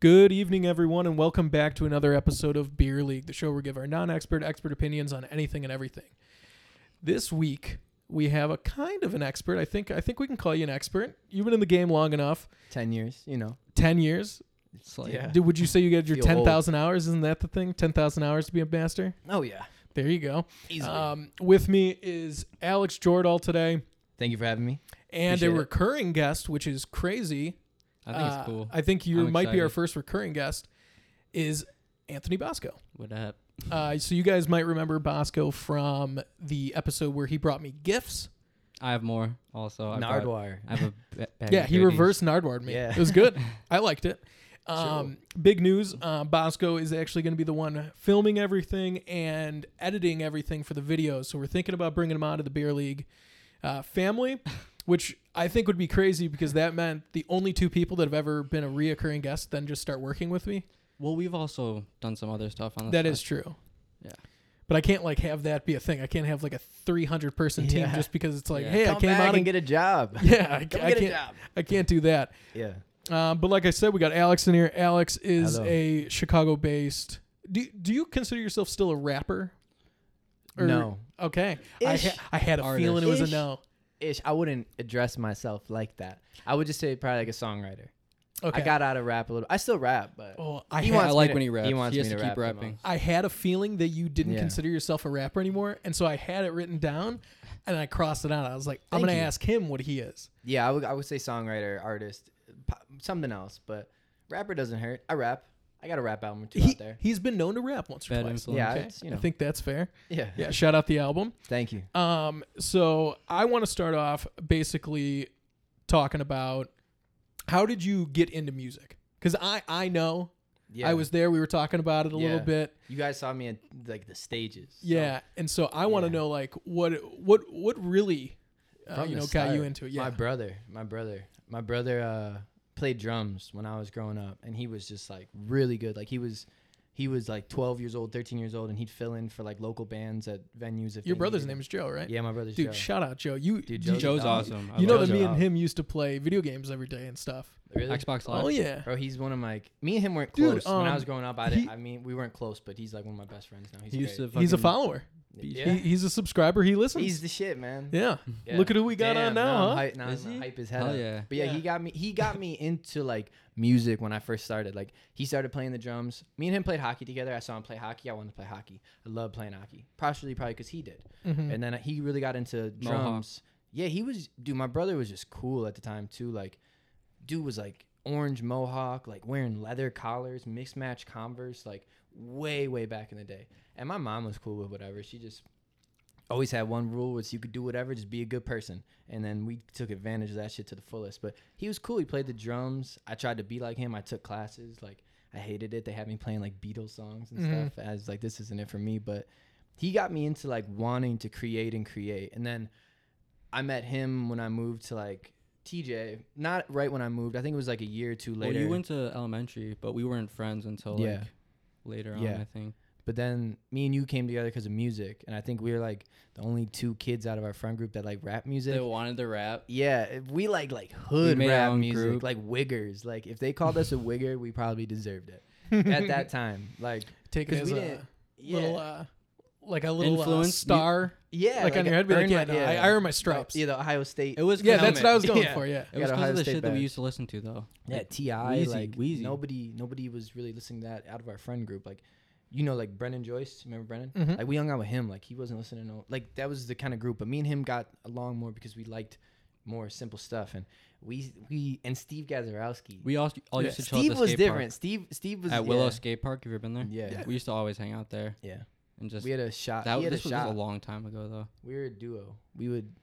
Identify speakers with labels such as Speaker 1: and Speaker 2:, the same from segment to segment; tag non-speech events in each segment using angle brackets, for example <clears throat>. Speaker 1: Good evening, everyone, and welcome back to another episode of Beer League, the show where we give our non expert expert opinions on anything and everything. This week, we have a kind of an expert. I think I think we can call you an expert. You've been in the game long enough
Speaker 2: 10 years, you know.
Speaker 1: 10 years.
Speaker 2: It's like,
Speaker 3: Yeah.
Speaker 1: Dude, would you say you get your
Speaker 2: Feel old.
Speaker 1: 10,000 hours? Isn't that the thing? 10,000 hours to be a master?
Speaker 2: oh, yeah.
Speaker 1: There you go.
Speaker 2: Easily.
Speaker 1: Um, with me is Alex Jordal today
Speaker 2: Thank you for having me.
Speaker 1: and
Speaker 2: Appreciate
Speaker 1: a
Speaker 2: it.
Speaker 1: recurring guest, which is crazy.
Speaker 3: I think
Speaker 1: Uh,
Speaker 3: it's cool.
Speaker 1: I think you
Speaker 3: I'm
Speaker 1: might be our
Speaker 3: excited.
Speaker 1: first recurring guest. Is Anthony Bosco.
Speaker 3: What up?
Speaker 1: Uh, so you guys might remember Bosco from the episode where he brought me gifts.
Speaker 3: I have more also. I brought-
Speaker 2: Nardwar.
Speaker 3: I have
Speaker 2: <laughs>
Speaker 3: a ba- bag
Speaker 1: yeah,
Speaker 3: of
Speaker 1: he
Speaker 3: goodies.
Speaker 1: reversed Nardward me.
Speaker 2: Yeah.
Speaker 1: It was good. I liked it. Um, Big news: uh, Bosco is actually going to be the one filming everything and editing everything for the videos. So we're thinking about bringing him out of the beer league uh, family, which I think would be crazy because that meant the only two people that have ever been a reoccurring guest then just start working with me.
Speaker 3: Well, we've also done some other stuff on the
Speaker 1: That
Speaker 3: side.
Speaker 1: is true.
Speaker 3: Yeah.
Speaker 1: But I can't like have that be a thing. I can't have like a 300 person team
Speaker 2: Yeah.
Speaker 1: just because it's like,
Speaker 3: Yeah.
Speaker 1: hey,
Speaker 2: Come
Speaker 1: I came
Speaker 2: back
Speaker 1: out
Speaker 2: and,
Speaker 1: and
Speaker 2: get a <laughs> job.
Speaker 1: <laughs> yeah, I,
Speaker 2: Come
Speaker 1: I
Speaker 2: get a
Speaker 1: can't.
Speaker 2: job.
Speaker 1: I can't do that.
Speaker 2: Yeah.
Speaker 1: Um, but like I said, we got Alex in here. Alex is
Speaker 2: Hello.
Speaker 1: a Chicago-based. Do Do you consider yourself still a rapper? Or-
Speaker 2: No.
Speaker 1: Okay. I,
Speaker 2: Ish.
Speaker 1: ha- I had a
Speaker 3: Artist.
Speaker 1: feeling it was a
Speaker 2: Ish.
Speaker 1: no.
Speaker 2: Ish. I wouldn't address myself like that. I would just say probably like a songwriter.
Speaker 1: Okay.
Speaker 2: I got out of rap a little. I still rap, but
Speaker 1: Oh, I
Speaker 2: He
Speaker 1: had,
Speaker 3: Yeah, I
Speaker 2: wants me
Speaker 3: like
Speaker 2: to-
Speaker 3: when
Speaker 2: he
Speaker 3: he raps. He,
Speaker 2: wants
Speaker 3: has
Speaker 2: me
Speaker 3: to
Speaker 2: to
Speaker 3: keep
Speaker 2: rap the
Speaker 3: rapping.
Speaker 2: most.
Speaker 1: I had a feeling that you didn't
Speaker 2: Yeah.
Speaker 1: consider yourself a rapper anymore, and so I had it written down, and I crossed it out. I was like, I'm
Speaker 2: Thank
Speaker 1: gonna
Speaker 2: you.
Speaker 1: ask him what he is.
Speaker 2: yeah, I would, I would say songwriter, artist, pop, something else. But rapper doesn't hurt. I rap. I got a rap album too
Speaker 1: He,
Speaker 2: out there.
Speaker 1: he's been known to rap once or
Speaker 3: Bad
Speaker 1: twice.
Speaker 3: influence.
Speaker 2: Yeah,
Speaker 1: Okay.
Speaker 2: it's, you know.
Speaker 1: I think that's fair.
Speaker 2: Yeah.
Speaker 1: Yeah, shout out the album.
Speaker 2: Thank you.
Speaker 1: Um, so I want to start off basically talking about how did you get into music? Because I I know
Speaker 2: Yeah.
Speaker 1: I was there. We were talking about it a little
Speaker 2: Yeah.
Speaker 1: bit.
Speaker 2: You guys saw me at like the stages. so-
Speaker 1: Yeah, and so I want to
Speaker 2: Yeah.
Speaker 1: know like what what what really uh, you
Speaker 2: From the
Speaker 1: know got
Speaker 2: start,
Speaker 1: you into it. Yeah,
Speaker 2: My brother, my brother, my brother uh, played drums when I was growing up, and he was just like really good. Like he was, he was like 12 years old, 13 years old, and he'd fill in for like local bands at venues. If
Speaker 1: your
Speaker 2: they
Speaker 1: brother's
Speaker 2: needed
Speaker 1: name
Speaker 2: it.
Speaker 1: is Joe, right?
Speaker 2: Yeah, my brother's
Speaker 1: Dude,
Speaker 2: Joe.
Speaker 1: shout out Joe. You
Speaker 2: Dude,
Speaker 1: you-
Speaker 2: Joe's
Speaker 3: Joe's
Speaker 2: awesome.
Speaker 3: awesome. I
Speaker 1: You know
Speaker 3: love
Speaker 1: that
Speaker 2: Joe's
Speaker 1: me and
Speaker 2: out.
Speaker 1: him used to play video games every day and stuff.
Speaker 2: really?
Speaker 3: Xbox Live.
Speaker 1: Oh yeah.
Speaker 2: Bro, he's one of my. Me and him weren't
Speaker 1: Dude,
Speaker 2: close when
Speaker 1: um,
Speaker 2: I was growing up. I,
Speaker 1: he-
Speaker 2: didn't, I mean, we weren't close, but he's like one of my best friends now. He's
Speaker 3: He used
Speaker 2: great.
Speaker 3: to
Speaker 1: He's a
Speaker 3: fucking-
Speaker 1: follow.
Speaker 2: Yeah.
Speaker 1: He, he's a subscriber. He listens.
Speaker 2: he's the shit, man.
Speaker 1: yeah.
Speaker 2: Yeah.
Speaker 1: Look at who we got
Speaker 2: Damn,
Speaker 1: on now,
Speaker 2: I'm
Speaker 1: huh?
Speaker 2: hype- now
Speaker 3: Is
Speaker 2: I'm
Speaker 3: he?
Speaker 2: hype as hell.
Speaker 3: Hell yeah.
Speaker 2: But yeah,
Speaker 1: Yeah.
Speaker 2: he got me. He got me into like music when I first started. Like he started playing the drums. Me and him played hockey together. I saw him play hockey. I wanted to play hockey. I love playing hockey. Partially probably because he did.
Speaker 1: Mm-hmm. Mm.
Speaker 2: <laughs> And then he really got into
Speaker 3: Mohawk.
Speaker 2: drums. Yeah, he was. Dude, my brother was just cool at the time too. Like, dude was like orange mohawk, like wearing leather collars, mixed match Converse, like way way back in the day. And my mom was cool with whatever. She just always had one rule was you could do whatever, just be a good person. And then we took advantage of that shit to the fullest. But he was cool. He played the drums. I tried to be like him. I took classes. Like I hated it. They had me playing like Beatles songs and
Speaker 3: Mm-hmm.
Speaker 1: Mhm.
Speaker 2: stuff. I was like, this isn't it for me. But he got me into like wanting to create and create. And then I met him when I moved to like TJ. Not right when I moved. I think it was like a year or two
Speaker 3: Well,
Speaker 2: later.
Speaker 3: you went to elementary, but we weren't friends until like
Speaker 2: Yeah.
Speaker 3: later on,
Speaker 2: Yeah.
Speaker 3: I think.
Speaker 2: but then me and you came together because of music, and I think we were like the only two kids out of our friend group that like rap music.
Speaker 3: They wanted to rap.
Speaker 2: Yeah, if we like like hood
Speaker 3: made our
Speaker 2: rap
Speaker 3: own
Speaker 2: music,
Speaker 3: group.
Speaker 2: like wiggers. Like if they called us a wigger, we probably deserved
Speaker 3: <laughs>
Speaker 2: it at that time. Like
Speaker 1: Take it
Speaker 2: 'Cause
Speaker 1: as
Speaker 2: we
Speaker 1: a
Speaker 2: didn't- yeah,
Speaker 1: little, uh, like a little uh,
Speaker 3: Influence?
Speaker 1: star,
Speaker 2: yeah,
Speaker 1: like, on your head. Be
Speaker 2: earn
Speaker 1: like, yeah,
Speaker 2: my-
Speaker 1: no, I, I earned my stripes.
Speaker 2: Yeah, the Ohio State.
Speaker 3: It was
Speaker 1: yeah,
Speaker 3: 'cause-
Speaker 1: that's what I was going for. Yeah.
Speaker 3: It
Speaker 2: Got
Speaker 3: was because
Speaker 2: Ohio
Speaker 3: of the
Speaker 2: State
Speaker 3: shit that we
Speaker 2: back.
Speaker 3: used to listen to though.
Speaker 2: Yeah,
Speaker 3: Like,
Speaker 2: Ti.
Speaker 3: Wheezy,
Speaker 2: like
Speaker 3: Wheezy.
Speaker 2: nobody, nobody was really listening to that out of our friend group. Like, you know, like Brennan Joyce. Remember Brennan?
Speaker 3: Hmm?
Speaker 1: Mhm.
Speaker 2: Like we hung out with him. Like he wasn't listening to like that was the kind of group. But me and him got along more because we liked more simple stuff. And we we and Steve Gazarowski.
Speaker 3: We all, all
Speaker 1: Yeah.
Speaker 3: used to chill
Speaker 2: Steve
Speaker 3: at the
Speaker 2: was
Speaker 3: skate
Speaker 2: different.
Speaker 3: park.
Speaker 2: Steve Steve was
Speaker 3: At Willow
Speaker 2: yeah,
Speaker 3: Skate Park, you ever been there?
Speaker 2: Yeah. Yeah.
Speaker 3: We used to always hang out there
Speaker 2: yeah.
Speaker 3: and just
Speaker 2: We had a shot.
Speaker 3: that
Speaker 2: we
Speaker 3: was,
Speaker 2: had a
Speaker 3: this was this was
Speaker 2: shot.
Speaker 3: a long time ago though.
Speaker 2: we were a duo. We would.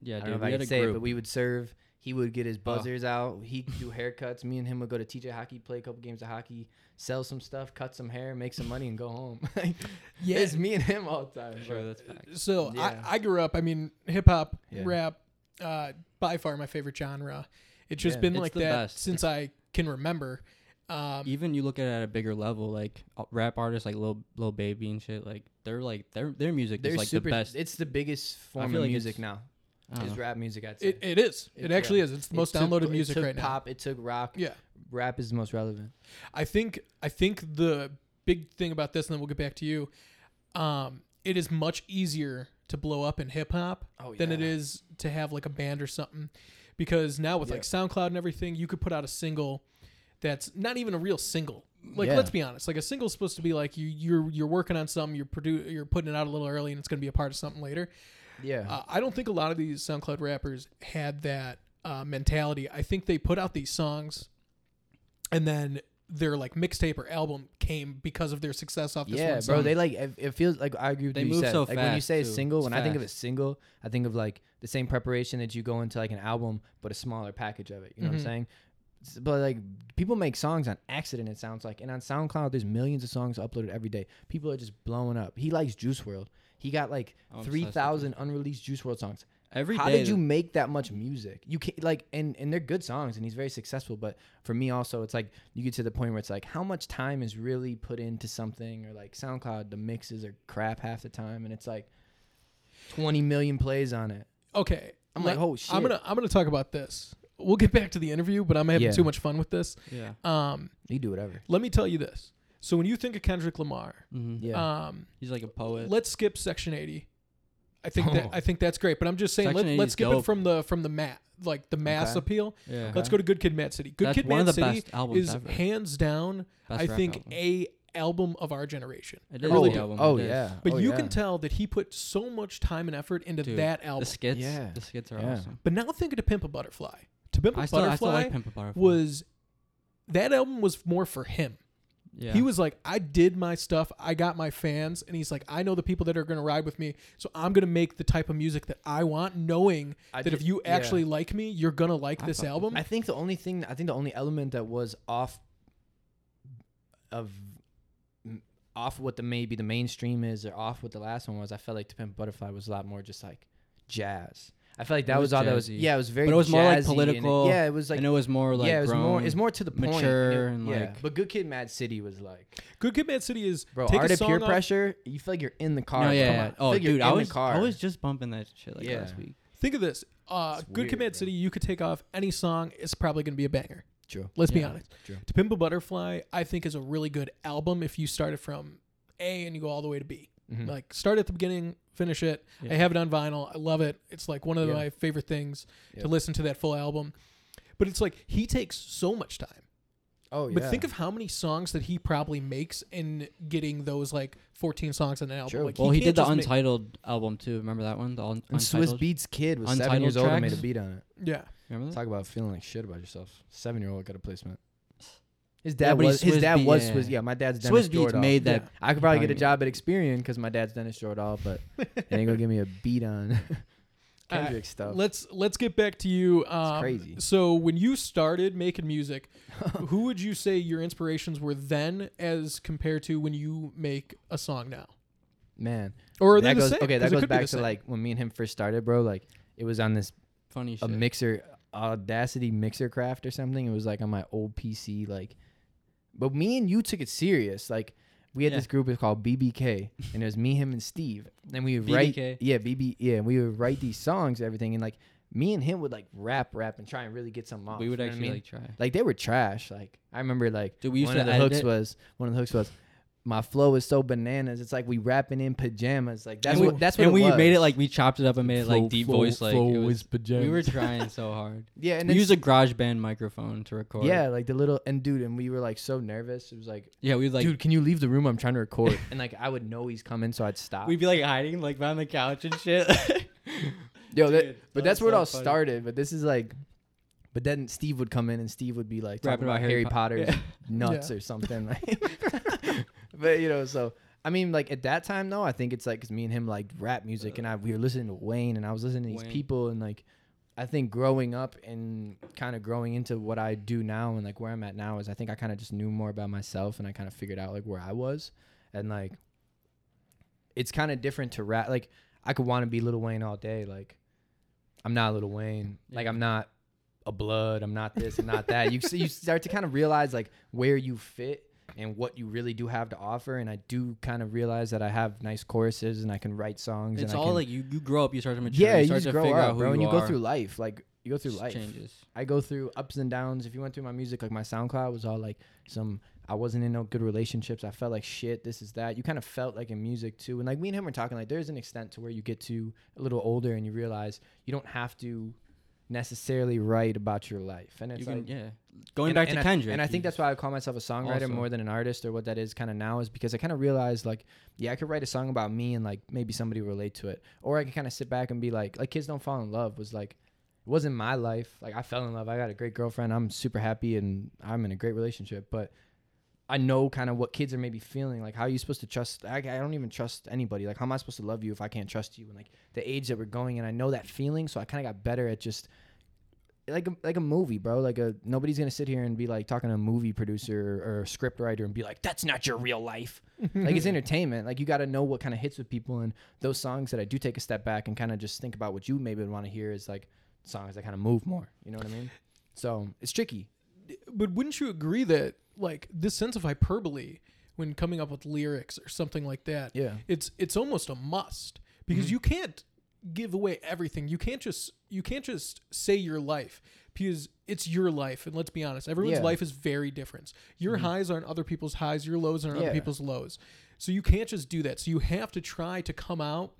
Speaker 3: Yeah,
Speaker 2: I don't know
Speaker 3: dude.
Speaker 2: if
Speaker 3: We
Speaker 2: I
Speaker 3: had
Speaker 2: can
Speaker 3: a
Speaker 2: say it,
Speaker 3: group.
Speaker 2: but we would serve. He would get his
Speaker 3: Oh.
Speaker 2: buzzers out.
Speaker 3: <laughs>
Speaker 2: He'd do haircuts. Me and him would go to TJ Hockey, play a couple games of hockey, sell some stuff, cut some hair, make some money, and go home. <laughs> Like,
Speaker 1: Yeah.
Speaker 2: It's me and him all the time.
Speaker 3: Sure,
Speaker 2: bro.
Speaker 3: that's fact.
Speaker 1: So
Speaker 2: Yeah.
Speaker 1: I, I grew up. I mean, hip hop,
Speaker 2: Yeah.
Speaker 1: rap, uh, by far my favorite genre. It's just
Speaker 2: Yeah.
Speaker 1: been
Speaker 3: It's
Speaker 1: like
Speaker 3: the
Speaker 1: that
Speaker 3: best.
Speaker 1: since I can remember. Um,
Speaker 3: Even you look at it at a bigger level, like uh, rap artists like Lil Lil Baby and shit. Like they're like their their music
Speaker 2: They're
Speaker 3: is like
Speaker 2: super,
Speaker 3: the best. Uh,
Speaker 2: It's the biggest form
Speaker 3: feel
Speaker 2: of
Speaker 3: like
Speaker 2: music Oh.
Speaker 3: it's-
Speaker 2: now.
Speaker 3: I don't
Speaker 2: Is
Speaker 3: know.
Speaker 2: rap music? I'd say.
Speaker 1: it, it is. It,
Speaker 2: It-
Speaker 1: actually
Speaker 2: yeah.
Speaker 1: is. It's the
Speaker 2: It
Speaker 1: most
Speaker 2: took-
Speaker 1: downloaded music
Speaker 2: it took
Speaker 1: right
Speaker 2: pop, It took rock.
Speaker 1: now. Yeah.
Speaker 2: rap is the most relevant.
Speaker 1: I think I think the big thing about this, and then we'll get back to you. Um, it is much easier to blow up in hip hop
Speaker 2: Oh,
Speaker 1: than it
Speaker 2: yeah.
Speaker 1: is to have like a band or something, because now with like SoundCloud and everything, you could put out a single that's not even a real single. Like
Speaker 2: Yeah.
Speaker 1: let's be honest, like a single's supposed to be like you you're you're working on something, you're produ- you're putting it out a little early, and it's gonna be a part of something later.
Speaker 2: Yeah.
Speaker 1: Uh, I don't think a lot of these SoundCloud rappers had that uh, mentality. I think they put out these songs, and then their like mixtape or album came because of their success off this
Speaker 2: yeah,
Speaker 1: one
Speaker 2: bro.
Speaker 1: song.
Speaker 2: They like it, it feels like I agree with
Speaker 3: They
Speaker 2: what you
Speaker 3: move
Speaker 2: said.
Speaker 3: so
Speaker 2: like when you
Speaker 3: fast,
Speaker 2: say a
Speaker 3: too.
Speaker 2: single,
Speaker 3: It's
Speaker 2: when I think of a
Speaker 3: fast.
Speaker 2: single, I think of like the same preparation that you go into like an album, but a smaller package of it. You know what
Speaker 1: Mhm.
Speaker 2: I'm saying? S- But like people make songs on accident, it sounds like, and on SoundCloud, there's millions of songs uploaded every day. People are just blowing up. He likes Juice World. He got like
Speaker 3: I'm obsessed with
Speaker 2: three thousand unreleased Juice World songs.
Speaker 3: Every
Speaker 2: How
Speaker 3: day
Speaker 2: did you
Speaker 3: th-
Speaker 2: make that much music? You can't like, and and they're good songs, and he's very successful. But for me, also, it's like you get to the point where it's like, how much time is really put into something, or like SoundCloud, the mixes are crap half the time, and it's like twenty million plays on it.
Speaker 1: okay,
Speaker 2: I'm
Speaker 1: let-
Speaker 2: like, oh shit,
Speaker 1: I'm gonna I'm gonna talk about this. We'll get back to the interview, but I'm having
Speaker 2: Yeah.
Speaker 1: too much fun with this.
Speaker 3: Yeah.
Speaker 1: Um,
Speaker 2: you do whatever.
Speaker 1: let me tell you this. So when you think of Kendrick Lamar,
Speaker 3: Mm-hmm.
Speaker 2: Yeah,
Speaker 1: um,
Speaker 3: He's like a poet.
Speaker 1: let's skip Section 80. I think that
Speaker 2: Oh.
Speaker 1: I think that's great, but I'm just saying let,
Speaker 3: Section 80
Speaker 1: let's
Speaker 3: is
Speaker 1: skip it
Speaker 3: dope.
Speaker 1: from the from the mat like the mass
Speaker 2: Okay.
Speaker 1: appeal.
Speaker 3: yeah.
Speaker 1: Let's
Speaker 2: Okay.
Speaker 1: go to Good Kid, Mad City. Good
Speaker 3: That's
Speaker 1: Kid,
Speaker 3: one
Speaker 1: Mad
Speaker 3: of the
Speaker 1: City
Speaker 3: best albums
Speaker 1: is
Speaker 3: ever.
Speaker 1: hands down,
Speaker 3: Best
Speaker 1: I
Speaker 3: rap
Speaker 1: think
Speaker 3: album.
Speaker 1: a album of our generation.
Speaker 3: It is
Speaker 1: really
Speaker 3: a
Speaker 1: do.
Speaker 3: good album.
Speaker 2: oh
Speaker 3: it is.
Speaker 2: yeah,
Speaker 1: But
Speaker 2: Oh,
Speaker 1: you
Speaker 2: yeah.
Speaker 1: can tell that he put so much time and effort into
Speaker 3: Dude,
Speaker 1: that album.
Speaker 3: The skits.
Speaker 2: Yeah.
Speaker 3: The skits are
Speaker 2: Yeah.
Speaker 3: awesome.
Speaker 1: but now think of To Pimp a Butterfly. To Pimp a
Speaker 3: I still, I still
Speaker 1: Butterfly
Speaker 3: like Pimp a Butterfly.
Speaker 1: was that album was more for him.
Speaker 3: yeah.
Speaker 1: He was like, I did my stuff. I got my fans. And he's like, I know the people that are going to ride with me. So I'm going to make the type of music that I want, knowing
Speaker 2: I
Speaker 1: that
Speaker 2: ju-
Speaker 1: if you
Speaker 2: yeah.
Speaker 1: actually like me, you're going to like
Speaker 3: I
Speaker 1: this
Speaker 3: fuck with
Speaker 1: album.
Speaker 2: I think the only thing, I think the only element that was off of m- off what the maybe the mainstream is or off what the last one was, I felt like To Pimp a Butterfly was a lot more just like jazz. I felt like that
Speaker 3: It
Speaker 2: was,
Speaker 3: was
Speaker 2: all that was.
Speaker 3: jazzy.
Speaker 2: Yeah, it was very.
Speaker 3: But it was more, like,
Speaker 2: jazzy and it-
Speaker 3: political,
Speaker 2: yeah, it was like.
Speaker 3: and it was more like
Speaker 2: yeah, it was more.
Speaker 3: grown.
Speaker 2: It's more to the point.
Speaker 3: mature,
Speaker 2: it-
Speaker 3: and,
Speaker 2: yeah,
Speaker 3: like-
Speaker 2: But Good Kid, Mad City was like,
Speaker 1: Good Kid, Mad City is
Speaker 2: bro,
Speaker 1: take
Speaker 2: art
Speaker 1: a
Speaker 2: of
Speaker 1: song
Speaker 2: peer
Speaker 1: off-
Speaker 2: pressure. You feel like you're in the car.
Speaker 3: No,
Speaker 2: Come
Speaker 3: yeah.
Speaker 2: on,
Speaker 3: Oh,
Speaker 2: feel like you're
Speaker 3: dude, I
Speaker 2: in the
Speaker 3: was
Speaker 2: car.
Speaker 3: I was just bumping that shit like
Speaker 2: Yeah.
Speaker 3: last week.
Speaker 1: Think of this. Uh,
Speaker 2: It's
Speaker 1: Good Kid,
Speaker 2: weird,
Speaker 1: Mad
Speaker 2: bro.
Speaker 1: City, you could take off any song. It's probably going to be a banger.
Speaker 2: True.
Speaker 1: Let's be
Speaker 3: Yeah.
Speaker 1: honest.
Speaker 2: True.
Speaker 1: To Pimp a Butterfly, I think, is a really good album if you start it from A and you go all the way to B.
Speaker 2: Mhm.
Speaker 1: Like, start at the beginning, finish it. I
Speaker 3: Yeah.
Speaker 1: have it on vinyl. I love it. It's like one of
Speaker 2: Yeah.
Speaker 1: my favorite things
Speaker 2: Yeah.
Speaker 1: to listen to that full album. But it's like he takes so much time.
Speaker 2: oh yeah.
Speaker 1: But think of how many songs that he probably makes in getting those like 14 songs on an album.
Speaker 2: True.
Speaker 1: Like,
Speaker 3: well, he,
Speaker 1: can't
Speaker 3: did the
Speaker 1: just make-
Speaker 3: Untitled album too. Remember that one? The un-
Speaker 2: and Swiss
Speaker 3: Untitled?
Speaker 2: Beats Kid was seven
Speaker 3: Untitled
Speaker 2: years old and made a
Speaker 3: tracks?
Speaker 2: beat on it.
Speaker 1: yeah.
Speaker 3: Remember that?
Speaker 2: Talk about feeling like shit about yourself. Seven year old got a placement. His
Speaker 3: Yeah,
Speaker 2: dad
Speaker 3: but he's
Speaker 2: was. His
Speaker 3: Swizz
Speaker 2: dad
Speaker 3: Beat-
Speaker 2: was
Speaker 3: yeah.
Speaker 2: Swiss. Yeah, my dad's Dennis
Speaker 3: Swiss Beats
Speaker 2: Jordahl.
Speaker 3: made that.
Speaker 1: Yeah.
Speaker 2: I could probably get a
Speaker 3: Probably-
Speaker 2: job at Experian because my dad's Dennis Jordahl,
Speaker 1: <laughs>
Speaker 2: but they ain't gonna give me a beat on Kendrick stuff.
Speaker 1: Let's let's get back to you. Um,
Speaker 2: crazy.
Speaker 1: So when you started making music, <laughs> who would you say your inspirations were then, as compared to when you make a song now,
Speaker 2: Man,
Speaker 1: or are they
Speaker 2: that
Speaker 1: the
Speaker 2: goes
Speaker 1: same?
Speaker 2: okay.
Speaker 1: 'Cause
Speaker 2: That
Speaker 1: it
Speaker 2: goes
Speaker 1: could be
Speaker 2: back
Speaker 1: the
Speaker 2: to
Speaker 1: same.
Speaker 2: like when me and him first started, bro. Like it was on this
Speaker 3: Funny shit.
Speaker 2: a mixer audacity mixer craft or something it was like on my old pc like but me and you took it serious like we had
Speaker 3: Yeah.
Speaker 2: this group it was called bbk and it was me him and steve and we would
Speaker 3: BBK.
Speaker 2: write yeah bb yeah and we would write these songs and everything and like me and him would like rap rap and try and really get something off
Speaker 3: we would
Speaker 2: you know what I
Speaker 3: actually
Speaker 2: mean?
Speaker 3: like try.
Speaker 2: like they were trash like i remember like
Speaker 3: Dude, we used
Speaker 2: one
Speaker 3: to
Speaker 2: of the
Speaker 3: edit
Speaker 2: hooks
Speaker 3: it.
Speaker 2: was one of the hooks was my flow is so bananas it's like we rapping in pajamas like that's
Speaker 3: and
Speaker 2: what
Speaker 3: we,
Speaker 2: that's what
Speaker 3: and
Speaker 2: it
Speaker 3: we
Speaker 2: was.
Speaker 3: made it like we chopped it up and made it like deep voice like it was, we
Speaker 2: pajamas.
Speaker 3: <laughs> were trying so hard.
Speaker 2: yeah and
Speaker 3: we
Speaker 2: it's-
Speaker 3: used a garage band microphone to record.
Speaker 2: Yeah, like the little and dude, and we were like so nervous. It was like,
Speaker 3: yeah. We'd like
Speaker 2: dude, can you leave the room? I'm trying to record. and like I would know he's coming, so I'd stop.
Speaker 3: we'd be like hiding like behind the couch and shit.
Speaker 2: <laughs> Yo, that,
Speaker 3: <laughs> Dude,
Speaker 2: but
Speaker 3: that
Speaker 2: that's
Speaker 3: was
Speaker 2: where it
Speaker 3: so
Speaker 2: all
Speaker 3: funny.
Speaker 2: started. But this is like, but then Steve would come in and Steve would be like talking
Speaker 3: Rapping
Speaker 2: about,
Speaker 3: about
Speaker 2: Harry
Speaker 3: Harry Po-
Speaker 2: Potter's
Speaker 3: Yeah.
Speaker 2: <laughs> nuts
Speaker 1: Yeah.
Speaker 2: or something. Like, <laughs> but you know, so I mean, like at that time though, I think it's like because me and him like rap music, and I we were listening to Wayne, and I was listening to these
Speaker 3: Wayne.
Speaker 2: people, and like. I think growing up and kind of growing into what I do now and like where I'm at now is I think I kind of just knew more about myself and I kind of figured out like where I was and like it's kind of different to rap. Like I could want to be Little Wayne all day. Like I'm not Little Wayne. Like
Speaker 3: Yeah.
Speaker 2: I'm not a blood. I'm not this. I'm not that. You s- you start to kind of realize like where you fit and what you really do have to offer. And I do kind of realize that I have nice choruses and I can write songs.
Speaker 3: it's
Speaker 2: and I
Speaker 3: all
Speaker 2: can,
Speaker 3: like you, you grow up, you start to mature.
Speaker 2: yeah, you
Speaker 3: start
Speaker 2: just
Speaker 3: to
Speaker 2: grow
Speaker 3: figure
Speaker 2: up,
Speaker 3: out who
Speaker 2: bro,
Speaker 3: you
Speaker 2: and you
Speaker 3: are.
Speaker 2: go through life. Like You go through
Speaker 3: just
Speaker 2: life.
Speaker 3: changes.
Speaker 2: I go through ups and downs. If you went through my music, like my SoundCloud was all like some I wasn't in no good relationships. I felt like shit. This is that. You kind of felt like in music too. And like me and him were talking, like there's an extent to where you get to a little older and you realize you don't have to necessarily write about your life. And it's
Speaker 3: You
Speaker 2: like,
Speaker 3: can, yeah. Going
Speaker 2: and-
Speaker 3: back
Speaker 2: and
Speaker 3: to
Speaker 2: I-
Speaker 3: Kendrick,
Speaker 2: and I
Speaker 3: he
Speaker 2: think that's why I call myself a songwriter
Speaker 3: Also.
Speaker 2: more than an artist or what that is kind of now is because I kind of realized like, yeah, I could write a song about me and like maybe somebody will relate to it, or I could kind of sit back and be like, like kids don't fall in love was like, it wasn't my life. Like I fell in love. I got a great girlfriend. I'm super happy and I'm in a great relationship, but. I know kind of what kids are maybe feeling. Like, how are you supposed to trust? I, I don't even trust anybody. Like, how am I supposed to love you if I can't trust you? And like the age that we're going, and I know that feeling, so I kind of got better at just like a, like a movie, bro. Like a nobody's gonna sit here and be like talking to a movie producer or, or a script writer and be like, that's not your real <laughs> life. like it's entertainment. Like you got to know what kind of hits with people and those songs that I do take a step back and kind of just think about what you maybe would want to hear is like songs that kind of move more. You know what I mean? So it's tricky.
Speaker 1: But wouldn't you agree that like this sense of hyperbole when coming up with lyrics or something like that,
Speaker 2: Yeah. Mm-hmm.
Speaker 1: it's it's almost a must because you can't give away everything. You can't just you can't just say your life because it's your life. And let's be honest, everyone's
Speaker 2: Yeah. Mm-hmm.
Speaker 1: life is very different. Your highs aren't other people's highs. Your lows aren't
Speaker 2: Yeah.
Speaker 1: other people's lows. So you can't just do that. So you have to try to come out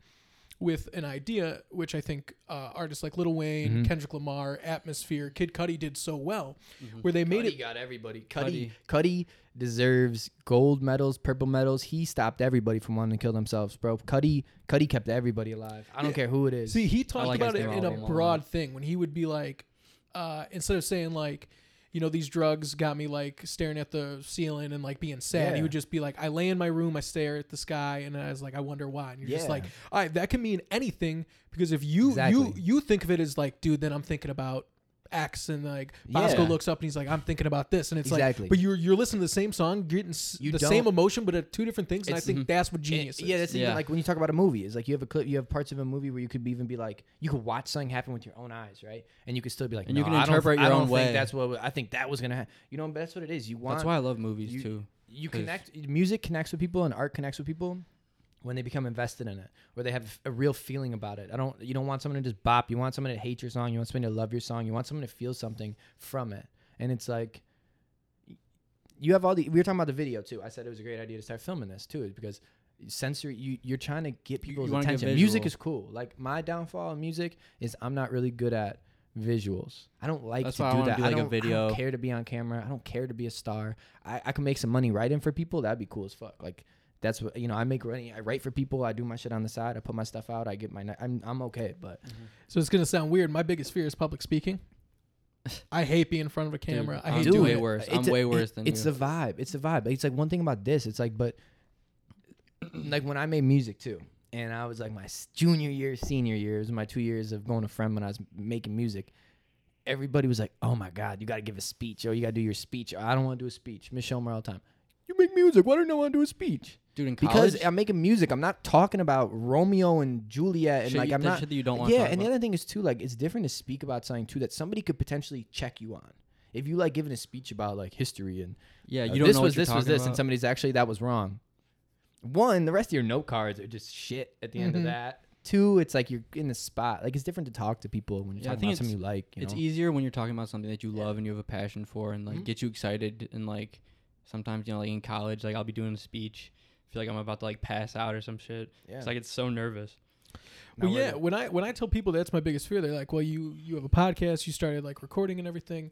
Speaker 1: with an idea, which I think uh, artists like Lil Wayne,
Speaker 2: Mm-hmm.
Speaker 1: Kendrick Lamar, Atmosphere, Kid Cudi did so well,
Speaker 2: Mm-hmm.
Speaker 1: where they made it
Speaker 2: got everybody. Cuddy, Cuddy deserves gold medals, purple medals. He stopped everybody from wanting to kill themselves, bro. Cuddy, Cuddy kept everybody alive. I don't care who it is.
Speaker 1: See, he talked
Speaker 3: like
Speaker 1: about
Speaker 3: his
Speaker 1: it
Speaker 3: new
Speaker 1: in a
Speaker 3: album a lot.
Speaker 1: broad thing when he would be like, uh, instead of saying like, you know, these drugs got me like staring at the ceiling and like being sad. He
Speaker 2: Yeah.
Speaker 1: would just be like, I lay in my room, I stare at the sky, and I was like, I wonder why. And you're just
Speaker 2: Yeah.
Speaker 1: like, all right, that can mean anything because if you you
Speaker 2: Exactly.
Speaker 1: you think of it as like, dude, then I'm thinking about. X and like Bosco
Speaker 2: Yeah.
Speaker 1: looks up and he's like, I'm thinking about this, and it's
Speaker 2: Exactly.
Speaker 1: like, but you're you're listening to the same song, getting s-
Speaker 2: You
Speaker 1: the
Speaker 2: don't- Mm-hmm.
Speaker 1: same emotion, but at two different things, and I
Speaker 2: It's-
Speaker 1: think that's what
Speaker 2: And-
Speaker 1: genius is.
Speaker 2: Yeah, that's even
Speaker 3: Yeah.
Speaker 2: like when you talk about a movie. It's like you have a clip, you have parts of a movie where you could be even be like, you could watch something happen with your own eyes, right? And you could still be like,
Speaker 3: And you
Speaker 2: "No,
Speaker 3: can
Speaker 2: I don't-
Speaker 3: interpret
Speaker 2: I
Speaker 3: your
Speaker 2: don't
Speaker 3: own
Speaker 2: think
Speaker 3: way."
Speaker 2: That's what I think that was gonna happen. You know, but that's what it is. You want
Speaker 3: That's why I love movies
Speaker 2: you-
Speaker 3: too.
Speaker 2: you
Speaker 3: 'Cause-
Speaker 2: connect music connects with people and art connects with people when they become invested in it where they have a real feeling about it i don't you don't want someone to just bop you want someone to hate your song you want someone to love your song you want someone to feel something from it and it's like you have all the we were talking about the video too i said it was a great idea to start filming this too because sensory you you're trying to get
Speaker 3: you
Speaker 2: people's
Speaker 3: wanna get
Speaker 2: attention music
Speaker 3: visual.
Speaker 2: is cool like my downfall in music is i'm not really good at visuals i don't like
Speaker 3: That's
Speaker 2: to
Speaker 3: why I
Speaker 2: do
Speaker 3: wanna
Speaker 2: that
Speaker 3: do,
Speaker 2: I,
Speaker 3: like, a
Speaker 2: don't, I
Speaker 3: video.
Speaker 2: don't care to be on camera i don't care to be a star I, I can make some money writing for people. That'd be cool as fuck. Like that's what you know. I make money. I write for people. I do my shit on the side. I put my stuff out. I get my. ni- I'm I'm okay. But
Speaker 1: So it's gonna sound weird. My biggest fear is public speaking. I hate being in front of a camera. I
Speaker 3: I'm
Speaker 1: hate
Speaker 3: Dude,
Speaker 1: doing
Speaker 3: way
Speaker 1: it.
Speaker 3: worse.
Speaker 2: it's
Speaker 3: I'm
Speaker 2: a-
Speaker 3: way worse
Speaker 2: it-
Speaker 3: than
Speaker 2: it's
Speaker 3: you.
Speaker 2: the vibe. It's the vibe. It's like one thing about this. It's like but like when I made music too. And I was like my s- junior year, senior year, it was my two years of going to friend when I was making music. Everybody was like, "Oh my god, you got to give a speech. Oh, you got to do your speech. Oh, I don't want to do a speech." Miss Schumer all the time. You make music. Why don't I want to do a speech?
Speaker 3: Dude, in college,
Speaker 2: because I'm making music. I'm not talking about Romeo and Juliet and
Speaker 3: Shit
Speaker 2: like
Speaker 3: you-
Speaker 2: I'm
Speaker 3: that
Speaker 2: not.
Speaker 3: shit that you don't wanna
Speaker 2: yeah,
Speaker 3: talk
Speaker 2: and the
Speaker 3: about.
Speaker 2: other thing is too like it's different to speak about something too that somebody could potentially check you on. If you like giving a speech about like history and
Speaker 3: yeah,
Speaker 2: uh,
Speaker 3: you don't
Speaker 2: this
Speaker 3: know
Speaker 2: was
Speaker 3: what you're
Speaker 2: this was
Speaker 3: talking
Speaker 2: this and
Speaker 3: about.
Speaker 2: somebody's actually that was wrong. One, the rest of your note cards are just shit at the end
Speaker 3: Mm-hmm.
Speaker 1: Mhm.
Speaker 2: of that. Two, it's like you're in the spot. Like it's different to talk to people when you're
Speaker 3: Yeah, I
Speaker 2: talking
Speaker 3: think
Speaker 2: about something you like. You
Speaker 3: it's
Speaker 2: know?
Speaker 3: easier when you're talking about something that you
Speaker 2: Yeah.
Speaker 3: love and you have a passion for and like
Speaker 2: Mhm.
Speaker 3: get you excited and like sometimes you know like in college like I'll be doing a speech feel like I'm about to like pass out or some shit
Speaker 2: yeah.
Speaker 3: e- it's like it's so nervous
Speaker 1: Well,
Speaker 2: Now we're
Speaker 1: yeah. When I when I tell people that's my biggest fear, they're like, "Well, you you have a podcast. You started like recording and everything."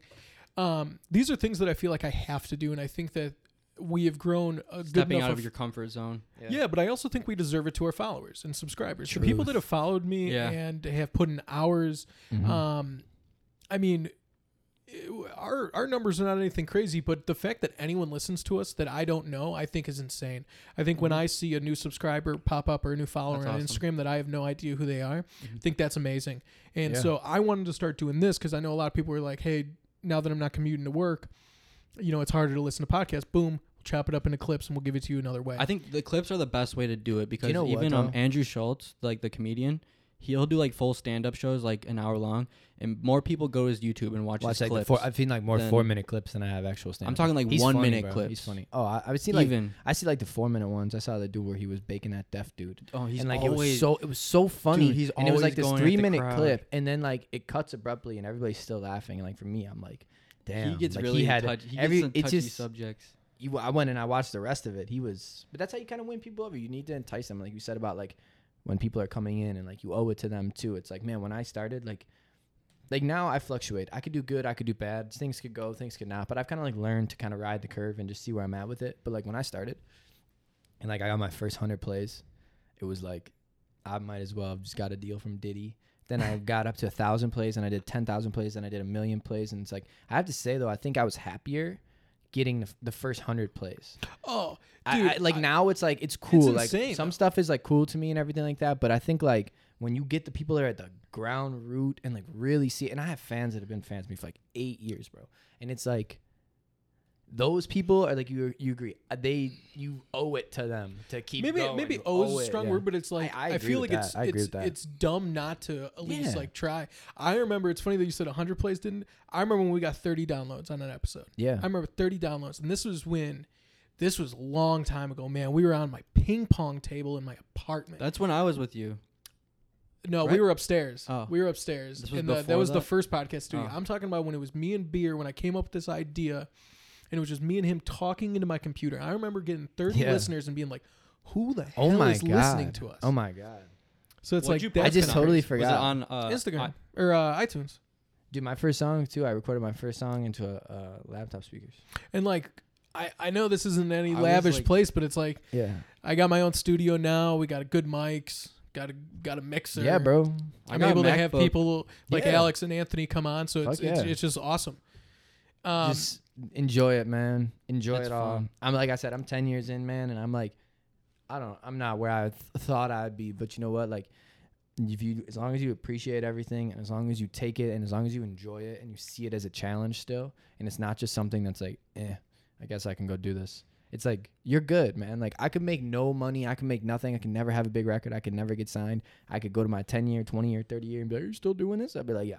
Speaker 1: Um, these are things that I feel like I have to do, and I think that we have grown a good
Speaker 3: stepping
Speaker 1: enough
Speaker 3: out
Speaker 1: of-
Speaker 3: of your comfort zone
Speaker 1: Yeah. but I also think we deserve it to our followers and subscribers. The people
Speaker 2: Truth.
Speaker 1: that have followed me
Speaker 3: Yeah.
Speaker 1: and have put in hours
Speaker 2: Mhm.
Speaker 3: uh,
Speaker 1: Um, I mean, it- our our numbers are not anything crazy, but the fact that anyone listens to us that I don't know, I think is insane. I think
Speaker 2: Mm-hmm.
Speaker 1: when I see a new subscriber pop up or a new follower
Speaker 3: That's
Speaker 1: on
Speaker 3: awesome.
Speaker 1: Instagram that I have no idea who they are, I think that's amazing. And
Speaker 2: Mm-hmm. Yeah.
Speaker 1: so I wanted to start doing this because I know a lot of people are like, hey, now that I'm not commuting to work, you know, it's harder to listen to podcasts. Boom, we'll chop it up into clips and we'll give it to you another way.
Speaker 3: I think the clips are the best way to do it because
Speaker 2: know what,
Speaker 3: even um
Speaker 2: though?
Speaker 3: Andrew Schultz like the comedian he'll do like full stand up shows like an hour long, and more people go to his YouTube and watch
Speaker 2: Watch
Speaker 3: his
Speaker 2: like the
Speaker 3: clips.
Speaker 2: four, I've seen like more
Speaker 3: than-
Speaker 2: four minute clips than I have actual stand.
Speaker 3: talking, like,
Speaker 2: He's
Speaker 3: one
Speaker 2: funny,
Speaker 3: minute
Speaker 2: bro. He's
Speaker 3: clips.
Speaker 2: funny. Oh, I, I've seen like
Speaker 3: Even
Speaker 2: I see like the four minute ones. I saw the dude where he was baking that deaf dude.
Speaker 3: oh, he's
Speaker 2: and like it was
Speaker 3: always
Speaker 2: so it was so funny.
Speaker 3: Dude, he's
Speaker 2: and it was like
Speaker 3: always
Speaker 2: this
Speaker 3: going at the
Speaker 2: three minute
Speaker 3: crowd.
Speaker 2: clip, and then like it cuts abruptly, and everybody's still laughing. And like for me, I'm like, damn.
Speaker 3: he gets
Speaker 2: like,
Speaker 3: really
Speaker 2: he had
Speaker 3: touch, he gets
Speaker 2: every.
Speaker 3: some
Speaker 2: it's
Speaker 3: touchy
Speaker 2: just
Speaker 3: subjects.
Speaker 2: you, I went and I watched the rest of it. He was, but that's how you kind of win people over. You need to entice them, like you said about like when people are coming in and like you owe it to them too. It's like man, when I started, like, like now I fluctuate. I could do good, I could do bad. Things could go, things could not. But I've kind of like learned to kind of ride the curve and just see where I'm at with it. But like when I started, and like I got my first hundred plays, it was like I might as well have just got a deal from Diddy. Then I got up to a thousand plays, and I did ten thousand plays, and I did a million plays, and it's like I have to say though, I think I was happier getting the, f- the first hundred plays.
Speaker 1: Oh, dude,
Speaker 2: I, I, like now it's like it's cool. like
Speaker 1: insane,
Speaker 2: some
Speaker 1: though.
Speaker 2: stuff is like cool to me and everything like that. But I think like when you get the people that are at the ground root and like really see, and I have fans that have been fans of me for like eight years, bro. And it's like those people are like you. You agree? uh, They you owe it to them to keep.
Speaker 1: maybe
Speaker 2: going.
Speaker 1: maybe
Speaker 2: You
Speaker 1: "oh" is
Speaker 2: owe
Speaker 1: a
Speaker 2: it,
Speaker 1: strong
Speaker 2: yeah.
Speaker 1: word, but it's like
Speaker 2: I- I
Speaker 1: I,
Speaker 2: agree
Speaker 1: feel
Speaker 2: with
Speaker 1: like
Speaker 2: that.
Speaker 1: it's
Speaker 2: I agree
Speaker 1: it's
Speaker 2: with that.
Speaker 1: it's dumb not to at least
Speaker 2: Yeah.
Speaker 1: like try. I remember it's funny that you said 100 plays didn't. I remember when we got 30 downloads on an episode.
Speaker 2: Yeah.
Speaker 1: I remember 30 downloads, and this was when this was a long time ago, man. We were on my ping pong table in my apartment.
Speaker 3: That's when I was with you.
Speaker 1: no, we
Speaker 2: right?
Speaker 1: were upstairs.
Speaker 3: Oh.
Speaker 1: We were upstairs,
Speaker 3: This was
Speaker 1: and the, that
Speaker 3: before
Speaker 1: was the
Speaker 3: that?
Speaker 1: first podcast studio.
Speaker 3: Oh.
Speaker 1: I'm talking about when it was me and Beer when I came up with this idea, and it was just me and him talking into my computer. I remember getting 30
Speaker 2: Yeah.
Speaker 1: listeners and being like. Who the hell
Speaker 2: oh my
Speaker 1: is
Speaker 2: god!
Speaker 1: listening to us?
Speaker 2: Oh my god!
Speaker 1: So it's like
Speaker 3: What'd you
Speaker 1: that's
Speaker 2: I just
Speaker 3: post it on?
Speaker 2: totally
Speaker 3: Was it
Speaker 2: forgot.
Speaker 3: on uh,
Speaker 1: Instagram or uh, iTunes,
Speaker 2: Dude, my first song too. I recorded my first song into a uh, laptop speakers.
Speaker 1: and like I I know this isn't any
Speaker 3: I was,
Speaker 1: lavish
Speaker 3: like-
Speaker 1: place, but it's like
Speaker 2: Yeah.
Speaker 1: I got my own studio now. We got good mics, got a got a mixer.
Speaker 2: Yeah, bro.
Speaker 3: I
Speaker 1: I'm
Speaker 3: got a
Speaker 1: able to have
Speaker 3: MacBook.
Speaker 1: people like
Speaker 2: Yeah.
Speaker 1: Alex and Anthony come on, so it's
Speaker 2: Fuck
Speaker 1: it's,
Speaker 2: yeah.
Speaker 1: it's just awesome. Um,
Speaker 2: just enjoy it, man. Enjoy
Speaker 3: That's
Speaker 2: it all.
Speaker 3: fun.
Speaker 2: I'm like I said, I'm 10 years in, man, and I'm like, I don't, I'm not where I th- thought I'd be, but you know what? Like, if you, as long as you appreciate everything, and as long as you take it, and as long as you enjoy it, and you see it as a challenge still, and it's not just something that's like, eh, I guess I can go do this. It's like you're good, man. Like I could make no money, I could make nothing, I could never have a big record, I could never get signed. I could go to my 10 year, 20 year, 30 year, and be like, "You're still doing this?" I'd be like, "Yeah."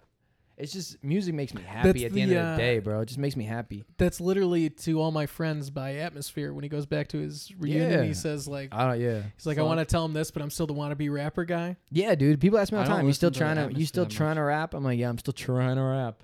Speaker 2: It's just music makes me happy at the, end
Speaker 1: the,
Speaker 2: of
Speaker 1: uh,
Speaker 2: the day, bro. It just makes me happy.
Speaker 1: that's literally to all my friends by Atmosphere when he goes back to his reunion.
Speaker 2: Yeah.
Speaker 1: He says like
Speaker 2: I don't. Yeah.
Speaker 1: he's like I
Speaker 3: Fuck.
Speaker 1: want to tell him this, but I'm still the wannabe rapper guy.
Speaker 2: Yeah, dude. People ask me all
Speaker 3: I
Speaker 2: the
Speaker 3: don't
Speaker 2: time. You still
Speaker 3: listen to
Speaker 2: trying
Speaker 3: the
Speaker 2: to? You
Speaker 3: atmosphere
Speaker 2: still
Speaker 3: that
Speaker 2: trying to rap? I'm like, yeah, I'm still trying to rap.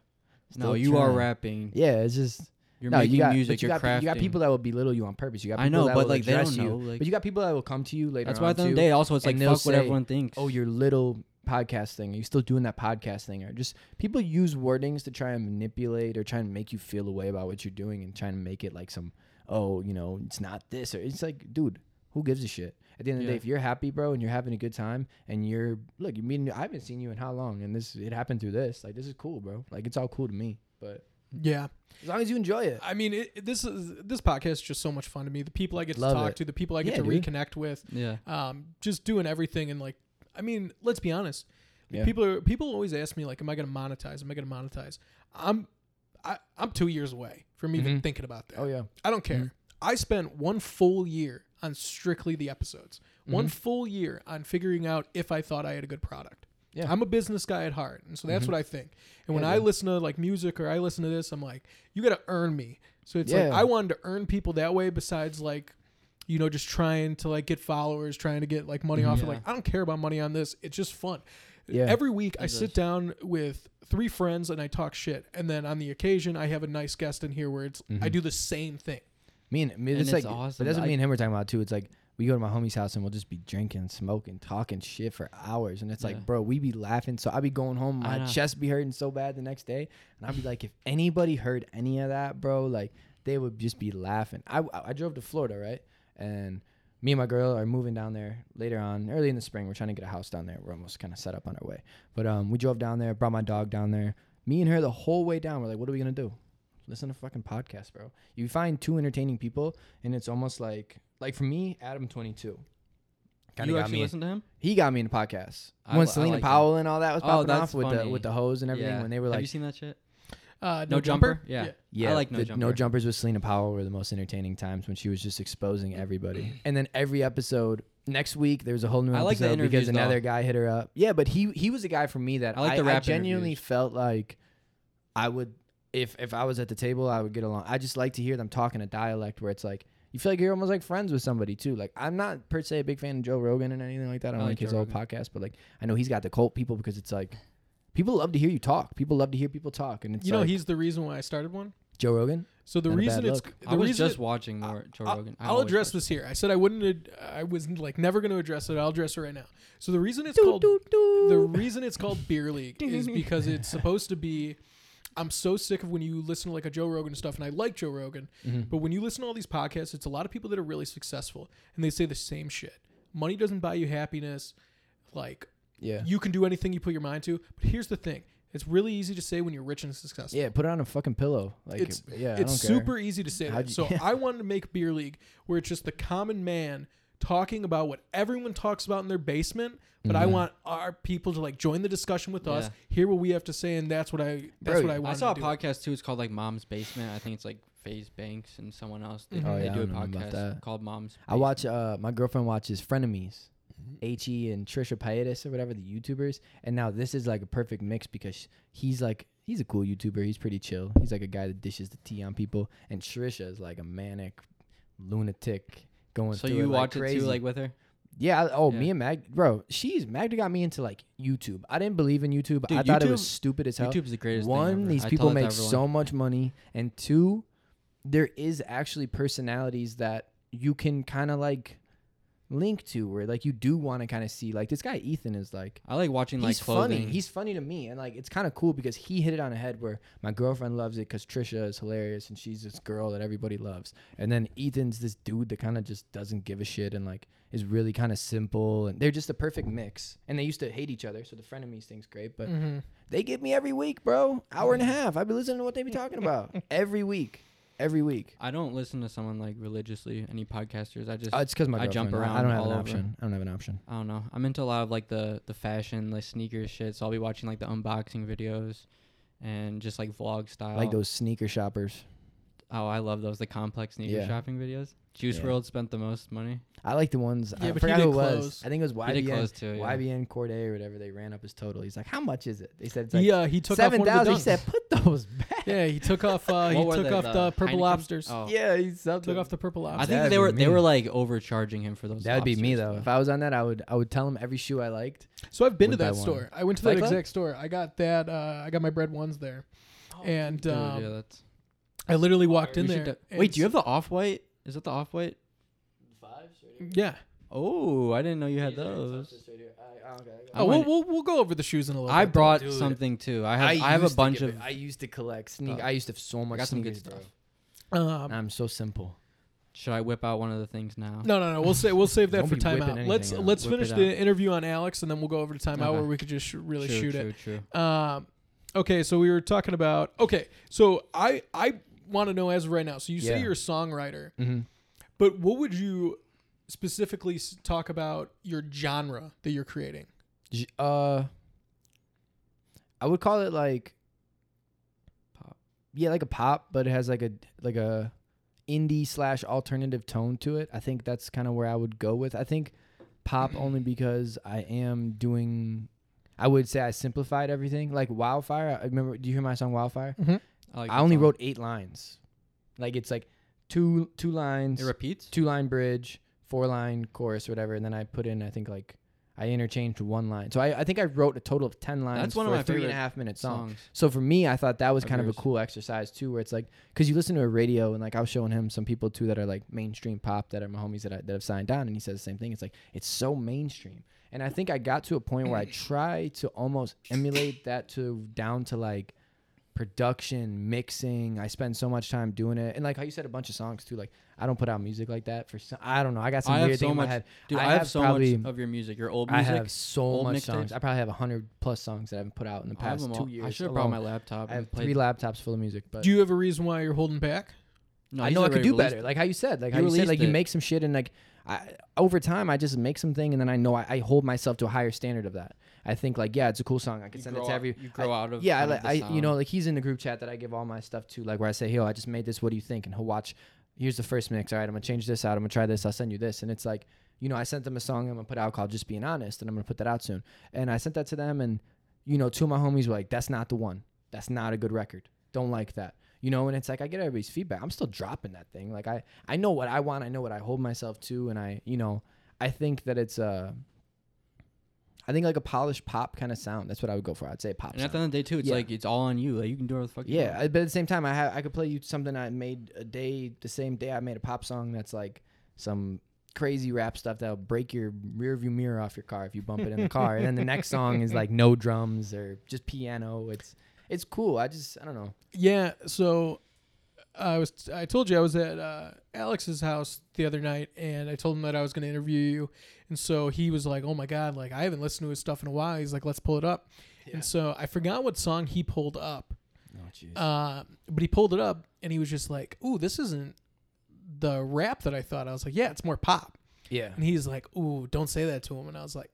Speaker 3: No,
Speaker 2: Still
Speaker 3: you are
Speaker 2: trying.
Speaker 3: rapping.
Speaker 2: Yeah, it's just
Speaker 3: You're
Speaker 2: no.
Speaker 3: making
Speaker 2: you got
Speaker 3: music.
Speaker 2: But you
Speaker 3: you're
Speaker 2: got pe-
Speaker 3: crafting.
Speaker 2: you got people that will belittle you on purpose. You got people
Speaker 3: I know,
Speaker 2: that
Speaker 3: but
Speaker 2: will
Speaker 3: like they
Speaker 2: address
Speaker 3: don't
Speaker 2: you.
Speaker 3: know. Like
Speaker 2: but you got people that will come to you later.
Speaker 3: that's
Speaker 2: on
Speaker 3: why at the end
Speaker 2: too.
Speaker 3: of the day, also it's like
Speaker 2: and they'll
Speaker 3: fuck what
Speaker 2: say,
Speaker 3: everyone thinks.
Speaker 2: oh, your little podcast thing. Are you still doing that podcast thing? Or just people use wordings to try and manipulate or try and make you feel a way about what you're doing and trying to make it like some, oh, you know, it's not this. Or it's like, dude, who gives a shit? At the end of the day,
Speaker 3: Yeah.
Speaker 2: if you're happy, bro, and you're having a good time and you're, look, you mean, I haven't seen you in how long? And this, it happened through this. Like, this is cool, bro. Like, it's all cool to me. But
Speaker 1: Yeah,
Speaker 2: as long as you enjoy it.
Speaker 1: I mean it, it- this is this podcast is just so much fun to me. The people I get to
Speaker 2: Love
Speaker 1: talk
Speaker 2: it.
Speaker 1: to, the people I get
Speaker 2: Yeah,
Speaker 1: to
Speaker 2: dude.
Speaker 1: reconnect with.
Speaker 3: yeah.
Speaker 1: um, just doing everything and like I mean, let's be honest. Like,
Speaker 2: Yeah.
Speaker 1: People are people always ask me like, "Am I going to monetize? Am I going to monetize?" I'm I, I'm two years away from even
Speaker 2: Mhm.
Speaker 1: thinking about that.
Speaker 2: Oh, yeah.
Speaker 1: I don't care.
Speaker 2: Mhm.
Speaker 1: I spent one full year on strictly the episodes. One
Speaker 2: Mhm.
Speaker 1: full year on figuring out if I thought I had a good product.
Speaker 2: Yeah.
Speaker 1: I'm a business guy at heart, and so that's
Speaker 2: Mhm.
Speaker 1: what I think. And when
Speaker 2: Yeah,
Speaker 1: I
Speaker 2: yeah.
Speaker 1: listen to like music or I listen to this, I'm like, you got to earn me. So it's like
Speaker 2: Yeah.
Speaker 1: I wanted to earn people that way. Besides like, you know, just trying to like get followers, trying to get like money off. it.
Speaker 3: Yeah.
Speaker 1: Like I don't care about money on this. It's just fun.
Speaker 2: Yeah.
Speaker 1: Every week I
Speaker 3: It
Speaker 1: sit
Speaker 3: is.
Speaker 1: down with three friends and I talk shit, and then on the occasion I have a nice guest in here where it's I
Speaker 3: Mm-hmm.
Speaker 2: Mhm.
Speaker 1: do the same thing.
Speaker 2: Me and, me,
Speaker 3: And
Speaker 2: it's, like,
Speaker 3: it's awesome.
Speaker 2: But that's what
Speaker 3: I-
Speaker 2: me and him were talking about too. It's like we go to my homie's house and we'll just be drinking, smoking, talking shit for hours. And it's
Speaker 3: Yeah.
Speaker 2: like, bro, we be laughing. So I be going home,
Speaker 3: I
Speaker 2: my
Speaker 3: know.
Speaker 2: chest be hurting so bad the next day, and I'd be like, if anybody heard any of that, bro, like they would just be laughing. I I drove to Florida, right, and. Me and my girl are moving down there later on, early in the spring. We're trying to get a house down there. We're almost kind of set up on our way. But um, we drove down there, brought my dog down there. Me and her the whole way down. We're like, what are we gonna do? Listen to fucking podcasts, bro. You find two entertaining people, and it's almost like like for me, Adam twenty two. Kind
Speaker 3: you
Speaker 2: of got
Speaker 3: actually
Speaker 2: me.
Speaker 3: listen to him?
Speaker 2: He got me into podcasts.
Speaker 3: I
Speaker 2: when
Speaker 3: li- I
Speaker 2: Selena
Speaker 3: like him.
Speaker 2: Powell and all that was
Speaker 3: Oh,
Speaker 2: popping
Speaker 3: that's
Speaker 2: off with the
Speaker 3: funny.
Speaker 2: with the hose and everything, when they were
Speaker 3: Have you
Speaker 2: like,
Speaker 3: seen that shit?
Speaker 1: Uh,
Speaker 3: No jumper? Yeah.
Speaker 2: Yeah,
Speaker 3: I like no
Speaker 2: the
Speaker 3: jumper.
Speaker 2: no jumpers with Selena Powell were the most entertaining times when she was just exposing
Speaker 3: <clears throat>
Speaker 2: everybody. and then every episode next week there was a whole new
Speaker 3: I
Speaker 2: episode
Speaker 3: like the
Speaker 2: because
Speaker 3: interviews, though.
Speaker 2: another guy hit her up. Yeah, but he he was a guy for me that
Speaker 3: I like the rap
Speaker 2: genuinely
Speaker 3: interviews.
Speaker 2: felt like I would if if I was at the table I would get along. I just like to hear them talking a dialect where it's like you feel like you're almost like friends with somebody too. Like I'm not per se a big fan of Joe Rogan and anything like that. I don't
Speaker 3: I
Speaker 2: like,
Speaker 3: like
Speaker 2: his
Speaker 3: Joe
Speaker 2: whole podcast, but like I know he's got the cult people because it's like people love to hear you talk. People love to hear people talk, and it's
Speaker 1: You know,
Speaker 2: like,
Speaker 1: he's the reason why I started one.
Speaker 2: Joe Rogan.
Speaker 1: So the
Speaker 2: Not a
Speaker 1: reason
Speaker 2: bad
Speaker 1: it's
Speaker 2: look.
Speaker 1: the
Speaker 3: I was
Speaker 1: reason
Speaker 3: just watching more Joe
Speaker 1: I-
Speaker 3: Rogan. I
Speaker 1: I'll
Speaker 3: always
Speaker 1: address
Speaker 3: watch-
Speaker 1: this here. I said I wouldn't. ad- I was like never going to address it. I'll address it right now. So the reason it's called the reason it's called beer league is because it's supposed to be. I'm so sick of when you listen to like a Joe Rogan and stuff, and I like Joe Rogan,
Speaker 3: Mm-hmm.
Speaker 1: but when you listen to all these podcasts, it's a lot of people that are really successful, and they say the same shit. Money doesn't buy you happiness. Like
Speaker 2: Yeah.
Speaker 1: you can do anything you put your mind to. But here's the thing: it's really easy to say when you're rich and successful.
Speaker 2: Yeah, put it on a fucking pillow. Like,
Speaker 1: It's-
Speaker 2: yeah, I
Speaker 1: it's
Speaker 2: don't care.
Speaker 1: super easy to say
Speaker 2: How'd
Speaker 1: that.
Speaker 2: you-
Speaker 1: So
Speaker 2: <laughs>
Speaker 1: I wanted to make beer league where it's just the common man talking about what everyone talks about in their basement, but
Speaker 2: Mm-hmm.
Speaker 1: I want our people to like join the discussion with us, hear what we have to say, and that's what I that's
Speaker 2: Bro,
Speaker 1: what I
Speaker 3: I
Speaker 1: wanted
Speaker 3: saw a
Speaker 1: to do.
Speaker 3: podcast too. It's called like Mom's Basement. I think it's like FaZe Banks and someone else. They,
Speaker 2: Oh,
Speaker 3: they
Speaker 2: yeah, I
Speaker 3: do a
Speaker 2: don't know about
Speaker 3: podcast
Speaker 2: that.
Speaker 3: called Mom's.
Speaker 2: I watch. Uh, my girlfriend watches Frenemies, H E and Trisha Paytas or whatever the YouTubers. And now this is like a perfect mix because he's like he's a cool YouTuber. He's pretty chill. He's like a guy that dishes the tea on people. And Trisha is like a manic lunatic going.
Speaker 3: So
Speaker 2: through
Speaker 3: you
Speaker 2: it
Speaker 3: watch
Speaker 2: like
Speaker 3: it
Speaker 2: crazy.
Speaker 3: too, like with her?
Speaker 2: yeah. I- oh,
Speaker 3: Yeah.
Speaker 2: me and Mag, bro. She's Magda got me into like YouTube. I didn't believe in YouTube.
Speaker 3: Dude,
Speaker 2: I thought it was
Speaker 3: YouTube-
Speaker 2: stupid as hell.
Speaker 3: YouTube's the greatest. thing
Speaker 2: one
Speaker 3: ever.
Speaker 2: these
Speaker 3: I tell
Speaker 2: people
Speaker 3: that to
Speaker 2: make
Speaker 3: everyone.
Speaker 2: so much money and two there is actually personalities that you can kind of like link to where like you do want to kind of see like this guy ethan is like
Speaker 3: I like watching like
Speaker 2: he's funny
Speaker 3: clothing.
Speaker 2: he's funny to me and like it's kind of cool because he hit it on the head where my girlfriend loves it because trisha is hilarious and she's this girl that everybody loves and then ethan's this dude that kind of just doesn't give a shit and like is really kind of simple and they're just the perfect mix and they used to hate each other so the frenemies thing's great but
Speaker 3: Mm-hmm.
Speaker 1: Mhm.
Speaker 2: they give me every week, bro. Hour and a half. I've been listening to what they be talking
Speaker 3: <laughs>
Speaker 2: about every week. Every week.
Speaker 3: I don't listen to someone like religiously. Any podcasters? I just
Speaker 2: Uh, it's because my
Speaker 3: I jump
Speaker 2: girlfriend, I
Speaker 3: around
Speaker 2: don't have
Speaker 3: all
Speaker 2: an
Speaker 3: over.
Speaker 2: option. I don't have an option.
Speaker 3: I don't know. I'm into a lot of like the the fashion, like sneaker shit. So I'll be watching like the unboxing videos, and just like vlog
Speaker 2: I
Speaker 3: style.
Speaker 2: like those sneaker shoppers.
Speaker 3: Oh, I love those. The complex sneaker
Speaker 2: Yeah.
Speaker 3: shopping videos. Juice
Speaker 2: Yeah.
Speaker 3: World spent the most money.
Speaker 2: I like the ones.
Speaker 1: Yeah,
Speaker 2: I
Speaker 1: but he
Speaker 2: forgot
Speaker 1: did
Speaker 2: who it was.
Speaker 1: clothes.
Speaker 2: I think it was
Speaker 3: I did
Speaker 2: YBN.
Speaker 3: close too. Yeah.
Speaker 2: YBN Corday or whatever. They ran up his total. He's like, "How much is it?" They said, "It's like
Speaker 1: Yeah, he took
Speaker 2: seven
Speaker 1: off one of the
Speaker 2: thousand. He
Speaker 1: dunks.
Speaker 2: said, "Put those back."
Speaker 1: yeah, he took
Speaker 2: <laughs>
Speaker 1: off. Uh, he
Speaker 3: What were
Speaker 1: took
Speaker 3: they,
Speaker 1: off the, purple
Speaker 3: Heineken?
Speaker 1: lobsters.
Speaker 3: Oh.
Speaker 2: yeah. He something.
Speaker 1: Took off the purple
Speaker 3: I
Speaker 1: lobsters.
Speaker 3: think
Speaker 2: That'd
Speaker 3: they
Speaker 2: be
Speaker 3: were they
Speaker 2: me.
Speaker 3: were like overcharging him for those.
Speaker 2: That would be me
Speaker 3: lobsters,
Speaker 2: though. If I was on that, I would. I would tell him every shoe I liked.
Speaker 1: so I've been to
Speaker 2: One by
Speaker 1: that
Speaker 2: one.
Speaker 1: store. I went to
Speaker 2: Fight
Speaker 1: that
Speaker 2: Club?
Speaker 1: exact store. I got that. Uh, I got my bread ones there, and
Speaker 3: Oh, Dude,
Speaker 1: um,
Speaker 3: yeah, that's.
Speaker 1: I literally walked in
Speaker 3: We should
Speaker 1: there.
Speaker 3: do- Wait, do you have the off white? Is that the off white?
Speaker 1: Yeah.
Speaker 3: Oh, I didn't know you had those. I
Speaker 1: Oh, we'll,
Speaker 3: went-
Speaker 1: we'll we'll go over the shoes in a little.
Speaker 3: I
Speaker 1: bit.
Speaker 3: brought
Speaker 2: dude.
Speaker 3: something too. I have I, have a
Speaker 2: used to
Speaker 3: bunch
Speaker 2: give
Speaker 3: of.
Speaker 2: it- I used to collect sneak.
Speaker 3: Oh.
Speaker 2: I used to have so much.
Speaker 3: got some good
Speaker 2: sneakers, bro.
Speaker 3: stuff.
Speaker 1: Um,
Speaker 2: I'm so simple.
Speaker 3: Should I whip out one of the things now?
Speaker 1: No, no, no. We'll say we'll save that
Speaker 2: Don't
Speaker 1: for
Speaker 2: be whipping
Speaker 1: timeout.
Speaker 2: anything
Speaker 1: Let's
Speaker 2: out.
Speaker 1: let's
Speaker 3: Whip it
Speaker 1: finish
Speaker 3: out.
Speaker 1: the interview on Alex, and then we'll go over to timeout
Speaker 3: Okay.
Speaker 1: where we could just sh- really
Speaker 3: true,
Speaker 1: shoot
Speaker 3: true,
Speaker 1: it.
Speaker 3: True.
Speaker 1: Um, okay, so we were talking about. Okay, so I I want to know as of right now. So you say
Speaker 2: Yeah.
Speaker 1: you're a songwriter,
Speaker 2: Mhm.
Speaker 1: but what would you specifically s- talk about your genre that you're creating?
Speaker 2: J- Uh, I would call it like
Speaker 3: Pop.
Speaker 2: Yeah, like a pop, but it has like a like a indie slash alternative tone to it. I think that's kind of where I would go with. I think pop only because I am doing. I would say I simplified everything. Like Wildfire. I remember. Do you hear my song Wildfire?
Speaker 3: like
Speaker 2: I
Speaker 3: that
Speaker 2: only
Speaker 3: song.
Speaker 2: wrote eight lines. Like it's like two two lines.
Speaker 3: It repeats.
Speaker 2: two line bridge, four line chorus, whatever. And then I put in, I think like I interchanged one line. So I, I think I wrote a total of ten lines
Speaker 3: one of
Speaker 2: for
Speaker 3: my
Speaker 2: a three and a
Speaker 3: favorite
Speaker 2: half minute song.
Speaker 3: songs.
Speaker 2: So for me, I thought that was
Speaker 3: Of
Speaker 2: kind of a
Speaker 3: yours.
Speaker 2: cool exercise too, where it's like because you listen to a radio and like I was showing him some people too that are like mainstream pop that are my homies that I, that have signed on, and he says the same thing. It's like it's so mainstream, and I think I got to a point
Speaker 3: <clears throat>
Speaker 2: where I try to almost emulate that to down to like production mixing i spend so much time doing it and like how you said a bunch of songs too like i don't put out music like that for some, i don't know i got some
Speaker 3: I
Speaker 2: weird
Speaker 3: have
Speaker 2: thing
Speaker 3: so
Speaker 2: in my
Speaker 3: much.
Speaker 2: head
Speaker 3: Dude,
Speaker 2: I
Speaker 3: I have
Speaker 2: have
Speaker 3: so
Speaker 2: probably-
Speaker 3: much of your music. Your old music.
Speaker 2: i have so
Speaker 3: old
Speaker 2: much
Speaker 3: mixtapes.
Speaker 2: songs i probably have 100 plus songs that i haven't put out in the
Speaker 3: I have
Speaker 2: past
Speaker 3: them
Speaker 2: two
Speaker 3: all.
Speaker 2: years
Speaker 3: I should have brought my
Speaker 2: alone.
Speaker 3: laptop.
Speaker 2: i
Speaker 3: and
Speaker 2: have
Speaker 3: played-
Speaker 2: three laptops full of music but
Speaker 1: Do you have a reason why you're holding back?
Speaker 3: No,
Speaker 2: I
Speaker 3: he's
Speaker 2: know I
Speaker 3: already
Speaker 2: could do
Speaker 3: released
Speaker 2: better. Like how you said, like
Speaker 3: You
Speaker 2: how you said,
Speaker 3: released
Speaker 2: like you
Speaker 3: it.
Speaker 2: make some shit and like I, over time I just make something and then I know I, I hold myself to a higher standard of that. I think like yeah, it's a cool song. I can
Speaker 3: You
Speaker 2: send
Speaker 3: grow
Speaker 2: it to
Speaker 3: out-
Speaker 2: every.
Speaker 3: you grow
Speaker 2: I,
Speaker 3: out of
Speaker 2: yeah. I,
Speaker 3: kind of
Speaker 2: like-
Speaker 3: the
Speaker 2: I you know
Speaker 3: sound.
Speaker 2: like he's in the group chat that I give all my stuff to, like where I say, "Yo, I just made this. What do you think?" And he'll watch. Here's the first mix. All right, I'm gonna change this out. I'm gonna try this. I'll send you this. And it's like, you know, I sent them a song. I'm gonna put out called "Just Being Honest," and I'm gonna put that out soon. And I sent that to them, and you know, two of my homies were like, "That's not the one. That's not a good record. Don't like that." You know, and it's like I get everybody's feedback. I'm still dropping that thing. Like I, I know what I want. I know what I hold myself to, and I, you know, I think that it's uh I think like a polished pop kind of sound. That's what I would go for. I'd say pop.
Speaker 3: And at the
Speaker 2: sound.
Speaker 3: end of the day, too, it's
Speaker 2: Yeah.
Speaker 3: like it's all on you. Like you can do whatever the fuck. You
Speaker 2: Yeah,
Speaker 3: want.
Speaker 2: I- but at the same time, I ha- I could play you something I made a day the same day I made a pop song that's like some crazy rap stuff that'll break your rearview mirror off your car if you bump it in the car, and then the next song is like no drums or just piano. It's it's cool. I just I don't know.
Speaker 1: Yeah, so I was I told you I was at uh, Alex's house the other night and I told him that I was going to interview you and so he was like, "Oh my god, like I haven't listened to his stuff in a while." He's like, "Let's pull it up."
Speaker 2: Yeah.
Speaker 1: And so I forgot what song he pulled up.
Speaker 2: Oh jeez.
Speaker 1: Uh, but he pulled it up and he was just like, "Ooh, this isn't the rap that I thought." I was like, "Yeah, it's more pop."
Speaker 2: yeah.
Speaker 1: And he's like, "Ooh, don't say that to him." And I was like,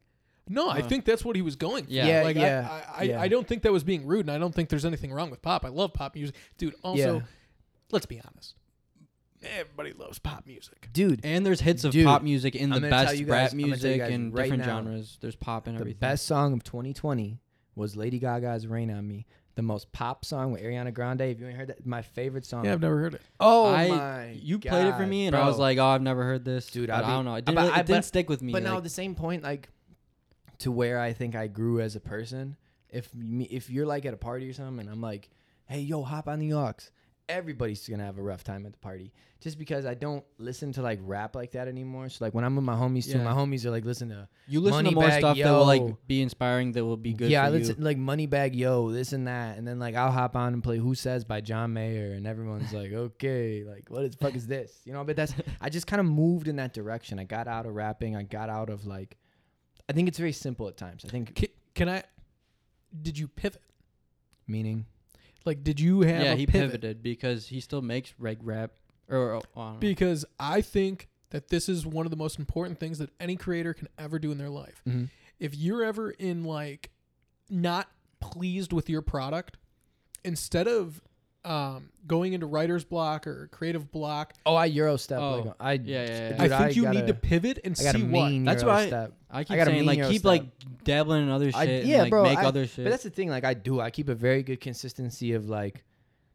Speaker 1: "No, I
Speaker 3: Huh.
Speaker 1: think that's what he was going for."
Speaker 3: Yeah.
Speaker 2: Yeah,
Speaker 1: like, I-
Speaker 2: yeah,
Speaker 1: I, I,
Speaker 2: yeah.
Speaker 1: I don't think that was being rude, and I don't think there's anything wrong with pop. I love pop music, dude. Also,
Speaker 2: Yeah.
Speaker 1: let's be honest, everybody loves pop music.
Speaker 2: Dude,
Speaker 3: And there's hits of
Speaker 2: Dude,
Speaker 3: pop music in the
Speaker 2: I'm gonna tell
Speaker 3: best
Speaker 2: you guys-
Speaker 3: rap
Speaker 2: I'm gonna tell you
Speaker 3: music
Speaker 2: guys
Speaker 3: and
Speaker 2: right
Speaker 3: different
Speaker 2: now,
Speaker 3: genres. There's pop and
Speaker 2: the
Speaker 3: everything.
Speaker 2: best song of 2020 was Lady Gaga's "Rain on Me." The most pop song with Ariana Grande. If you ain't heard that, my favorite song.
Speaker 1: Yeah, I've never heard it.
Speaker 2: Oh
Speaker 3: I-
Speaker 2: my!
Speaker 3: You played it for
Speaker 2: God,
Speaker 3: me, and I
Speaker 2: bro.
Speaker 3: was like, "Oh, I've never heard this,
Speaker 2: Dude,
Speaker 3: But I,
Speaker 2: I'd be-
Speaker 3: don't know. It
Speaker 2: but
Speaker 3: didn't, really-
Speaker 2: I-
Speaker 3: it didn't
Speaker 2: but-
Speaker 3: stick with me.
Speaker 2: But now
Speaker 3: like-
Speaker 2: at the same point, like to where I think I grew as a person. If me, if you're like at a party or something, and I'm like, hey, yo, hop on the aux. Everybody's gonna have a rough time at the party, just because I don't listen to like rap like that anymore. So like when I'm with my homies too,
Speaker 3: Yeah.
Speaker 2: my homies are like, listen to
Speaker 3: you listen to more
Speaker 2: Moneybag,
Speaker 3: stuff that will
Speaker 2: yo.
Speaker 3: like be inspiring, that will be good.
Speaker 2: yeah,
Speaker 3: for
Speaker 2: let's
Speaker 3: you.
Speaker 2: like Moneybag Yo, this and that, and then like I'll hop on and play Who Says by John Mayer, and
Speaker 1: <laughs>
Speaker 2: everyone's like, okay, like what the fuck is this? You know, but that's I just kind of moved in that direction. I got out of rapping. I got out of like, I think it's very simple at times. I think
Speaker 1: Can, can I? Did you pivot?
Speaker 2: meaning
Speaker 1: Like, did you have?
Speaker 3: yeah,
Speaker 1: a
Speaker 3: he
Speaker 1: pivot?
Speaker 3: pivoted because he still makes reg rap. Or, or oh, I don't know.
Speaker 1: because I think that this is one of the most important things that any creator can ever do in their life.
Speaker 2: Mhm.
Speaker 1: If you're ever in like not pleased with your product, instead of um, going into writer's block or creative block,
Speaker 2: oh, I Euro step.
Speaker 3: Oh,
Speaker 2: like, I
Speaker 3: yeah, yeah, yeah.
Speaker 2: dude,
Speaker 1: I think you
Speaker 2: gotta-
Speaker 1: need to pivot and
Speaker 2: I got
Speaker 1: see
Speaker 2: a
Speaker 1: what.
Speaker 2: mean
Speaker 3: That's
Speaker 2: Euro
Speaker 3: why I-
Speaker 2: step.
Speaker 3: I keep
Speaker 2: got a
Speaker 3: saying like
Speaker 2: mean
Speaker 3: keep
Speaker 2: Eurostep.
Speaker 3: like dabbling in other shit.
Speaker 2: I-
Speaker 3: and,
Speaker 2: yeah,
Speaker 3: like,
Speaker 2: bro,
Speaker 3: Make
Speaker 2: I-
Speaker 3: other shit.
Speaker 2: But that's the thing. Like I do, I keep a very good consistency of like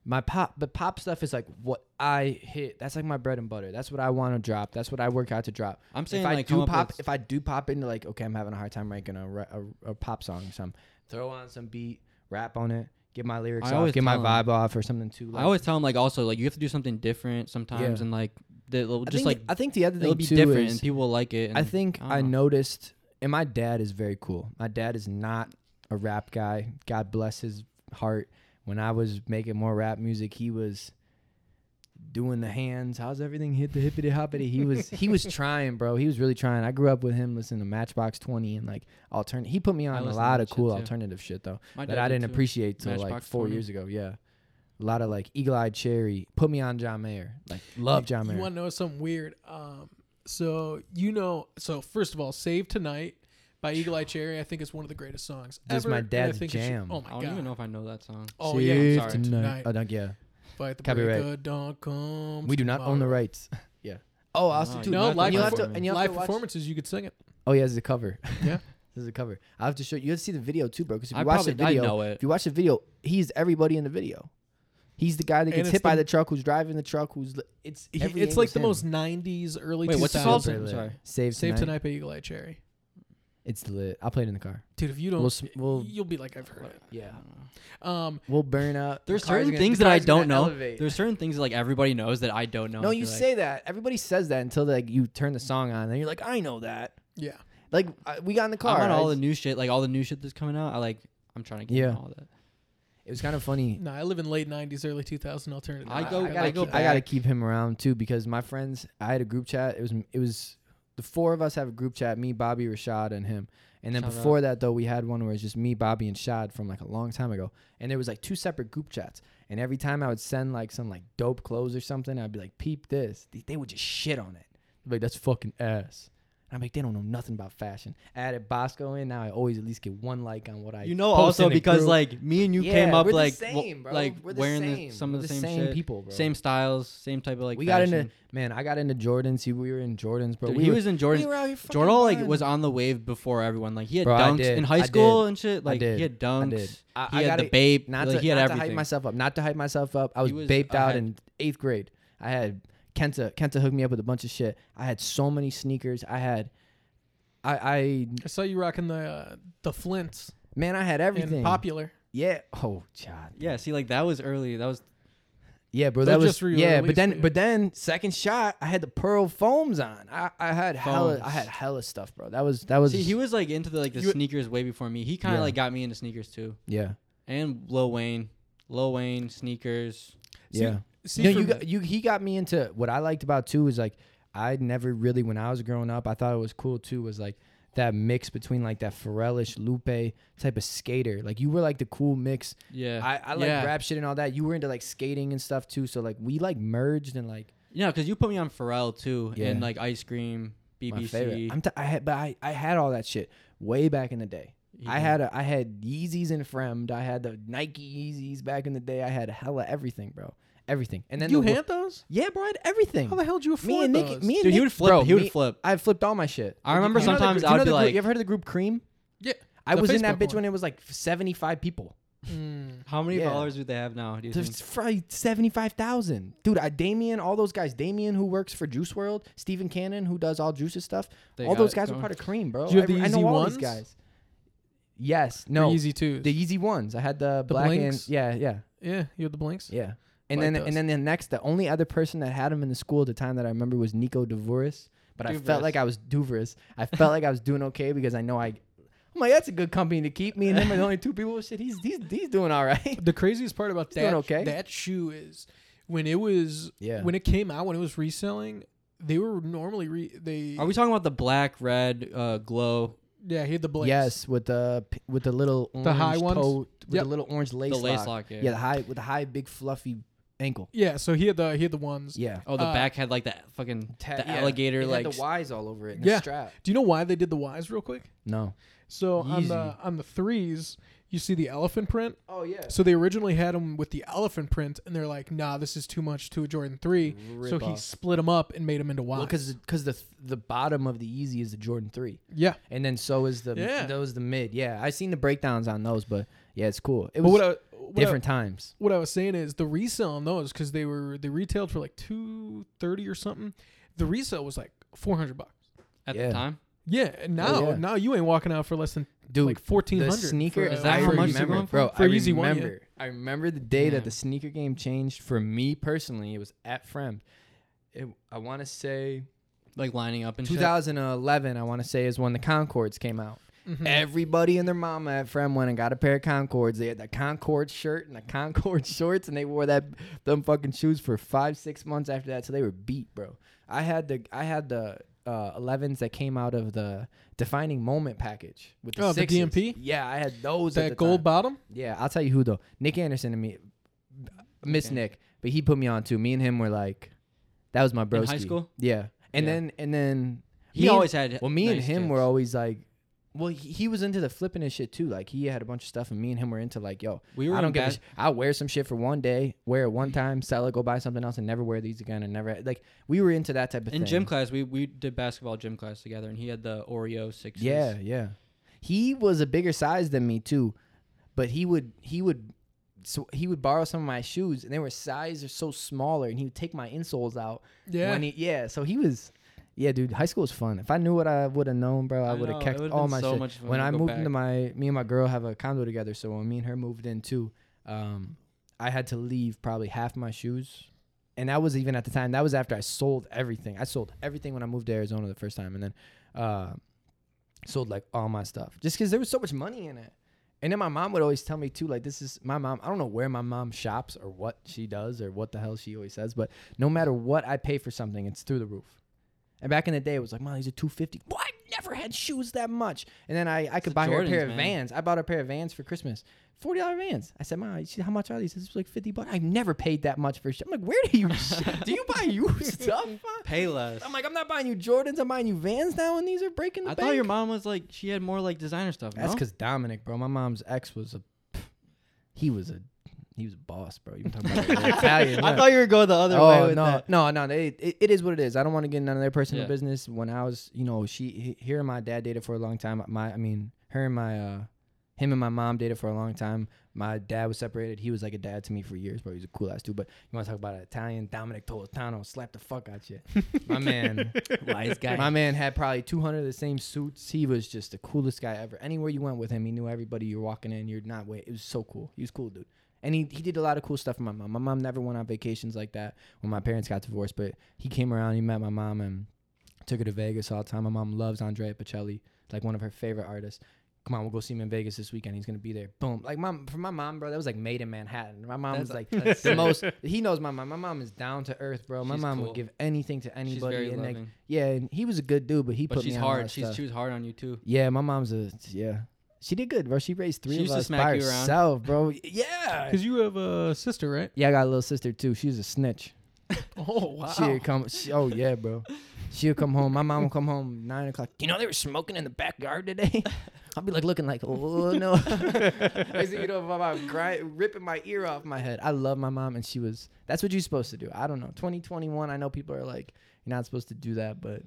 Speaker 2: my pop. But pop stuff is like what I hit. That's like my bread and butter. That's what I want to drop. That's what I work out to drop.
Speaker 3: I'm saying
Speaker 2: if I
Speaker 3: like come
Speaker 2: do
Speaker 3: up
Speaker 2: pop,
Speaker 3: with-
Speaker 2: if I do pop into like okay, I'm having a hard time ranking a, ra- a, a pop song or something. Throw on some beat, rap on it, get my lyrics
Speaker 3: I
Speaker 2: off,
Speaker 3: always
Speaker 2: get my
Speaker 3: tell 'em.
Speaker 2: vibe off or something too.
Speaker 3: I always tell him like also like you have to do something different sometimes,
Speaker 2: Yeah.
Speaker 3: and like that will
Speaker 2: I think-
Speaker 3: just like
Speaker 2: I think the other
Speaker 3: it'll
Speaker 2: thing
Speaker 3: be
Speaker 2: too
Speaker 3: different
Speaker 2: is
Speaker 3: and people will like it.
Speaker 2: I
Speaker 3: and-
Speaker 2: think
Speaker 3: don't
Speaker 2: I,
Speaker 3: know.
Speaker 2: noticed, and my dad is very cool. My dad is not a rap guy. God bless his heart. When I was making more rap music, he was doing the hands. How's everything hit the hippity hoppity? He was he
Speaker 3: <laughs>
Speaker 2: was trying, bro. He was really trying. I grew up with him listening to Matchbox Twenty and like alternative. He put me on a
Speaker 3: listen to
Speaker 2: lot
Speaker 3: that
Speaker 2: of
Speaker 3: shit,
Speaker 2: cool
Speaker 3: too.
Speaker 2: alternative shit though
Speaker 3: My
Speaker 2: that
Speaker 3: dad
Speaker 2: I
Speaker 3: did
Speaker 2: didn't
Speaker 3: too.
Speaker 2: appreciate till like
Speaker 3: Matchbox
Speaker 2: four
Speaker 3: 20.
Speaker 2: years ago. Yeah, a lot of like Eagle Eyed Cherry put me on John Mayer. Like love John Mayer.
Speaker 1: You want to know something weird? Um, so you know, so first of all, "Save Tonight" by Eagle Eye Cherry, I think is one of the greatest songs.
Speaker 2: This is
Speaker 1: ever,
Speaker 2: my
Speaker 1: and I
Speaker 2: dad's
Speaker 1: think it should-
Speaker 2: jam.
Speaker 1: oh my
Speaker 3: I don't
Speaker 1: god!
Speaker 3: even know if I know that song.
Speaker 1: Oh yeah, I'm sorry. Tonight.
Speaker 2: Oh, don't- yeah.
Speaker 1: Fight the
Speaker 2: Copyright.
Speaker 1: break of dawn comes
Speaker 2: We do not own the
Speaker 1: tomorrow.
Speaker 2: rights. <laughs> yeah. Oh, I also
Speaker 3: No,
Speaker 2: too.
Speaker 3: you
Speaker 1: No,
Speaker 3: have to
Speaker 1: live,
Speaker 3: watch
Speaker 2: you have
Speaker 1: perform-
Speaker 2: to,
Speaker 3: it.
Speaker 2: and you have
Speaker 1: live
Speaker 2: to watch-
Speaker 1: performances, you could sing it.
Speaker 2: Oh yeah, this is a cover. <laughs>
Speaker 1: Yeah.
Speaker 2: this is a cover. I have to show you. Have to see the video too, bro. Because if you
Speaker 3: I
Speaker 2: watch the
Speaker 3: probably- I
Speaker 2: video,
Speaker 3: know it.
Speaker 2: if you watch the video, he's everybody in the video. He's the guy that
Speaker 1: And
Speaker 2: gets
Speaker 1: it's
Speaker 2: hit by
Speaker 1: the-
Speaker 2: the truck, who's driving the truck, who's li- it's
Speaker 1: He-
Speaker 2: every
Speaker 1: it's
Speaker 2: angle
Speaker 1: like
Speaker 2: is
Speaker 1: the
Speaker 2: him.
Speaker 1: most 90s, early
Speaker 3: Wait,
Speaker 1: 2000s.
Speaker 3: what's the
Speaker 2: It's
Speaker 3: called?
Speaker 2: super
Speaker 3: song?
Speaker 2: lit.
Speaker 3: Sorry.
Speaker 2: Save,
Speaker 1: Save
Speaker 2: tonight.
Speaker 1: Tonight by Eagle Eye Cherry.
Speaker 2: It's lit. I'll play it in the car.
Speaker 1: Dude, if you
Speaker 2: We'll
Speaker 1: don't,
Speaker 2: s- we'll-
Speaker 1: you'll be like, I've heard
Speaker 2: Yeah,
Speaker 1: it. Um,
Speaker 2: we'll burn out.
Speaker 3: There's
Speaker 2: The car's
Speaker 3: certain
Speaker 2: gonna-
Speaker 3: things
Speaker 2: the
Speaker 3: that I
Speaker 2: car's gonna
Speaker 3: don't know.
Speaker 2: elevate.
Speaker 3: There's certain things that like everybody knows that I don't know.
Speaker 2: no,
Speaker 3: I feel
Speaker 2: you
Speaker 3: like.
Speaker 2: say that. Everybody says that until like you turn the song on, and you're like, I know that.
Speaker 1: yeah.
Speaker 2: Like I, we got in the car.
Speaker 3: I'm on
Speaker 2: I
Speaker 3: all the
Speaker 2: just-
Speaker 3: new shit, like all the new shit that's coming out. I like. I'm trying to get
Speaker 2: Yeah.
Speaker 3: on all that.
Speaker 2: it was kind of funny.
Speaker 1: No, I live in late 90s, early 2000 alternative.
Speaker 3: I go-
Speaker 2: I gotta,
Speaker 3: I go
Speaker 2: keep, I gotta
Speaker 3: back.
Speaker 2: keep him around too because my friends. I had a group chat. It was it was the four of us have a group chat. Me, Bobby, Rashad, and him. And then
Speaker 3: Shout out.
Speaker 2: before that though, we had one where it's just me, Bobby, and Shad from like a long time ago. And there was like two separate group chats. And every time I would send like some like dope clothes or something, I'd be like, "Peep this." They, they would just shit on it. They'd be like that's fucking ass. And I'm like, they don't know nothing about fashion. I added Bosco in. Now I always at least get one like on what I.
Speaker 3: You know,
Speaker 2: post in
Speaker 3: also
Speaker 2: the
Speaker 3: because
Speaker 2: group.
Speaker 3: like me and you
Speaker 2: Yeah,
Speaker 3: came up
Speaker 2: we're the
Speaker 3: like w-
Speaker 2: same, bro.
Speaker 3: like
Speaker 2: We're the
Speaker 3: wearing
Speaker 2: same.
Speaker 3: the, some
Speaker 2: We're
Speaker 3: of the,
Speaker 2: the
Speaker 3: same,
Speaker 2: same
Speaker 3: shit,
Speaker 2: people, bro.
Speaker 3: same styles, same type of like.
Speaker 2: we got into
Speaker 3: fashion.
Speaker 2: man, I got into Jordans. See, we were in Jordans, bro.
Speaker 3: Dude,
Speaker 2: we
Speaker 3: he
Speaker 2: were,
Speaker 3: was in Jordan.
Speaker 2: we were out here fucking
Speaker 3: Jordan like
Speaker 2: buying.
Speaker 3: was on the wave before everyone. Like he had
Speaker 2: Bro, I
Speaker 3: dunks
Speaker 2: did.
Speaker 3: in
Speaker 2: I
Speaker 3: high
Speaker 2: did.
Speaker 3: school and shit.
Speaker 2: I
Speaker 3: Like
Speaker 2: did.
Speaker 3: he had
Speaker 2: I
Speaker 3: dunks.
Speaker 2: did. I,
Speaker 3: He
Speaker 2: I
Speaker 3: had
Speaker 2: gotta,
Speaker 3: the babe.
Speaker 2: Not
Speaker 3: like,
Speaker 2: to,
Speaker 3: he had
Speaker 2: not
Speaker 3: everything.
Speaker 2: to hype myself up. Not to hype myself up. I was,
Speaker 3: was
Speaker 2: baped out
Speaker 3: ahead.
Speaker 2: in eighth grade. I had Kenta. Kenta hooked me up with a bunch of shit. I had so many sneakers. I had, I, I
Speaker 1: I saw you rocking the uh, the Flints
Speaker 2: man, I had everything.
Speaker 1: and popular.
Speaker 2: yeah. Oh god.
Speaker 3: Yeah, see, like that was early. That was
Speaker 2: Yeah, bro.
Speaker 1: Those
Speaker 2: That was
Speaker 1: just re-released
Speaker 2: yeah. But then,
Speaker 1: for you.
Speaker 2: but then, second shot, I had the pearl foams on. I, I had hella, I had hella stuff, bro. That was that was
Speaker 3: see, he was like into the like the
Speaker 1: You-
Speaker 3: sneakers way before me. He kind of
Speaker 2: Yeah.
Speaker 3: like got me into sneakers too,
Speaker 2: yeah
Speaker 3: and Lil Wayne, Lil Wayne sneakers.
Speaker 1: See-
Speaker 2: yeah.
Speaker 1: See,
Speaker 2: no,
Speaker 1: for
Speaker 2: you
Speaker 1: me-
Speaker 2: got, you he got me into what I liked about too is like I never really when I was growing up I thought it was cool too was like that mix between like that Pharrellish Lupe type of skater like you were like the cool mix
Speaker 3: Yeah,
Speaker 2: I, I like
Speaker 3: yeah.
Speaker 2: rap shit and all that you were into like skating and stuff too so like we like merged and like
Speaker 3: Yeah, because you put me on Pharrell too,
Speaker 2: Yeah.
Speaker 3: and like Ice Cream,
Speaker 2: my favorite
Speaker 3: BBC.
Speaker 2: I'm t- I had but I, I had all that shit way back in the day
Speaker 3: You
Speaker 2: I
Speaker 3: did.
Speaker 2: had a, I had Yeezys and Fremd I had the Nike Yeezys back in the day I had hella everything bro everything and then
Speaker 1: you
Speaker 2: the, wo-
Speaker 1: had those?
Speaker 2: yeah bro I had everything
Speaker 1: How the hell did you afford
Speaker 2: me and
Speaker 1: those?
Speaker 2: Nick, me and
Speaker 3: Dude, he
Speaker 2: Nick-
Speaker 3: would flip.
Speaker 2: bro,
Speaker 3: he would
Speaker 2: me-
Speaker 3: flip.
Speaker 2: I flipped all my shit.
Speaker 3: I remember
Speaker 2: You know the
Speaker 3: sometimes
Speaker 2: gr-
Speaker 3: I
Speaker 2: you know
Speaker 3: would
Speaker 2: the
Speaker 3: be
Speaker 2: group-
Speaker 3: like,
Speaker 2: you ever heard of the group Cream?
Speaker 1: yeah.
Speaker 2: I
Speaker 1: The
Speaker 2: was in
Speaker 1: Facebook
Speaker 2: that bitch
Speaker 1: one.
Speaker 2: when it was like 75 people.
Speaker 1: Mm.
Speaker 3: how many
Speaker 2: Yeah.
Speaker 3: followers do they have now? Do you think?
Speaker 2: There's probably 75,000. Dude, I, Damien, all those guys, Damien who works for Juice World, Stephen Cannon who does all Juices stuff,
Speaker 3: They
Speaker 2: all
Speaker 3: got
Speaker 2: those
Speaker 3: it
Speaker 2: guys were
Speaker 3: going.
Speaker 2: part of Cream, bro.
Speaker 1: Did you have
Speaker 2: I,
Speaker 1: the
Speaker 2: I know
Speaker 1: Yeezy
Speaker 2: all these
Speaker 1: ones?
Speaker 2: guys. Yes.
Speaker 1: No,
Speaker 2: No.
Speaker 1: easy twos.
Speaker 2: The Yeezy ones. I had the, black
Speaker 1: blinks?
Speaker 2: and yeah, yeah,
Speaker 1: yeah, you had the blinks.
Speaker 2: yeah. And
Speaker 1: Like
Speaker 2: then
Speaker 1: those.
Speaker 2: and then the next the only other person that had him in the school at the time that I remember was Nico DeVoris. But I felt
Speaker 3: Duveris.
Speaker 2: like I was Duveris. I felt like I was doing okay because I know I I'm like, that's a good company to keep. Me and him are the only two people. Shit, he's he's he's doing all right. <laughs>
Speaker 1: The craziest part about
Speaker 2: He's doing
Speaker 1: that
Speaker 2: okay.
Speaker 1: that shoe is when it was
Speaker 2: Yeah.
Speaker 1: when it came out when it was reselling they were normally re- they
Speaker 3: Are we talking about the black, red, uh, glow,
Speaker 1: yeah he had the blinks
Speaker 2: Yes, with the p- with the little orange
Speaker 1: high ones?
Speaker 2: toe- with
Speaker 1: Yep.
Speaker 2: the little orange lace
Speaker 3: the lace
Speaker 2: lock.
Speaker 3: lock?
Speaker 2: Yeah. the high with the high big fluffy ankle.
Speaker 1: yeah so he had the he had the ones
Speaker 2: Yeah.
Speaker 3: Oh, the
Speaker 1: Uh,
Speaker 3: back had like that fucking
Speaker 2: Ta-
Speaker 3: the
Speaker 2: yeah.
Speaker 3: alligator
Speaker 2: It had
Speaker 3: like
Speaker 2: the Y's all over it. And
Speaker 1: Yeah.
Speaker 2: The strap.
Speaker 1: do you know why they did the Y's real quick
Speaker 2: No.
Speaker 1: so on the
Speaker 3: Yeezy.
Speaker 1: on the threes you see the elephant print
Speaker 2: Oh yeah.
Speaker 1: so they originally had them with the elephant print and they're like nah this is too much to a Jordan three so
Speaker 2: Rip
Speaker 1: he
Speaker 2: off.
Speaker 1: split them up and made them into Y's
Speaker 2: because the th- the bottom of the Yeezy is the Jordan three.
Speaker 1: yeah
Speaker 2: and then so is the
Speaker 1: Yeah.
Speaker 2: those the mid. Yeah, I seen the breakdowns on those, but yeah, it's cool. It
Speaker 1: but
Speaker 2: was
Speaker 1: what I, what I-
Speaker 2: different times.
Speaker 1: what I was saying is the resale on those because they were they retailed for like two thirty or something. The resale was like four hundred bucks.
Speaker 3: at
Speaker 2: Yeah.
Speaker 3: the time.
Speaker 1: Yeah, and now
Speaker 2: Oh, yeah.
Speaker 1: now you ain't walking out for less than
Speaker 2: Dude,
Speaker 1: like fourteen
Speaker 2: the
Speaker 1: hundred.
Speaker 2: sneaker.
Speaker 3: Is that
Speaker 2: I
Speaker 3: how much they're
Speaker 2: remember,
Speaker 3: going
Speaker 2: bro?
Speaker 1: For
Speaker 2: I
Speaker 1: Yeezy
Speaker 2: remember.
Speaker 1: one, yeah.
Speaker 2: I remember the day that
Speaker 3: Damn.
Speaker 2: the sneaker game changed for me personally. It was at Fremd. It, I want to say
Speaker 3: Like lining up and shit.
Speaker 2: 2011. I want to say is when the Concords came out.
Speaker 1: Mm-hmm.
Speaker 3: Mm-hmm.
Speaker 2: Everybody and their mama at Fremd went and got a pair of Concords. They had the Concord shirt and the Concord <laughs> shorts, and they wore that them fucking shoes for five six months after that. So they were beat, bro. I had the I had the uh, 11s that came out of the defining moment package with the,
Speaker 1: Oh, the
Speaker 2: sixes.
Speaker 1: DMP?
Speaker 2: Yeah, I had those. at the
Speaker 1: that gold
Speaker 2: time.
Speaker 1: bottom.
Speaker 2: Yeah, I'll tell you who though. Nick Anderson and me, Miss
Speaker 3: Okay.
Speaker 2: Nick, but he put me on too. Me and him were like, that was my bro.
Speaker 3: high school?
Speaker 2: Yeah, and
Speaker 3: Yeah.
Speaker 2: then and then
Speaker 3: He
Speaker 2: me and-
Speaker 3: always had
Speaker 2: Well, me and
Speaker 3: nice
Speaker 2: him
Speaker 3: kicks.
Speaker 2: were always like, well, he, he was into the flipping and shit too. Like he had a bunch of stuff, and me and him were into like, yo,
Speaker 3: We were
Speaker 2: I
Speaker 3: in
Speaker 2: don't give. a
Speaker 3: bad-
Speaker 2: sh- I'll wear some shit for one day, wear it one time, sell it, go buy something else, and never wear these again, and never like we were into that type of
Speaker 3: in
Speaker 2: thing.
Speaker 3: gym class. We we did basketball gym class together, and he had the Oreo sixes.
Speaker 2: Yeah, yeah. He was a bigger size than me too, but he would he would so he would borrow some of my shoes and they were sizes so smaller and he would take my insoles out.
Speaker 1: Yeah.
Speaker 2: When he, yeah. So he was yeah, dude, high school was fun. If I knew what I would have known, bro, I,
Speaker 3: I
Speaker 2: would
Speaker 3: know,
Speaker 2: have
Speaker 3: it
Speaker 2: kept
Speaker 3: would've
Speaker 2: all
Speaker 3: been
Speaker 2: my
Speaker 3: so
Speaker 2: shit.
Speaker 3: much fun
Speaker 2: when
Speaker 3: to
Speaker 2: I
Speaker 3: go
Speaker 2: moved into
Speaker 3: back.
Speaker 2: my me and my girl have a condo together, so when me and her moved in too, um, I had to leave probably half my shoes. And that was even at the time. That was after I sold everything. I sold everything when I moved to Arizona the first time, and then uh, sold like all my stuff just because there was so much money in it. And then my mom would always tell me too, like this is my mom. I don't know where my mom shops or what she does or what the hell she always says, but no matter what I pay for something, it's through the roof. And back in the day, it was like, mom, these are two fifty. What? never had shoes that much. And then I, I could
Speaker 3: the
Speaker 2: buy her a
Speaker 3: Jordans,
Speaker 2: pair of
Speaker 3: man.
Speaker 2: Vans. I bought her a pair of Vans for Christmas. Forty dollar Vans. I said, Mom, you see how much are these? This is like fifty bucks. I've never paid that much for shit. I'm like, where do
Speaker 3: <laughs>
Speaker 2: you do you buy you stuff? Ma?"
Speaker 3: Pay less.
Speaker 2: I'm like, I'm not buying you Jordans. I'm buying you Vans now, and these are breaking the
Speaker 3: I
Speaker 2: bank.
Speaker 3: thought your mom was like she had more like designer stuff.
Speaker 2: That's
Speaker 3: no?
Speaker 2: because Dominic, bro. My mom's ex was a. He was a. He was a boss, bro. You talking
Speaker 3: <laughs>
Speaker 2: about an Italian?
Speaker 3: I
Speaker 2: huh?
Speaker 3: thought you were going the other way
Speaker 2: oh
Speaker 3: with
Speaker 2: no,
Speaker 3: that.
Speaker 2: no, no, they- It, it is what it is. I don't want to get into their personal
Speaker 3: Yeah.
Speaker 2: business. When I was, you know, she he- her and my dad dated for a long time. My, I mean, her and my, uh, him and my mom dated for a long time. My dad was separated. He was like a dad to me for years, bro. He's a cool ass dude. But you want to talk about an Italian? Dominic Toletano slapped the fuck out
Speaker 3: <laughs>
Speaker 2: you, my man.
Speaker 3: Wise guy.
Speaker 2: My man had probably 200 of the same suits. He was just the coolest guy ever. Anywhere you went with him, he knew everybody you were walking in. You're not wait. It was so cool. He was a cool, dude. And he, he did a lot of cool stuff for my mom. My mom never went on vacations like that when my parents got divorced, but he came around, he met my mom, and took her to Vegas all the time. My mom loves Andrea Bocelli, like one of her favorite artists. Come on, we'll go see him in Vegas this weekend. He's gonna be there. Boom. Like mom for my mom, bro, that was like made in Manhattan. My mom
Speaker 3: That's-
Speaker 2: was like
Speaker 3: <laughs> that's
Speaker 2: the
Speaker 3: sick.
Speaker 2: most he knows my mom. My mom is down to earth, bro. My
Speaker 3: She's
Speaker 2: mom would
Speaker 3: cool.
Speaker 2: give anything to
Speaker 3: She's
Speaker 2: anybody.
Speaker 3: very
Speaker 2: and like,
Speaker 3: loving.
Speaker 2: yeah, and he was a good dude, but he
Speaker 3: but
Speaker 2: put
Speaker 3: she's
Speaker 2: me on
Speaker 3: hard.
Speaker 2: She's
Speaker 3: She's she was hard on you too.
Speaker 2: yeah, my mom's a yeah. She did good, bro. She raised three of
Speaker 3: She used to
Speaker 2: us by
Speaker 3: smack you around.
Speaker 2: herself, bro. Yeah.
Speaker 1: Because you have a sister,
Speaker 2: <laughs>
Speaker 1: right?
Speaker 2: Yeah, I got a little sister too. She's a snitch.
Speaker 1: Oh wow. <laughs>
Speaker 2: She'd come. She, oh yeah, bro. She'll come home. My mom will come home nine o'clock. You know they were smoking in the backyard today. I'll be like looking like, oh no.
Speaker 1: <laughs>
Speaker 2: <laughs> I see, you know, my mom cry, ripping my ear off my head. I love my mom, and she was. That's what you're supposed to do. I don't know. 2021. I know people are like, you're not supposed to do that, but.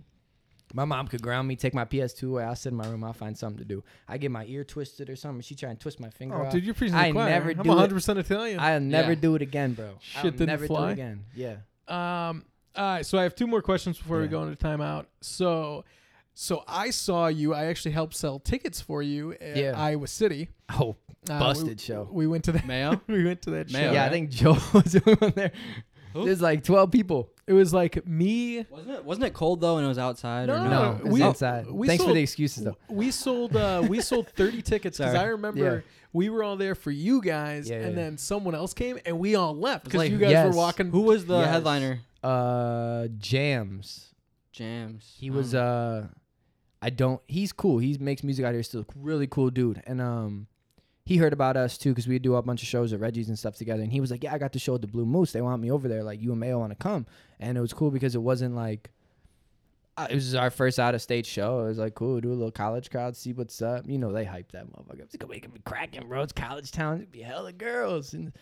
Speaker 2: My mom could ground me, take my PS2 away. I'll sit in my room. I'll find something to do. I get my ear twisted or something. She try and twist my finger
Speaker 1: Oh,
Speaker 2: off.
Speaker 1: dude, you're preaching to
Speaker 2: I
Speaker 1: the choir.
Speaker 2: never
Speaker 1: I'm
Speaker 2: do it.
Speaker 1: 100 percent Italian.
Speaker 2: I'll never
Speaker 3: Yeah.
Speaker 2: do it again, bro.
Speaker 1: Shit
Speaker 2: I'll
Speaker 1: didn't
Speaker 2: never do
Speaker 1: fly?
Speaker 2: it again. Yeah.
Speaker 1: Um, all right, so I have two more questions before we
Speaker 2: Yeah.
Speaker 1: go into timeout. So, so I saw you. I actually helped sell tickets for you at
Speaker 2: Yeah.
Speaker 1: Iowa City.
Speaker 2: Oh,
Speaker 1: Uh,
Speaker 2: busted
Speaker 1: we,
Speaker 2: show.
Speaker 1: We went to
Speaker 2: <laughs>
Speaker 1: that.
Speaker 3: Mayo?
Speaker 1: we went to that
Speaker 3: Mayo,
Speaker 1: show.
Speaker 2: yeah, I
Speaker 3: right?
Speaker 2: think Joe <laughs> was the only one there.
Speaker 3: Who?
Speaker 2: There's like 12 people.
Speaker 1: It was like me.
Speaker 3: Wasn't it? Wasn't it cold though? And it was outside.
Speaker 1: No,
Speaker 3: or
Speaker 1: no,
Speaker 2: No,
Speaker 1: no,
Speaker 2: it was
Speaker 1: we-
Speaker 2: inside.
Speaker 1: we
Speaker 2: Thanks for
Speaker 1: sold-
Speaker 2: the excuses though.
Speaker 1: We sold. Uh, we
Speaker 2: <laughs>
Speaker 1: sold 30 tickets because
Speaker 3: Sorry.
Speaker 1: I remember we were all there for you guys,
Speaker 2: Yeah,
Speaker 1: and
Speaker 2: yeah.
Speaker 1: then someone else came, and we all left
Speaker 3: It's
Speaker 1: because
Speaker 3: like-
Speaker 1: you guys
Speaker 2: Yes.
Speaker 1: were walking.
Speaker 3: Who was the
Speaker 2: Yes.
Speaker 3: headliner?
Speaker 2: Uh, Jams.
Speaker 3: Jams. Um,
Speaker 2: He
Speaker 3: I
Speaker 2: was
Speaker 3: don't know.
Speaker 2: uh, I don't. He's cool. He makes music out here still. Really cool dude. And um, he heard about us too because we do a bunch of shows at Reggie's and stuff together. And he was like, "Yeah, I got the show at the Blue Moose. They want me over there. Like you and Mayo want to come." And it was cool because it wasn't like. uh, It was our first out of state show. It was like, cool, do a little college crowd, see what's up. You know, they hype that motherfucker up. It's gonna make him cracking, bro. It's college town. It'd be hella girls. And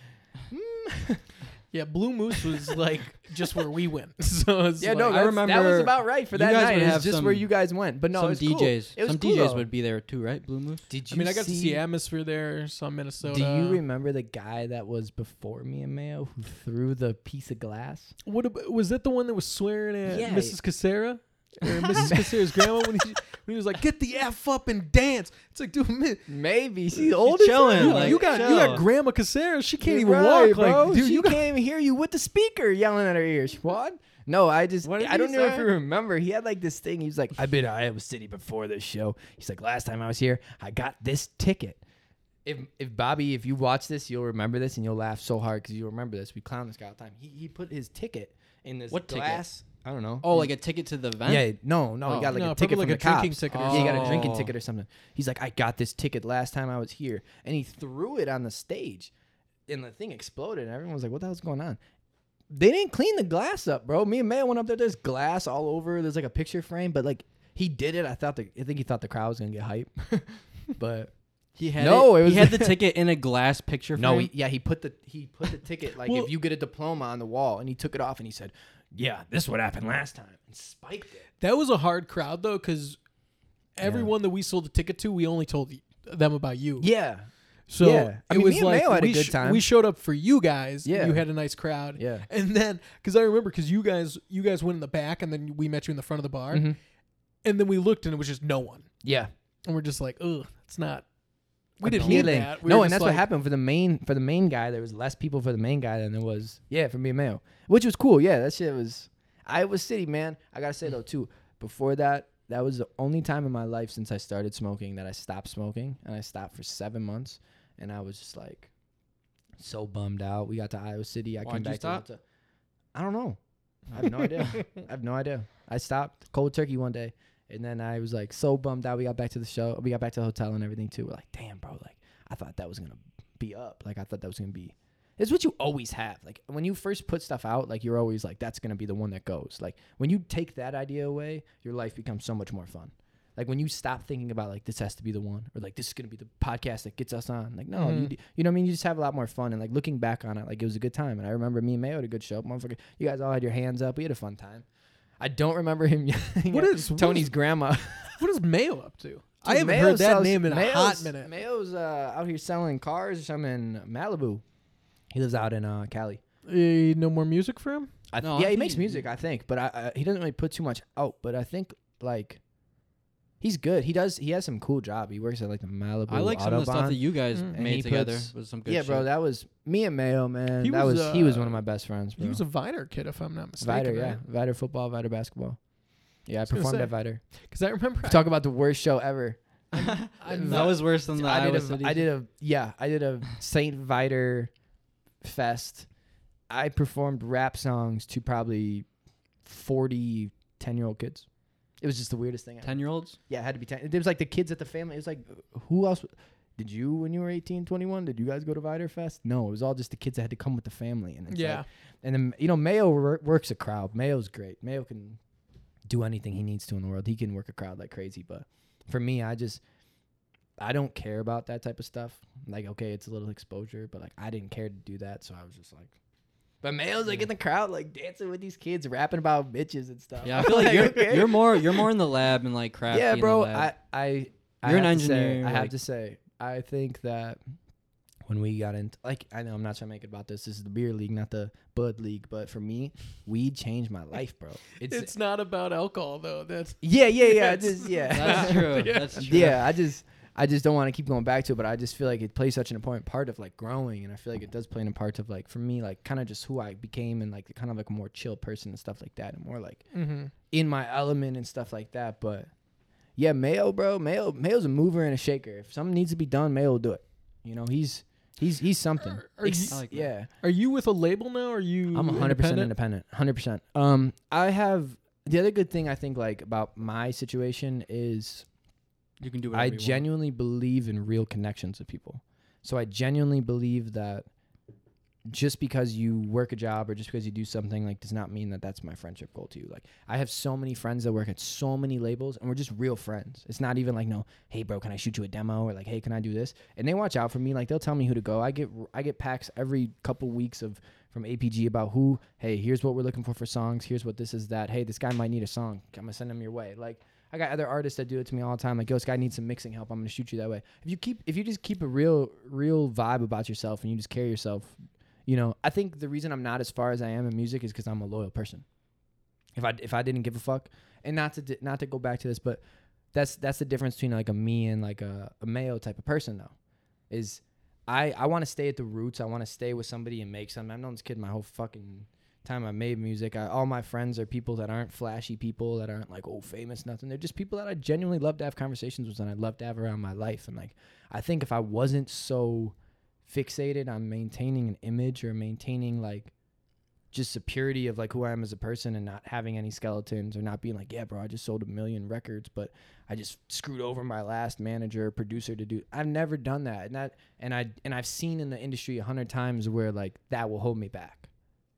Speaker 1: Yeah, Blue Moose was like just where we went. So it's
Speaker 2: Yeah,
Speaker 1: like-
Speaker 2: no,
Speaker 3: I
Speaker 2: I remember that was
Speaker 3: remember
Speaker 2: about right for
Speaker 3: you
Speaker 2: that
Speaker 3: guys
Speaker 2: night.
Speaker 3: would
Speaker 2: It's
Speaker 3: have
Speaker 2: just where
Speaker 3: some-
Speaker 2: you guys went, but no,
Speaker 3: some
Speaker 2: it was cool.
Speaker 3: DJs.
Speaker 2: It was
Speaker 3: some
Speaker 2: cool,
Speaker 3: DJs
Speaker 2: though.
Speaker 3: would be there too, right? Blue Moose.
Speaker 2: Did
Speaker 1: I
Speaker 2: you
Speaker 1: mean, I got
Speaker 2: see,
Speaker 1: to see atmosphere there, some Minnesota.
Speaker 2: Do you remember the guy that was before me and Mayo who threw the piece of glass?
Speaker 1: What ab- was that? The one that was swearing at
Speaker 2: Yeah.
Speaker 1: Mrs. Casera or <laughs> Mrs. Casera's grandma when he when he was like, "Get the f up and dance." It's like, dude, mi-
Speaker 2: Maybe she's
Speaker 3: old
Speaker 2: old
Speaker 3: as chilling,
Speaker 1: you,
Speaker 3: Yeah, like,
Speaker 1: you got you
Speaker 3: chill.
Speaker 1: got Grandma Casera. She can't even walk.
Speaker 2: bro.
Speaker 1: Like, dude,
Speaker 2: she
Speaker 1: you got
Speaker 2: can't even hear you with the speaker yelling at her ears. What? No, I just
Speaker 3: What did
Speaker 2: I
Speaker 3: he
Speaker 2: don't know if
Speaker 3: say?
Speaker 2: you remember. He had like this thing. He was like, "I've been to Iowa City before this show." He's like, "Last time I was here, I got this ticket." If if Bobby, if you watch this, you'll remember this and you'll laugh so hard because you'll remember this. We clown this guy all the time. He he put his ticket in this
Speaker 3: What ticket?
Speaker 2: glass. I don't know.
Speaker 3: Oh, like a ticket to the event.
Speaker 2: Yeah, no, no, he
Speaker 3: Oh.
Speaker 2: got like
Speaker 1: No,
Speaker 2: a
Speaker 1: probably
Speaker 2: ticket from
Speaker 1: like
Speaker 2: the
Speaker 1: a drinking
Speaker 2: cops.
Speaker 1: ticket or
Speaker 2: Yeah, he got a drinking
Speaker 3: something.
Speaker 2: ticket or something. He's like, I got this ticket last time I was here, and he threw it on the stage, and the thing exploded, and everyone was like, "What the hell's going on?" They didn't clean the glass up, bro. Me and Mayo went up there. There's glass all over. There's like a picture frame, but like he did it. I thought the I think he thought the crowd was gonna get hype, <laughs> but
Speaker 3: He had
Speaker 2: No,
Speaker 3: It,
Speaker 2: it was-
Speaker 3: he had the ticket in a glass picture frame.
Speaker 2: no, he, yeah, he put the he put the ticket like
Speaker 1: Well-
Speaker 2: if you get a diploma on the wall, and he took it off and he said, "Yeah, this what happened last time," and spiked it.
Speaker 1: that was a hard crowd though, because everyone that we sold a ticket to, we only told them about you.
Speaker 2: Yeah,
Speaker 1: So
Speaker 2: Yeah. I
Speaker 1: it
Speaker 2: mean,
Speaker 1: was
Speaker 2: me and
Speaker 1: like
Speaker 2: Mayo had a
Speaker 1: we,
Speaker 2: good
Speaker 1: sh-
Speaker 2: time.
Speaker 1: we showed up for you guys.
Speaker 2: Yeah.
Speaker 1: you had a nice crowd.
Speaker 2: Yeah.
Speaker 1: and then because I remember because you guys you guys went in the back and then we met you in the front of the bar,
Speaker 2: Mm-hmm.
Speaker 1: and then we looked and it was just no one,
Speaker 2: yeah.
Speaker 1: and we're just like, ugh, it's not. We didn't need
Speaker 2: appealing.
Speaker 1: that. We
Speaker 2: no,
Speaker 1: were
Speaker 2: and
Speaker 1: just
Speaker 2: that's
Speaker 1: like-
Speaker 2: what happened for the main for the main guy. There was less people for the main guy than there was yeah for me and Mayo, which was cool. Yeah, that shit was Iowa City, man. I gotta say though too, before that, that was the only time in my life since I started smoking that I stopped smoking, and I stopped for seven months, and I was just like so bummed out. We got to Iowa City. I
Speaker 3: Why'd
Speaker 2: came
Speaker 3: you
Speaker 2: back.
Speaker 3: stop?
Speaker 2: To, the hotel.
Speaker 3: <laughs>
Speaker 2: I don't know. I have no idea. I have no idea. I stopped cold turkey one day, And then I was like so bummed out. We got back to the show. We got back to the hotel and everything too. We're like, damn, bro. Like I thought that was gonna be up. Like I thought that was gonna be. It's what you always have. Like when you first put stuff out, like you're always like, that's gonna be the one that goes. Like when you take that idea away, your life becomes so much more fun. Like when you stop thinking about like this has to be the one, or like this is gonna be the podcast that gets us on. Like no, you
Speaker 1: Mhm.
Speaker 2: d- you know what I mean. You just have a lot more fun. And like looking back on it, like it was a good time. And I remember me and Mayo had a good show. Motherfucker, you guys all had your hands up. We had a fun time. I don't remember him. <laughs> yelling
Speaker 1: What
Speaker 2: at
Speaker 1: is what
Speaker 2: Tony's
Speaker 1: is-
Speaker 2: grandma? <laughs>
Speaker 1: What is Mayo up to? I
Speaker 2: Dude,
Speaker 1: haven't
Speaker 2: Mayo
Speaker 1: heard that
Speaker 2: sells-
Speaker 1: name in a hot
Speaker 2: Mayo's-
Speaker 1: minute.
Speaker 2: Mayo's uh, out here selling cars or something in Malibu. He lives out in uh, Cali.
Speaker 1: Eh, no more music for him.
Speaker 2: I
Speaker 3: No,
Speaker 2: yeah,
Speaker 3: I
Speaker 2: he makes
Speaker 3: think-
Speaker 2: music, I think, but I, I, he doesn't really put too much out. But I think like he's good. He does. He has some cool job. He works at like the Malibu.
Speaker 3: I like some of the
Speaker 2: Autobahn.
Speaker 3: stuff that you guys
Speaker 1: Mm.
Speaker 2: And he
Speaker 3: made together.
Speaker 2: puts-
Speaker 3: was some good
Speaker 2: Mm-hmm. Yeah, bro,
Speaker 3: shit.
Speaker 2: that was me and Mayo, man.
Speaker 1: He
Speaker 2: that
Speaker 1: was,
Speaker 2: was he was
Speaker 1: uh,
Speaker 2: one of my best friends. Bro.
Speaker 1: He was a Viter kid, if I'm not mistaken.
Speaker 2: Viter, yeah, Viter football, Viter basketball. Yeah, I
Speaker 1: was gonna
Speaker 2: performed
Speaker 1: say.
Speaker 2: at Viter.
Speaker 1: Because I remember I-
Speaker 2: Talk about the worst show ever.
Speaker 1: <laughs> I-
Speaker 3: that was worse than the
Speaker 2: I
Speaker 3: Iowa
Speaker 2: did, a,
Speaker 3: City.
Speaker 2: I did a yeah, I did a Saint Viter fest. I performed rap songs to probably 40 10 year old kids. It was just the weirdest thing. Ever.
Speaker 3: ten
Speaker 2: <laughs>
Speaker 3: year olds.
Speaker 2: Yeah, it had to be 10. It was like the kids at the family. It was like who else did you when you were 18, 21? Did you guys go to Viter Fest? No, it was all just the kids that had to come with the family and it's
Speaker 1: yeah.
Speaker 2: like- and then you know Mayo wor- works a crowd. Mayo's great. Mayo can do anything he needs to in the world. He can work a crowd like crazy. But for me, I just I don't care about that type of stuff. Like okay, it's a little exposure, but like I didn't care to do that, so I was just like. But Mayo's like in the crowd, like dancing with these kids, rapping about bitches and stuff.
Speaker 3: Yeah, I feel like you're,
Speaker 2: okay.
Speaker 3: you're more you're more in the lab and like crafty.
Speaker 2: Yeah,
Speaker 3: in the
Speaker 2: bro.
Speaker 3: lab.
Speaker 2: I I I
Speaker 3: You're an
Speaker 2: have to say-
Speaker 3: engineer,
Speaker 2: I have
Speaker 3: like-
Speaker 2: to say, I think that when we got into like, I know I'm not trying to make it about this. This is the beer league, not the bud league. But for me, weed changed my life, bro. It's,
Speaker 1: It's not about alcohol though. That's
Speaker 2: yeah, yeah, yeah.
Speaker 3: <laughs>
Speaker 2: I
Speaker 1: it's-
Speaker 2: just yeah, <laughs>
Speaker 3: That's true.
Speaker 1: Yeah.
Speaker 3: That's true.
Speaker 2: yeah. I just I just don't want to keep going back to it, but I just feel like it plays such an important part of like growing, and I feel like it does play in a part of like for me, like kind of just who I became, and like kind of like a more chill person and stuff like that, and more like
Speaker 1: mm-hmm.
Speaker 2: in my element and stuff like that. But yeah, Mayo, bro, Mayo, Mayo's a mover and a shaker. If something needs to be done, Mayo will do it. You know, he's he's he's something.
Speaker 1: Are- are
Speaker 2: Ex-
Speaker 1: you-
Speaker 3: I like that.
Speaker 2: yeah,
Speaker 1: Are you with a label now? Or are you?
Speaker 2: I'm 100 percent independent. 100. percent Um, I have the other good thing I think like about my situation is
Speaker 3: you can do whatever
Speaker 2: I
Speaker 3: you want.
Speaker 2: genuinely believe in real connections with people. So I genuinely believe that just because you work a job or just because you do something like does not mean that that's my friendship goal to you. Like I have so many friends that work at so many labels and we're just real friends. It's not even like no, hey bro, can I shoot you a demo or like hey, can I do this? And they watch out for me. Like they'll tell me who to go. I get I get packs every couple weeks of from APG about who, hey, here's what we're looking for for songs. Here's what this is that. Hey, this guy might need a song. I'm gonna send him your way. Like I got other artists that do it to me all the time. Like, yo, this guy needs some mixing help. I'm gonna shoot you that way. If you keep, if you just keep a real, real vibe about yourself and you just carry yourself, you know, I think the reason I'm not as far as I am in music is because I'm a loyal person. If I if I didn't give a fuck, and not to di- not to go back to this, but that's that's the difference between like a me and like a, a Mayo type of person though, is I I want to stay at the roots. I want to stay with somebody and make something. I've known this kid my whole fucking time I made music. I, all my friends are people that aren't flashy people that aren't like oh famous nothing. They're just people that I genuinely love to have conversations with and I love to have around my life. And like I think if I wasn't so fixated on maintaining an image or maintaining like just the purity of like who I am as a person and not having any skeletons or not being like, yeah, bro, I just sold a million records, but I just screwed over my last manager or producer to do. I've never done that, and that and I and I've seen in the industry a hundred times where like that will hold me back.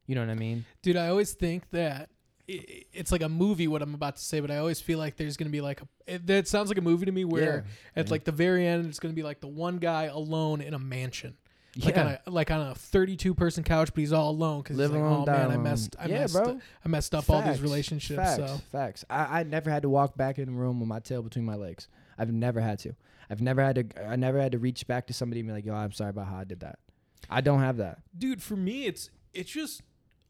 Speaker 2: You know what I mean?
Speaker 1: Dude, I always think that i- it's like a movie what I'm about to say, but I always feel like there's gonna be like a, it, that sounds like a movie to me where at
Speaker 2: yeah.
Speaker 1: like the very end it's gonna be like the one guy alone in a mansion. Like
Speaker 2: yeah.
Speaker 1: on a like on a 32 person couch, but he's all alone because he's
Speaker 2: Live
Speaker 1: like,
Speaker 2: alone,
Speaker 1: oh
Speaker 2: die
Speaker 1: man, I
Speaker 2: alone."
Speaker 1: messed, I
Speaker 2: Yeah,
Speaker 1: messed,
Speaker 2: bro.
Speaker 1: up- I messed up all these
Speaker 2: Facts,
Speaker 1: relationships.
Speaker 2: Facts,
Speaker 1: So
Speaker 2: facts. I, I never had to walk back in the room with my tail between my legs. I've never had to. I've never had to. I never had to reach back to somebody and be like, "Yo, I'm sorry about how I did that." I don't have that.
Speaker 1: dude, for me, it's it's just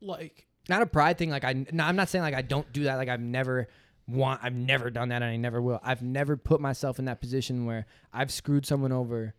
Speaker 1: like
Speaker 2: not a pride thing. Like I, no, I'm not saying like I don't do that. Like I've never want, I've never done that, and I never will. I've never put myself in that position where I've screwed someone over,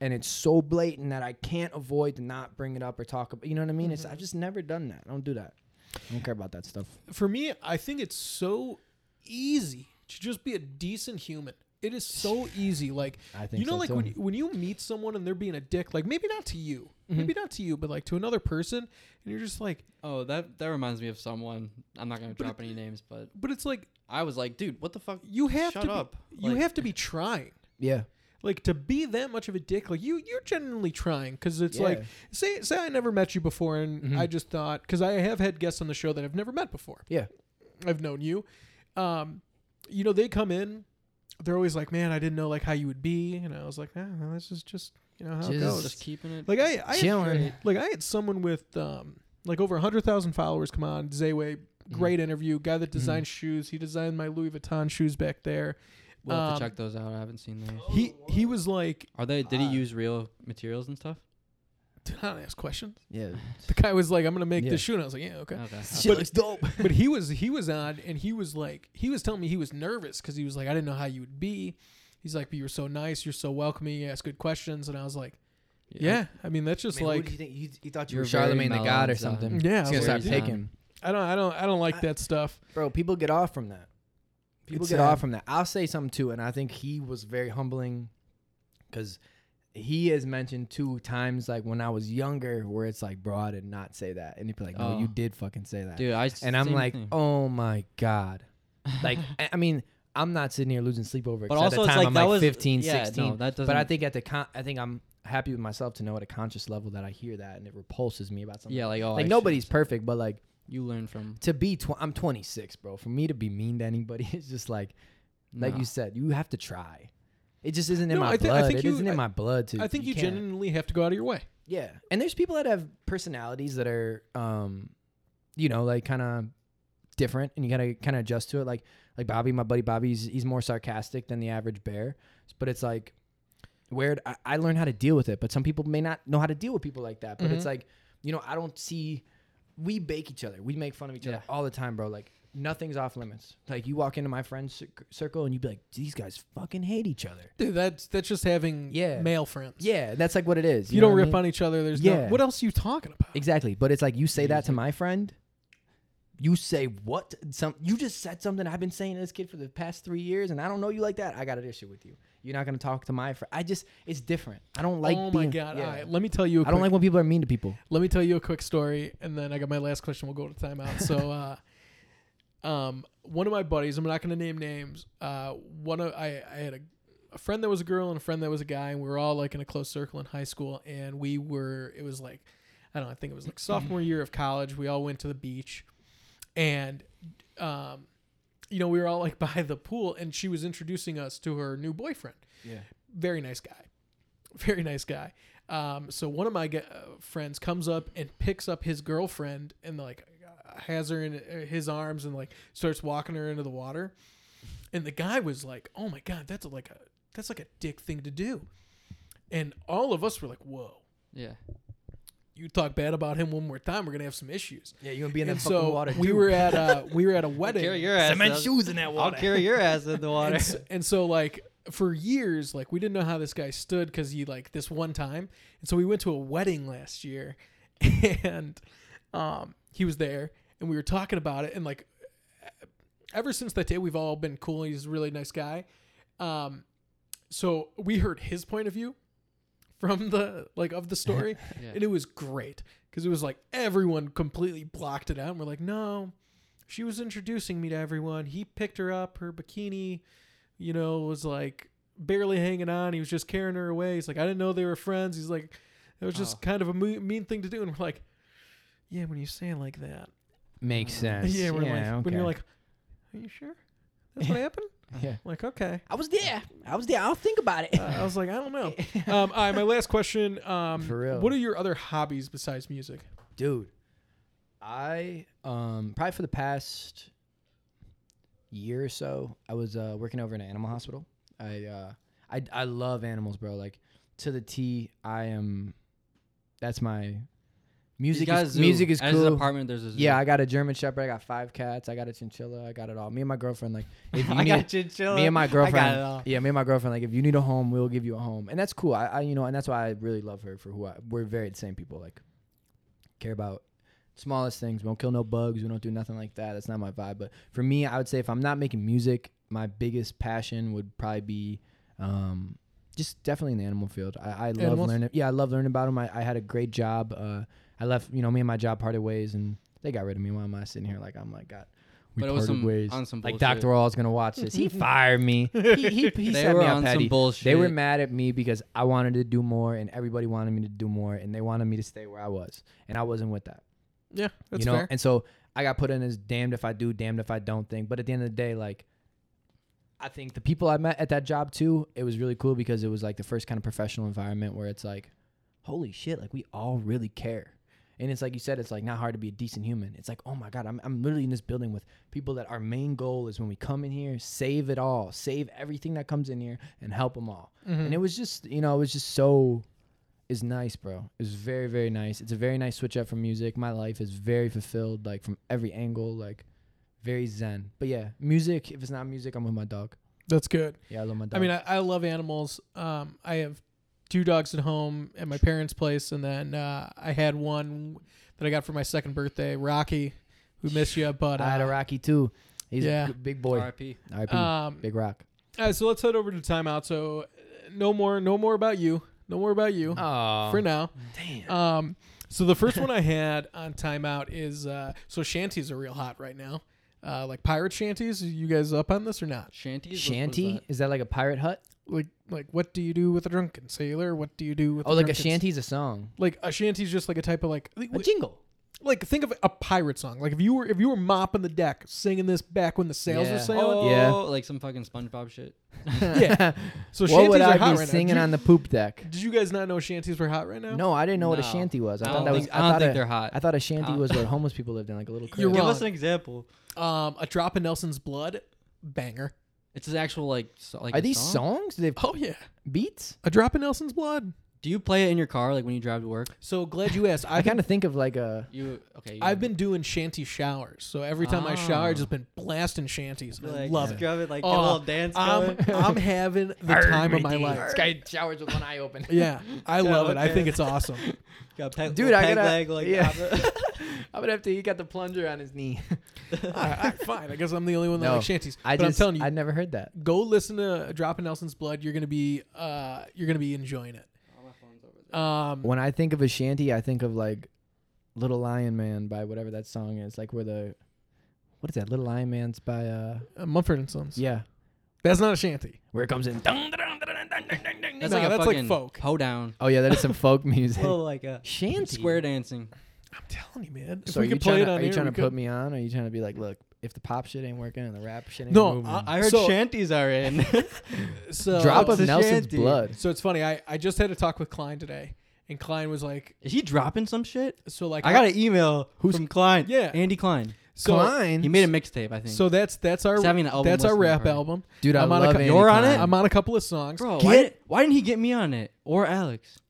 Speaker 2: and it's so blatant that I can't avoid to not bring it up or talk about. You know what I mean? It's I've just never done that. I don't do that. I don't care about that stuff.
Speaker 1: for me, I think it's so easy to just be a decent human. It is
Speaker 2: <laughs>
Speaker 1: so easy. Like
Speaker 2: I think
Speaker 1: you know,
Speaker 2: so
Speaker 1: like
Speaker 2: too.
Speaker 1: when when you meet someone and they're being a dick. Like maybe not to you,
Speaker 2: Mm-hmm.
Speaker 1: maybe not to you, but like to another person, and you're just like,
Speaker 3: Oh, that that reminds me of someone. I'm not gonna
Speaker 1: But
Speaker 3: drop
Speaker 1: it-
Speaker 3: any names, but
Speaker 1: but it's like
Speaker 3: I was like, dude, what the fuck?
Speaker 1: you have
Speaker 3: Shut
Speaker 1: to be,
Speaker 3: up.
Speaker 1: you
Speaker 3: Like-
Speaker 1: have to be
Speaker 2: <laughs>
Speaker 1: trying.
Speaker 2: yeah,
Speaker 1: Like to be that much of a dick, like you, you're genuinely trying because it's
Speaker 2: Yeah.
Speaker 1: like, say, say I never met you before, and
Speaker 2: Mhm.
Speaker 1: I just thought because I have had guests on the show that I've never met before.
Speaker 2: yeah,
Speaker 1: I've known you. Um, you know, they come in, they're always like, "Man, I didn't know like how you would be," and I was like, "Nah, well, this is just you know how it
Speaker 2: Just-
Speaker 1: goes."
Speaker 3: Just keeping it.
Speaker 1: Like I, I
Speaker 2: chilling.
Speaker 1: like I had someone with um like over hundred thousand followers come on Zayway,
Speaker 2: Mm-hmm.
Speaker 1: great interview, guy that designed shoes. He designed my Louis Vuitton shoes back there.
Speaker 3: we'll have
Speaker 1: um,
Speaker 3: to check those out. I haven't seen those.
Speaker 1: He he was like,
Speaker 3: Are they? Did he
Speaker 2: Ah.
Speaker 3: use real materials and
Speaker 2: <laughs>
Speaker 3: stuff?
Speaker 1: "Dude, I don't ask questions.
Speaker 2: Yeah,
Speaker 1: The guy was like, I'm gonna make
Speaker 2: Yeah.
Speaker 1: this shoe, and I was like, yeah, okay.
Speaker 3: Okay.
Speaker 2: <laughs> shit
Speaker 1: <laughs>
Speaker 2: looks dope.
Speaker 1: but he was he was on and he was like he was telling me he was nervous because he was like i didn't know how you would be he's like but you were so nice you're so welcoming you ask good questions and i was like yeah, i mean that's just
Speaker 2: Man, who
Speaker 1: like
Speaker 2: did you think you, you thought you
Speaker 3: You're
Speaker 2: were
Speaker 3: very
Speaker 2: Charlemagne the God or
Speaker 3: mellow and
Speaker 2: something?
Speaker 3: sound.
Speaker 1: Yeah,
Speaker 2: He's
Speaker 1: I
Speaker 2: gonna
Speaker 1: was
Speaker 2: start
Speaker 3: like,
Speaker 2: picking,
Speaker 3: sound.
Speaker 1: i don't i don't i don't like
Speaker 2: I-
Speaker 1: that stuff
Speaker 2: bro. People get off from that. People
Speaker 1: It's
Speaker 2: get
Speaker 1: sad.
Speaker 2: off from that. I'll say something too, and I think he was very humbling because he has mentioned two times like when I was younger where it's like, bro, I did not say that, and he'd be like, no,
Speaker 3: Oh.
Speaker 2: you did fucking say that,
Speaker 3: Dude, I.
Speaker 2: and I'm
Speaker 3: same
Speaker 2: like,
Speaker 3: thing.
Speaker 2: oh my god,
Speaker 3: <laughs>
Speaker 2: like I I mean. I'm not sitting here losing sleep over it.
Speaker 3: But
Speaker 2: 'cause
Speaker 3: also,
Speaker 2: at the
Speaker 3: it's
Speaker 2: time,
Speaker 3: like
Speaker 2: I'm
Speaker 3: that
Speaker 2: like
Speaker 3: was
Speaker 2: 15,
Speaker 3: yeah,
Speaker 2: 16.
Speaker 3: No, that doesn't.
Speaker 2: But I think at the con- I think I'm happy with myself to know at a conscious level that I hear that and it repulses me about something.
Speaker 3: yeah, like oh, I
Speaker 2: like
Speaker 3: should-
Speaker 2: nobody's perfect, but like
Speaker 3: You learn from.
Speaker 2: to be tw- I'm 26, bro. For me to be mean to anybody, <laughs> it's just like like
Speaker 3: Nah.
Speaker 2: you said, you have to try. It just isn't in
Speaker 1: No,
Speaker 2: my
Speaker 1: I thi- I
Speaker 2: blood.
Speaker 1: think
Speaker 2: it
Speaker 1: you-
Speaker 2: not
Speaker 1: I-
Speaker 2: in my blood to.
Speaker 1: i think you,
Speaker 2: can't-
Speaker 1: genuinely have to go out of your way
Speaker 2: Yeah, and there's people that have personalities that are, um, you know, like kind of different, and you gotta kind of adjust to it. Like like Bobby, my buddy Bobby, he's, he's more sarcastic than the average bear, but it's like weird. I, I learned how to deal with it, but some people may not know how to deal with people like that. But
Speaker 1: Mhm.
Speaker 2: it's like you know, I don't see. We bake each other. We make fun of each
Speaker 3: Yeah.
Speaker 2: other all the time, bro. Like nothing's off limits. Like you walk into my friend's cir- circle and you'd be like, these guys fucking hate each other.
Speaker 1: dude that's that's just having
Speaker 2: Yeah.
Speaker 1: male friends
Speaker 2: Yeah, that's like what it is.
Speaker 1: if you, don't
Speaker 2: know what I
Speaker 1: rip
Speaker 2: mean?
Speaker 1: on each other there's no
Speaker 2: Yeah.
Speaker 1: what else are you talking about
Speaker 2: Exactly. But it's like you say that to my friend. You say what? Some you just said something I've been saying to this kid for the past three years, and I don't know you like that. I got an issue with you. You're not gonna talk to my friend. I just it's different. I don't like.
Speaker 1: oh my
Speaker 2: being-
Speaker 1: god
Speaker 2: yeah.
Speaker 1: all right let me tell you a
Speaker 2: I don't
Speaker 1: quick-
Speaker 2: like when people are mean to people.
Speaker 1: Let me tell you a quick story, and then I got my last question. We'll go to timeout. So, uh, um, one of my buddies, I'm not going to name names. Uh, one of I, I had a, a friend that was a girl and a friend that was a guy, and we were all like in a close circle in high school, and we were. It was like, I don't know. I think it was like sophomore year of college. We all went to the beach, and, um, you know, we were all like <laughs> by the pool, and she was introducing us to her new boyfriend
Speaker 2: Yeah.
Speaker 1: very nice guy very nice guy um, so one of my gu- uh, friends comes up and picks up his girlfriend and like has her in uh, his arms and like starts walking her into the water and the guy was like oh my god that's like a that's like a dick thing to do and all of us were like whoa
Speaker 3: Yeah.
Speaker 1: you talk bad about him one more time we're gonna have some issues
Speaker 2: Yeah, you're gonna be in
Speaker 1: and
Speaker 2: that fucking
Speaker 1: so
Speaker 2: water.
Speaker 1: we
Speaker 2: too.
Speaker 1: were at a we were at a wedding
Speaker 3: Carry your ass.
Speaker 2: cement
Speaker 3: out-
Speaker 2: shoes in that
Speaker 3: I'll
Speaker 2: water.
Speaker 3: carry your
Speaker 2: <laughs>
Speaker 3: ass in the water.
Speaker 1: and,
Speaker 3: <laughs>
Speaker 1: so, and so like for years like we didn't know how this guy stood because he like this one time and so we went to a wedding last year <laughs> and um he was there and we were talking about it and like ever since that day we've all been cool he's a really nice guy um so we heard his point of view from the like of the story
Speaker 3: Yeah.
Speaker 2: <laughs>
Speaker 1: and it was great because it was like everyone completely blocked it out and we're like no she was introducing me to everyone he picked her up her bikini you know was like barely hanging on he was just carrying her away he's like i didn't know they were friends he's like it was just
Speaker 3: Oh.
Speaker 1: kind of a mo- mean thing to do and we're like yeah when you say it like that <laughs>
Speaker 2: Makes sense.
Speaker 1: yeah, we're like, when you're
Speaker 2: okay.
Speaker 1: like are you sure that's what
Speaker 2: <laughs>
Speaker 1: happened
Speaker 2: yeah.
Speaker 1: I'm like okay
Speaker 2: I was there. I was there. I'll think about it.
Speaker 1: Uh, i was like i don't know
Speaker 2: <laughs>
Speaker 1: um, all right my last question um,
Speaker 2: For real.
Speaker 1: what are your other hobbies besides music
Speaker 2: dude i um probably for the past year or so i was uh working over in an animal hospital i uh i, I love animals bro like to the t i am that's my music
Speaker 3: He's got a
Speaker 2: is,
Speaker 3: zoo.
Speaker 2: music is
Speaker 3: At
Speaker 2: cool
Speaker 3: His apartment, there's a zoo.
Speaker 2: yeah i got a german shepherd i got five cats i got a chinchilla i got it all me and my girlfriend like
Speaker 3: <laughs>
Speaker 2: <laughs> if you
Speaker 3: I
Speaker 2: need
Speaker 3: got chinchilla.
Speaker 2: me and my girlfriend.
Speaker 3: I got it all.
Speaker 2: Yeah, me and my girlfriend. Like, if you need a home, we'll give you a home, and that's cool. I, I you know, and that's why I really love her for who I. We're very the same people. Like, care about smallest things. We don't kill no bugs. We don't do nothing like that. That's not my vibe. But for me, I would say if I'm not making music, my biggest passion would probably be um, just definitely in the animal field. I, I love
Speaker 1: Animals?
Speaker 2: learning. Yeah, I love learning about them. I, I had a great job. Uh, I left, you know, me and my job parted ways, and they got rid of me. Why am I sitting here like I'm like God? We
Speaker 3: But it
Speaker 2: parted
Speaker 3: was some-
Speaker 2: ways.
Speaker 3: on some
Speaker 2: like
Speaker 3: bullshit.
Speaker 2: Doctor All's gonna watch this. <laughs> He fired me. He he, <laughs> he
Speaker 3: They
Speaker 2: set
Speaker 3: were
Speaker 2: me up
Speaker 3: on
Speaker 2: petty.
Speaker 3: some bullshit.
Speaker 2: They were mad at me because I wanted to do more, and everybody wanted me to do more, and they wanted me to stay where I was, and I wasn't with that
Speaker 1: Yeah, that's
Speaker 2: you know
Speaker 1: fair.
Speaker 2: and so i got put in as damned if i do damned if i don't thing but at the end of the day like i think the people i met at that job too it was really cool because it was like the first kind of professional environment where it's like holy shit like we all really care and it's like you said it's like not hard to be a decent human it's like oh my god i'm, I'm literally in this building with people that our main goal is when we come in here save it all save everything that comes in here and help them all
Speaker 1: Mhm.
Speaker 2: and it was just you know it was just so it's nice bro it's very very nice it's a very nice switch up from music my life is very fulfilled like from every angle like very zen but yeah music if it's not music i'm with my dog
Speaker 1: that's good.
Speaker 2: yeah i love my
Speaker 1: I
Speaker 2: dog
Speaker 1: mean, I, I love animals. Um, I have two dogs at home at my parents' place, and then uh, I had one that I got for my second birthday, Rocky. We miss you, but uh,
Speaker 2: I had a rocky too he's
Speaker 1: yeah.
Speaker 2: a g- big boy
Speaker 3: RIP.
Speaker 2: RIP,
Speaker 1: um,
Speaker 2: big rock
Speaker 1: all right, so let's head over to timeout. So, uh, no more, no more about you. No more about you
Speaker 2: oh
Speaker 1: for now.
Speaker 2: damn
Speaker 1: Um, so the first one I had on timeout is uh, so shanties are real hot right now, uh, like pirate shanties. You guys up on this or not?
Speaker 3: Shanty. What- what is
Speaker 2: shanty
Speaker 3: that?
Speaker 2: is that like a pirate hut
Speaker 1: Like, like what do you do with a drunken sailor? What do you do with
Speaker 2: oh like a
Speaker 1: drunken-
Speaker 2: shanty's a song
Speaker 1: Like a shanty's just like a type of like
Speaker 2: a jingle
Speaker 1: like think of a pirate song. Like if you were if you were mopping the deck singing this back when the sails
Speaker 2: Yeah.
Speaker 1: were sailing.
Speaker 3: Oh,
Speaker 2: Yeah.
Speaker 3: like some fucking SpongeBob shit.
Speaker 1: <laughs> Yeah. So
Speaker 2: what
Speaker 1: shanties
Speaker 2: would i
Speaker 1: are
Speaker 2: be
Speaker 1: hot right
Speaker 2: singing
Speaker 3: <laughs>
Speaker 1: now.
Speaker 2: on the poop deck
Speaker 1: Did you, did you guys not know shanties were hot right now?
Speaker 2: no i didn't know what a
Speaker 3: No.
Speaker 2: shanty was i,
Speaker 3: I
Speaker 2: thought
Speaker 3: don't
Speaker 2: that was
Speaker 3: think-
Speaker 2: i,
Speaker 3: I don't
Speaker 2: thought
Speaker 3: think
Speaker 2: a-
Speaker 3: they're hot.
Speaker 2: i thought a shanty
Speaker 3: Uh,
Speaker 2: was where homeless people lived in like a <laughs> little crib.
Speaker 1: You're
Speaker 3: Give
Speaker 1: wrong.
Speaker 3: us an example.
Speaker 1: Um, a drop in Nelson's blood, banger.
Speaker 3: It's an actual like. So, like
Speaker 2: Are
Speaker 3: a
Speaker 2: these
Speaker 3: song?
Speaker 2: songs? Do they have
Speaker 1: Oh yeah,
Speaker 2: beats?
Speaker 1: a drop in Nelson's blood.
Speaker 3: Do you play it in your car like when you drive to work?
Speaker 1: So glad you asked.
Speaker 2: I
Speaker 1: I've,
Speaker 2: kind of think of like a.
Speaker 3: You okay? You
Speaker 1: I've been doing shanty showers. So every time I shower,
Speaker 2: Ah.
Speaker 1: I've just been blasting shanties. and I
Speaker 3: like,
Speaker 1: love it.
Speaker 3: scrub it like
Speaker 1: Oh,
Speaker 3: a little dance.
Speaker 1: I'm, <laughs>
Speaker 3: going.
Speaker 1: I'm having
Speaker 2: <laughs>
Speaker 1: the time of my life.
Speaker 2: guy showers with one eye <laughs> open.
Speaker 1: Yeah, I
Speaker 3: Yeah,
Speaker 1: love it. I
Speaker 3: okay.
Speaker 1: think it's awesome.
Speaker 3: Got peg,
Speaker 2: Dude,
Speaker 3: little
Speaker 2: I
Speaker 3: peg
Speaker 2: gotta-
Speaker 3: leg, like,
Speaker 2: yeah.
Speaker 3: opera.
Speaker 2: I would have to. He got the plunger on his knee.
Speaker 1: All right, all right, fine. I guess I'm the only one that
Speaker 2: No,
Speaker 1: likes shanties.
Speaker 2: <laughs> I
Speaker 1: but
Speaker 2: just.
Speaker 1: I'm telling you,
Speaker 2: I never heard that.
Speaker 1: go listen to a drop in Nelson's blood. You're gonna be uh you're gonna be enjoying it. Um
Speaker 2: When I think of a shanty, I think of like "Little Lion Man" by whatever that song is. Like where the. What is that? Little Lion Man's by. uh
Speaker 1: Mumford and Sons.
Speaker 2: Yeah.
Speaker 1: That's not a shanty.
Speaker 2: Where it comes in.
Speaker 3: That's
Speaker 1: No,
Speaker 3: like a
Speaker 1: that's like
Speaker 3: fucking
Speaker 1: folk.
Speaker 3: Hoe down.
Speaker 2: Oh yeah, that is some folk music.
Speaker 3: Little like a
Speaker 2: shanty.
Speaker 3: square dancing.
Speaker 1: I'm telling you, man. If
Speaker 2: So are
Speaker 1: we
Speaker 2: you
Speaker 1: could play
Speaker 2: trying
Speaker 1: it
Speaker 2: to,
Speaker 1: on
Speaker 2: are
Speaker 1: here,
Speaker 2: you trying
Speaker 1: we
Speaker 2: to put
Speaker 1: could.
Speaker 2: me on? Are you trying to be like, look, if the pop shit ain't working and the rap shit ain't
Speaker 1: No,
Speaker 2: moving,
Speaker 1: I-
Speaker 3: I heard
Speaker 1: So-
Speaker 3: shanties are in.
Speaker 1: so,
Speaker 2: drop
Speaker 3: what's
Speaker 2: of
Speaker 3: a
Speaker 2: Nelson's
Speaker 3: shanty?
Speaker 2: blood.
Speaker 1: uh, So it's funny. I I just had a talk with Klein today, and Klein was like,
Speaker 3: <laughs> Is he dropping some shit?
Speaker 1: so like
Speaker 3: I got an email
Speaker 1: Who's-
Speaker 3: from Klein.
Speaker 1: Yeah.
Speaker 3: Andy Klein.
Speaker 1: so,
Speaker 2: Klein.
Speaker 3: He made a mixtape, I think.
Speaker 1: So that's that's our
Speaker 3: He's having an album
Speaker 1: that's our
Speaker 3: listening
Speaker 1: rap
Speaker 3: party.
Speaker 1: album.
Speaker 2: Dude, I
Speaker 1: I'm on a
Speaker 2: love
Speaker 1: co-
Speaker 2: Andy
Speaker 3: You're on
Speaker 2: Klein.
Speaker 3: it?
Speaker 1: I'm on a couple of songs.
Speaker 3: bro,
Speaker 2: Get-
Speaker 3: why, did, why didn't he get me on it or Alex?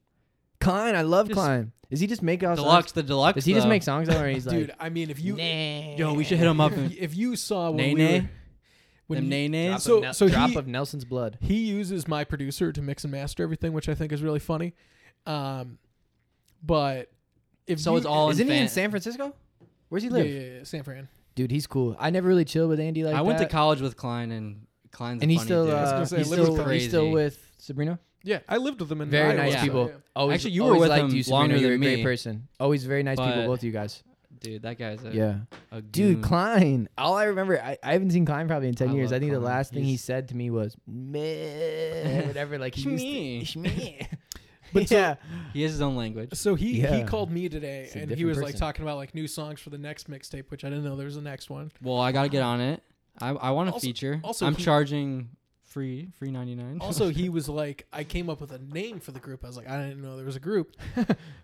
Speaker 2: Klein, I love
Speaker 3: Just-
Speaker 2: Klein. Is he just make out
Speaker 3: Deluxe,
Speaker 2: songs?
Speaker 3: the deluxe.
Speaker 2: Does uh, he just
Speaker 3: though.
Speaker 2: make songs where he's like,
Speaker 1: Dude, I mean, if you
Speaker 2: nah.
Speaker 3: Yo, we should hit
Speaker 2: <laughs>
Speaker 3: him up. And,
Speaker 1: if you saw when
Speaker 3: nay,
Speaker 1: we were,
Speaker 3: nay.
Speaker 1: when
Speaker 3: Them
Speaker 1: you-
Speaker 3: nay, nays.
Speaker 1: so- so
Speaker 2: drop
Speaker 1: he-
Speaker 2: of Nelson's blood.
Speaker 1: he uses my producer to mix and master everything, which I think is really funny. Um, but if
Speaker 3: So
Speaker 1: you-
Speaker 3: it's all-
Speaker 2: Isn't he in
Speaker 3: fan-
Speaker 2: San Francisco? Where's he
Speaker 1: yeah,
Speaker 2: live?
Speaker 1: yeah, yeah, San Fran.
Speaker 2: Dude, he's cool. I never really chilled with Andy like
Speaker 3: I went to
Speaker 2: that.
Speaker 3: college with Klein, and Klein's a
Speaker 2: and he's
Speaker 3: funny
Speaker 2: still,
Speaker 3: dude.
Speaker 1: was
Speaker 2: uh,
Speaker 1: gonna say,
Speaker 2: he's
Speaker 1: I lived
Speaker 2: still,
Speaker 1: with
Speaker 3: Klein.
Speaker 2: he's still
Speaker 3: Crazy.
Speaker 2: with Sabrina.
Speaker 1: Yeah, I lived with them in
Speaker 2: Very
Speaker 1: Iowa,
Speaker 2: nice
Speaker 1: so,
Speaker 2: people.
Speaker 1: yeah.
Speaker 2: Always,
Speaker 3: Actually, you were
Speaker 2: always
Speaker 3: with
Speaker 2: liked
Speaker 3: him
Speaker 2: you, Sabrina.
Speaker 3: longer
Speaker 2: You're a
Speaker 3: than
Speaker 2: great
Speaker 3: me.
Speaker 2: person. Always very nice people,
Speaker 3: But-
Speaker 2: both you guys.
Speaker 3: dude, that guy's a,
Speaker 2: Yeah.
Speaker 3: a
Speaker 2: Dude,
Speaker 3: goon.
Speaker 2: Klein. All I remember, I, I haven't seen Klein probably in ten
Speaker 3: I
Speaker 2: years.
Speaker 3: love
Speaker 2: Mm. I think the
Speaker 3: Klein.
Speaker 2: last thing he
Speaker 3: He's-
Speaker 2: said to me was <laughs> "meh," whatever. Like he
Speaker 3: Shmee.
Speaker 2: used to, <laughs> "Shmee."
Speaker 1: But so-
Speaker 2: yeah,
Speaker 3: He has his own language.
Speaker 1: So he he
Speaker 2: Yeah.
Speaker 1: called me today,
Speaker 2: It's a
Speaker 1: and he
Speaker 2: different
Speaker 1: was like
Speaker 2: person.
Speaker 1: talking about like new songs for the next mixtape, which I didn't know there was a next one.
Speaker 3: Well, I gotta get on it. I, I want a
Speaker 1: Also-
Speaker 3: feature.
Speaker 1: also
Speaker 3: I'm
Speaker 1: he-
Speaker 3: charging free free ninety nine.
Speaker 1: Also, he was like, I came up with a name for the group. I was like, I didn't know there was a group.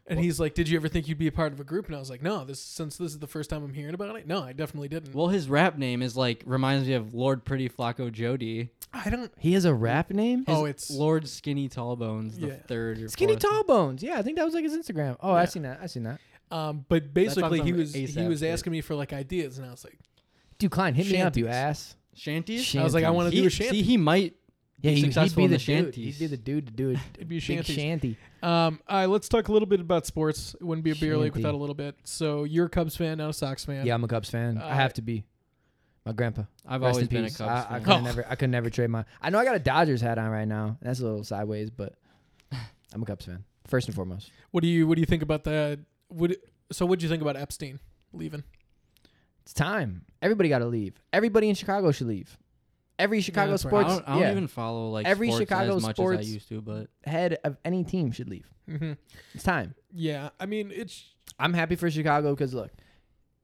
Speaker 1: And he's like, Did you ever think you'd be a part of a group? And I was like, No, this since this is the first time I'm hearing about it. No, I definitely didn't.
Speaker 3: <laughs> well, his rap name is like reminds me of Lord Pretty Flacco Jody.
Speaker 1: I don't.
Speaker 2: he has a rap name.
Speaker 1: Oh, it's
Speaker 3: Lord Skinny Tallbones the
Speaker 1: Yeah.
Speaker 3: third. Or
Speaker 2: Skinny
Speaker 3: fourth.
Speaker 2: Tall Bones. Yeah, I think that was like his Instagram. Oh,
Speaker 1: Yeah.
Speaker 2: I seen that. I seen that.
Speaker 1: Um, but basically,
Speaker 3: on
Speaker 1: he
Speaker 3: the
Speaker 1: was he
Speaker 3: ASAP
Speaker 1: was
Speaker 3: shit.
Speaker 1: asking me for like ideas, and I was like,
Speaker 2: Dude, Klein, hit me up, you
Speaker 1: Shanties.
Speaker 2: ass.
Speaker 3: Shanties.
Speaker 1: I was like, I
Speaker 2: Shanties.
Speaker 1: want to
Speaker 3: He-
Speaker 1: do a
Speaker 3: see,
Speaker 1: shanty.
Speaker 3: he might.
Speaker 2: Yeah, he, would
Speaker 3: successful
Speaker 2: be
Speaker 3: in
Speaker 2: the,
Speaker 3: the
Speaker 2: dude. He'd
Speaker 3: shanties.
Speaker 2: be the dude to do a
Speaker 1: It'd be a
Speaker 2: big
Speaker 1: shanty.
Speaker 2: shanty.
Speaker 1: Um, all right, let's talk a little bit about sports. It wouldn't be a beer league
Speaker 2: Shanty.
Speaker 1: without a little bit. So you're a Cubs fan, not a Sox fan.
Speaker 2: Yeah, I'm a Cubs fan.
Speaker 1: Uh,
Speaker 2: I have to be. My My grandpa.
Speaker 3: I've
Speaker 2: Rest in
Speaker 3: always been a
Speaker 2: peace.
Speaker 3: Cubs
Speaker 2: I, I
Speaker 3: fan.
Speaker 2: could never, I could never trade my. I know I got a Dodgers hat on right now. and That's a little sideways,
Speaker 3: <laughs>
Speaker 2: but I'm a Cubs fan first and foremost.
Speaker 1: What do you What do you think about the? Would so? What do you think about Epstein leaving?
Speaker 2: It's time. Everybody got to leave. Everybody in Chicago should leave. Every Chicago
Speaker 1: that's right.
Speaker 3: I
Speaker 2: sports
Speaker 3: don't, I don't
Speaker 2: yeah,
Speaker 3: even follow like
Speaker 2: Every
Speaker 3: sports
Speaker 2: Chicago
Speaker 3: as much
Speaker 2: sports-
Speaker 3: as I used to, but
Speaker 2: head of any team should leave.
Speaker 1: Mm-hmm.
Speaker 2: It's time.
Speaker 1: Yeah, I mean it's
Speaker 2: I'm happy for Chicago because look,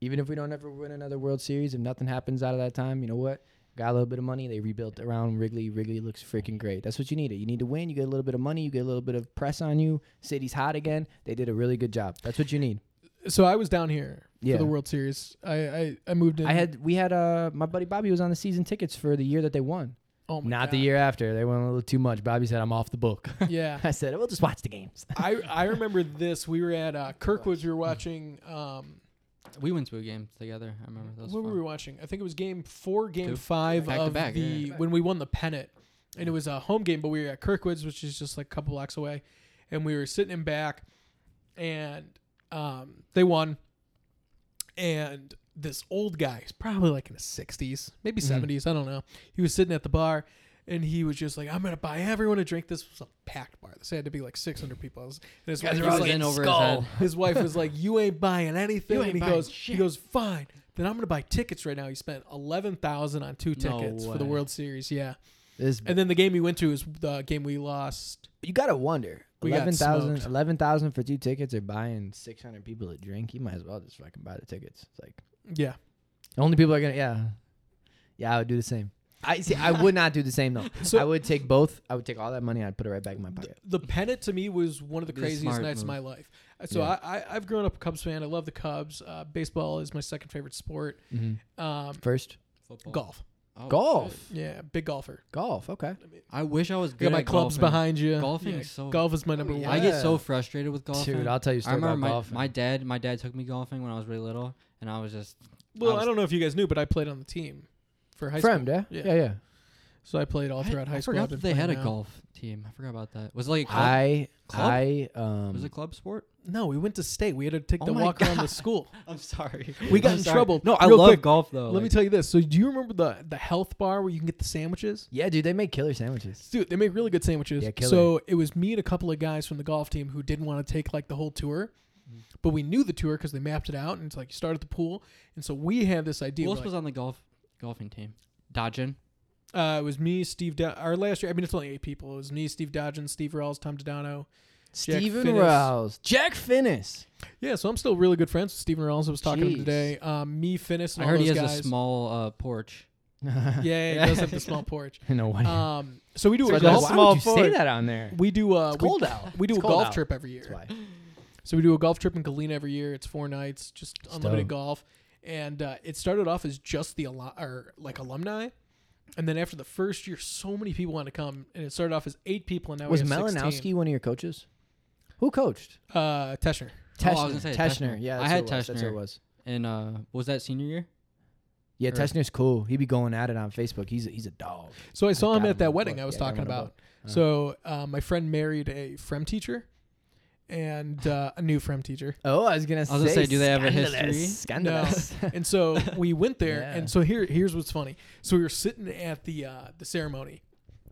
Speaker 2: even if we don't ever win another World Series, if nothing happens out of that time, you know what? Got a little bit of money. They rebuilt around Wrigley. Wrigley looks freaking great. That's what you needed. You need to win. You get a little bit of money. You get a little bit of press on you. City's hot again. They did a really good job. That's what you need.
Speaker 1: so I was down here
Speaker 2: Yeah.
Speaker 1: for the World Series. I I, I moved in.
Speaker 2: I had we had uh my buddy Bobby was on the season tickets for the year that they won.
Speaker 1: oh my
Speaker 2: Not
Speaker 1: God.
Speaker 2: the year after. They won a little too much. Bobby said I'm off the book. <laughs>
Speaker 1: Yeah,
Speaker 2: I said we'll just watch the games.
Speaker 1: I I remember this. We were at uh, Kirkwood's. We were watching. Um,
Speaker 3: we went to a game together. I remember that was
Speaker 1: what
Speaker 3: fun.
Speaker 1: were we watching? I think it was Game Four, Game
Speaker 3: Two.
Speaker 1: Five
Speaker 3: Back to
Speaker 1: of
Speaker 3: back,
Speaker 1: the
Speaker 3: yeah.
Speaker 1: when we won the pennant, and it was a home game. But we were at Kirkwood's, which is just like a couple blocks away, and we were sitting in back, and um, they won, and this old guy, he's probably like in his sixties, maybe
Speaker 3: Mm-hmm.
Speaker 1: 70s I don't know. He was sitting at the bar. And he was just like, "I'm gonna buy everyone a drink." This was a packed bar. This had to be like 600 people. And his
Speaker 2: Guys
Speaker 1: wife
Speaker 2: are
Speaker 1: was
Speaker 2: all
Speaker 1: like,
Speaker 2: getting
Speaker 3: over his
Speaker 2: skull.
Speaker 3: head.
Speaker 1: <laughs> his wife was like, "You ain't buying anything."
Speaker 2: You ain't
Speaker 1: and he
Speaker 2: buying
Speaker 1: goes,
Speaker 2: shit.
Speaker 1: "He goes, fine. Then I'm gonna buy tickets right now." He spent eleven thousand on two
Speaker 3: No
Speaker 1: tickets for the
Speaker 3: way.
Speaker 1: World Series. Yeah,
Speaker 2: This
Speaker 1: and then the game he went to is the game we lost.
Speaker 2: you gotta wonder.
Speaker 1: We got
Speaker 2: 11,000
Speaker 1: smoked.
Speaker 2: 11,000 for two tickets are buying six hundred people a drink. You might as well just fucking buy the tickets. It's like
Speaker 1: Yeah,
Speaker 2: the only people are gonna yeah. Yeah, I would do the same. I see I would not do the same though.
Speaker 1: So-
Speaker 2: I would take both. I would take all that money, I'd put it right back in my pocket.
Speaker 1: the pennant to me was one of the
Speaker 3: Be a
Speaker 1: craziest
Speaker 3: smart
Speaker 1: nights of
Speaker 3: move.
Speaker 1: my life. Uh, So
Speaker 2: Yeah.
Speaker 1: I, I I've grown up a Cubs fan. I love the Cubs. Uh, baseball is my second favorite sport. Um,
Speaker 2: Mm-hmm. First.
Speaker 3: Football.
Speaker 1: golf.
Speaker 3: Oh,
Speaker 2: golf.
Speaker 3: shit.
Speaker 1: Yeah, big golfer.
Speaker 2: Golf, okay.
Speaker 3: I wish I was
Speaker 1: I
Speaker 3: good
Speaker 1: got my
Speaker 3: at
Speaker 1: clubs
Speaker 3: golfing.
Speaker 1: behind you.
Speaker 3: Golfing
Speaker 1: Yeah,
Speaker 3: is so- Oh,
Speaker 1: golf is my number
Speaker 2: yeah.
Speaker 1: one.
Speaker 3: I get so frustrated with golfing.
Speaker 2: Dude, I'll tell you a
Speaker 3: I
Speaker 2: story
Speaker 3: remember
Speaker 2: about
Speaker 3: my,
Speaker 2: golf.
Speaker 3: my dad. My dad took me golfing when I was really little, and I was just
Speaker 1: Well,
Speaker 3: I was-
Speaker 1: I don't know if you guys knew, but I played on the team for high
Speaker 2: friend,
Speaker 1: school.
Speaker 2: yeah?
Speaker 1: Yeah.
Speaker 2: Yeah, yeah.
Speaker 1: So I played all
Speaker 3: I-
Speaker 1: throughout
Speaker 3: I,
Speaker 1: high school.
Speaker 3: forgot
Speaker 1: I've been
Speaker 3: that they had a
Speaker 1: playing now.
Speaker 3: golf team. I forgot about that. Was it like a club?
Speaker 2: I
Speaker 3: Club?
Speaker 2: I um
Speaker 3: was it a club sport? <laughs>
Speaker 1: No, we went to state. We had to take
Speaker 3: Oh
Speaker 1: the
Speaker 3: my
Speaker 1: walk around the
Speaker 3: God. <laughs>
Speaker 1: school.
Speaker 3: I'm sorry.
Speaker 1: We got
Speaker 3: I'm
Speaker 1: in
Speaker 3: sorry.
Speaker 1: trouble.
Speaker 3: No, I
Speaker 1: Real
Speaker 3: love
Speaker 1: quick,
Speaker 3: golf though.
Speaker 1: Let me tell you this. So, do you remember the the health bar where you can get the sandwiches?
Speaker 2: Yeah, dude, they make killer sandwiches.
Speaker 1: Dude, they make really good sandwiches.
Speaker 2: Yeah, killer.
Speaker 1: so it was me and a couple of guys from the golf team who didn't want to take like the whole tour,
Speaker 3: Mm.
Speaker 1: but we knew the tour because they mapped it out and it's like you start at the pool. And so we had this idea.
Speaker 3: Who
Speaker 1: we're
Speaker 3: else was on the golf golfing team? Dodgin.
Speaker 1: like, uh, it was me, Steve. Do- our last year, I mean, it's only eight people. It was me, Steve Dodgen, Steve Rawls, Tom Dodano. Jack
Speaker 2: Steven
Speaker 1: Finnis.
Speaker 2: Rouse. Jack Finnis.
Speaker 1: Yeah, so I'm still really good friends with Steven Rawls. I was talking to him
Speaker 2: Jeez.
Speaker 1: today. Um, me, Finnis, and
Speaker 3: I
Speaker 1: all
Speaker 3: heard
Speaker 1: those
Speaker 3: he has
Speaker 1: guys.
Speaker 3: a small uh, porch.
Speaker 1: yeah, he does have the small <laughs> porch.
Speaker 2: no one.
Speaker 1: Um, so we do a
Speaker 2: Why
Speaker 1: golf.
Speaker 2: would you say that on there?
Speaker 1: We do. Uh,
Speaker 2: It's
Speaker 1: we-
Speaker 2: cold out.
Speaker 1: We do
Speaker 2: It's
Speaker 1: a
Speaker 2: cold
Speaker 1: golf
Speaker 2: out.
Speaker 1: trip every year.
Speaker 2: That's why.
Speaker 1: So we do a golf trip in Galena every year. It's four nights, just unlimited
Speaker 2: dope.
Speaker 1: golf. And uh, it started off as just the alum or like alumni, and then after the first year, so many people wanted to come, and it started off as eight people, and now
Speaker 2: Was
Speaker 1: we have 16.
Speaker 2: Malinowski one of your coaches? Who coached?
Speaker 1: uh, Teshner.
Speaker 3: Oh, I was gonna say
Speaker 2: Teschner.
Speaker 3: Teschner.
Speaker 2: Yeah,
Speaker 3: I
Speaker 2: that's
Speaker 3: had
Speaker 2: what it was. That's what it
Speaker 3: Teschner.
Speaker 2: was.
Speaker 3: And uh, was that senior <laughs> year?
Speaker 2: Yeah,
Speaker 3: Or-
Speaker 2: Teschner's cool. He be going at it on Facebook. He's a, he's a dog.
Speaker 1: So I saw
Speaker 2: got
Speaker 1: him
Speaker 2: him
Speaker 1: at
Speaker 2: on
Speaker 1: that
Speaker 2: a
Speaker 1: wedding
Speaker 2: book.
Speaker 1: I was
Speaker 2: Yeah, I got
Speaker 1: talking
Speaker 2: him on a
Speaker 1: about.
Speaker 2: book. Uh.
Speaker 1: So uh, my friend married a FREM teacher, and uh, a new FREM teacher.
Speaker 2: Oh, I was gonna
Speaker 3: I was gonna say, do they have a
Speaker 2: scandalous.
Speaker 3: history?
Speaker 2: Scandalous. <laughs>
Speaker 1: and
Speaker 3: <laughs>
Speaker 1: so we went there
Speaker 2: Yeah.
Speaker 1: and so here here's what's funny so we were sitting at the uh the ceremony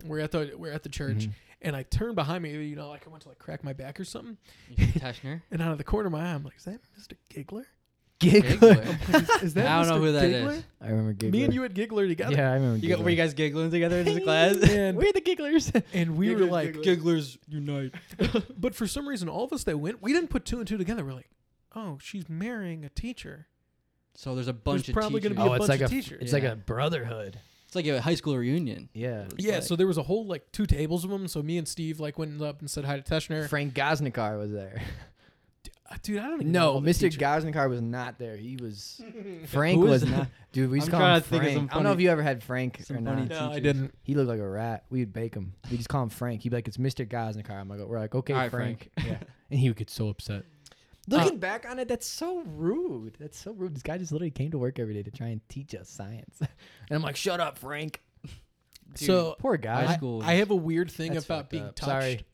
Speaker 1: we're at the we're at the church
Speaker 2: Mm-hmm.
Speaker 3: Mm-hmm.
Speaker 1: and i turned behind me you know like i went to like crack my back or something
Speaker 3: Teschner.
Speaker 1: and out of the corner of my eye i'm like is that mr giggler
Speaker 2: Giggler.
Speaker 3: <laughs>
Speaker 1: is, is that
Speaker 3: I don't know
Speaker 1: Mr.
Speaker 3: who that is.
Speaker 1: giggler?
Speaker 2: I remember Giggler.
Speaker 1: me and you had giggler together
Speaker 2: Yeah, I remember. Giggler.
Speaker 3: guys giggling together
Speaker 1: <laughs>
Speaker 3: in <laughs>
Speaker 1: And-
Speaker 2: We're the Gigglers.
Speaker 1: and we were like
Speaker 3: gigglers unite. <laughs>
Speaker 1: but for some reason all of us that went we didn't put two and two together we're like oh she's marrying a teacher
Speaker 3: So there's a bunch
Speaker 1: There's
Speaker 3: of
Speaker 1: probably
Speaker 3: teachers.
Speaker 1: gonna be a
Speaker 2: Oh,
Speaker 1: bunch
Speaker 2: it's like
Speaker 1: of
Speaker 2: a
Speaker 1: teachers.
Speaker 2: it's like
Speaker 3: Yeah.
Speaker 2: a brotherhood.
Speaker 3: it's like a high school reunion.
Speaker 2: Yeah.
Speaker 3: It's
Speaker 1: yeah
Speaker 3: like-
Speaker 1: so there was a whole like two tables of them so me and steve like went up and said hi to teschner
Speaker 2: Frank Gosnicar was there.
Speaker 1: Uh, dude i don't even know
Speaker 2: No,
Speaker 1: all the
Speaker 2: Mr.
Speaker 1: teachers.
Speaker 2: Gosnicar was not there. He
Speaker 3: <laughs>
Speaker 2: was Frank
Speaker 3: Who
Speaker 2: was
Speaker 3: is
Speaker 2: not.
Speaker 3: that?
Speaker 2: Dude, we used to call
Speaker 3: I'm trying
Speaker 2: him
Speaker 3: to think of
Speaker 2: Frank.
Speaker 3: some
Speaker 2: I don't know if
Speaker 3: funny-
Speaker 2: you ever had Frank
Speaker 3: some
Speaker 2: or
Speaker 3: funny
Speaker 2: not.
Speaker 3: t-
Speaker 1: no i
Speaker 3: teachers.
Speaker 1: didn't
Speaker 2: He looked like a rat. We would bake him. We just call him Frank. He'd be like, "It's Mr. Gosnicar." I'm like, "We're like, okay,
Speaker 3: All right,
Speaker 2: Frank."
Speaker 3: Frank.
Speaker 2: Yeah,
Speaker 3: <laughs>
Speaker 2: and he would get so upset.
Speaker 1: Uh,
Speaker 2: Looking back on it, that's so rude. That's so rude. This guy just literally came to work every day to try and teach us science, and I'm like, "Shut up, Frank."
Speaker 1: so
Speaker 2: <laughs> Poor
Speaker 3: high
Speaker 2: guy.
Speaker 1: I,
Speaker 3: school
Speaker 1: I
Speaker 3: is-
Speaker 1: have a weird thing
Speaker 2: That's
Speaker 1: about
Speaker 2: fucked
Speaker 1: being
Speaker 2: up.
Speaker 1: touched. <laughs>
Speaker 2: Sorry.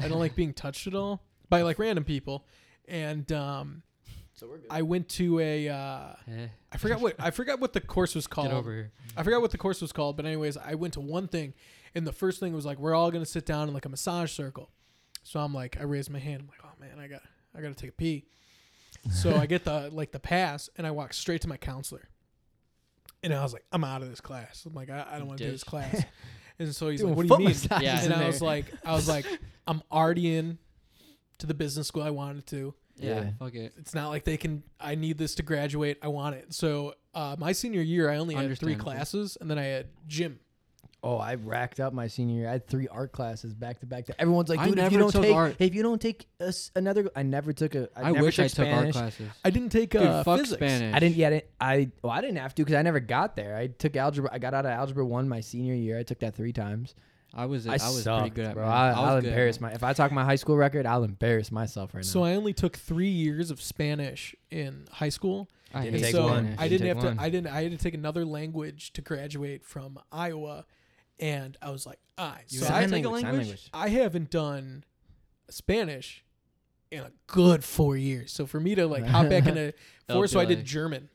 Speaker 1: I don't like being touched at all by like random people, and um,
Speaker 2: So we're good.
Speaker 1: I went to a uh,
Speaker 3: Eh,
Speaker 1: I forgot what I forgot what the course was called.
Speaker 3: get over here.
Speaker 1: I forgot what the course was called, but anyways, I went to one thing, and the first thing was like, we're all gonna sit down in like a massage circle. So I'm like, I raised my hand. I'm like, oh man, I got, I gotta take a pee. So I get the like the pass, and I walk straight to my counselor. And I was like, I'm out of this class. I'm like, I, I don't want to do
Speaker 3: Ditch.
Speaker 1: this <laughs> class. And so he's
Speaker 2: Doing
Speaker 1: like, What
Speaker 2: foot
Speaker 1: do you mean?
Speaker 2: massages
Speaker 3: Yeah.
Speaker 1: And
Speaker 2: in
Speaker 1: I
Speaker 2: there.
Speaker 1: was like, I was like, I'm already in to the business school I wanted to
Speaker 3: Yeah,
Speaker 2: Yeah.
Speaker 3: fuck it.
Speaker 1: it's not like they can i need this to graduate i want it so uh, my senior year i only had three
Speaker 3: Understandable.
Speaker 1: classes and then i had gym
Speaker 2: Oh, I racked up my senior year. I had three art classes back to back. To, everyone's like,
Speaker 3: I
Speaker 2: dude, if you
Speaker 3: never
Speaker 2: don't
Speaker 3: took
Speaker 2: take,
Speaker 3: art.
Speaker 2: if you don't take a s another, I never took a. I
Speaker 3: I
Speaker 2: never
Speaker 3: wish
Speaker 2: took
Speaker 3: I took
Speaker 2: Spanish.
Speaker 3: art classes.
Speaker 1: i didn't take
Speaker 3: Dude,
Speaker 1: uh,
Speaker 3: fuck
Speaker 1: physics
Speaker 3: Spanish.
Speaker 2: I didn't yet. it- I well, I didn't have to because I never got there. I took algebra. I got out of algebra one my senior year. I took that three times.
Speaker 3: I was. I,
Speaker 2: I,
Speaker 3: was pretty
Speaker 2: sucked,
Speaker 3: good at
Speaker 2: bro.
Speaker 3: math.
Speaker 2: I,
Speaker 3: was
Speaker 2: will
Speaker 3: good at
Speaker 2: embarrass
Speaker 3: math.
Speaker 2: my. If I talk my high school record, I'll embarrass myself right
Speaker 1: so
Speaker 2: now.
Speaker 1: i only took three years of spanish in high school
Speaker 3: I
Speaker 2: Didn't
Speaker 3: hate
Speaker 2: take
Speaker 1: so
Speaker 2: one.
Speaker 1: i didn't
Speaker 2: <laughs>
Speaker 3: Spanish.
Speaker 2: Didn't
Speaker 1: have
Speaker 2: take one.
Speaker 1: to i didn't i had to take another language to graduate from iowa and i was like i
Speaker 3: You
Speaker 1: so
Speaker 3: had
Speaker 1: I,
Speaker 3: to take a
Speaker 2: sign
Speaker 3: language?
Speaker 1: I haven't done spanish in a good four years so for me to like hop back
Speaker 3: <laughs>
Speaker 1: into
Speaker 3: That'll
Speaker 1: four so i
Speaker 3: be
Speaker 1: did
Speaker 3: like-
Speaker 1: german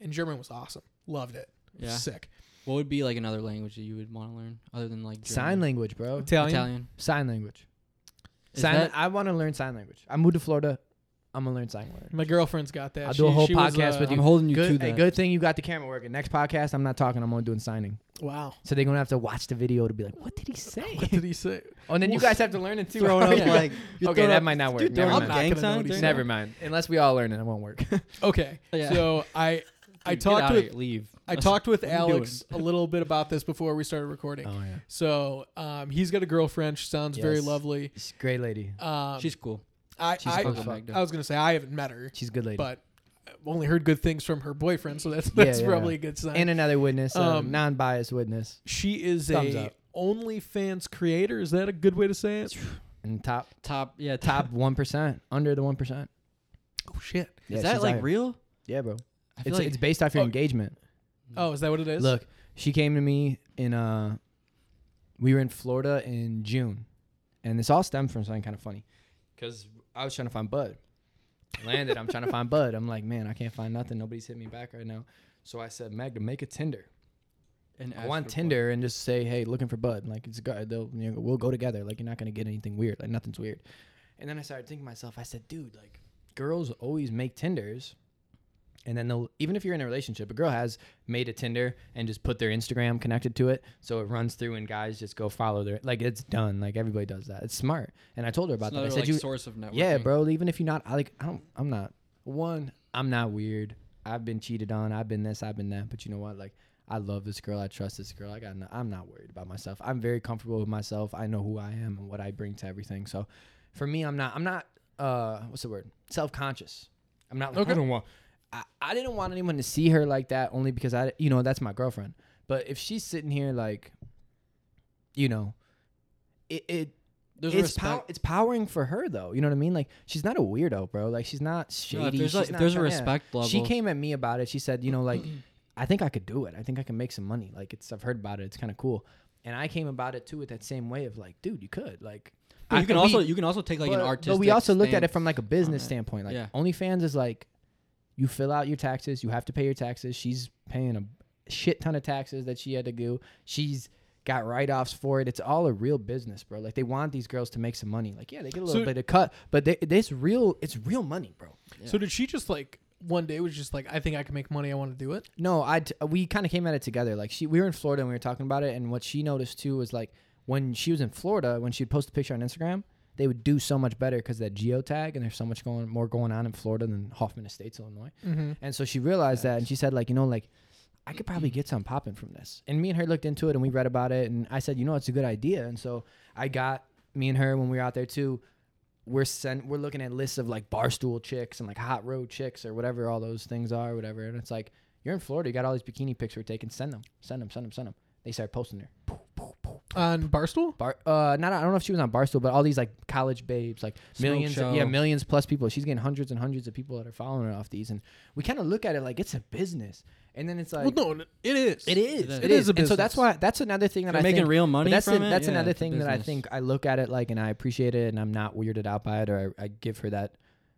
Speaker 1: and german was awesome loved it
Speaker 3: Yeah.
Speaker 1: sick
Speaker 3: What would be like another language that you would want to learn other than like German?
Speaker 2: Sign language, bro.
Speaker 1: Italian.
Speaker 3: Italian.
Speaker 2: Sign language.
Speaker 3: Is
Speaker 2: Sign.
Speaker 3: that-
Speaker 2: I want to learn sign language. I moved to Florida. I'm gonna learn sign language.
Speaker 1: My girlfriend's got that.
Speaker 2: I'll do a whole
Speaker 1: was, uh,
Speaker 2: podcast with
Speaker 3: I'm
Speaker 2: you.
Speaker 3: holding you to
Speaker 2: Good.
Speaker 3: that.
Speaker 2: Hey, good thing you got the camera working. Next podcast, I'm not talking. I'm only doing signing.
Speaker 1: Wow.
Speaker 2: So they're gonna have to watch the video to be like, what did
Speaker 1: <laughs>
Speaker 2: he
Speaker 1: What
Speaker 2: say?
Speaker 1: did he say?
Speaker 2: oh, and then you guys have to learn it too.
Speaker 3: Throwing
Speaker 2: <laughs>
Speaker 3: up
Speaker 2: Yeah.
Speaker 3: like
Speaker 2: Okay, that might not work. Never
Speaker 1: I'm
Speaker 2: mind.
Speaker 1: not gonna
Speaker 3: Gang
Speaker 1: know
Speaker 3: sign
Speaker 1: what he
Speaker 3: thing?
Speaker 1: said.
Speaker 2: Never mind. Unless we all learn it, it won't
Speaker 3: <laughs>
Speaker 2: work. Oh,
Speaker 1: Okay.
Speaker 3: Yeah.
Speaker 1: So I I
Speaker 3: Dude, get
Speaker 1: talked
Speaker 3: outta
Speaker 1: with
Speaker 3: here, leave.
Speaker 1: I
Speaker 2: <laughs>
Speaker 1: talked with
Speaker 3: What are you
Speaker 1: Alex a little bit about this before we started recording.
Speaker 3: Oh,
Speaker 2: yeah,
Speaker 1: So um, he's got a girlfriend. She sounds very
Speaker 2: Oh. Yes.
Speaker 1: lovely.
Speaker 2: <laughs> she's a great lady.
Speaker 1: Um,
Speaker 3: She's cool.
Speaker 1: I
Speaker 3: She's
Speaker 1: I,
Speaker 3: fucking
Speaker 2: fuck.
Speaker 3: Magda.
Speaker 1: I was gonna say I haven't met her,
Speaker 2: She's a good lady.
Speaker 1: but I've only heard good things from her boyfriend. So that's
Speaker 2: Yeah,
Speaker 1: that's
Speaker 2: yeah.
Speaker 1: probably a good sign.
Speaker 2: and another witness, a
Speaker 1: Um,
Speaker 2: non-biased witness,
Speaker 1: she is
Speaker 2: Thumbs
Speaker 1: a
Speaker 2: up.
Speaker 1: OnlyFans creator. Is that a good way to say it?
Speaker 2: and top
Speaker 3: Top. Yeah. Top. <laughs>
Speaker 2: top one percent, under the one percent.
Speaker 1: Oh shit.
Speaker 3: Is that like real?
Speaker 2: Yeah, bro.
Speaker 3: I feel
Speaker 2: It's,
Speaker 3: like
Speaker 2: it's based off your
Speaker 1: Oh.
Speaker 2: engagement.
Speaker 1: Oh, is that what it is?
Speaker 2: Look, she came to me in uh we were in Florida in June. And this all stemmed from something kind of funny. Cause I was trying to find Bud. Landed, I'm trying to find Bud. I'm like, man, I can't find nothing. Nobody's hitting me back right now. So I said, Magda, make a Tinder.
Speaker 3: and
Speaker 2: I want Tinder and just say, hey, looking for Bud. Like it's good. They'll, you know, we'll go together. Like you're not gonna get anything weird. Like nothing's weird. And then I started thinking to myself. I said, dude, like girls always make Tinders, and then they'll even if you're in a relationship, a girl has made a Tinder and just put their Instagram connected to it, so it runs through and guys just go follow their. Like it's done. Like everybody does that. It's smart. And I told her about that. I
Speaker 3: another
Speaker 2: said,
Speaker 3: like
Speaker 2: you,
Speaker 3: source of networking.
Speaker 2: yeah, bro. Even if you're not, I like, I don't, I'm not. One, I'm not weird. I've been cheated on. I've been this. I've been that. But you know what? Like, I love this girl. I trust this girl. I got. No, I'm not worried about myself. I'm very comfortable with myself. I know who I am and what I bring to everything. So, for me, I'm not. I'm not. Uh, what's the word? Self conscious. I'm not. Like,
Speaker 1: Okay.
Speaker 2: I don't want. I, I didn't want anyone to see her like that only because I, you know, that's my girlfriend. But if she's sitting here like, you know, it, it
Speaker 3: There's
Speaker 2: it's
Speaker 3: respect.
Speaker 2: pow- it's powering for her though. You know what I mean? Like she's not a weirdo, bro. Like she's not shady.
Speaker 3: No, if there's
Speaker 2: she's
Speaker 3: like if
Speaker 2: not
Speaker 3: there's a
Speaker 2: try- yeah.
Speaker 3: respect level.
Speaker 2: She came at me about it. She said, you know,
Speaker 3: <clears throat>
Speaker 2: like I think I could do it. I think I can make some money. Like it's I've heard about it. It's kind of cool. And I came about it too with that same way of like, dude, you could like.
Speaker 3: But
Speaker 2: I-
Speaker 3: you can
Speaker 2: we-
Speaker 3: also you can also take like an
Speaker 2: but-
Speaker 3: artistic.
Speaker 2: But we also looked at it
Speaker 3: stance.
Speaker 2: from like a business
Speaker 3: it.
Speaker 2: standpoint. Like
Speaker 3: Yeah.
Speaker 2: OnlyFans is like you fill out your taxes, you have to pay your taxes. She's paying a shit ton of taxes that she had to do. She's got write offs for it. It's all a real business, bro. Like they want these girls to make some money. Like, yeah, they get a little
Speaker 1: So-
Speaker 2: bit of cut, but they, this real it's real money, bro.
Speaker 1: So did she just like one day was just like I think I can make money. I want to do it.
Speaker 2: No, I t- we kind of came at it together. Like she, we were in Florida and we were talking about it, and what she noticed too was like when she was in Florida, when she'd post a picture on Instagram, they would do so much better because that geotag and there's so much going more going on in Florida than Hoffman Estates, Illinois.
Speaker 1: Mm-hmm.
Speaker 2: And so she realized that, and she said like, you know, like I could probably get some popping from this. And me and her looked into it, and we read about it, and I said, you know, it's a good idea. And so I got me and her when we were out there too. We're sent. We're looking at lists of like barstool chicks and like hot road chicks or whatever all those things are, whatever. And it's like you're in Florida, you got all these bikini pics we're taking. Send them, send them, send them, send them. They start posting there.
Speaker 1: On Barstool.
Speaker 2: Bar, uh, not I don't know if she was on Barstool, but all these like college babes, like
Speaker 3: Smoke
Speaker 2: millions,
Speaker 3: show.
Speaker 2: yeah, millions plus people. She's getting hundreds and hundreds of people that are following her off these, and we kind of look at it like it's a business, and then it's like
Speaker 1: well, no, it is.
Speaker 2: it is,
Speaker 3: is.
Speaker 1: It
Speaker 2: it, it
Speaker 1: is
Speaker 2: is,
Speaker 1: a
Speaker 2: and so that's
Speaker 1: business.
Speaker 2: why that's another thing that
Speaker 3: You're
Speaker 2: I
Speaker 3: making
Speaker 2: think
Speaker 3: real
Speaker 2: but
Speaker 3: money
Speaker 2: that's
Speaker 3: from
Speaker 2: an-
Speaker 3: it.
Speaker 2: that's
Speaker 3: yeah,
Speaker 2: another
Speaker 3: it's a
Speaker 2: thing that I
Speaker 3: business.
Speaker 2: think I look at it like and I appreciate it, and I'm not weirded out by it, or I, I give her that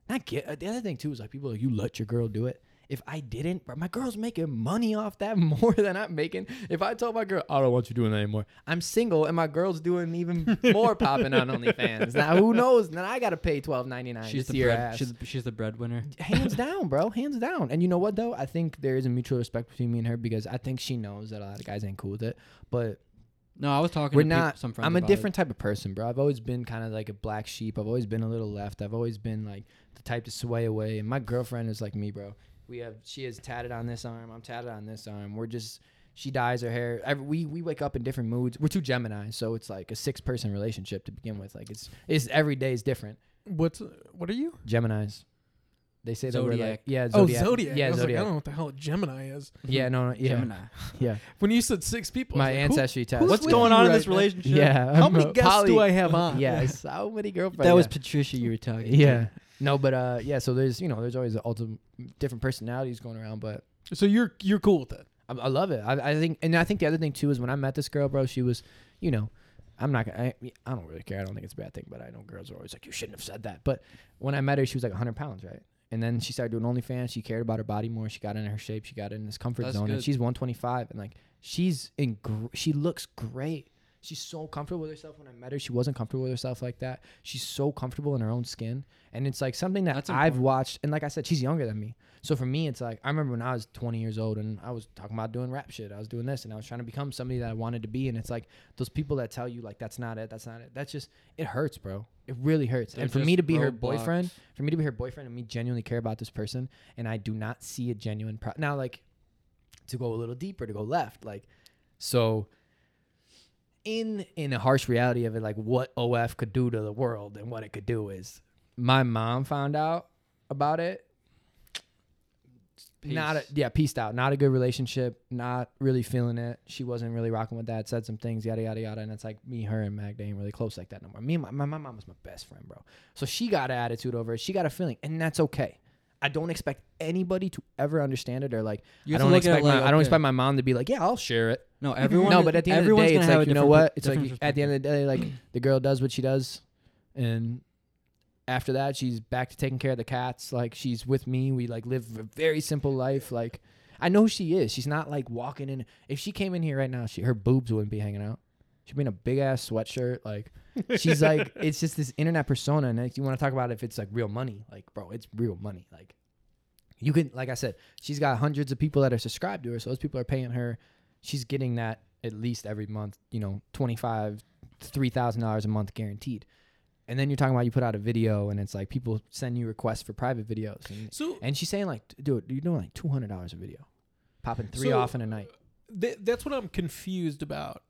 Speaker 2: And I get uh, the other thing too is like people are like you let your girl do it. If I didn't, bro, my girl's making money off that <laughs> more than I'm making. If I told my girl, I don't want you doing that anymore. I'm single and my girl's doing
Speaker 3: <laughs>
Speaker 2: even more popping on OnlyFans. Now who knows? Now I gotta pay twelve ninety nine.
Speaker 3: She's
Speaker 2: She's
Speaker 3: the
Speaker 2: your
Speaker 3: bread,
Speaker 2: ass.
Speaker 3: she's, she's the breadwinner.
Speaker 2: <laughs> hands down, bro, hands down. And you know what though? I think there is a mutual respect between me and her because I think she knows that a lot of guys ain't cool with it. But
Speaker 3: No, I was talking.
Speaker 2: we're
Speaker 3: to peop-
Speaker 2: not.
Speaker 3: Some friends
Speaker 2: I'm a
Speaker 3: about it.
Speaker 2: different type of person, bro. I've always been kind of like a black sheep. I've always been a little left. I've always been like the type to sway away. And my girlfriend is like me, bro. We have she is tatted on this arm. I'm tatted on this arm. We're just she dyes her hair. Every, we we wake up in different moods. We're two Gemini, so it's like a six person relationship to begin with. Like it's it's every day is different.
Speaker 1: What's what are you?
Speaker 2: Gemini's. They say that we're like
Speaker 3: Zodiac.
Speaker 2: yeah
Speaker 1: Oh, Zodiac.
Speaker 2: yeah
Speaker 1: I was like, I
Speaker 2: Zodiac
Speaker 1: don't know what the hell a Gemini is.
Speaker 2: yeah no no yeah
Speaker 3: Gemini.
Speaker 2: yeah
Speaker 1: When you said six people, I
Speaker 2: my
Speaker 1: was like,
Speaker 2: ancestry test
Speaker 1: who's
Speaker 3: What's
Speaker 1: with
Speaker 3: going
Speaker 1: you
Speaker 3: on in
Speaker 1: right
Speaker 3: this
Speaker 1: now?
Speaker 3: relationship?
Speaker 2: yeah
Speaker 1: who- How
Speaker 2: I'm
Speaker 1: many
Speaker 2: a
Speaker 1: guests
Speaker 2: poly-
Speaker 1: do I have on?
Speaker 2: yeah so many girlfriends
Speaker 3: That was
Speaker 2: yeah.
Speaker 3: Patricia you were talking. to.
Speaker 2: Yeah. No, but uh, yeah. So there's you know there's always all the different personalities going around, but
Speaker 1: So you're you're cool with that?
Speaker 2: I, I love it. I, I think and I think the other thing too is when I met this girl, bro, she was, you know, I'm not gonna. I, I don't really care. I don't think it's a bad thing, but I know girls are always like, you shouldn't have said that. But when I met her, she was like 100 pounds, right? And then she started doing OnlyFans. She cared about her body more. She got into her shape. She got in this comfort
Speaker 3: That's
Speaker 2: zone, and
Speaker 3: good.
Speaker 2: she's 125, and like she's in. Gr- she looks great. She's so comfortable with herself. When I met her, she wasn't comfortable with herself like that. She's so comfortable in her own skin, and it's like something that
Speaker 3: That's
Speaker 2: I've
Speaker 3: important.
Speaker 2: watched. And like I said, she's younger than me, so for me, it's like I remember when I was 20 years old and I was talking about doing rap shit. I was doing this, and I was trying to become somebody that I wanted to be. And it's like those people that tell you like that's not it, that's not it. That's just it hurts, bro. It really hurts.
Speaker 3: They're
Speaker 2: and for me
Speaker 3: just
Speaker 2: to be her
Speaker 3: roadblocks.
Speaker 2: boyfriend, for me to be her boyfriend, and me genuinely care about this person, and I do not see a genuine pro. Now, like to go a little deeper, to go left, like so in in a harsh reality of it, like what OF could do to the world and what it could do is my mom found out about it. Not a,
Speaker 3: Peace.
Speaker 2: yeah, peaced out. Not a good relationship. Not really feeling it. She wasn't really rocking with that. Said some things, yada yada yada. And it's like me, her, and Mag they ain't really close like that no more. Me, and my, my my mom was my best friend, bro. So she got an attitude over it. She got a feeling, and that's okay. I don't expect anybody to ever understand it or like.
Speaker 3: You
Speaker 2: I
Speaker 3: have to
Speaker 2: don't
Speaker 3: look at it
Speaker 2: expect my
Speaker 3: like,
Speaker 2: I don't
Speaker 3: okay.
Speaker 2: expect my mom to be like, yeah, I'll share it.
Speaker 3: No, everyone.
Speaker 2: No,
Speaker 3: is-
Speaker 2: but at the end of the
Speaker 3: everyone's
Speaker 2: day,
Speaker 3: gonna
Speaker 2: it's
Speaker 3: have
Speaker 2: like
Speaker 3: a
Speaker 2: you know
Speaker 3: different
Speaker 2: what?
Speaker 3: per-
Speaker 2: It's like
Speaker 3: different
Speaker 2: at the
Speaker 3: perspective.
Speaker 2: end of the day, like the girl does what she does, and after that, she's back to taking care of the cats. Like she's with me. We like live a very simple life. Like I know who she is. She's not like walking in. If she came in here right now, she her boobs wouldn't be hanging out. She'd be in a big ass sweatshirt. Like
Speaker 1: <laughs>
Speaker 2: she's like it's just this internet persona. And like, you want to talk about if it's like real money? Like bro, it's real money. Like you can like I said, she's got hundreds of people that are subscribed to her. So those people are paying her. She's getting that at least every month. You know, twenty five, three thousand dollars a month guaranteed. And then you're talking about you put out a video and it's like people send you requests for private videos. And,
Speaker 1: So
Speaker 2: and she's saying like, dude, you're doing like two hundred dollars a video, popping three
Speaker 1: So-
Speaker 2: off in a night.
Speaker 1: th- that's what I'm confused about.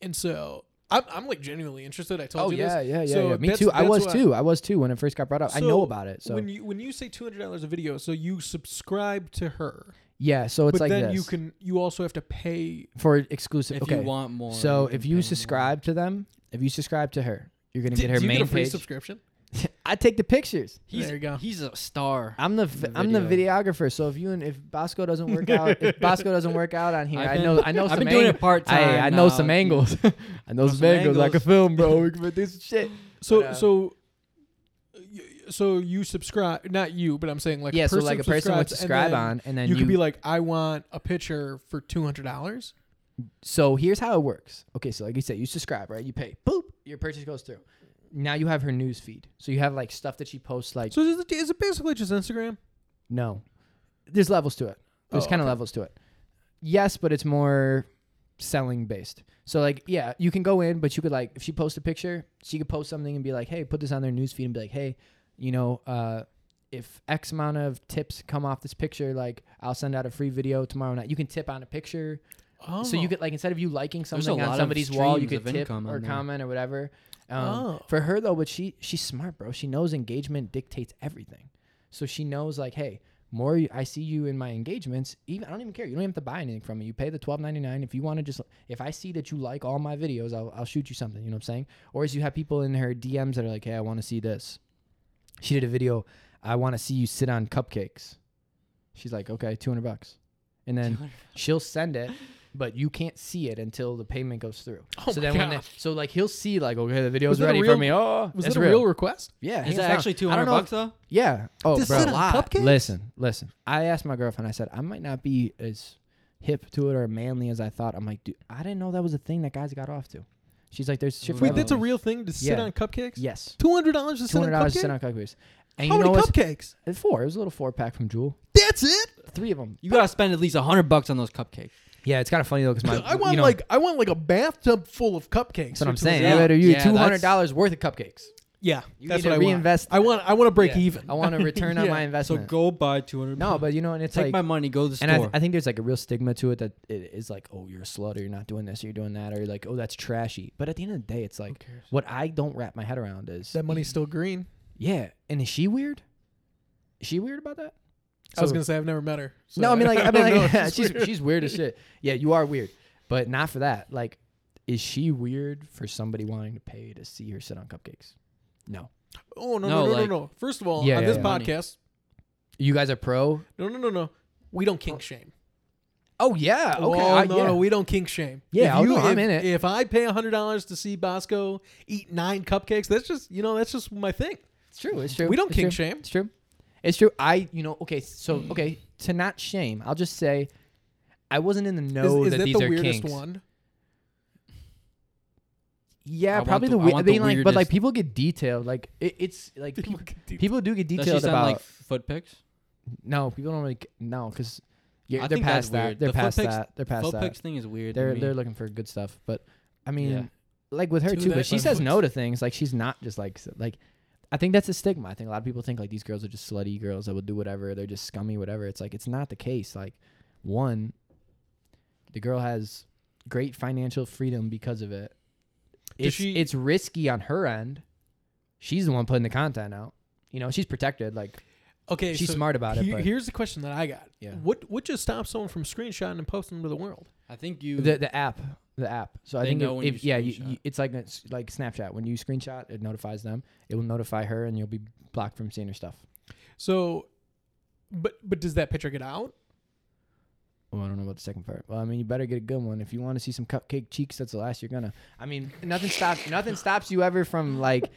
Speaker 1: And so I'm, I'm like genuinely interested. I told you this.
Speaker 2: Oh, yeah,
Speaker 1: So
Speaker 2: Me
Speaker 1: that's-
Speaker 2: too. I
Speaker 1: that's
Speaker 2: was
Speaker 1: why-
Speaker 2: too. I was too when it first got brought up. I know
Speaker 1: So
Speaker 2: about it. So
Speaker 1: When you when you say two hundred dollars a video, so you subscribe to her,
Speaker 2: yeah, so it's
Speaker 1: but
Speaker 2: like
Speaker 1: then
Speaker 2: this
Speaker 1: you can you also have to pay.
Speaker 2: for exclusive.
Speaker 3: If
Speaker 2: okay.
Speaker 3: you want more.
Speaker 2: so
Speaker 3: can
Speaker 2: if
Speaker 3: pay
Speaker 2: you
Speaker 3: more.
Speaker 2: subscribe to them, if you subscribe to her, you're gonna
Speaker 1: Did-
Speaker 2: get her
Speaker 1: do you
Speaker 2: main
Speaker 1: get a free
Speaker 2: page.
Speaker 1: subscription?
Speaker 2: <laughs> I take the pictures.
Speaker 3: he's,
Speaker 1: there you go.
Speaker 3: He's a star.
Speaker 2: I'm the,
Speaker 3: The
Speaker 2: I'm the videographer. So if you and if Bosco doesn't work out,
Speaker 1: <laughs>
Speaker 2: if Bosco doesn't work out on here,
Speaker 3: I've
Speaker 2: I
Speaker 3: been-
Speaker 2: know I know
Speaker 3: I've
Speaker 2: some
Speaker 3: been doing
Speaker 2: ang-
Speaker 3: it part time.
Speaker 2: Hey, I know some
Speaker 3: <laughs>
Speaker 2: angles. <laughs> I know
Speaker 3: Know
Speaker 2: some,
Speaker 3: some
Speaker 2: angles. I can
Speaker 3: angles.
Speaker 2: film,
Speaker 3: <laughs>
Speaker 2: bro. We can do some shit.
Speaker 1: So
Speaker 2: But, uh,
Speaker 1: so. y- So you subscribe, not you, but I'm saying like
Speaker 2: yeah,
Speaker 1: a
Speaker 2: so
Speaker 1: person
Speaker 2: like a person would
Speaker 1: subscribes
Speaker 2: subscribe
Speaker 1: and then
Speaker 2: on, and then
Speaker 1: you,
Speaker 2: you,
Speaker 1: could be like, I want a picture for two hundred dollars.
Speaker 2: So here's how it works. Okay, so like you said, you subscribe, right? You pay, boop, your purchase goes through. Now you have her news feed. So you have like stuff that she posts, like
Speaker 1: So is it, is it basically just Instagram?
Speaker 2: no, there's levels to it. There's
Speaker 1: Oh,
Speaker 2: kind of
Speaker 1: okay.
Speaker 2: levels to it. Yes, but it's more selling based. So like, yeah, you can go in, but you could like, if she posts a picture, she could post something and be like, hey, put this on their news feed and be like, hey, you know, uh, if X amount of tips come off this picture, like I'll send out a free video tomorrow night. You can tip on a picture.
Speaker 1: Oh,
Speaker 2: So you could like instead of you liking
Speaker 3: a
Speaker 2: something
Speaker 3: lot
Speaker 2: on
Speaker 3: of
Speaker 2: somebody's wall, you
Speaker 3: streams
Speaker 2: could
Speaker 3: of
Speaker 2: tip
Speaker 3: income on
Speaker 2: or
Speaker 3: there.
Speaker 2: comment or whatever. Um,
Speaker 1: Oh.
Speaker 2: For her though, but she she's smart, bro. She knows engagement dictates everything. So she knows like, hey, more you- I see you in my engagements, even I don't even care. You don't even have to buy anything from me. You pay the twelve ninety nine if you want to just. If I see that you like all my videos, I'll I'll shoot you something. You know what I'm saying? Or as you have people in her DMs that are like, hey, I want to see this. She did a video. I want to see you sit
Speaker 3: <laughs>
Speaker 2: on cupcakes. She's like, okay, two hundred bucks, and then she'll send it but you can't see it until the payment goes through.
Speaker 1: Oh
Speaker 2: so
Speaker 1: my
Speaker 2: then when
Speaker 1: God.
Speaker 2: they, so like he'll see like okay the video's
Speaker 1: that a
Speaker 2: ready
Speaker 1: real-
Speaker 2: for me. Oh,
Speaker 1: Was
Speaker 2: it's
Speaker 1: that a real request?
Speaker 2: Yeah,
Speaker 3: Is
Speaker 2: hands
Speaker 3: that
Speaker 2: down.
Speaker 3: actually two
Speaker 2: I don't
Speaker 3: hundred
Speaker 2: know if-
Speaker 3: bucks though?
Speaker 2: Yeah. Oh,
Speaker 1: This
Speaker 2: bro.
Speaker 1: is a lot. Cupcakes?
Speaker 2: Listen, listen. I asked my girlfriend. I said I might not be as hip to it or manly as I thought. I'm like, dude, I didn't know that was a thing that guys got off to. She's like, there's shit. For
Speaker 1: Wait,
Speaker 3: Wow.
Speaker 1: that's a
Speaker 2: everyone.
Speaker 1: real thing to sit
Speaker 2: Yeah.
Speaker 1: on cupcakes.
Speaker 2: yes.
Speaker 1: Two hundred dollars to
Speaker 2: Two
Speaker 1: sit on
Speaker 2: hundred dollars to sit
Speaker 1: cupcakes.
Speaker 2: on cupcakes. And
Speaker 1: How
Speaker 2: you know
Speaker 1: many
Speaker 2: what's
Speaker 1: cupcakes?
Speaker 2: it's four. It was a little four pack from Jewel.
Speaker 1: That's it.
Speaker 2: Three of them.
Speaker 3: You gotta spend at least hundred bucks on those cupcakes.
Speaker 2: Yeah, it's kind of funny though, <laughs> because my
Speaker 1: I want
Speaker 2: you know,
Speaker 1: like I want like a bathtub full of cupcakes.
Speaker 2: that's what
Speaker 1: which
Speaker 2: I'm
Speaker 1: was-
Speaker 2: saying.
Speaker 3: Yeah.
Speaker 2: You better you
Speaker 3: Yeah,
Speaker 2: two
Speaker 3: that's-
Speaker 2: hundred dollars worth of cupcakes.
Speaker 1: Yeah,
Speaker 2: You
Speaker 1: that's
Speaker 2: need
Speaker 1: what
Speaker 2: to
Speaker 1: I
Speaker 2: reinvest.
Speaker 1: want. I want I want to break
Speaker 2: Yeah.
Speaker 1: even.
Speaker 2: I want a return
Speaker 1: <laughs>
Speaker 2: on
Speaker 1: Yeah.
Speaker 2: my
Speaker 3: So
Speaker 2: investment.
Speaker 3: go buy two hundred.
Speaker 2: no, but you know, and it's
Speaker 3: take
Speaker 2: like
Speaker 3: my money. Go to the store.
Speaker 2: and I, th- I think there's like a real stigma to it that it is like, oh, you're a slut, or you're not doing this, or you're doing that, or like, oh, that's trashy. But at the end of the day, it's like
Speaker 3: cares?
Speaker 2: what I don't wrap my head around is
Speaker 1: That money's still green.
Speaker 2: yeah. And is she weird? Is she weird about that?
Speaker 1: I was
Speaker 2: So-
Speaker 1: gonna say I've never met her. so
Speaker 2: no, I
Speaker 1: <laughs>
Speaker 2: mean like I mean
Speaker 1: don't know
Speaker 2: like <laughs>
Speaker 1: if she's
Speaker 2: she's
Speaker 1: weird.
Speaker 2: she's weird as shit. Yeah, you are weird, but not for that. Like, is she weird for somebody wanting to pay to see her sit on cupcakes? No,
Speaker 1: Oh no no
Speaker 3: No,
Speaker 1: no
Speaker 3: like-
Speaker 1: no no! First of all,
Speaker 2: Yeah,
Speaker 1: on
Speaker 2: yeah,
Speaker 1: this
Speaker 2: yeah.
Speaker 1: podcast,
Speaker 2: you guys are pro.
Speaker 1: no no no no, we don't kink shame.
Speaker 2: Oh yeah, okay,
Speaker 1: Oh,
Speaker 2: I-
Speaker 1: no
Speaker 2: yeah.
Speaker 1: no, we don't kink shame.
Speaker 2: Yeah,
Speaker 1: if
Speaker 2: oh, no,
Speaker 1: if,
Speaker 2: I'm in it.
Speaker 1: If I pay hundred dollars to see Bosco eat nine cupcakes, that's just you know that's just my thing.
Speaker 2: It's true. It's true.
Speaker 1: We don't
Speaker 2: it's
Speaker 1: kink
Speaker 2: true.
Speaker 1: shame.
Speaker 2: It's true. It's true. I, you know, okay, so okay, to not shame, I'll just say, I wasn't in the know
Speaker 1: is is
Speaker 2: that,
Speaker 1: that
Speaker 2: these
Speaker 1: the
Speaker 2: are
Speaker 1: weirdest
Speaker 2: kinks.
Speaker 1: one?
Speaker 2: Yeah,
Speaker 3: I
Speaker 2: probably
Speaker 3: want
Speaker 2: the.
Speaker 3: the- I
Speaker 2: we- I
Speaker 3: want the
Speaker 2: mean, like, but like
Speaker 3: weirdest.
Speaker 2: people get detailed. Like it, it's like <laughs> people, people do get
Speaker 3: Does she
Speaker 2: detailed
Speaker 3: send
Speaker 2: about.
Speaker 3: like foot pics?
Speaker 2: no, people don't really no because
Speaker 3: I
Speaker 2: they're
Speaker 3: think that's
Speaker 2: past that.
Speaker 3: weird.
Speaker 2: They're
Speaker 3: The foot
Speaker 2: past
Speaker 3: pics-
Speaker 2: that. They're past
Speaker 3: foot
Speaker 2: that.
Speaker 3: pics thing is weird. to
Speaker 2: They're
Speaker 3: me.
Speaker 2: they're looking for good stuff. But I mean,
Speaker 3: Yeah.
Speaker 2: like with her
Speaker 1: To
Speaker 2: too,
Speaker 1: that
Speaker 2: but she
Speaker 1: level.
Speaker 2: says no to things. Like she's not just like s- like. I think that's a stigma. I think a lot of people think like these girls are just slutty girls that will do whatever. They're just scummy, whatever. It's like it's not the case. Like one, the girl has great financial freedom because of it.
Speaker 1: Does
Speaker 2: It's,
Speaker 1: she-
Speaker 2: it's risky on her end. She's the one putting the content out. You know, she's protected. Like
Speaker 1: Okay,
Speaker 2: she's
Speaker 1: so
Speaker 2: smart about it.
Speaker 1: he-
Speaker 2: But
Speaker 1: here's the question that I got.
Speaker 2: Yeah.
Speaker 1: What what just stops someone from screenshotting and posting them to the world?
Speaker 3: I think you.
Speaker 2: the the app, the app. So I
Speaker 3: They
Speaker 2: think
Speaker 3: know
Speaker 2: if,
Speaker 3: when you
Speaker 2: if- yeah, you,
Speaker 3: screenshot.
Speaker 2: you, it's like it's like Snapchat. When you screenshot, it notifies them. It will notify her, and you'll be blocked from seeing her stuff.
Speaker 1: So, but but does that picture get out?
Speaker 2: Well, Oh, I don't know about the second part. Well, I mean, you better get a good one if you want to see some cupcake cheeks. That's the last you're gonna. I mean, nothing stops. Nothing stops you ever from
Speaker 3: <laughs>
Speaker 2: like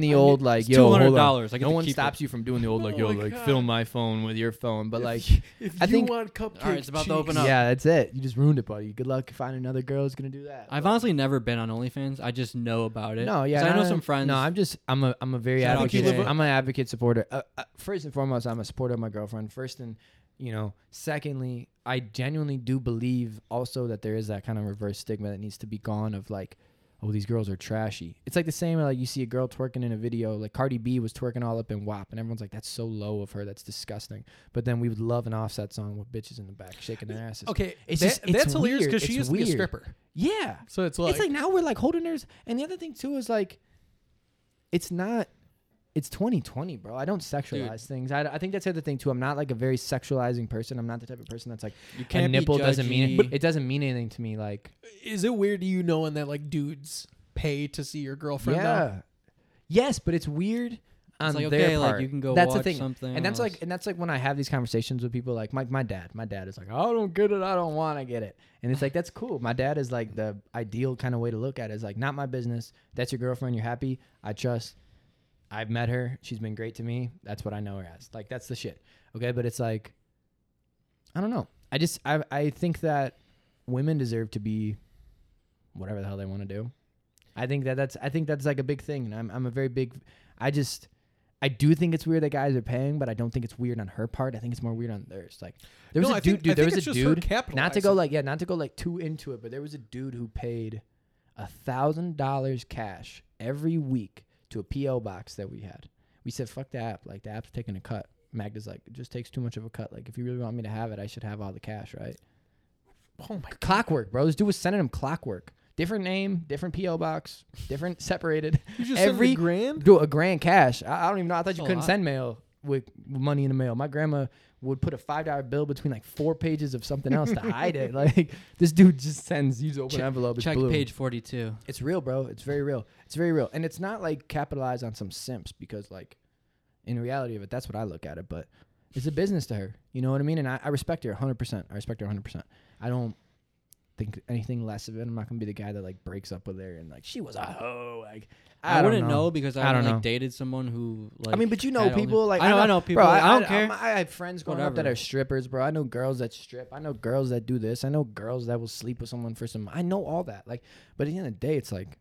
Speaker 1: <laughs>
Speaker 2: the old like yo.
Speaker 3: two hundred
Speaker 2: hold on.
Speaker 3: dollars. I get
Speaker 2: No
Speaker 3: to
Speaker 2: one
Speaker 3: keep it.
Speaker 2: stops you from doing the old like
Speaker 1: Oh
Speaker 2: yo
Speaker 1: my
Speaker 2: like
Speaker 1: God.
Speaker 2: film my phone with your phone, but like
Speaker 1: <laughs> If
Speaker 2: I
Speaker 1: you
Speaker 2: think-
Speaker 1: want cupcakes,
Speaker 3: All right, it's about to open
Speaker 1: cheeks-
Speaker 3: up.
Speaker 2: yeah, that's it. You just ruined it, buddy. Good luck finding another girl who's gonna do that.
Speaker 3: I've
Speaker 2: But-
Speaker 3: honestly never been on OnlyFans. I just know about it.
Speaker 2: No, yeah,
Speaker 3: 'Cause I know
Speaker 2: not-
Speaker 3: some friends.
Speaker 2: No, I'm just I'm a I'm a very
Speaker 3: Shout out
Speaker 2: advocate.
Speaker 1: Jay.
Speaker 2: I'm an advocate supporter. Uh, uh, first and foremost, I'm a supporter of my girlfriend. First and you know, secondly, I genuinely do believe also that there is that kind of reverse stigma that needs to be gone of like, oh, these girls are trashy. It's like the same like you see a girl twerking in a video, like Cardi B was twerking all up in WAP, and everyone's like, that's so low of her, that's disgusting. But then we would love an offset song with bitches in the back shaking their asses.
Speaker 1: Okay,
Speaker 2: It's
Speaker 1: that-
Speaker 2: just- it's
Speaker 1: that's hilarious
Speaker 2: weird.
Speaker 1: she
Speaker 2: It's
Speaker 1: used to be a
Speaker 2: weird.
Speaker 1: stripper.
Speaker 2: Yeah.
Speaker 1: So it's like,
Speaker 2: it's like now we're like holding hers. And the other thing too is like, it's not. It's 2020, bro. I don't sexualize things. I, I think that's the other thing too. I'm not like a very sexualizing person. I'm not the type of person that's like
Speaker 3: you can't
Speaker 2: a
Speaker 3: be
Speaker 2: nipple doesn't mean
Speaker 3: judgy.
Speaker 2: it. it doesn't mean anything to me. Like
Speaker 1: is it weird to you knowing that like dudes pay to see your girlfriend? now?
Speaker 2: yeah, yes, but it's weird on
Speaker 3: It's like,
Speaker 2: their
Speaker 3: okay,
Speaker 2: part.
Speaker 3: like you can go
Speaker 2: that's
Speaker 3: watch
Speaker 2: the thing.
Speaker 3: something,
Speaker 2: and that's
Speaker 3: else.
Speaker 2: like and that's like when I have these conversations with people like my my dad. My dad is like, I don't get it, I don't want to get it. And it's like that's cool. My dad is like the ideal kind of way to look at it is like not my business. That's your girlfriend, you're happy. I trust I've met her. She's been great to me. That's what I know her as. Like that's the shit. Okay, but it's like I don't know. I just I I think that women deserve to be whatever the hell they want to do. I think that that's I think that's like a big thing and I'm I'm a very big I just I do think it's weird that guys are paying, but I don't think it's weird on her part. I think it's more weird on theirs. Like there was
Speaker 1: No,
Speaker 2: a
Speaker 1: I
Speaker 2: dude,
Speaker 1: think- I
Speaker 2: dude there
Speaker 1: think
Speaker 2: was a
Speaker 1: it's just her
Speaker 2: dude. Not to
Speaker 1: capitalizing.
Speaker 2: go like yeah, not to go like too into it, but there was a dude who paid a thousand dollars cash every week to a PO box that we had. We said fuck the app, like the app's taking a cut. Magda's like, it just takes too much of a cut. Like if you really want me to have it, I should have all the cash, right?
Speaker 1: Oh my god.
Speaker 2: Clockwork, bro. This dude was sending him clockwork. Different name, different PO box, different <laughs> separated.
Speaker 1: You just every
Speaker 2: every
Speaker 1: grand.
Speaker 2: do a grand cash. I, I don't even know. I thought
Speaker 3: That's
Speaker 2: you
Speaker 3: a
Speaker 2: couldn't
Speaker 3: lot.
Speaker 2: send mail with money in the mail. My grandma would put a five dollar bill between like four pages of something else to hide <laughs> it. Like this dude just sends you open
Speaker 3: Check-
Speaker 2: envelope. It's
Speaker 3: check
Speaker 2: blue.
Speaker 3: page forty-two.
Speaker 2: It's real, bro. It's very real. It's very real, and it's not like capitalized on some simps because like in reality of it, that's what I look at it. But it's a business to her. You know what I mean? And I, I respect her 100. percent I respect her 100. percent I don't. think anything less of it. I'm not gonna be the guy that like breaks up with her and like she was a hoe. Like
Speaker 3: I,
Speaker 2: don't
Speaker 3: wouldn't know. because I,
Speaker 2: I don't
Speaker 3: like
Speaker 2: know.
Speaker 3: dated someone who like.
Speaker 2: I mean, but you know
Speaker 3: had only-
Speaker 2: people like
Speaker 3: I know, I
Speaker 2: got-
Speaker 3: know people.
Speaker 2: Bro,
Speaker 3: I, don't care.
Speaker 2: I'm- I, have friends growing up that
Speaker 3: Whatever.
Speaker 2: are strippers, bro. I know girls that strip. I know girls that do this. I know girls that will sleep with someone for some. I know all that. Like, but at the end of the day, it's like,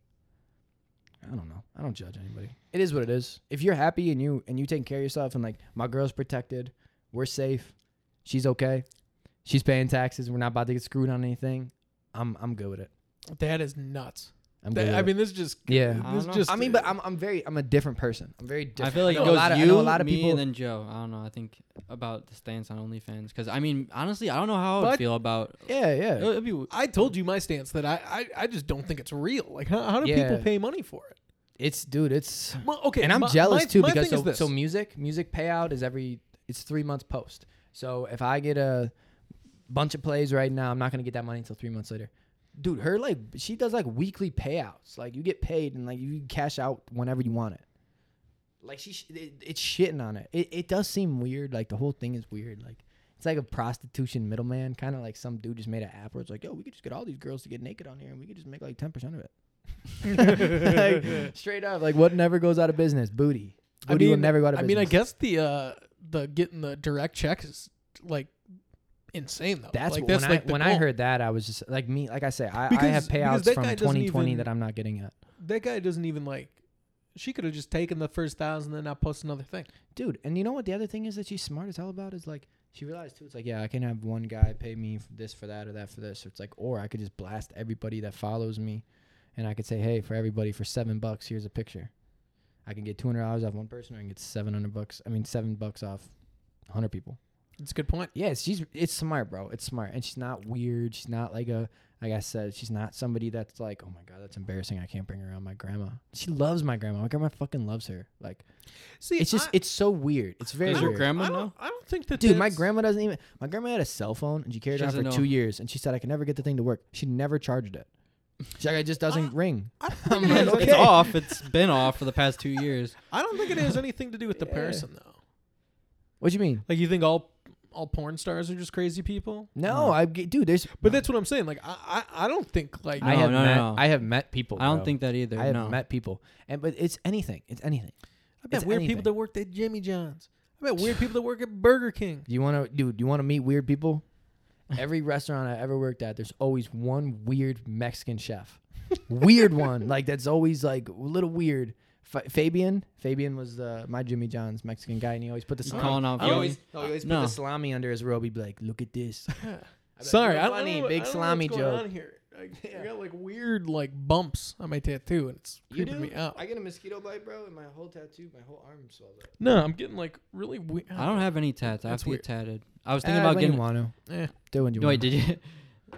Speaker 2: I don't know. I don't judge anybody. It is what it is. If you're happy and you and you take care of yourself and like my girl's protected, we're safe. She's okay. She's paying taxes. We're not about to get screwed on anything. I'm I'm good with it.
Speaker 1: That is nuts.
Speaker 2: I'm
Speaker 1: That-
Speaker 2: good. with
Speaker 1: I
Speaker 2: it.
Speaker 1: mean, this just
Speaker 2: yeah.
Speaker 3: I
Speaker 1: this
Speaker 3: don't know.
Speaker 1: just.
Speaker 2: I mean, but I'm I'm very I'm a different person. I'm very different.
Speaker 3: I feel like
Speaker 2: know
Speaker 3: it
Speaker 2: a
Speaker 3: goes
Speaker 2: lot of- I
Speaker 3: you,
Speaker 2: know a lot of
Speaker 3: me,
Speaker 2: people-
Speaker 3: and then Joe. I don't know. I think about the stance on OnlyFans because I mean, honestly, I don't know how I would
Speaker 1: But-
Speaker 2: <laughs>
Speaker 3: feel about.
Speaker 2: Yeah, yeah.
Speaker 3: It would be w-
Speaker 1: I told you my stance that I I, I just don't think it's real. Like, how, how do
Speaker 2: Yeah.
Speaker 1: people pay money for it?
Speaker 2: It's dude, it's
Speaker 1: Well, okay,
Speaker 2: and I'm
Speaker 1: my-
Speaker 2: jealous
Speaker 1: my-
Speaker 2: too
Speaker 1: my
Speaker 2: because
Speaker 1: thing is
Speaker 2: so,
Speaker 1: this.
Speaker 2: so music, music payout is every it's three months post. So if I get a bunch of plays right now, I'm not gonna get that money until three months later. Dude, her like she does like weekly payouts. Like you get paid and like you can cash out whenever you want it. Like she, sh- it, it's shitting on it. it. It does seem weird. Like the whole thing is weird. Like it's like a prostitution middleman, kind of like some dude just made an app where it's like, yo, we could just get all these girls to get naked on here and we could just make like ten percent of it. <laughs> like, straight up, like what never goes out of business? Booty.
Speaker 1: I
Speaker 2: Booty will
Speaker 1: mean-
Speaker 2: never go out of
Speaker 1: I
Speaker 2: business.
Speaker 1: mean, I guess the uh the getting the direct checks is like insane though.
Speaker 2: that's
Speaker 1: like,
Speaker 2: what-
Speaker 1: that's
Speaker 2: when,
Speaker 1: like
Speaker 2: I,
Speaker 1: the
Speaker 2: when I
Speaker 1: goal.
Speaker 2: heard that, I was just like me. Like I say, I, I have
Speaker 1: Because- because
Speaker 2: payouts
Speaker 1: that
Speaker 2: from
Speaker 1: guy doesn't
Speaker 2: 2020
Speaker 1: even-
Speaker 2: that I'm not getting uh, at.
Speaker 1: that guy doesn't even like. She could have just taken the first thousand and then not post another thing.
Speaker 2: Dude, and you know what? The other thing is that she's smart as hell about is like she realized too. It's like yeah, I can have one guy pay me for this for that or that for this. Or it's like or I could just blast everybody that follows me, and I could say hey for everybody for seven bucks here's a picture. I can get two hundred dollars off one person, or I can get seven hundred bucks. I mean seven bucks off hundred people.
Speaker 1: It's a good point.
Speaker 2: Yeah, she's it's smart, bro. It's smart, and she's not weird. She's not like a like I said. She's not somebody that's like, oh my god, that's embarrassing. I can't bring around my grandma. She loves my grandma. My grandma fucking loves her. Like
Speaker 1: See,
Speaker 2: it's just
Speaker 1: I,
Speaker 2: it's so weird. It's very
Speaker 3: Does your
Speaker 1: I
Speaker 2: weird.
Speaker 3: grandma know?
Speaker 1: don't, I don't think that.
Speaker 2: Dude, my
Speaker 1: that's-
Speaker 2: grandma doesn't even. My grandma had a cell phone and she carried
Speaker 3: She
Speaker 2: it on for
Speaker 3: doesn't know.
Speaker 2: two years, and she said I could never get the thing to work. She never charged it. She's like, it just doesn't
Speaker 3: <gasps>
Speaker 1: Uh,
Speaker 2: ring.
Speaker 1: I
Speaker 2: <laughs>
Speaker 1: don't
Speaker 2: I'm
Speaker 1: think, it,
Speaker 2: like,
Speaker 1: has,
Speaker 2: okay.
Speaker 3: <laughs> It's off. It's been off for the past two years.
Speaker 1: I don't think it has anything to do with the
Speaker 2: Yeah.
Speaker 1: person though.
Speaker 2: What do you mean?
Speaker 1: Like you think all all porn stars are just crazy people?
Speaker 2: No, I get- dude. There's
Speaker 1: But that's what I'm saying. Like I I, I don't think like
Speaker 2: I
Speaker 3: No,
Speaker 2: have
Speaker 3: no, no,
Speaker 2: met
Speaker 3: no.
Speaker 2: I have met people.
Speaker 3: I don't
Speaker 2: Oh, bro.
Speaker 3: think that either.
Speaker 2: I have
Speaker 3: no.
Speaker 2: met people, and but it's anything. It's anything.
Speaker 1: I bet
Speaker 2: it's
Speaker 1: weird
Speaker 2: anything.
Speaker 1: people that worked at Jimmy John's. I bet weird people that work at Burger King.
Speaker 2: Do you want to, dude? Do you want to meet weird people? Every <laughs> restaurant I ever worked at, there's always one weird Mexican chef. Weird one, like that's always like a little weird. F- Fabian, Fabian was the my Jimmy John's Mexican guy, and he always put the
Speaker 3: You
Speaker 2: salami.
Speaker 3: calling out
Speaker 2: he always,
Speaker 3: Fabian?
Speaker 2: he always put
Speaker 3: No.
Speaker 2: the salami under his robe. He'd be like, "Look at this." <laughs> I'd be
Speaker 1: Sorry,
Speaker 2: like,
Speaker 1: I
Speaker 2: "You're
Speaker 1: don't,
Speaker 2: funny,
Speaker 1: I don't know,
Speaker 2: big
Speaker 1: I don't
Speaker 2: salami
Speaker 1: know what's going
Speaker 2: joke.
Speaker 1: on here. I, I got like weird like bumps on my tattoo, and it's
Speaker 2: You
Speaker 1: creeping
Speaker 2: do?
Speaker 1: me out.
Speaker 2: I get a mosquito bite, bro, and my whole tattoo, my whole arm swells up.
Speaker 1: no, I'm getting like really weird.
Speaker 3: I don't have any tats. I have
Speaker 1: That's
Speaker 3: to get
Speaker 1: weird.
Speaker 3: tatted. I was thinking about getting.
Speaker 2: Eh, you want to
Speaker 1: Eh.
Speaker 2: do when you
Speaker 3: No,
Speaker 2: want.
Speaker 3: wait, did you? <laughs>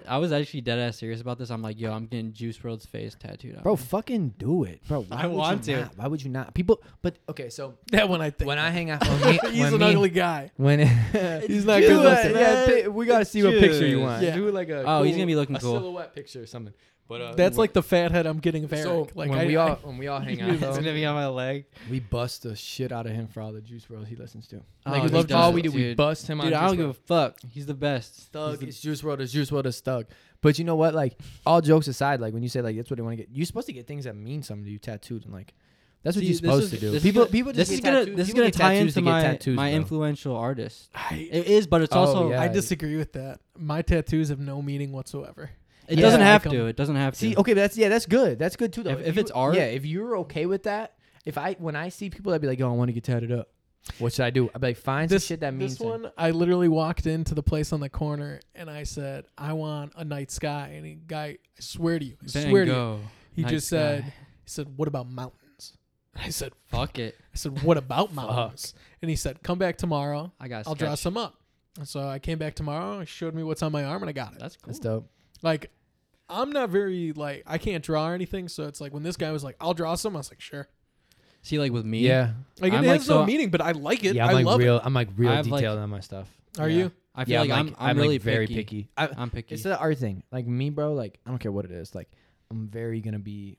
Speaker 3: I was actually dead ass serious about this. I'm like, yo, I'm getting Juice World's face tattooed on.
Speaker 2: bro,
Speaker 3: me.
Speaker 2: fucking do it, bro. Why
Speaker 3: I
Speaker 2: would
Speaker 3: want
Speaker 2: you
Speaker 3: to.
Speaker 2: Not? Why would you not? People, but okay, so
Speaker 1: That one I think. <laughs>
Speaker 2: when <laughs> I hang out, when me,
Speaker 1: he's
Speaker 2: when
Speaker 1: an
Speaker 2: me-
Speaker 1: ugly guy.
Speaker 2: <laughs> When
Speaker 1: He's not good looking.
Speaker 2: yeah, pi- we gotta see what picture you
Speaker 3: Jeez.
Speaker 2: want.
Speaker 1: Yeah.
Speaker 2: Do like a
Speaker 3: Oh, he's gonna be looking
Speaker 2: a
Speaker 3: cool.
Speaker 2: silhouette picture or something. But uh,
Speaker 1: That's like the fathead I'm getting of Eric.
Speaker 2: so
Speaker 1: like
Speaker 2: when
Speaker 1: I,
Speaker 2: we
Speaker 1: I-
Speaker 2: all when we all hang
Speaker 1: You
Speaker 2: out,
Speaker 1: do
Speaker 3: It's
Speaker 2: though,
Speaker 3: gonna be on my leg.
Speaker 2: we bust the shit out of him for all the Juice World he listens to.
Speaker 3: Oh,
Speaker 2: Like
Speaker 1: he
Speaker 2: that's
Speaker 1: does
Speaker 2: all
Speaker 1: it,
Speaker 2: we do. We
Speaker 3: dude.
Speaker 2: bust him on.
Speaker 3: Dude, I
Speaker 2: Juice
Speaker 3: don't give
Speaker 2: WRLD.
Speaker 3: a fuck. He's the best.
Speaker 2: Thug,
Speaker 3: He's the-
Speaker 2: it's Juice World. It's Juice World. It's Thug. But you know what? Like all jokes aside, like when you say like that's what I want to get, you're supposed to get things that mean something to you tattooed, and like that's what
Speaker 3: See,
Speaker 2: you're
Speaker 3: this
Speaker 2: supposed to
Speaker 3: is-
Speaker 2: do.
Speaker 3: this
Speaker 2: People,
Speaker 3: is gonna,
Speaker 2: people just
Speaker 3: this is
Speaker 2: get
Speaker 3: gonna
Speaker 2: tattooed-
Speaker 3: this is
Speaker 2: people
Speaker 3: gonna
Speaker 2: get
Speaker 3: tie
Speaker 2: tattoos
Speaker 3: into
Speaker 2: to get
Speaker 3: my
Speaker 2: tattoos,
Speaker 3: my
Speaker 2: bro.
Speaker 3: influential artist.
Speaker 1: I,
Speaker 3: It is, but it's
Speaker 2: Oh,
Speaker 3: also
Speaker 2: yeah.
Speaker 1: I disagree with that. My tattoos have no meaning whatsoever.
Speaker 3: it
Speaker 2: Yeah.
Speaker 3: doesn't
Speaker 1: I
Speaker 3: have
Speaker 1: like 'em.
Speaker 3: to. It doesn't have
Speaker 2: See,
Speaker 3: to.
Speaker 2: okay, but that's yeah, that's good. That's good too, though.
Speaker 3: If- if
Speaker 2: you-
Speaker 3: it's art-
Speaker 2: yeah, if you're okay with that, if I when I see people that be like, "Yo, I want to get tatted up," what should I do? I'd be like, "Find
Speaker 1: This-
Speaker 2: some shit that means."
Speaker 1: This one, I literally walked into the place on the corner and I said, "I want a night sky." And he guy, I swear to you, I
Speaker 3: Van
Speaker 1: swear to you,
Speaker 3: Gogh,
Speaker 1: he
Speaker 3: night
Speaker 1: just
Speaker 3: sky.
Speaker 1: said, he said, "What about mountains?" I said,
Speaker 3: "Fuck it,
Speaker 1: I said, "What about mountains?" And he said, "Come back tomorrow.
Speaker 3: I got." a
Speaker 1: I'll draw
Speaker 3: sketch."
Speaker 1: some up." And so I came back tomorrow. He showed me what's on my arm, and I got it.
Speaker 3: That's cool.
Speaker 2: That's dope.
Speaker 1: Like, I'm not very like I can't draw or anything, so it's like when this guy was like, "I'll draw some," I was like, "Sure."
Speaker 3: See, like with me,
Speaker 2: Yeah,
Speaker 1: Like it
Speaker 3: I'm,
Speaker 1: has
Speaker 3: like,
Speaker 1: no
Speaker 3: so-
Speaker 1: meaning, but I like it.
Speaker 2: uh, yeah.
Speaker 1: I
Speaker 2: I'm like
Speaker 1: love
Speaker 2: real. I'm like real
Speaker 3: I have, like-
Speaker 2: detailed on my stuff.
Speaker 1: it. Are
Speaker 3: Yeah.
Speaker 1: you?
Speaker 3: I feel like I'm I'm, really
Speaker 2: like, very
Speaker 3: picky.
Speaker 2: picky. I,
Speaker 3: I'm picky.
Speaker 2: it's the art thing. Like me, bro. Like I don't care what it is. Like I'm very gonna be.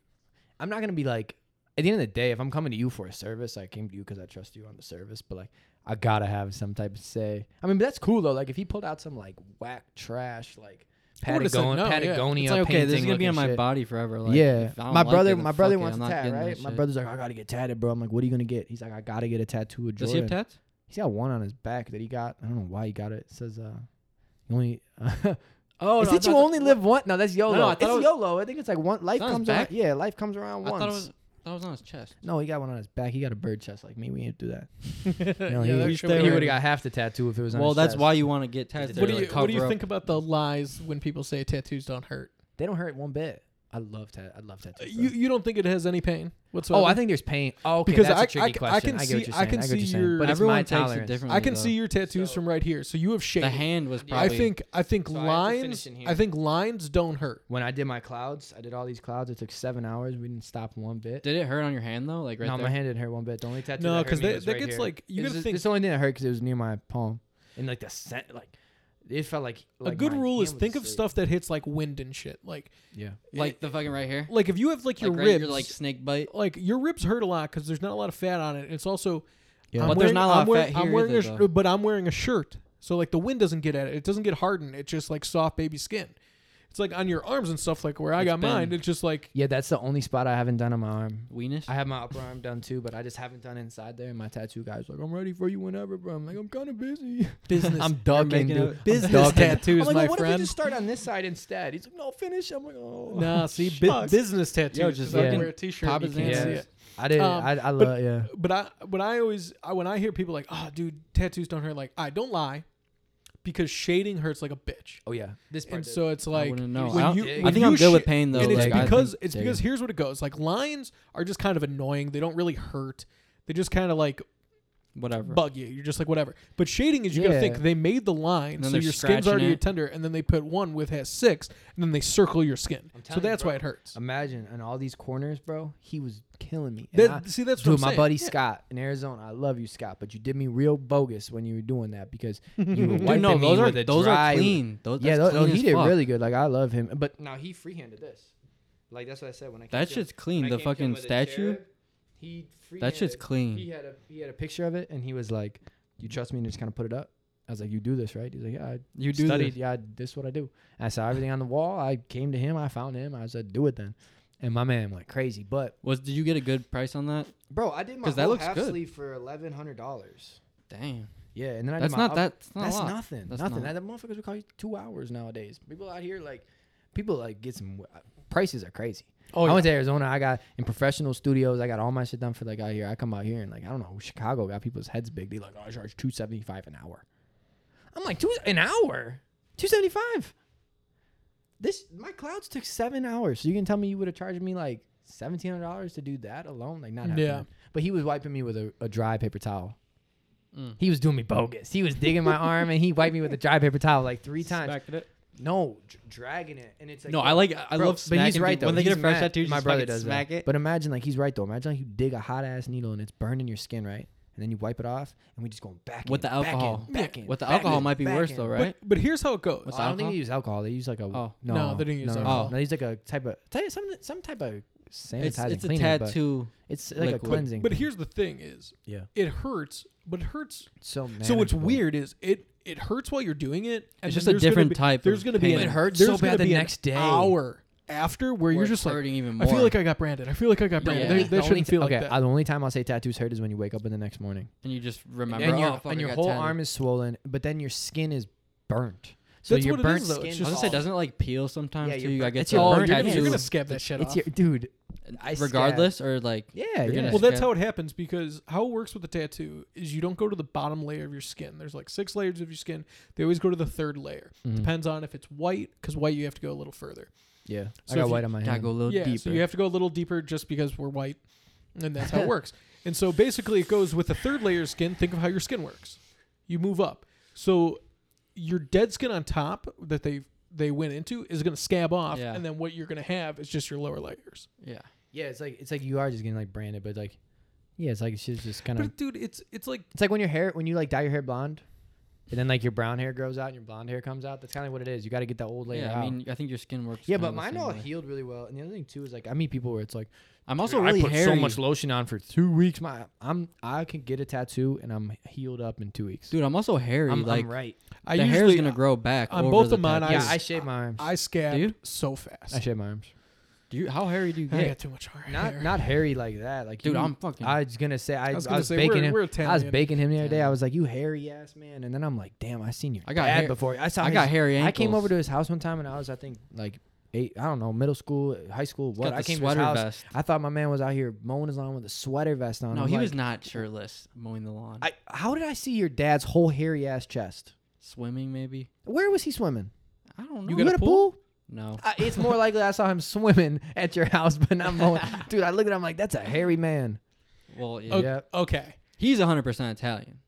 Speaker 2: I'm not gonna be like. At the end of the day, if I'm coming to you for a service, I came to you because I trust you on the service. But like, I gotta have some type of say. I mean, but that's cool though. Like if he pulled out some like whack trash, like
Speaker 1: would've said
Speaker 2: Patagon-
Speaker 1: no, yeah.
Speaker 2: Patagonia.
Speaker 3: It's like okay, this is
Speaker 2: painting
Speaker 3: gonna be on
Speaker 2: looking
Speaker 3: my
Speaker 2: shit.
Speaker 3: body forever. Like,
Speaker 2: yeah,
Speaker 3: if I don't
Speaker 2: my
Speaker 3: like
Speaker 2: brother,
Speaker 3: it, then
Speaker 2: my brother
Speaker 3: fuck
Speaker 2: wants
Speaker 3: it, I'm
Speaker 2: a
Speaker 3: not
Speaker 2: tat,
Speaker 3: getting that
Speaker 2: right? My
Speaker 3: shit.
Speaker 2: brother's like, I gotta get tatted, bro. I'm like, what are you gonna get? He's like, I gotta get a tattoo of
Speaker 3: Does he
Speaker 2: Jordan.
Speaker 3: have tats?
Speaker 2: He's got one on his back that he got. I don't know why he got it. It says, uh, you only. <laughs> Uh,
Speaker 1: Oh,
Speaker 2: is
Speaker 1: no, I
Speaker 2: it you
Speaker 1: thought that-
Speaker 2: only live once? No, that's YOLO.
Speaker 3: no, I
Speaker 2: it's
Speaker 3: thought it was-
Speaker 2: YOLO. I think it's like one life
Speaker 3: on his
Speaker 2: comes around.
Speaker 3: back?
Speaker 2: Yeah, life comes around
Speaker 3: I
Speaker 2: once.
Speaker 3: thought it was. That was on his chest.
Speaker 2: no, he got one on his back. He got a bird chest like me. We didn't do that. <laughs> No,
Speaker 1: Yeah,
Speaker 2: he-
Speaker 1: that
Speaker 2: he
Speaker 1: shit would've
Speaker 3: stayed with
Speaker 1: been-
Speaker 2: would've got half the tattoo if it was.
Speaker 3: Well,
Speaker 2: his
Speaker 3: that's
Speaker 2: chest.
Speaker 3: why you want to get tats.
Speaker 2: to
Speaker 1: What do
Speaker 2: really
Speaker 1: you What do you think about the lies when people say tattoos don't hurt?
Speaker 2: they don't hurt one bit. I love tat. I love tattoos. bro.
Speaker 1: You You don't think it has any pain whatsoever?
Speaker 2: oh, I think there's pain. Oh, okay,
Speaker 1: Because
Speaker 2: that's
Speaker 1: I-
Speaker 2: a tricky
Speaker 1: I- I
Speaker 2: question.
Speaker 1: can
Speaker 2: I get what
Speaker 1: see-
Speaker 2: you're
Speaker 1: I can
Speaker 2: saying. I get what
Speaker 1: see
Speaker 2: you're saying.
Speaker 1: your-
Speaker 2: but it's
Speaker 3: Everyone
Speaker 2: my
Speaker 3: takes it
Speaker 2: tolerance.
Speaker 3: differently.
Speaker 1: I can
Speaker 3: though.
Speaker 1: see your tattoos
Speaker 2: So-
Speaker 1: from right here. So you have shade.
Speaker 3: The hand was
Speaker 1: I
Speaker 3: probably.
Speaker 1: think I think
Speaker 2: So I have to
Speaker 1: lines
Speaker 2: finish in here.
Speaker 1: I think lines don't hurt.
Speaker 2: When I did my clouds, I did all these clouds. It took seven hours. We didn't stop one bit.
Speaker 3: Did it hurt on your hand though? Like right
Speaker 2: no,
Speaker 3: there.
Speaker 2: my hand didn't hurt one bit. The only tattoo
Speaker 1: No,
Speaker 2: that
Speaker 1: because
Speaker 2: hurt me
Speaker 1: that,
Speaker 2: was
Speaker 1: that
Speaker 2: right
Speaker 1: gets
Speaker 2: here.
Speaker 1: like you
Speaker 2: It's
Speaker 1: gotta
Speaker 2: just-
Speaker 1: think.
Speaker 2: It's the only thing that hurt because it was near my palm, and like the scent, like it felt like.
Speaker 1: A
Speaker 2: like
Speaker 1: good
Speaker 2: my
Speaker 1: rule is
Speaker 2: hand was
Speaker 1: think of
Speaker 2: asleep.
Speaker 1: stuff that hits like wind and shit. Like
Speaker 2: Yeah,
Speaker 3: Like the fucking right here.
Speaker 1: like if you have like your
Speaker 3: Like right
Speaker 1: ribs,
Speaker 3: your like snake bite.
Speaker 1: like your ribs hurt a lot because there's not a lot of fat on it. and It's also,
Speaker 2: Yeah.
Speaker 1: I'm
Speaker 3: But there's
Speaker 1: wearing-
Speaker 3: not a lot
Speaker 1: I'm
Speaker 3: of
Speaker 1: wearing-
Speaker 3: fat
Speaker 1: I'm
Speaker 3: here
Speaker 1: wearing a
Speaker 3: either,
Speaker 1: sh-
Speaker 3: though.
Speaker 1: but I'm wearing a shirt, so like the wind doesn't get at it. It doesn't get hardened. It's just like soft baby skin. It's like on your arms and stuff. Like where I
Speaker 3: It's
Speaker 1: got mine,
Speaker 3: been-
Speaker 1: it's just like
Speaker 2: yeah, that's the only spot I haven't done on my arm.
Speaker 3: Weenus.
Speaker 2: I have my upper arm done too, but I just haven't done inside there. And my tattoo guy's like, "I'm ready for you whenever, bro." I'm like, "I'm kind of busy."
Speaker 1: business.
Speaker 2: I'm
Speaker 3: making
Speaker 2: ducking,
Speaker 3: a
Speaker 2: dude.
Speaker 1: business
Speaker 2: I'm ducking.
Speaker 1: tattoos,
Speaker 2: I'm like,
Speaker 1: my
Speaker 2: well, what if
Speaker 1: friend.
Speaker 2: we just start on this side instead? He's like, "No, finish." I'm like, "Oh."
Speaker 1: nah, see, bu-
Speaker 2: Shucks.
Speaker 1: business tattoos.
Speaker 3: Yo, just
Speaker 1: is like
Speaker 2: fucking
Speaker 1: wear a t-shirt.
Speaker 3: pop
Speaker 1: you
Speaker 3: his
Speaker 1: can't
Speaker 3: hands.
Speaker 1: see
Speaker 2: Yeah.
Speaker 1: it.
Speaker 2: I did.
Speaker 1: Um,
Speaker 2: I, I love. Yeah.
Speaker 1: But I, but I always, I, when I hear people like, "Oh, dude, tattoos don't hurt," like, I don't lie, because shading hurts like a bitch.
Speaker 2: Oh yeah. This
Speaker 1: And so it's like,
Speaker 3: I wouldn't know.
Speaker 1: when
Speaker 3: I, don't-
Speaker 1: you-
Speaker 3: I
Speaker 1: when
Speaker 3: think
Speaker 1: you
Speaker 3: I'm good with
Speaker 1: shit-
Speaker 3: pain though.
Speaker 1: and it's
Speaker 3: like, I think-
Speaker 1: because it's
Speaker 3: dig
Speaker 1: because
Speaker 3: it.
Speaker 1: here's what it goes. Like lines are just kind of annoying. They don't really hurt. They just kind of like
Speaker 3: whatever.
Speaker 1: bug you. You're just like whatever. But shading is you gotta
Speaker 2: Yeah.
Speaker 1: think they made the line
Speaker 3: And then
Speaker 1: so
Speaker 3: they're
Speaker 1: your skin's
Speaker 3: scratching
Speaker 1: already
Speaker 3: it.
Speaker 1: tender, and then they put one with has six, and then they circle your skin.
Speaker 2: I'm
Speaker 1: So
Speaker 2: telling you,
Speaker 1: that's
Speaker 2: bro.
Speaker 1: why it hurts.
Speaker 2: Imagine on all these corners, bro. He was killing me. And
Speaker 1: That-
Speaker 2: I-
Speaker 1: see, that's what
Speaker 2: dude,
Speaker 1: I'm
Speaker 2: my
Speaker 1: saying.
Speaker 2: buddy
Speaker 1: Yeah.
Speaker 2: Scott in Arizona. I love you, Scott, but you did me real bogus when you were doing that
Speaker 3: <laughs>
Speaker 2: because you were
Speaker 3: Dude,
Speaker 2: wiping
Speaker 3: no,
Speaker 2: me
Speaker 3: those are
Speaker 2: with a
Speaker 3: those
Speaker 2: dry-
Speaker 3: are clean. Those,
Speaker 2: Yeah,
Speaker 3: that's
Speaker 2: tho- no,
Speaker 3: clean
Speaker 2: he
Speaker 3: as
Speaker 2: did
Speaker 3: fuck.
Speaker 2: really good. Like I love him, but now he freehanded this. Like that's what I said when I.
Speaker 3: That
Speaker 2: came to him-
Speaker 3: shit's clean.
Speaker 2: when I
Speaker 3: The
Speaker 2: came to him
Speaker 3: fucking
Speaker 2: with a
Speaker 3: statue.
Speaker 2: cherub, He
Speaker 3: That shit's
Speaker 2: freehanded. He
Speaker 3: clean.
Speaker 2: had a he had a picture of it, and he was like, "You trust me?" And just kind of put it up. I was like, "You do this, right?" He's like, "Yeah, I
Speaker 3: You do
Speaker 2: studied.
Speaker 3: this.
Speaker 2: Yeah, I, this is what I do. I saw everything on the wall. I came to him. I found him. I said, do it then. And my man went crazy. But
Speaker 3: Was did you get a good price on that?
Speaker 2: bro, I did my
Speaker 3: 'Cause that
Speaker 2: whole
Speaker 3: looks
Speaker 2: half
Speaker 3: good.
Speaker 2: sleeve for eleven hundred dollars.
Speaker 3: Damn.
Speaker 2: Yeah, and then I
Speaker 3: That's
Speaker 2: did my
Speaker 3: not that. That's not a
Speaker 2: that's
Speaker 3: lot.
Speaker 2: nothing.
Speaker 3: That's
Speaker 2: nothing.
Speaker 3: not-
Speaker 2: That motherfuckers would call you two hours nowadays. People out here like, people like get some prices are crazy.
Speaker 1: Oh,
Speaker 2: I
Speaker 1: yeah.
Speaker 2: went to Arizona. I got in professional studios. I got all my shit done for like out here. I come out here and like I don't know. Chicago got people's heads big. They like oh, I charge two seventy five an hour. I'm like two an hour, two seventy five. This my clouds took seven hours. So you can tell me you would have charged me like seventeen hundred dollars to do that alone? Like not happening.
Speaker 1: Yeah.
Speaker 2: But he was wiping me with a, a dry paper towel.
Speaker 3: Mm.
Speaker 2: He was doing me bogus. He was digging my arm and he wiped me with a dry paper towel like three times. No, dr- dragging it, and it's like
Speaker 3: No, I like. I
Speaker 2: Bro,
Speaker 3: love.
Speaker 2: But he's
Speaker 3: smacking
Speaker 2: right
Speaker 3: people.
Speaker 2: though.
Speaker 3: When they
Speaker 2: He's
Speaker 3: get a fresh
Speaker 2: mad.
Speaker 3: tattoo,
Speaker 2: my
Speaker 3: just
Speaker 2: brother
Speaker 3: fucking
Speaker 2: does
Speaker 3: smack
Speaker 2: that.
Speaker 3: it.
Speaker 2: But imagine like he's right though. Imagine like you dig a hot ass needle and it's burning your skin, right? And then you wipe it off, and we just going back
Speaker 3: With
Speaker 2: in,
Speaker 3: the
Speaker 2: back in,
Speaker 3: alcohol.
Speaker 2: Back in,
Speaker 3: With the
Speaker 2: back
Speaker 3: alcohol,
Speaker 2: in,
Speaker 3: might be
Speaker 2: back
Speaker 3: worse
Speaker 2: in.
Speaker 3: though,
Speaker 1: But
Speaker 3: right?
Speaker 1: but here's how it goes.
Speaker 3: What's
Speaker 2: I don't think
Speaker 3: alcohol?
Speaker 2: they use alcohol. They use like a
Speaker 3: Oh.
Speaker 2: no,
Speaker 1: No, they didn't use
Speaker 2: no, no,
Speaker 3: alcohol.
Speaker 2: No, they use like a type of ty- some some type of sanitizing
Speaker 3: It's it's a
Speaker 2: cleaner, but
Speaker 3: tattoo.
Speaker 2: It's like
Speaker 3: liquid.
Speaker 2: a cleansing.
Speaker 1: But here's the thing: is
Speaker 2: yeah,
Speaker 1: it hurts, but it hurts
Speaker 2: so
Speaker 1: So what's
Speaker 2: manageable.
Speaker 1: weird is it it hurts while you're doing it. And
Speaker 3: It's
Speaker 1: then
Speaker 3: just a
Speaker 1: there's gonna
Speaker 3: different
Speaker 1: be-
Speaker 3: type
Speaker 1: There's
Speaker 3: of
Speaker 1: going to be
Speaker 3: pain.
Speaker 1: an,
Speaker 3: It
Speaker 2: hurts
Speaker 1: there's
Speaker 2: so
Speaker 1: gonna
Speaker 2: bad the
Speaker 1: be an
Speaker 2: next day.
Speaker 1: Hour after where you're
Speaker 3: Where
Speaker 1: just
Speaker 3: it's
Speaker 1: like,
Speaker 3: hurting even
Speaker 1: I
Speaker 3: more.
Speaker 1: feel like I got branded. I feel like I got
Speaker 3: Yeah.
Speaker 1: branded.
Speaker 3: Yeah.
Speaker 1: They, they
Speaker 2: The only
Speaker 1: shouldn't
Speaker 2: ti-
Speaker 1: feel like
Speaker 2: okay,
Speaker 1: that.
Speaker 2: uh, the only time I'll say tattoos hurt is when you wake up in the next morning.
Speaker 3: and you just remember.
Speaker 2: and your,
Speaker 3: oh, fuck,
Speaker 2: and
Speaker 3: I
Speaker 2: your
Speaker 3: got
Speaker 2: whole
Speaker 3: tatted.
Speaker 2: arm is swollen, but then your skin is burnt. So
Speaker 1: That's
Speaker 2: your
Speaker 1: what it
Speaker 2: burnt
Speaker 1: is, though. It's
Speaker 2: skin.
Speaker 1: just-
Speaker 3: I was gonna say, doesn't it like peel sometimes
Speaker 2: Yeah,
Speaker 3: too?
Speaker 2: your
Speaker 3: You
Speaker 2: bur-
Speaker 3: gotta get
Speaker 2: it's
Speaker 3: the
Speaker 2: your
Speaker 1: oh,
Speaker 2: burn
Speaker 1: you're, gonna- you're
Speaker 3: tattoo.
Speaker 1: gonna scab that shit
Speaker 2: it's
Speaker 1: off.
Speaker 2: your dude. I scab.
Speaker 3: regardless or like
Speaker 2: Yeah,
Speaker 3: You're
Speaker 2: yeah.
Speaker 3: gonna-
Speaker 1: well, that's
Speaker 3: scab.
Speaker 1: how it happens because how it works with the tattoo is you don't go to the bottom layer of your skin. There's like six layers of your skin. They always go to the third layer.
Speaker 2: Mhm.
Speaker 1: Depends on if it's white, because white you have to go a little further.
Speaker 2: yeah.
Speaker 1: So if
Speaker 2: I got
Speaker 1: you-
Speaker 2: white on my
Speaker 3: gotta
Speaker 2: hand.
Speaker 3: go a little
Speaker 1: yeah,
Speaker 3: deeper.
Speaker 1: so you have to go a little deeper just because we're white, and that's
Speaker 3: <laughs>
Speaker 1: how it works. And so basically, it goes with the third layer of skin. Think of how your skin works. You move up. So your dead skin on top that they they went into is going to scab off,
Speaker 3: Yeah.
Speaker 1: and then what you're going to have is just your lower layers.
Speaker 3: yeah.
Speaker 2: Yeah, it's like it's like you are just getting like branded, but like yeah, it's like it's just, just kind of.
Speaker 1: But dude, it's it's like
Speaker 2: It's like when your hair when you like dye your hair blonde, and then like your brown hair grows out and your blonde hair comes out. That's kind of what it is. You got to get that old layer
Speaker 3: yeah,
Speaker 2: out.
Speaker 3: I mean, I think your skin works.
Speaker 2: yeah,
Speaker 3: kinda
Speaker 2: but
Speaker 3: the
Speaker 2: mine
Speaker 3: same
Speaker 2: all
Speaker 3: way.
Speaker 2: healed really well. And the other thing too is like I meet people where it's like
Speaker 3: I'm also
Speaker 2: "Dude,
Speaker 3: really
Speaker 2: I put
Speaker 3: hairy.
Speaker 2: so much lotion on for two weeks. My I'm I can get a tattoo and I'm healed up in two weeks.
Speaker 3: dude. I'm also hairy.
Speaker 2: I'm,
Speaker 3: like
Speaker 2: I'm right.
Speaker 1: I
Speaker 3: the hair's
Speaker 1: usually
Speaker 3: gonna grow back.
Speaker 1: on
Speaker 3: over
Speaker 1: both
Speaker 3: the
Speaker 1: of mine,
Speaker 3: tattoo.
Speaker 2: Yeah,
Speaker 1: s-
Speaker 2: I shave my arms.
Speaker 1: I scabbed
Speaker 3: Do you?
Speaker 1: so fast.
Speaker 2: I shave my arms.
Speaker 3: Do you, how hairy do you
Speaker 1: I
Speaker 3: get?
Speaker 1: got too much hair.
Speaker 2: Not not hairy like that. Like
Speaker 3: Dude,
Speaker 2: you-
Speaker 3: I'm fucking.
Speaker 2: I was gonna say
Speaker 1: I
Speaker 2: I,
Speaker 1: was
Speaker 2: I was,
Speaker 1: gonna say,
Speaker 2: baking
Speaker 1: we're-
Speaker 2: him.
Speaker 1: we're
Speaker 2: I was
Speaker 1: Italian.
Speaker 2: baking him the other day. I
Speaker 3: Italian.
Speaker 2: was like, "You hairy ass man," and then I'm like, "Damn, I seen your
Speaker 3: I got
Speaker 2: dad
Speaker 3: hair-
Speaker 2: before." I saw.
Speaker 3: I got
Speaker 2: his-
Speaker 3: hairy ankles.
Speaker 2: I came over to his house one time, and I was, I think, like eight. I don't know, middle school, high school.
Speaker 3: got
Speaker 2: What? I
Speaker 3: the
Speaker 2: came to his
Speaker 3: sweater
Speaker 2: house.
Speaker 3: vest.
Speaker 2: I thought my man was out here mowing his lawn with a sweater vest on.
Speaker 3: No,
Speaker 2: I'm
Speaker 3: he
Speaker 2: like,
Speaker 3: was not shirtless mowing the lawn.
Speaker 2: I, how did I see your dad's whole hairy ass chest?
Speaker 3: Swimming maybe.
Speaker 2: Where was he swimming?
Speaker 3: I don't know.
Speaker 1: You got a pool?
Speaker 3: No.
Speaker 2: I, it's more likely I saw him <laughs> swimming at your house, but not
Speaker 3: <laughs>
Speaker 2: mowing. Dude, I look at him like that's a hairy man.
Speaker 3: Well, yeah.
Speaker 1: Okay.
Speaker 2: Yep.
Speaker 1: Okay.
Speaker 3: He's 100% Italian,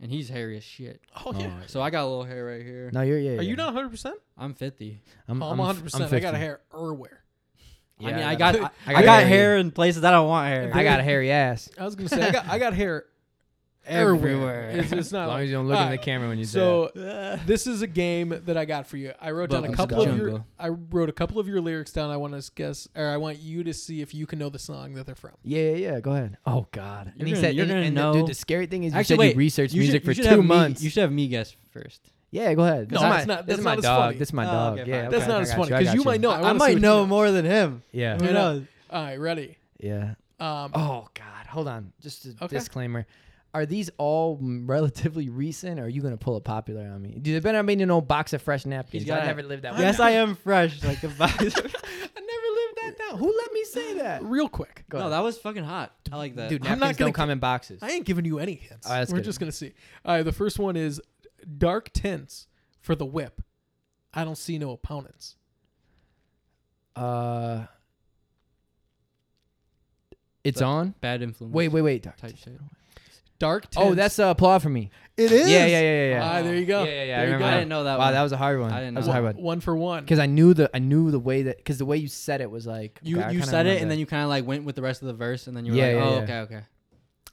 Speaker 3: and he's hairy as shit.
Speaker 1: Oh yeah.
Speaker 3: So I got a little hair right here.
Speaker 2: No, you're yeah.
Speaker 1: Are
Speaker 2: yeah.
Speaker 1: you not 100? percent
Speaker 3: I'm 50.
Speaker 2: I'm,
Speaker 1: I'm 100. percent I got a hair everywhere.
Speaker 3: I mean, I
Speaker 2: I
Speaker 3: <laughs> got
Speaker 1: got-
Speaker 3: I,
Speaker 2: I
Speaker 3: got,
Speaker 2: got hairy.
Speaker 3: hair in places I don't want hair.
Speaker 2: I got a hairy ass.
Speaker 1: I was gonna say I got I got
Speaker 2: <laughs>
Speaker 1: hair everywhere. It's, it's not.
Speaker 2: As long
Speaker 1: like-
Speaker 2: as you don't look in
Speaker 1: Oh,
Speaker 2: the
Speaker 1: Alright,
Speaker 2: camera when you
Speaker 1: so
Speaker 3: I
Speaker 2: <laughs>
Speaker 3: got.
Speaker 1: this is a game that I got for you. I wrote down a
Speaker 3: Welcome to
Speaker 1: couple
Speaker 2: the
Speaker 1: of your
Speaker 3: jungle.
Speaker 1: I wrote a couple of your lyrics down. I want to guess or I want you to see if you can know the song that they're from.
Speaker 2: Yeah, yeah, yeah. Go ahead. Oh God. and
Speaker 3: You're
Speaker 2: he
Speaker 3: gonna-
Speaker 2: said,
Speaker 3: you're
Speaker 2: and,
Speaker 3: gonna
Speaker 2: and
Speaker 3: know-
Speaker 2: The, dude, the scary thing is, you
Speaker 3: Actually,
Speaker 2: said
Speaker 3: wait.
Speaker 2: you researched
Speaker 3: you
Speaker 2: music
Speaker 3: should-
Speaker 2: for
Speaker 3: you should have
Speaker 2: two
Speaker 3: me-
Speaker 2: months.
Speaker 3: you should have me guess first.
Speaker 2: yeah, go ahead.
Speaker 1: No, that's
Speaker 2: This is my-
Speaker 1: not-
Speaker 2: This
Speaker 1: that's
Speaker 2: is my
Speaker 1: not as
Speaker 2: dog.
Speaker 1: funny.
Speaker 2: This is my
Speaker 3: Oh,
Speaker 2: dog.
Speaker 3: okay,
Speaker 2: yeah,
Speaker 3: fine.
Speaker 2: okay,
Speaker 1: That's
Speaker 2: I
Speaker 1: not as
Speaker 2: got
Speaker 1: funny
Speaker 2: I
Speaker 1: because
Speaker 2: got
Speaker 1: you, might know. I, wanna see what you
Speaker 3: more than him.
Speaker 2: Yeah,
Speaker 3: <laughs>
Speaker 1: Who
Speaker 3: Who
Speaker 1: knows?
Speaker 3: knows?
Speaker 1: All right, ready.
Speaker 2: yeah.
Speaker 1: Um,
Speaker 2: Oh God. Hold on. Just a
Speaker 1: Okay.
Speaker 2: disclaimer. Are these all <laughs> m- relatively recent? Or are you gonna pull a popular on me? Dude, they better not be in an old box of fresh napkins.
Speaker 3: got
Speaker 2: I
Speaker 3: it.
Speaker 2: never lived that.
Speaker 3: Yes,
Speaker 2: way.
Speaker 3: I am fresh like a <laughs> visor.
Speaker 2: <laughs> I never lived that down. Who let me say that?
Speaker 1: real quick.
Speaker 2: Go
Speaker 3: no,
Speaker 2: ahead.
Speaker 3: that was fucking hot. I like that.
Speaker 2: Dude,
Speaker 1: I'm not
Speaker 2: napkins
Speaker 1: gonna
Speaker 2: don't come in boxes.
Speaker 1: I ain't giving you any hints.
Speaker 2: Oh, that's
Speaker 1: We're
Speaker 2: good.
Speaker 1: just gonna see. All right, the first one is dark tints for the whip. I don't see no opponents.
Speaker 2: Uh, it's on.
Speaker 3: bad influence.
Speaker 2: Wait, wait, wait. Doc.
Speaker 3: Type shit.
Speaker 1: Dark tints.
Speaker 2: Oh, that's uh, applaud for me.
Speaker 1: it is.
Speaker 2: Yeah, yeah, yeah, yeah.
Speaker 1: Ah, there you go.
Speaker 2: Yeah, yeah, yeah,
Speaker 1: There
Speaker 2: I
Speaker 1: you
Speaker 2: remember
Speaker 1: go.
Speaker 3: I
Speaker 2: that.
Speaker 3: didn't know that.
Speaker 2: wow,
Speaker 3: one.
Speaker 2: that was a hard one.
Speaker 3: I didn't
Speaker 2: That was
Speaker 3: know.
Speaker 2: a
Speaker 1: One-
Speaker 2: hard one.
Speaker 1: One for one.
Speaker 2: Because I knew the I knew the way that because the way you said it was like
Speaker 3: you
Speaker 2: okay, I
Speaker 3: you
Speaker 2: kinda
Speaker 3: said it
Speaker 2: remember
Speaker 3: and
Speaker 2: that.
Speaker 3: then you kind of like went with the rest of the verse and then you were
Speaker 2: Yeah,
Speaker 3: like,
Speaker 2: yeah,
Speaker 3: oh,
Speaker 2: yeah.
Speaker 3: okay, okay.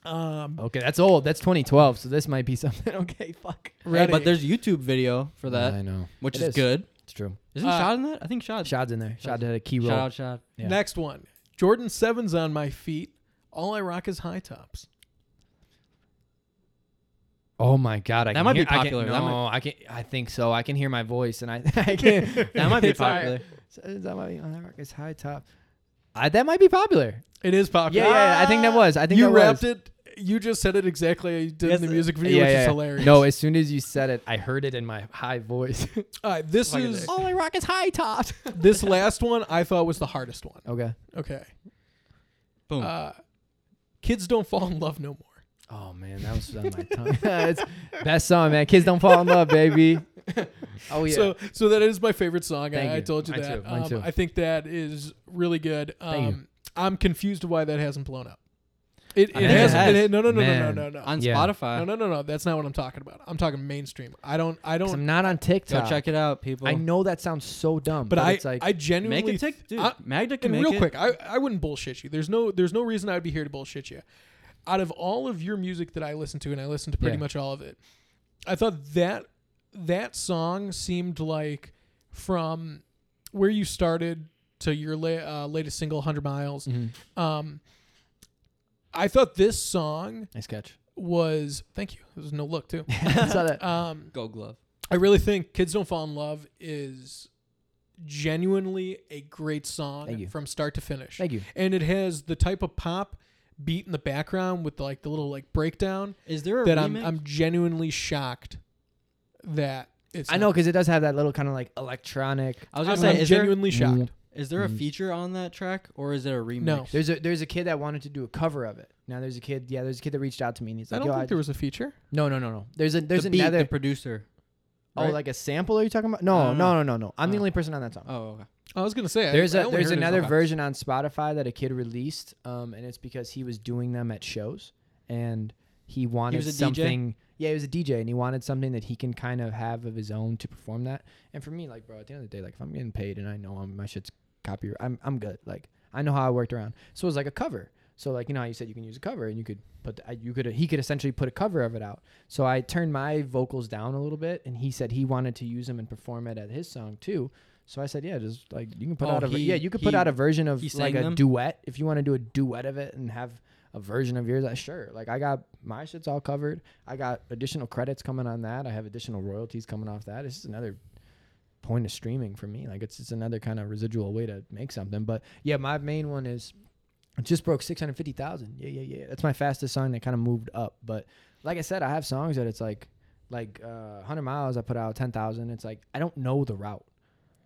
Speaker 1: Um,
Speaker 2: Okay, that's old. That's 2012. So this might be <laughs> something. okay, fuck.
Speaker 3: Right,
Speaker 1: ready.
Speaker 3: but there's YouTube video for that,
Speaker 2: I know.
Speaker 3: which
Speaker 2: It
Speaker 3: is,
Speaker 2: is.
Speaker 3: good.
Speaker 2: It's true.
Speaker 3: Isn't
Speaker 1: Uh,
Speaker 3: Shad in that? I think Shad. Shad,
Speaker 2: Shad's in there. Shad had a key role.
Speaker 3: Shad out Shad.
Speaker 2: Yeah.
Speaker 1: next one. Jordan sevens on my feet. All I rock is high tops.
Speaker 2: Oh my god, I
Speaker 3: That
Speaker 2: can
Speaker 3: might be
Speaker 2: hear-
Speaker 3: popular.
Speaker 2: I
Speaker 3: That
Speaker 2: can, no, I can. I think so. I can hear my voice, and I, <laughs>
Speaker 3: <laughs>
Speaker 2: I can.
Speaker 3: That might be
Speaker 2: It's all right.
Speaker 3: popular.
Speaker 2: So that might be on It's high top. I, that might be popular.
Speaker 1: It is popular.
Speaker 2: Yeah, yeah, yeah, I think that was. I think
Speaker 1: you
Speaker 2: that
Speaker 1: wrapped
Speaker 2: was.
Speaker 1: it. You just said it exactly how you did
Speaker 3: Yes,
Speaker 1: in
Speaker 3: uh,
Speaker 1: the music video,
Speaker 2: yeah,
Speaker 1: which
Speaker 2: yeah,
Speaker 1: is
Speaker 2: yeah.
Speaker 1: hilarious. <laughs>
Speaker 2: No, as soon as you said it, I heard it in my high voice. <laughs>
Speaker 1: All right, this
Speaker 3: Fucking
Speaker 1: is
Speaker 2: All I rock is high top.
Speaker 1: <laughs> this last one. I thought was the hardest one.
Speaker 2: okay.
Speaker 1: Okay.
Speaker 3: Boom.
Speaker 1: Uh, kids don't fall in love no more.
Speaker 2: Oh man, that was on my tongue. <laughs> it's best song, man. Kids don't fall in
Speaker 1: <laughs>
Speaker 2: love, baby. Oh yeah.
Speaker 1: So, so that is my favorite song.
Speaker 2: Thank
Speaker 1: I, I
Speaker 2: you.
Speaker 1: told you
Speaker 2: Mine
Speaker 1: that.
Speaker 2: too, mine
Speaker 1: Um,
Speaker 2: too.
Speaker 1: I think that is really good. Um,
Speaker 2: Thank you.
Speaker 1: I'm confused why that hasn't blown up. It, it
Speaker 2: I think it
Speaker 1: hasn't.
Speaker 3: has.
Speaker 1: It, no, no, no, no,
Speaker 2: Man.
Speaker 1: no, no, no.
Speaker 3: On
Speaker 2: yeah.
Speaker 1: No,
Speaker 3: Spotify.
Speaker 1: no, no, no. That's not what I'm talking about. I'm talking mainstream. I don't. I
Speaker 2: 'Cause
Speaker 1: don't.
Speaker 2: I'm not on
Speaker 3: Go
Speaker 2: TikTok.
Speaker 3: check it out, people.
Speaker 2: I know that sounds so dumb,
Speaker 1: But,
Speaker 2: but,
Speaker 1: I.
Speaker 2: it's like <laughs>
Speaker 1: I genuinely
Speaker 3: Make it tick, dude.
Speaker 1: I-
Speaker 3: Magda can
Speaker 1: and
Speaker 3: make
Speaker 1: real
Speaker 3: it.
Speaker 1: quick, I, I wouldn't bullshit you. There's no there's no reason I'd be here to bullshit you. Out of all of your music that I listen to, and I listen to pretty
Speaker 2: Yeah.
Speaker 1: much all of it, I thought that that song seemed like from where you started to your la- uh, latest single, 100 Miles.
Speaker 2: Mhm.
Speaker 1: Um, I thought this song
Speaker 2: nice catch.
Speaker 1: was thank you. There's no look
Speaker 3: <laughs>
Speaker 1: too.
Speaker 2: <laughs> I saw that.
Speaker 1: Um,
Speaker 3: Go glove.
Speaker 1: I really think "Kids Don't Fall in Love" is genuinely a great
Speaker 2: Thank
Speaker 1: song
Speaker 2: you.
Speaker 1: from start to finish
Speaker 2: Thank you.
Speaker 1: and it has the type of pop beat in the background with like the little like breakdown
Speaker 3: Is there a
Speaker 1: that I'm
Speaker 3: remix?
Speaker 1: I'm genuinely shocked that it's
Speaker 2: I know because it does have that little kind of like electronic.
Speaker 3: I was
Speaker 1: I'm,
Speaker 3: gonna say,
Speaker 1: I'm
Speaker 3: is there,
Speaker 1: genuinely shocked.
Speaker 3: is there a
Speaker 2: Mm.
Speaker 3: feature on that track or is it a remix?
Speaker 1: No.
Speaker 2: There's a there's a kid that wanted to do a cover of it. Now there's a kid. Yeah, there's a kid that reached out to me and he's
Speaker 1: I
Speaker 2: like,
Speaker 1: don't
Speaker 2: Yo,
Speaker 1: think
Speaker 2: I
Speaker 1: there was a feature.
Speaker 2: no no no no. There's a there's
Speaker 3: the beat,
Speaker 2: another.
Speaker 3: the producer.
Speaker 2: oh,
Speaker 3: right?
Speaker 2: like a sample? Are you talking about?
Speaker 3: I
Speaker 2: No
Speaker 3: don't
Speaker 2: no no no no. I'm
Speaker 1: Uh.
Speaker 2: the
Speaker 3: Oh.
Speaker 2: only person on that song.
Speaker 3: Oh, okay.
Speaker 1: I was gonna say I-
Speaker 2: There's
Speaker 1: I
Speaker 2: a
Speaker 1: only
Speaker 2: there's
Speaker 1: heard it
Speaker 2: another
Speaker 1: about-
Speaker 2: version on Spotify that a kid released, um, and it's because he was doing them at shows, and he wanted
Speaker 3: was a DJ?
Speaker 2: something. Yeah, he was a DJ, and he wanted something that he can kind of have of his own to perform that. And for me, like, bro, at the end of the day, like, if I'm getting paid and I know I'm, my shit's copyright, I'm I'm good. Like, I know how I worked around. So it was like a cover. So like you know how you said you can use a cover and you could put the, uh, you could he could essentially put a cover of it out. So I turned my vocals down a little bit, and he said he wanted to use them and perform it at his song too. So I said, yeah, just like you can put
Speaker 3: Oh,
Speaker 2: out a ver-
Speaker 3: he-
Speaker 2: yeah you could put
Speaker 3: he-
Speaker 2: out a version of
Speaker 3: he
Speaker 2: like
Speaker 3: sang
Speaker 2: a
Speaker 3: them?
Speaker 2: duet if you want to do a duet of it and have a version of yours. I sure like I got my shit's all covered. I got additional credits coming on that. I have additional royalties coming off that. It's just another point of streaming for me. Like it's just another kind of residual way to make something. But yeah, my main one is it just broke six hundred fifty thousand. Yeah, yeah, yeah. That's my fastest song that kind of moved up. But like I said, I have songs that it's like like uh, hundred miles. I put out ten thousand. It's like I don't know the route.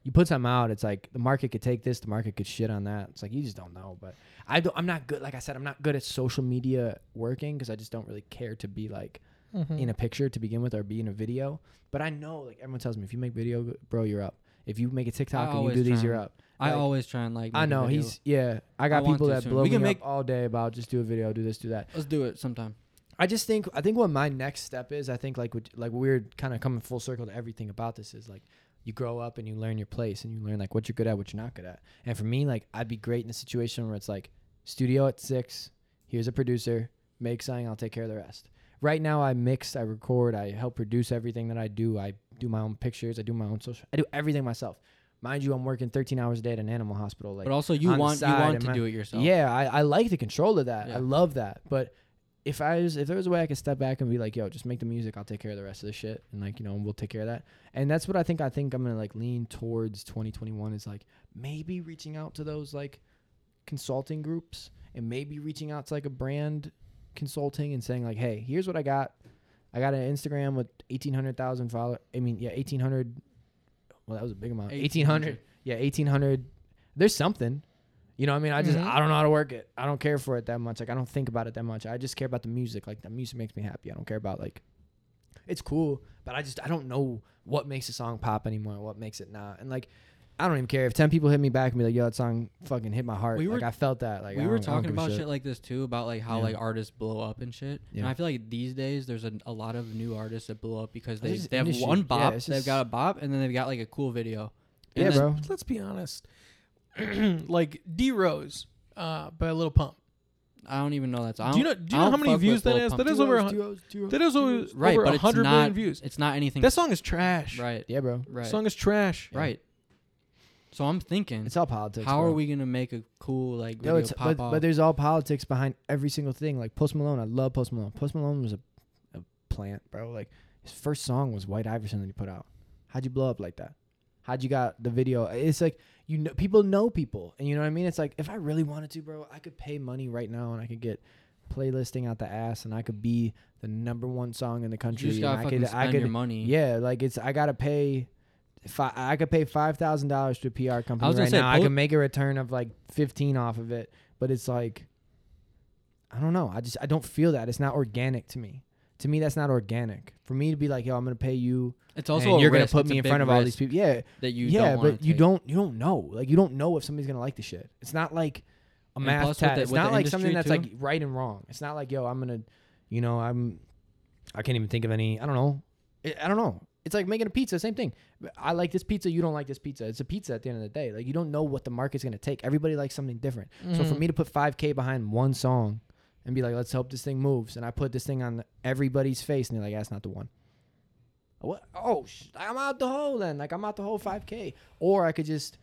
Speaker 2: You put something out, it's like the market could take this, the market could shit on that. It's like you just don't know. But I don't, I'm not good. Like I said, I'm not good at social media working because I just don't really care to be like
Speaker 1: Mm-hmm.
Speaker 3: Mm.
Speaker 2: in a picture to begin with or be in a video. But I know, like everyone tells me, if you make video, bro, you're up. If you make a TikTok and you
Speaker 3: always
Speaker 2: do these,
Speaker 3: try
Speaker 2: you're
Speaker 3: and-
Speaker 2: up.
Speaker 3: I
Speaker 2: Like,
Speaker 3: always try and like.
Speaker 2: I
Speaker 3: make a
Speaker 2: know
Speaker 3: video.
Speaker 2: he's yeah. I got
Speaker 3: want
Speaker 2: people
Speaker 3: to
Speaker 2: that
Speaker 3: soon.
Speaker 2: blow
Speaker 3: We
Speaker 2: me up
Speaker 3: can make-
Speaker 2: all day about just do a video, do this, do that.
Speaker 3: Let's do it sometime.
Speaker 2: I just think I think what my next step is. I think like what, like we're kind of coming full circle to everything about this is like you grow up and you learn your place and you learn like what you're good at, what you're not good at. And for me, like I'd be great in a situation where it's like studio at six. Here's a producer, make something. I'll take care of the rest. Right now, I mix, I record, I help produce everything that I do. I do my own pictures, I do my own social, I do everything myself. Mind you, I'm working 13 hours a day at an animal hospital. Like
Speaker 3: but also, you
Speaker 2: on the
Speaker 3: want you
Speaker 2: side,
Speaker 3: want
Speaker 2: am
Speaker 3: to
Speaker 2: I-
Speaker 3: do it yourself.
Speaker 2: yeah, I, I like the control of that. I
Speaker 3: Yeah.
Speaker 2: love that. But if I was, if there was a way I could step back and be like, yo, just make the music, I'll take care of the rest of the shit, and like you know, we'll take care of that. And that's what I think. I think I'm gonna like lean towards 2021 is like maybe reaching out to those like consulting groups and maybe reaching out to like a brand consulting and saying like, hey, here's what I got. I got an Instagram with 1800,000 followers. I mean, yeah, 1800. Well, that was a big amount. 1800.
Speaker 3: 1800.
Speaker 2: Yeah, 1800. There's something. You know, what I mean, I just
Speaker 3: Mm-hmm.
Speaker 1: Mhm.
Speaker 2: I don't know how to work it. I don't care for it that much. Like I don't think about it that much. I just care about the music. Like the music makes me happy. I don't care about like it's cool, but I just I don't know what makes a song pop anymore. What makes it not? And like I don't even care if ten people hit me back and be like, "Yo, that song fucking hit my heart."
Speaker 3: We were-
Speaker 2: like I felt that. Like I
Speaker 3: we were
Speaker 2: don't- I don't
Speaker 3: talking
Speaker 2: give a
Speaker 3: about
Speaker 2: shit.
Speaker 3: shit. like this too, about like how
Speaker 2: Yeah.
Speaker 3: like artists blow up and shit.
Speaker 2: Yeah.
Speaker 3: And I feel like these days there's a, a lot of new artists that blow up because they,
Speaker 2: This is
Speaker 3: they have
Speaker 2: industry.
Speaker 3: one
Speaker 2: Yeah,
Speaker 3: bop,
Speaker 2: it's
Speaker 3: they've
Speaker 2: just-
Speaker 3: got a bop, and then they've got like a cool video.
Speaker 2: Yeah,
Speaker 3: And then-
Speaker 2: bro.
Speaker 1: Let's be honest. <clears throat> like D Rose uh, by Lil Pump.
Speaker 3: I don't even know that's. I
Speaker 1: Do you know?
Speaker 3: don't-
Speaker 1: Do you know
Speaker 3: I
Speaker 1: how
Speaker 3: don't
Speaker 1: many
Speaker 3: fuck
Speaker 1: views
Speaker 3: with
Speaker 1: that
Speaker 3: Lil
Speaker 1: is?
Speaker 3: Pump.
Speaker 1: That is over. a hun-
Speaker 2: Duos, duos,
Speaker 1: That is over,
Speaker 2: duos.
Speaker 3: right,
Speaker 1: over
Speaker 3: but it's
Speaker 1: 100
Speaker 3: not
Speaker 1: million views.
Speaker 3: It's not anything.
Speaker 1: That song is trash.
Speaker 3: right,
Speaker 2: Yeah, bro.
Speaker 3: right,
Speaker 1: Song is trash.
Speaker 3: right. So I'm thinking,
Speaker 2: It's all politics.
Speaker 3: how
Speaker 2: bro.
Speaker 3: are we gonna make a cool like
Speaker 2: No,
Speaker 3: video
Speaker 2: it's
Speaker 3: pop
Speaker 2: but,
Speaker 3: off?
Speaker 2: but there's all politics behind every single thing. Like Post Malone, I love Post Malone. Post Malone was a, a plant, bro. Like his first song was White Iverson that he put out. How'd you blow up like that? How'd you got the video? It's like you know people know people, and you know what I mean. It's like if I really wanted to, bro, I could pay money right now and I could get playlisting out the ass, and I could be the number one song in the
Speaker 3: you
Speaker 2: country.
Speaker 3: just gotta
Speaker 2: and I
Speaker 3: fucking
Speaker 2: could,
Speaker 3: spend
Speaker 2: I could,
Speaker 3: your money.
Speaker 2: yeah, like it's I gotta pay. Fi- I could pay five thousand dollars to a PR company
Speaker 3: I was gonna
Speaker 2: right
Speaker 3: say,
Speaker 2: now. I
Speaker 3: Pol-
Speaker 2: can make a return of like fifteen off of it, but it's like, I don't know. I just I don't feel that. It's not organic to me. To me, that's not organic. For me to be like, yo, I'm gonna pay you,
Speaker 3: It's also
Speaker 2: and
Speaker 3: a
Speaker 2: you're gonna
Speaker 3: risk.
Speaker 2: put
Speaker 3: It's
Speaker 2: me
Speaker 3: a
Speaker 2: in
Speaker 3: big
Speaker 2: front of all these
Speaker 3: risk
Speaker 2: people. Yeah,
Speaker 3: that you
Speaker 2: yeah,
Speaker 3: don't
Speaker 2: but
Speaker 3: wanna
Speaker 2: you
Speaker 3: take.
Speaker 2: don't you don't know. Like you don't know if somebody's gonna like the shit. It's not like a
Speaker 3: And
Speaker 2: math
Speaker 3: plus with
Speaker 2: test.
Speaker 3: the-
Speaker 2: it's
Speaker 3: with the
Speaker 2: not like something that's
Speaker 3: industry,
Speaker 2: like right and wrong. It's not like yo, I'm gonna, you know, I'm, I can't even think of any. I don't know. I, I don't know. It's like making a pizza. Same thing. I like this pizza. You don't like this pizza. It's a pizza at the end of the day. Like you don't know what the market's gonna take. Everybody likes something different. So for
Speaker 1: Mhm.
Speaker 2: me to put 5K behind one song and be like, let's hope this thing moves, and I put this thing on everybody's face, and they're like, that's not the one. What? Oh, sh- I'm out the hole then. Like I'm out the hole 5K, or I could just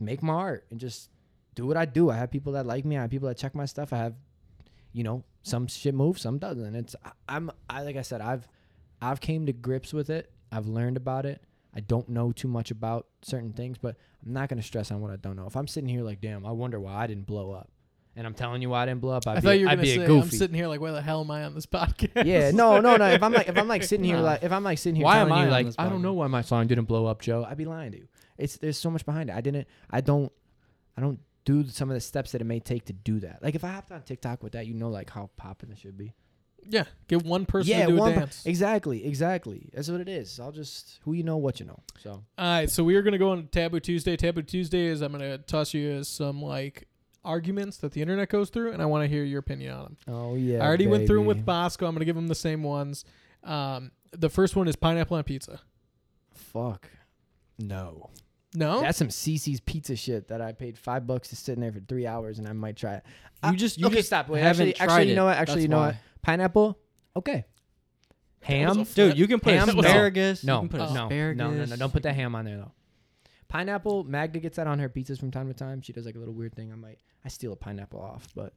Speaker 2: make my art and just do what I do. I have people that like me. I have people that check my stuff. I have, you know, some shit moves, some doesn't. And it's I, I'm I like I said I've I've came to grips with it. I've learned about it. I don't know too much about certain things, but I'm not gonna stress on what I don't know. If I'm sitting here like, damn, I wonder why I didn't blow up, and I'm telling you why I didn't blow up, I'd
Speaker 1: I
Speaker 2: be,
Speaker 1: thought you were
Speaker 2: I'd
Speaker 1: gonna
Speaker 2: be
Speaker 1: say
Speaker 2: a
Speaker 1: I'm
Speaker 2: goofy.
Speaker 1: sitting here like, why the hell am I on this <laughs> podcast?
Speaker 2: <laughs> yeah, no, no, no. If I'm like, if I'm like sitting here,
Speaker 3: No.
Speaker 2: like, if I'm like sitting here,
Speaker 3: Why am
Speaker 2: telling
Speaker 3: I
Speaker 2: you,
Speaker 3: on
Speaker 2: like,
Speaker 3: this
Speaker 2: I don't
Speaker 3: podcast?
Speaker 2: know why my song didn't blow up, Joe. I'd be lying to you. It's there's so much behind it. I didn't. I don't. I don't do some of the steps that it may take to do that. Like if I hopped on TikTok with that, you know, like how popping it should be.
Speaker 1: <laughs> Yeah, get one person
Speaker 2: yeah,
Speaker 1: to do
Speaker 2: one
Speaker 1: a
Speaker 2: per-
Speaker 1: dance.
Speaker 2: exactly, exactly. That's what it is. I'll just who you know, what you know. So
Speaker 1: All right, so we are gonna go on Taboo Tuesday. Taboo Tuesday is I'm gonna toss you some like arguments that the internet goes through, and I want to hear your opinion on them.
Speaker 2: oh yeah,
Speaker 1: I already went through them with Bosco. I'm gonna give him the same ones. Um, the first one is pineapple on pizza.
Speaker 2: Fuck. No.
Speaker 1: No,
Speaker 2: That's some CC's pizza shit that I paid five bucks to sit in there for three hours, and I might try it.
Speaker 3: You
Speaker 2: I-
Speaker 3: just- you
Speaker 2: okay,
Speaker 3: just
Speaker 2: stop. Wait,
Speaker 3: haven't
Speaker 2: actually,
Speaker 3: tried
Speaker 2: actually, you
Speaker 3: it.
Speaker 2: know what? Actually,
Speaker 3: That's
Speaker 2: you know what?
Speaker 3: why.
Speaker 2: Pineapple,
Speaker 1: was
Speaker 2: okay.
Speaker 1: a
Speaker 2: Ham,
Speaker 1: f-
Speaker 3: Dude, you can put
Speaker 2: Ham? No.
Speaker 3: asparagus.
Speaker 2: no,
Speaker 3: you can put
Speaker 2: no,
Speaker 3: asparagus.
Speaker 2: no, no, no, don't put the ham on there though. Pineapple, Magda gets that on her pizzas from time to time. She does like a little weird thing. I might, I steal a pineapple off, but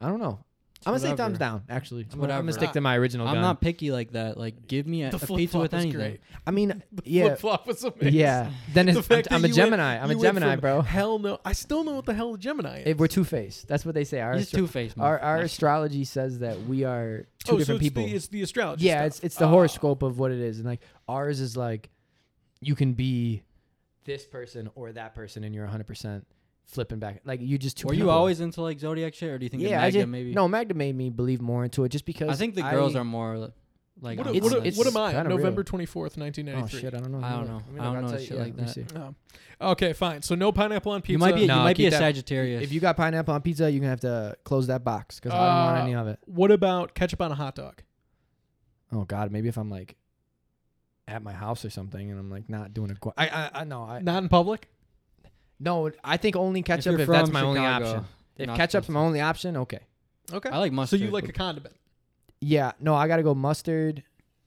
Speaker 2: I don't know. I'm gonna say
Speaker 3: whatever.
Speaker 2: thumbs down. Actually, I'm gonna, I'm
Speaker 3: whatever.
Speaker 2: gonna stick to my original.
Speaker 3: I'm
Speaker 2: gun.
Speaker 3: not picky like that. Like, give me a,
Speaker 1: the
Speaker 3: a
Speaker 1: flip
Speaker 3: pizza
Speaker 1: flop
Speaker 3: with
Speaker 1: was
Speaker 3: anything.
Speaker 1: great.
Speaker 2: I mean,
Speaker 1: <laughs> The
Speaker 2: yeah,
Speaker 1: flip flop was amazing.
Speaker 2: yeah. Then
Speaker 1: The
Speaker 2: it's, I'm,
Speaker 1: fact that
Speaker 2: I'm a
Speaker 1: you went-
Speaker 2: Gemini. I'm
Speaker 1: you
Speaker 2: a
Speaker 1: went
Speaker 2: Gemini,
Speaker 1: from
Speaker 2: bro.
Speaker 1: Hell no, I still know what the hell a Gemini is.
Speaker 2: Oh. It- we're two faced. That's what they say. Our,
Speaker 3: He's
Speaker 2: astro-
Speaker 3: two faced.
Speaker 2: our, our astrology says that we are two
Speaker 1: oh, so
Speaker 2: different
Speaker 1: it's
Speaker 2: people.
Speaker 1: The, it's the astrology.
Speaker 2: yeah,
Speaker 1: stuff.
Speaker 2: it's it's the
Speaker 1: Ah.
Speaker 2: horoscope of what it is, and like ours is like you can be this person or that person, and you're 100 percent flipping back. Like you just two.
Speaker 3: Were you
Speaker 2: people.
Speaker 3: always into like zodiac shit, or do you think that
Speaker 2: Yeah, I
Speaker 3: Magda
Speaker 2: just,
Speaker 3: maybe?
Speaker 2: no. Magda made me believe more into it just because
Speaker 3: I think the girls are more li- like.
Speaker 1: What,
Speaker 3: on
Speaker 1: a-
Speaker 2: it's-
Speaker 1: what, a-
Speaker 3: that
Speaker 2: it's
Speaker 1: what
Speaker 3: shit.
Speaker 1: am I?
Speaker 2: kinda
Speaker 1: November twenty fourth, nineteen
Speaker 2: Oh
Speaker 1: ninety three.
Speaker 2: shit! I don't know.
Speaker 3: I
Speaker 2: Let me
Speaker 3: don't
Speaker 2: look.
Speaker 3: know.
Speaker 2: Let me
Speaker 3: I don't
Speaker 2: look. I'll
Speaker 3: know
Speaker 2: tell you-
Speaker 3: shit
Speaker 2: yeah,
Speaker 3: like
Speaker 2: let me
Speaker 3: that.
Speaker 2: see.
Speaker 1: Oh. Okay, fine. So no pineapple on pizza.
Speaker 3: You might be. a-
Speaker 2: No,
Speaker 3: you might be
Speaker 2: keep
Speaker 3: a
Speaker 2: that-
Speaker 3: Sagittarius.
Speaker 2: If you got pineapple on pizza, you're gonna have to close that box because I don't
Speaker 1: Uh,
Speaker 2: want any
Speaker 3: Ah.
Speaker 2: of it.
Speaker 1: What about ketchup on a hot dog?
Speaker 2: Oh God, maybe if I'm like at my house or something and I'm like not doing a qu- I I I no I
Speaker 1: Not in public.
Speaker 2: no I think only
Speaker 3: If
Speaker 2: ketchup
Speaker 3: you're
Speaker 2: if, that's
Speaker 3: from
Speaker 2: my only
Speaker 3: Chicago,
Speaker 2: option.
Speaker 3: you're
Speaker 2: If
Speaker 3: not
Speaker 2: ketchup's
Speaker 3: supposed
Speaker 2: my only option, okay.
Speaker 1: Okay.
Speaker 3: to. I like
Speaker 1: so
Speaker 3: mustard.
Speaker 1: you like a condiment?
Speaker 2: Yeah, no, I gotta go mustard.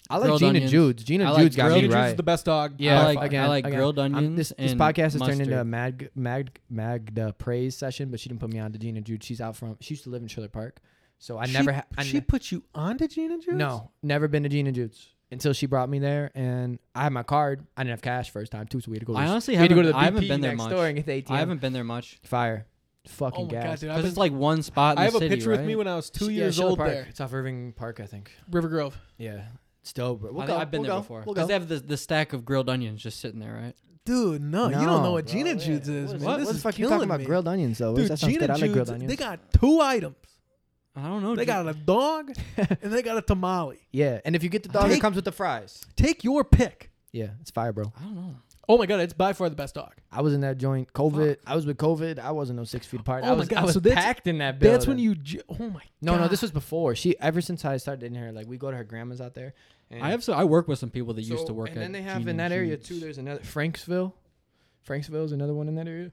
Speaker 2: I like
Speaker 3: Grilled
Speaker 2: Gina
Speaker 3: onions.
Speaker 2: Jude's.
Speaker 3: I
Speaker 2: Gina
Speaker 3: like
Speaker 2: Jude's got
Speaker 3: grilled
Speaker 2: me
Speaker 1: Juice
Speaker 3: onions,
Speaker 2: right.
Speaker 1: is the best dog.
Speaker 2: Yeah,
Speaker 3: I
Speaker 1: by
Speaker 3: like
Speaker 1: far.
Speaker 2: again,
Speaker 3: I like
Speaker 2: again.
Speaker 3: grilled
Speaker 2: I'm-
Speaker 3: onions.
Speaker 2: this this
Speaker 3: and
Speaker 2: podcast has turned into a
Speaker 3: mustard.
Speaker 2: Mag Mag Magda praise session, but she didn't put me on to Gina Jude. She's out from. She used to live in Schiller Park, so I
Speaker 1: She-
Speaker 2: never. Ha- I
Speaker 1: she
Speaker 2: ne-
Speaker 1: put you onto Gina Juice?
Speaker 2: No, never been to Gina Jude's until she brought me there, and I had my card. I didn't have cash first time too, so we had to go. To
Speaker 3: I
Speaker 2: the-
Speaker 3: honestly
Speaker 2: we had to go to
Speaker 3: haven't.
Speaker 2: the
Speaker 3: I haven't
Speaker 2: BP
Speaker 3: been there
Speaker 2: next
Speaker 3: much.
Speaker 2: Door and get the ATM.
Speaker 3: I haven't been there much
Speaker 2: fire, fucking
Speaker 1: Oh my
Speaker 2: gas.
Speaker 1: god, dude! I've
Speaker 3: because
Speaker 1: been-
Speaker 3: it's like one spot. In
Speaker 1: I
Speaker 3: the
Speaker 1: have a
Speaker 3: city,
Speaker 1: picture with me
Speaker 3: right?
Speaker 1: when I was two
Speaker 2: Sh- yeah,
Speaker 1: years
Speaker 2: Schiller
Speaker 1: old.
Speaker 2: Park.
Speaker 1: There,
Speaker 2: It's off Irving Park, I think.
Speaker 1: River Grove.
Speaker 2: Yeah, it's dope. Bro. We'll
Speaker 3: I
Speaker 2: go.
Speaker 3: think I've been
Speaker 2: we'll
Speaker 3: there
Speaker 2: go.
Speaker 3: before.
Speaker 2: We'll
Speaker 3: Because
Speaker 2: go.
Speaker 3: they have the, the stack of grilled onions just sitting there, right?
Speaker 1: Dude,
Speaker 2: Oh,
Speaker 1: no, you don't know what
Speaker 2: bro,
Speaker 1: Gina
Speaker 2: yeah.
Speaker 1: Jude's is.
Speaker 2: What,
Speaker 1: man.
Speaker 2: what
Speaker 1: this
Speaker 2: the
Speaker 1: is
Speaker 2: fuck you
Speaker 1: killing
Speaker 2: talking about
Speaker 1: me.
Speaker 2: grilled onions though?
Speaker 1: Dude,
Speaker 2: that sounds good.
Speaker 1: Gina
Speaker 2: I like grilled
Speaker 1: Jude's.
Speaker 2: onions.
Speaker 1: They got two items.
Speaker 3: I don't know.
Speaker 1: They
Speaker 3: dude.
Speaker 1: got a <laughs> dog, and they got a tamale.
Speaker 2: yeah, and if you get the dog,
Speaker 1: Take-
Speaker 2: it comes with the fries.
Speaker 1: Take your pick.
Speaker 2: Yeah, it's fire, bro.
Speaker 3: I don't know.
Speaker 1: Oh my god, it's by far the best dog.
Speaker 2: I was in that joint. COVID. I was with COVID. I wasn't no six feet apart.
Speaker 1: Oh
Speaker 2: I
Speaker 1: my
Speaker 2: was,
Speaker 1: God,
Speaker 2: I was
Speaker 1: so that's-
Speaker 2: packed in that building.
Speaker 1: That's when you. Ju- oh my.
Speaker 2: No,
Speaker 1: god.
Speaker 2: no, this was before. She ever since I started in here, like we go to her grandma's out there. And
Speaker 3: I have. So I work with some people that used
Speaker 2: So-
Speaker 3: to work.
Speaker 2: And then
Speaker 3: at
Speaker 2: they have
Speaker 3: Gene
Speaker 2: in
Speaker 3: and
Speaker 2: that area
Speaker 3: Jude's.
Speaker 2: too. There's another Franksville. Franksville is another one in that area.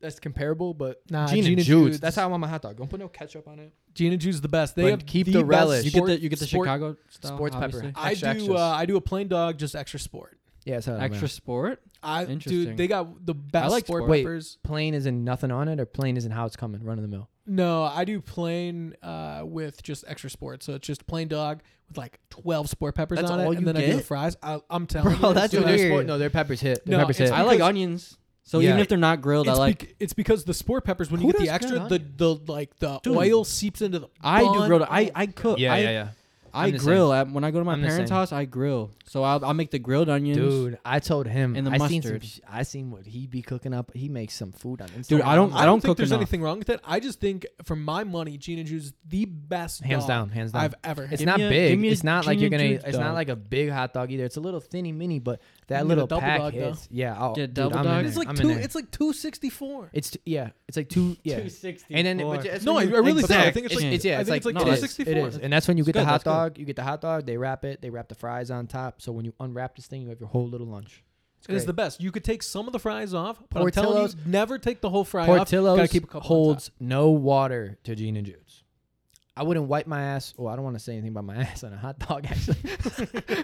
Speaker 2: That's comparable, but
Speaker 1: Nah,
Speaker 2: Gina,
Speaker 1: Gina
Speaker 2: Jude's.
Speaker 1: Jude's.
Speaker 2: That's how I want my hot dog. Don't put no ketchup on it.
Speaker 1: Gina Jude's the best. They
Speaker 2: But
Speaker 1: have
Speaker 2: keep
Speaker 1: the,
Speaker 2: the
Speaker 1: best
Speaker 2: relish.
Speaker 3: You
Speaker 1: sport-
Speaker 3: get the you get the
Speaker 1: sport-
Speaker 3: Chicago style,
Speaker 2: sports pepper.
Speaker 3: obviously.
Speaker 1: I do.
Speaker 2: Extra extras.
Speaker 1: Uh, I do a plain dog, just extra sport.
Speaker 2: Yeah, it's
Speaker 3: Extra sport.
Speaker 1: I
Speaker 3: Interesting.
Speaker 1: dude, they got the best
Speaker 3: like
Speaker 1: sport
Speaker 3: sport.
Speaker 2: Wait.
Speaker 1: peppers.
Speaker 2: plain isn't nothing on it, or plain isn't how it's coming. Run of the mill.
Speaker 1: No, I do plain uh, with just extra sport. So it's just plain dog with like twelve sport peppers
Speaker 2: That's
Speaker 1: on
Speaker 2: all
Speaker 1: it, and
Speaker 2: you
Speaker 1: then I do the
Speaker 2: get?
Speaker 1: fries. I, I'm telling
Speaker 2: <laughs> Bro,
Speaker 1: you,
Speaker 2: that's
Speaker 1: dude,
Speaker 2: their
Speaker 1: I-
Speaker 3: weird.
Speaker 2: sport. No, their peppers hit. Their
Speaker 1: No,
Speaker 2: peppers
Speaker 1: it's
Speaker 2: hit.
Speaker 3: I like
Speaker 1: because-
Speaker 3: onions. So
Speaker 2: Yeah.
Speaker 3: even if they're not grilled, I
Speaker 1: It's
Speaker 3: like.
Speaker 1: bec- it's because the sport peppers when
Speaker 2: Who
Speaker 1: you get the
Speaker 2: does
Speaker 1: extra
Speaker 2: grilled
Speaker 1: the, the like the
Speaker 3: Dude.
Speaker 1: oil seeps into the
Speaker 3: I do
Speaker 1: bun.
Speaker 3: grilled. I I cook. I,
Speaker 2: yeah.
Speaker 3: I
Speaker 2: I'm the same.
Speaker 3: grill. At, when I go to my
Speaker 2: I'm the
Speaker 3: parents'
Speaker 2: same.
Speaker 3: house, I grill. So I'll, I'll make the grilled onions.
Speaker 2: Dude, I told him.
Speaker 3: And the
Speaker 2: I seen some.
Speaker 3: mustard.
Speaker 2: sh- I seen what he be cooking up. He makes some food on Instagram.
Speaker 3: Dude,
Speaker 1: I
Speaker 3: I don't-
Speaker 2: I'm
Speaker 1: don't,
Speaker 2: like,
Speaker 3: don't
Speaker 1: think
Speaker 3: cook
Speaker 1: there's
Speaker 3: enough.
Speaker 1: anything wrong with it. I just think, for my money, Gina Juice is the best
Speaker 2: hands
Speaker 1: dog
Speaker 2: down, hands down.
Speaker 1: I've ever.
Speaker 2: it's
Speaker 1: had.
Speaker 3: Give
Speaker 2: not
Speaker 3: me a- give
Speaker 2: big.
Speaker 3: me a
Speaker 2: It's not like
Speaker 3: Junior
Speaker 2: you're gonna.
Speaker 3: Juice
Speaker 2: It's not
Speaker 3: dog.
Speaker 2: like a big hot dog either. It's a little thinny mini, but
Speaker 1: You
Speaker 2: that
Speaker 1: need
Speaker 2: little
Speaker 1: a double
Speaker 2: pack
Speaker 1: dog, though.
Speaker 2: hits. Yeah, I'll,
Speaker 3: Get a
Speaker 2: dude,
Speaker 3: double
Speaker 2: I'm
Speaker 3: dog?
Speaker 2: In
Speaker 1: It's
Speaker 2: there.
Speaker 1: like
Speaker 2: I'm in
Speaker 1: two.
Speaker 2: there.
Speaker 1: It's like two sixty four.
Speaker 2: It's t- yeah. It's like <laughs> two. Yeah.
Speaker 3: sixty.
Speaker 2: And then, but it's
Speaker 1: No,
Speaker 2: when
Speaker 1: I
Speaker 2: you-
Speaker 1: I really think I
Speaker 2: exact-
Speaker 1: think it's
Speaker 3: It's-
Speaker 1: like
Speaker 3: it's-
Speaker 2: yeah,
Speaker 1: I
Speaker 2: it's
Speaker 1: think
Speaker 2: like-
Speaker 1: it's
Speaker 3: no,
Speaker 1: like
Speaker 3: it's-
Speaker 1: two sixty
Speaker 2: It
Speaker 1: four.
Speaker 2: is, and that's when you
Speaker 3: It's
Speaker 2: get the
Speaker 3: good,
Speaker 2: hot
Speaker 3: that's good.
Speaker 2: dog. You get the hot dog. They wrap it. They wrap the fries on top. So when you unwrap this thing, you have your whole little lunch. It's
Speaker 1: It is the
Speaker 2: great.
Speaker 1: best. You could take some of the fries off, but I'm telling you,
Speaker 2: Portillo's-
Speaker 1: never take the whole fry off.
Speaker 2: Portillo's
Speaker 1: Gotta keep a couple on
Speaker 2: holds no water to Gene and Jude's. I wouldn't wipe my ass. Well, I don't want to say anything about my <laughs> ass on a hot dog.
Speaker 1: <laughs>
Speaker 2: Actually,
Speaker 3: <laughs>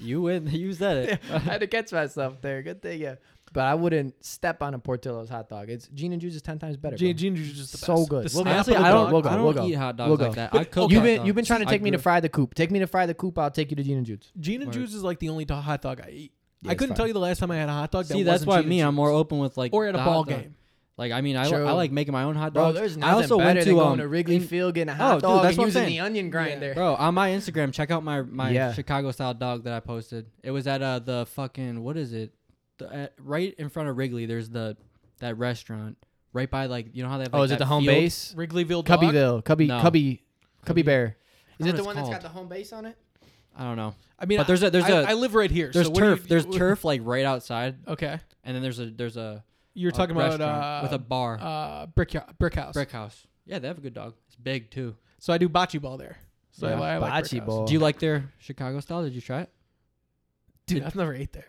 Speaker 3: You win. <laughs> You said
Speaker 2: <laughs>
Speaker 3: it.
Speaker 2: I had to catch myself there. Good thing, yeah. But I wouldn't step on a Portillo's hot dog. It's Gene and Jude's is ten times better.
Speaker 1: Gina,
Speaker 2: bro.
Speaker 1: Gina Juice is just the best.
Speaker 2: So good.
Speaker 1: The
Speaker 2: We'll
Speaker 1: snap
Speaker 3: Honestly,
Speaker 1: of the
Speaker 3: I don't.
Speaker 1: dog.
Speaker 2: We'll go,
Speaker 3: I don't
Speaker 2: we'll go,
Speaker 3: eat hot dogs
Speaker 2: we'll
Speaker 3: like
Speaker 2: go.
Speaker 3: that. I
Speaker 1: But-
Speaker 3: cook.
Speaker 1: okay.
Speaker 2: You've
Speaker 3: hot
Speaker 2: been
Speaker 3: dogs.
Speaker 2: you've been trying to
Speaker 3: I
Speaker 2: take me to
Speaker 3: grill.
Speaker 2: fry the coop. Take me to fry the coop. I'll take you to Gene and Jude's.
Speaker 1: Gina
Speaker 3: Word.
Speaker 1: Juice is like the only do- hot dog I eat.
Speaker 2: Yeah,
Speaker 1: I
Speaker 2: it's
Speaker 1: couldn't
Speaker 2: fire.
Speaker 1: tell you the last time I had a hot dog.
Speaker 3: See,
Speaker 1: that
Speaker 3: that's
Speaker 1: wasn't
Speaker 3: why
Speaker 1: Gina
Speaker 3: me. I'm
Speaker 1: Juice.
Speaker 3: more open with like
Speaker 1: or at a
Speaker 3: the
Speaker 1: ball
Speaker 3: hot dog.
Speaker 1: game.
Speaker 3: Like I mean, I,
Speaker 2: True.
Speaker 3: I like making my own hot
Speaker 2: Bro,
Speaker 3: dogs.
Speaker 2: there's
Speaker 3: I
Speaker 2: nothing
Speaker 3: also
Speaker 2: better
Speaker 3: went
Speaker 2: than
Speaker 3: to
Speaker 2: going
Speaker 3: um,
Speaker 2: to Wrigley
Speaker 3: in-
Speaker 2: Field getting a
Speaker 3: Oh,
Speaker 2: hot
Speaker 3: dude,
Speaker 2: dog
Speaker 3: that's
Speaker 2: and
Speaker 3: what I'm
Speaker 2: using
Speaker 3: saying.
Speaker 2: the onion grinder.
Speaker 3: Bro, on my Instagram, check out my my
Speaker 2: Yeah.
Speaker 3: Chicago style dog that I posted. It was at uh the fucking what is it? The, at, right in front of Wrigley, there's the that restaurant right by like you know how they have like,
Speaker 2: oh, is it
Speaker 3: that
Speaker 2: the home
Speaker 3: field?
Speaker 2: base?
Speaker 1: Wrigleyville dog.
Speaker 2: Cubbyville, Cubby,
Speaker 3: No.
Speaker 2: Cubby, Cubby Bear. Is it
Speaker 3: I don't know what
Speaker 2: the
Speaker 3: it's
Speaker 2: one
Speaker 3: called.
Speaker 2: that's got the home base on it?
Speaker 3: I don't know.
Speaker 1: I mean,
Speaker 3: But there's a- there's
Speaker 1: I-
Speaker 3: a-
Speaker 1: I live right here.
Speaker 3: There's
Speaker 1: so what do <laughs> you-
Speaker 3: turf. there's
Speaker 1: what-
Speaker 3: turf like right outside,
Speaker 1: Okay,
Speaker 3: and then there's a there's a
Speaker 1: you're
Speaker 3: a
Speaker 1: talking about
Speaker 3: restaurant
Speaker 1: uh,
Speaker 3: with a bar
Speaker 1: uh, brick ho- brick house.
Speaker 3: brick house. Yeah, they have a good dog. It's big too.
Speaker 1: So I do bocce ball there. So
Speaker 2: Yeah,
Speaker 1: I, I like brick
Speaker 2: bocce
Speaker 1: house.
Speaker 2: ball.
Speaker 3: Do you like their Chicago style? Did you try it?
Speaker 1: Dude, I've never ate there.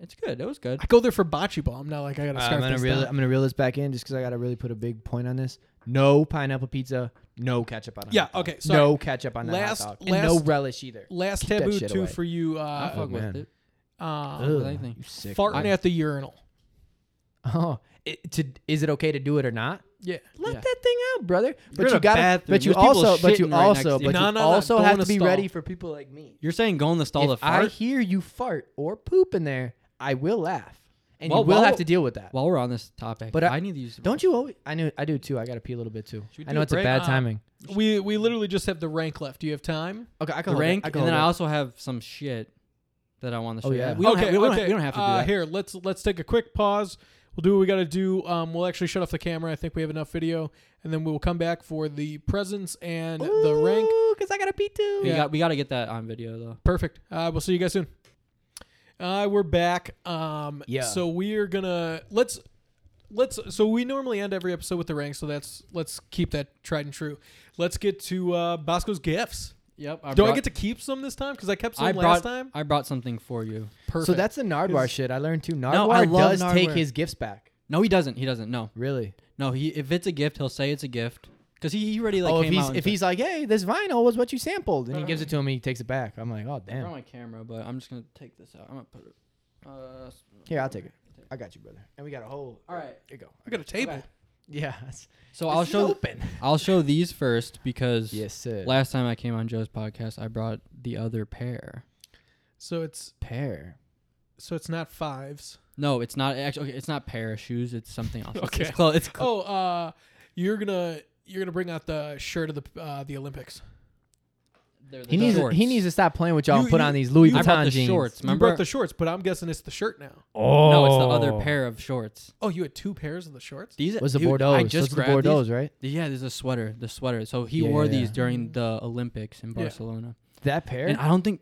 Speaker 3: It's good. It was good.
Speaker 1: I go there for bocce ball. I'm not like I gotta
Speaker 2: Uh,
Speaker 1: start
Speaker 2: I'm gonna
Speaker 1: this
Speaker 2: reel.
Speaker 1: down.
Speaker 2: I'm gonna reel this back in just because I gotta really put a big point on this. No pineapple pizza. No ketchup on. a
Speaker 1: Yeah,
Speaker 2: hot dog.
Speaker 1: okay, sorry.
Speaker 2: No ketchup on that
Speaker 1: Last-
Speaker 2: hot dog. And no
Speaker 1: last-
Speaker 2: relish either.
Speaker 1: Last
Speaker 2: that
Speaker 1: taboo
Speaker 2: shit
Speaker 1: too
Speaker 2: away.
Speaker 1: for you.
Speaker 3: I
Speaker 1: Uh,
Speaker 3: fuck
Speaker 2: man.
Speaker 3: with it.
Speaker 1: um,
Speaker 3: with
Speaker 2: Ugh,
Speaker 3: anything.
Speaker 2: you sick
Speaker 1: farting
Speaker 2: fuck.
Speaker 1: at the urinal.
Speaker 2: Oh, it, to, is it okay to do it or not?
Speaker 1: Yeah.
Speaker 2: Let
Speaker 3: Yeah.
Speaker 2: that thing out, brother. But
Speaker 3: in
Speaker 2: you
Speaker 3: a
Speaker 2: got.
Speaker 3: bathroom.
Speaker 2: But you
Speaker 3: There's people
Speaker 2: also. But
Speaker 3: shitting
Speaker 2: you
Speaker 3: right next
Speaker 2: also.
Speaker 3: to you.
Speaker 2: But
Speaker 1: No,
Speaker 2: you
Speaker 1: no, no,
Speaker 2: also
Speaker 1: go
Speaker 2: have
Speaker 1: in
Speaker 2: to
Speaker 1: a
Speaker 2: be
Speaker 1: stall.
Speaker 2: ready for people like me.
Speaker 3: You're saying go in the stall
Speaker 2: if
Speaker 3: to
Speaker 2: I
Speaker 3: fart?
Speaker 2: hear you fart or poop in there, I will laugh, and
Speaker 3: Well,
Speaker 2: you will
Speaker 3: well-
Speaker 2: have to deal with that.
Speaker 3: While we're on this topic,
Speaker 2: But
Speaker 3: but
Speaker 2: I-
Speaker 3: I, need to use. the
Speaker 2: Don't you always? I knew. I do too. I gotta pee a little bit too.
Speaker 3: Should we
Speaker 2: I
Speaker 3: do
Speaker 2: know
Speaker 3: a
Speaker 2: it's a
Speaker 3: break?
Speaker 2: bad
Speaker 1: Uh,
Speaker 2: timing.
Speaker 1: We we literally just have the rank left. Do you have time?
Speaker 2: Okay, I can
Speaker 3: the
Speaker 2: hold it.
Speaker 3: rank,
Speaker 2: I
Speaker 3: and
Speaker 2: can
Speaker 3: then
Speaker 2: hold
Speaker 3: I
Speaker 2: it.
Speaker 3: also have some shit that I want to show.
Speaker 2: Oh,
Speaker 3: you.
Speaker 2: yeah.
Speaker 3: we don't, have, we, don't, we don't have to do
Speaker 1: uh,
Speaker 3: that.
Speaker 1: Here, let's let's take a quick pause. We'll do what we got to do. Um, we'll actually shut off the camera. I think we have enough video, and then we will come back for the presence and the rank.
Speaker 2: because I gotta pee too.
Speaker 3: We
Speaker 1: Yeah.
Speaker 3: got we got to get that on video though.
Speaker 1: Perfect. Uh, we'll see you guys soon. Uh, we're back. Um,
Speaker 2: Yeah.
Speaker 1: So we are gonna let's let's. So we normally end every episode with the rank. So that's let's keep that tried and true. Let's get to uh, Bosco's gifts.
Speaker 3: Yep. I
Speaker 1: Do I get to keep some this time? Because I kept some
Speaker 3: I
Speaker 1: last
Speaker 3: brought-
Speaker 1: time.
Speaker 3: I brought something for you.
Speaker 1: Perfect.
Speaker 2: So that's the Nardwar
Speaker 1: 'Cause-
Speaker 2: shit I learned too. Nardwar
Speaker 3: No, I love
Speaker 2: does take
Speaker 3: Nardwar.
Speaker 2: his gifts back.
Speaker 3: No, he doesn't. He doesn't. No,
Speaker 2: Really?
Speaker 3: no. He if it's a gift, he'll say it's a gift because he, he already like
Speaker 2: oh, if
Speaker 3: came
Speaker 2: he's
Speaker 3: out. and
Speaker 2: if
Speaker 3: said-
Speaker 2: he's like, hey, this vinyl was what you sampled, and he gives it to him, he takes it back. I'm like, oh
Speaker 3: They're on
Speaker 2: damn.
Speaker 3: my camera, but I'm just gonna take this out. I'm gonna put it. Uh, s-
Speaker 2: Here, I'll take it. I got you, brother. And we got a whole.
Speaker 3: All right.
Speaker 2: Here you go.
Speaker 1: I got a table.
Speaker 3: Okay.
Speaker 2: Yeah.
Speaker 3: So I'll show
Speaker 2: open.
Speaker 3: I'll show these first because
Speaker 2: Yes, sir.
Speaker 3: last time I came on Joe's podcast, I brought the other pair.
Speaker 1: So it's
Speaker 2: pair.
Speaker 1: so it's not fives.
Speaker 3: No, it's not actually. Okay, it's not pair of shoes. It's something else. It's-
Speaker 1: Okay.
Speaker 3: It's, clo- it's
Speaker 1: <laughs>
Speaker 3: cl-
Speaker 1: Oh, uh, you're gonna you're gonna bring out the shirt of the uh, the Olympics.
Speaker 3: they're the
Speaker 2: He needs
Speaker 3: shorts.
Speaker 2: he needs to stop playing with y'all
Speaker 1: You-
Speaker 2: and put
Speaker 1: you-
Speaker 2: on these Louis
Speaker 1: you-
Speaker 3: I brought
Speaker 2: Vuitton
Speaker 3: the
Speaker 2: jeans.
Speaker 3: shorts.
Speaker 1: You
Speaker 3: Remember?
Speaker 1: brought the shorts, but I'm guessing it's the shirt now.
Speaker 2: Oh
Speaker 3: no, it's the other pair of shorts.
Speaker 1: Oh, you had two pairs of the shorts.
Speaker 3: These
Speaker 2: Was the
Speaker 3: dude,
Speaker 2: Bordeaux?
Speaker 3: I just
Speaker 2: the
Speaker 3: grabbed these.
Speaker 2: Bordeaux, right?
Speaker 3: Yeah, there's a sweater. The sweater. So he
Speaker 2: Yeah,
Speaker 3: wore
Speaker 2: yeah,
Speaker 3: these
Speaker 2: yeah.
Speaker 3: during the Olympics in
Speaker 1: Yeah.
Speaker 3: Barcelona,
Speaker 2: That pair.
Speaker 3: and I don't think.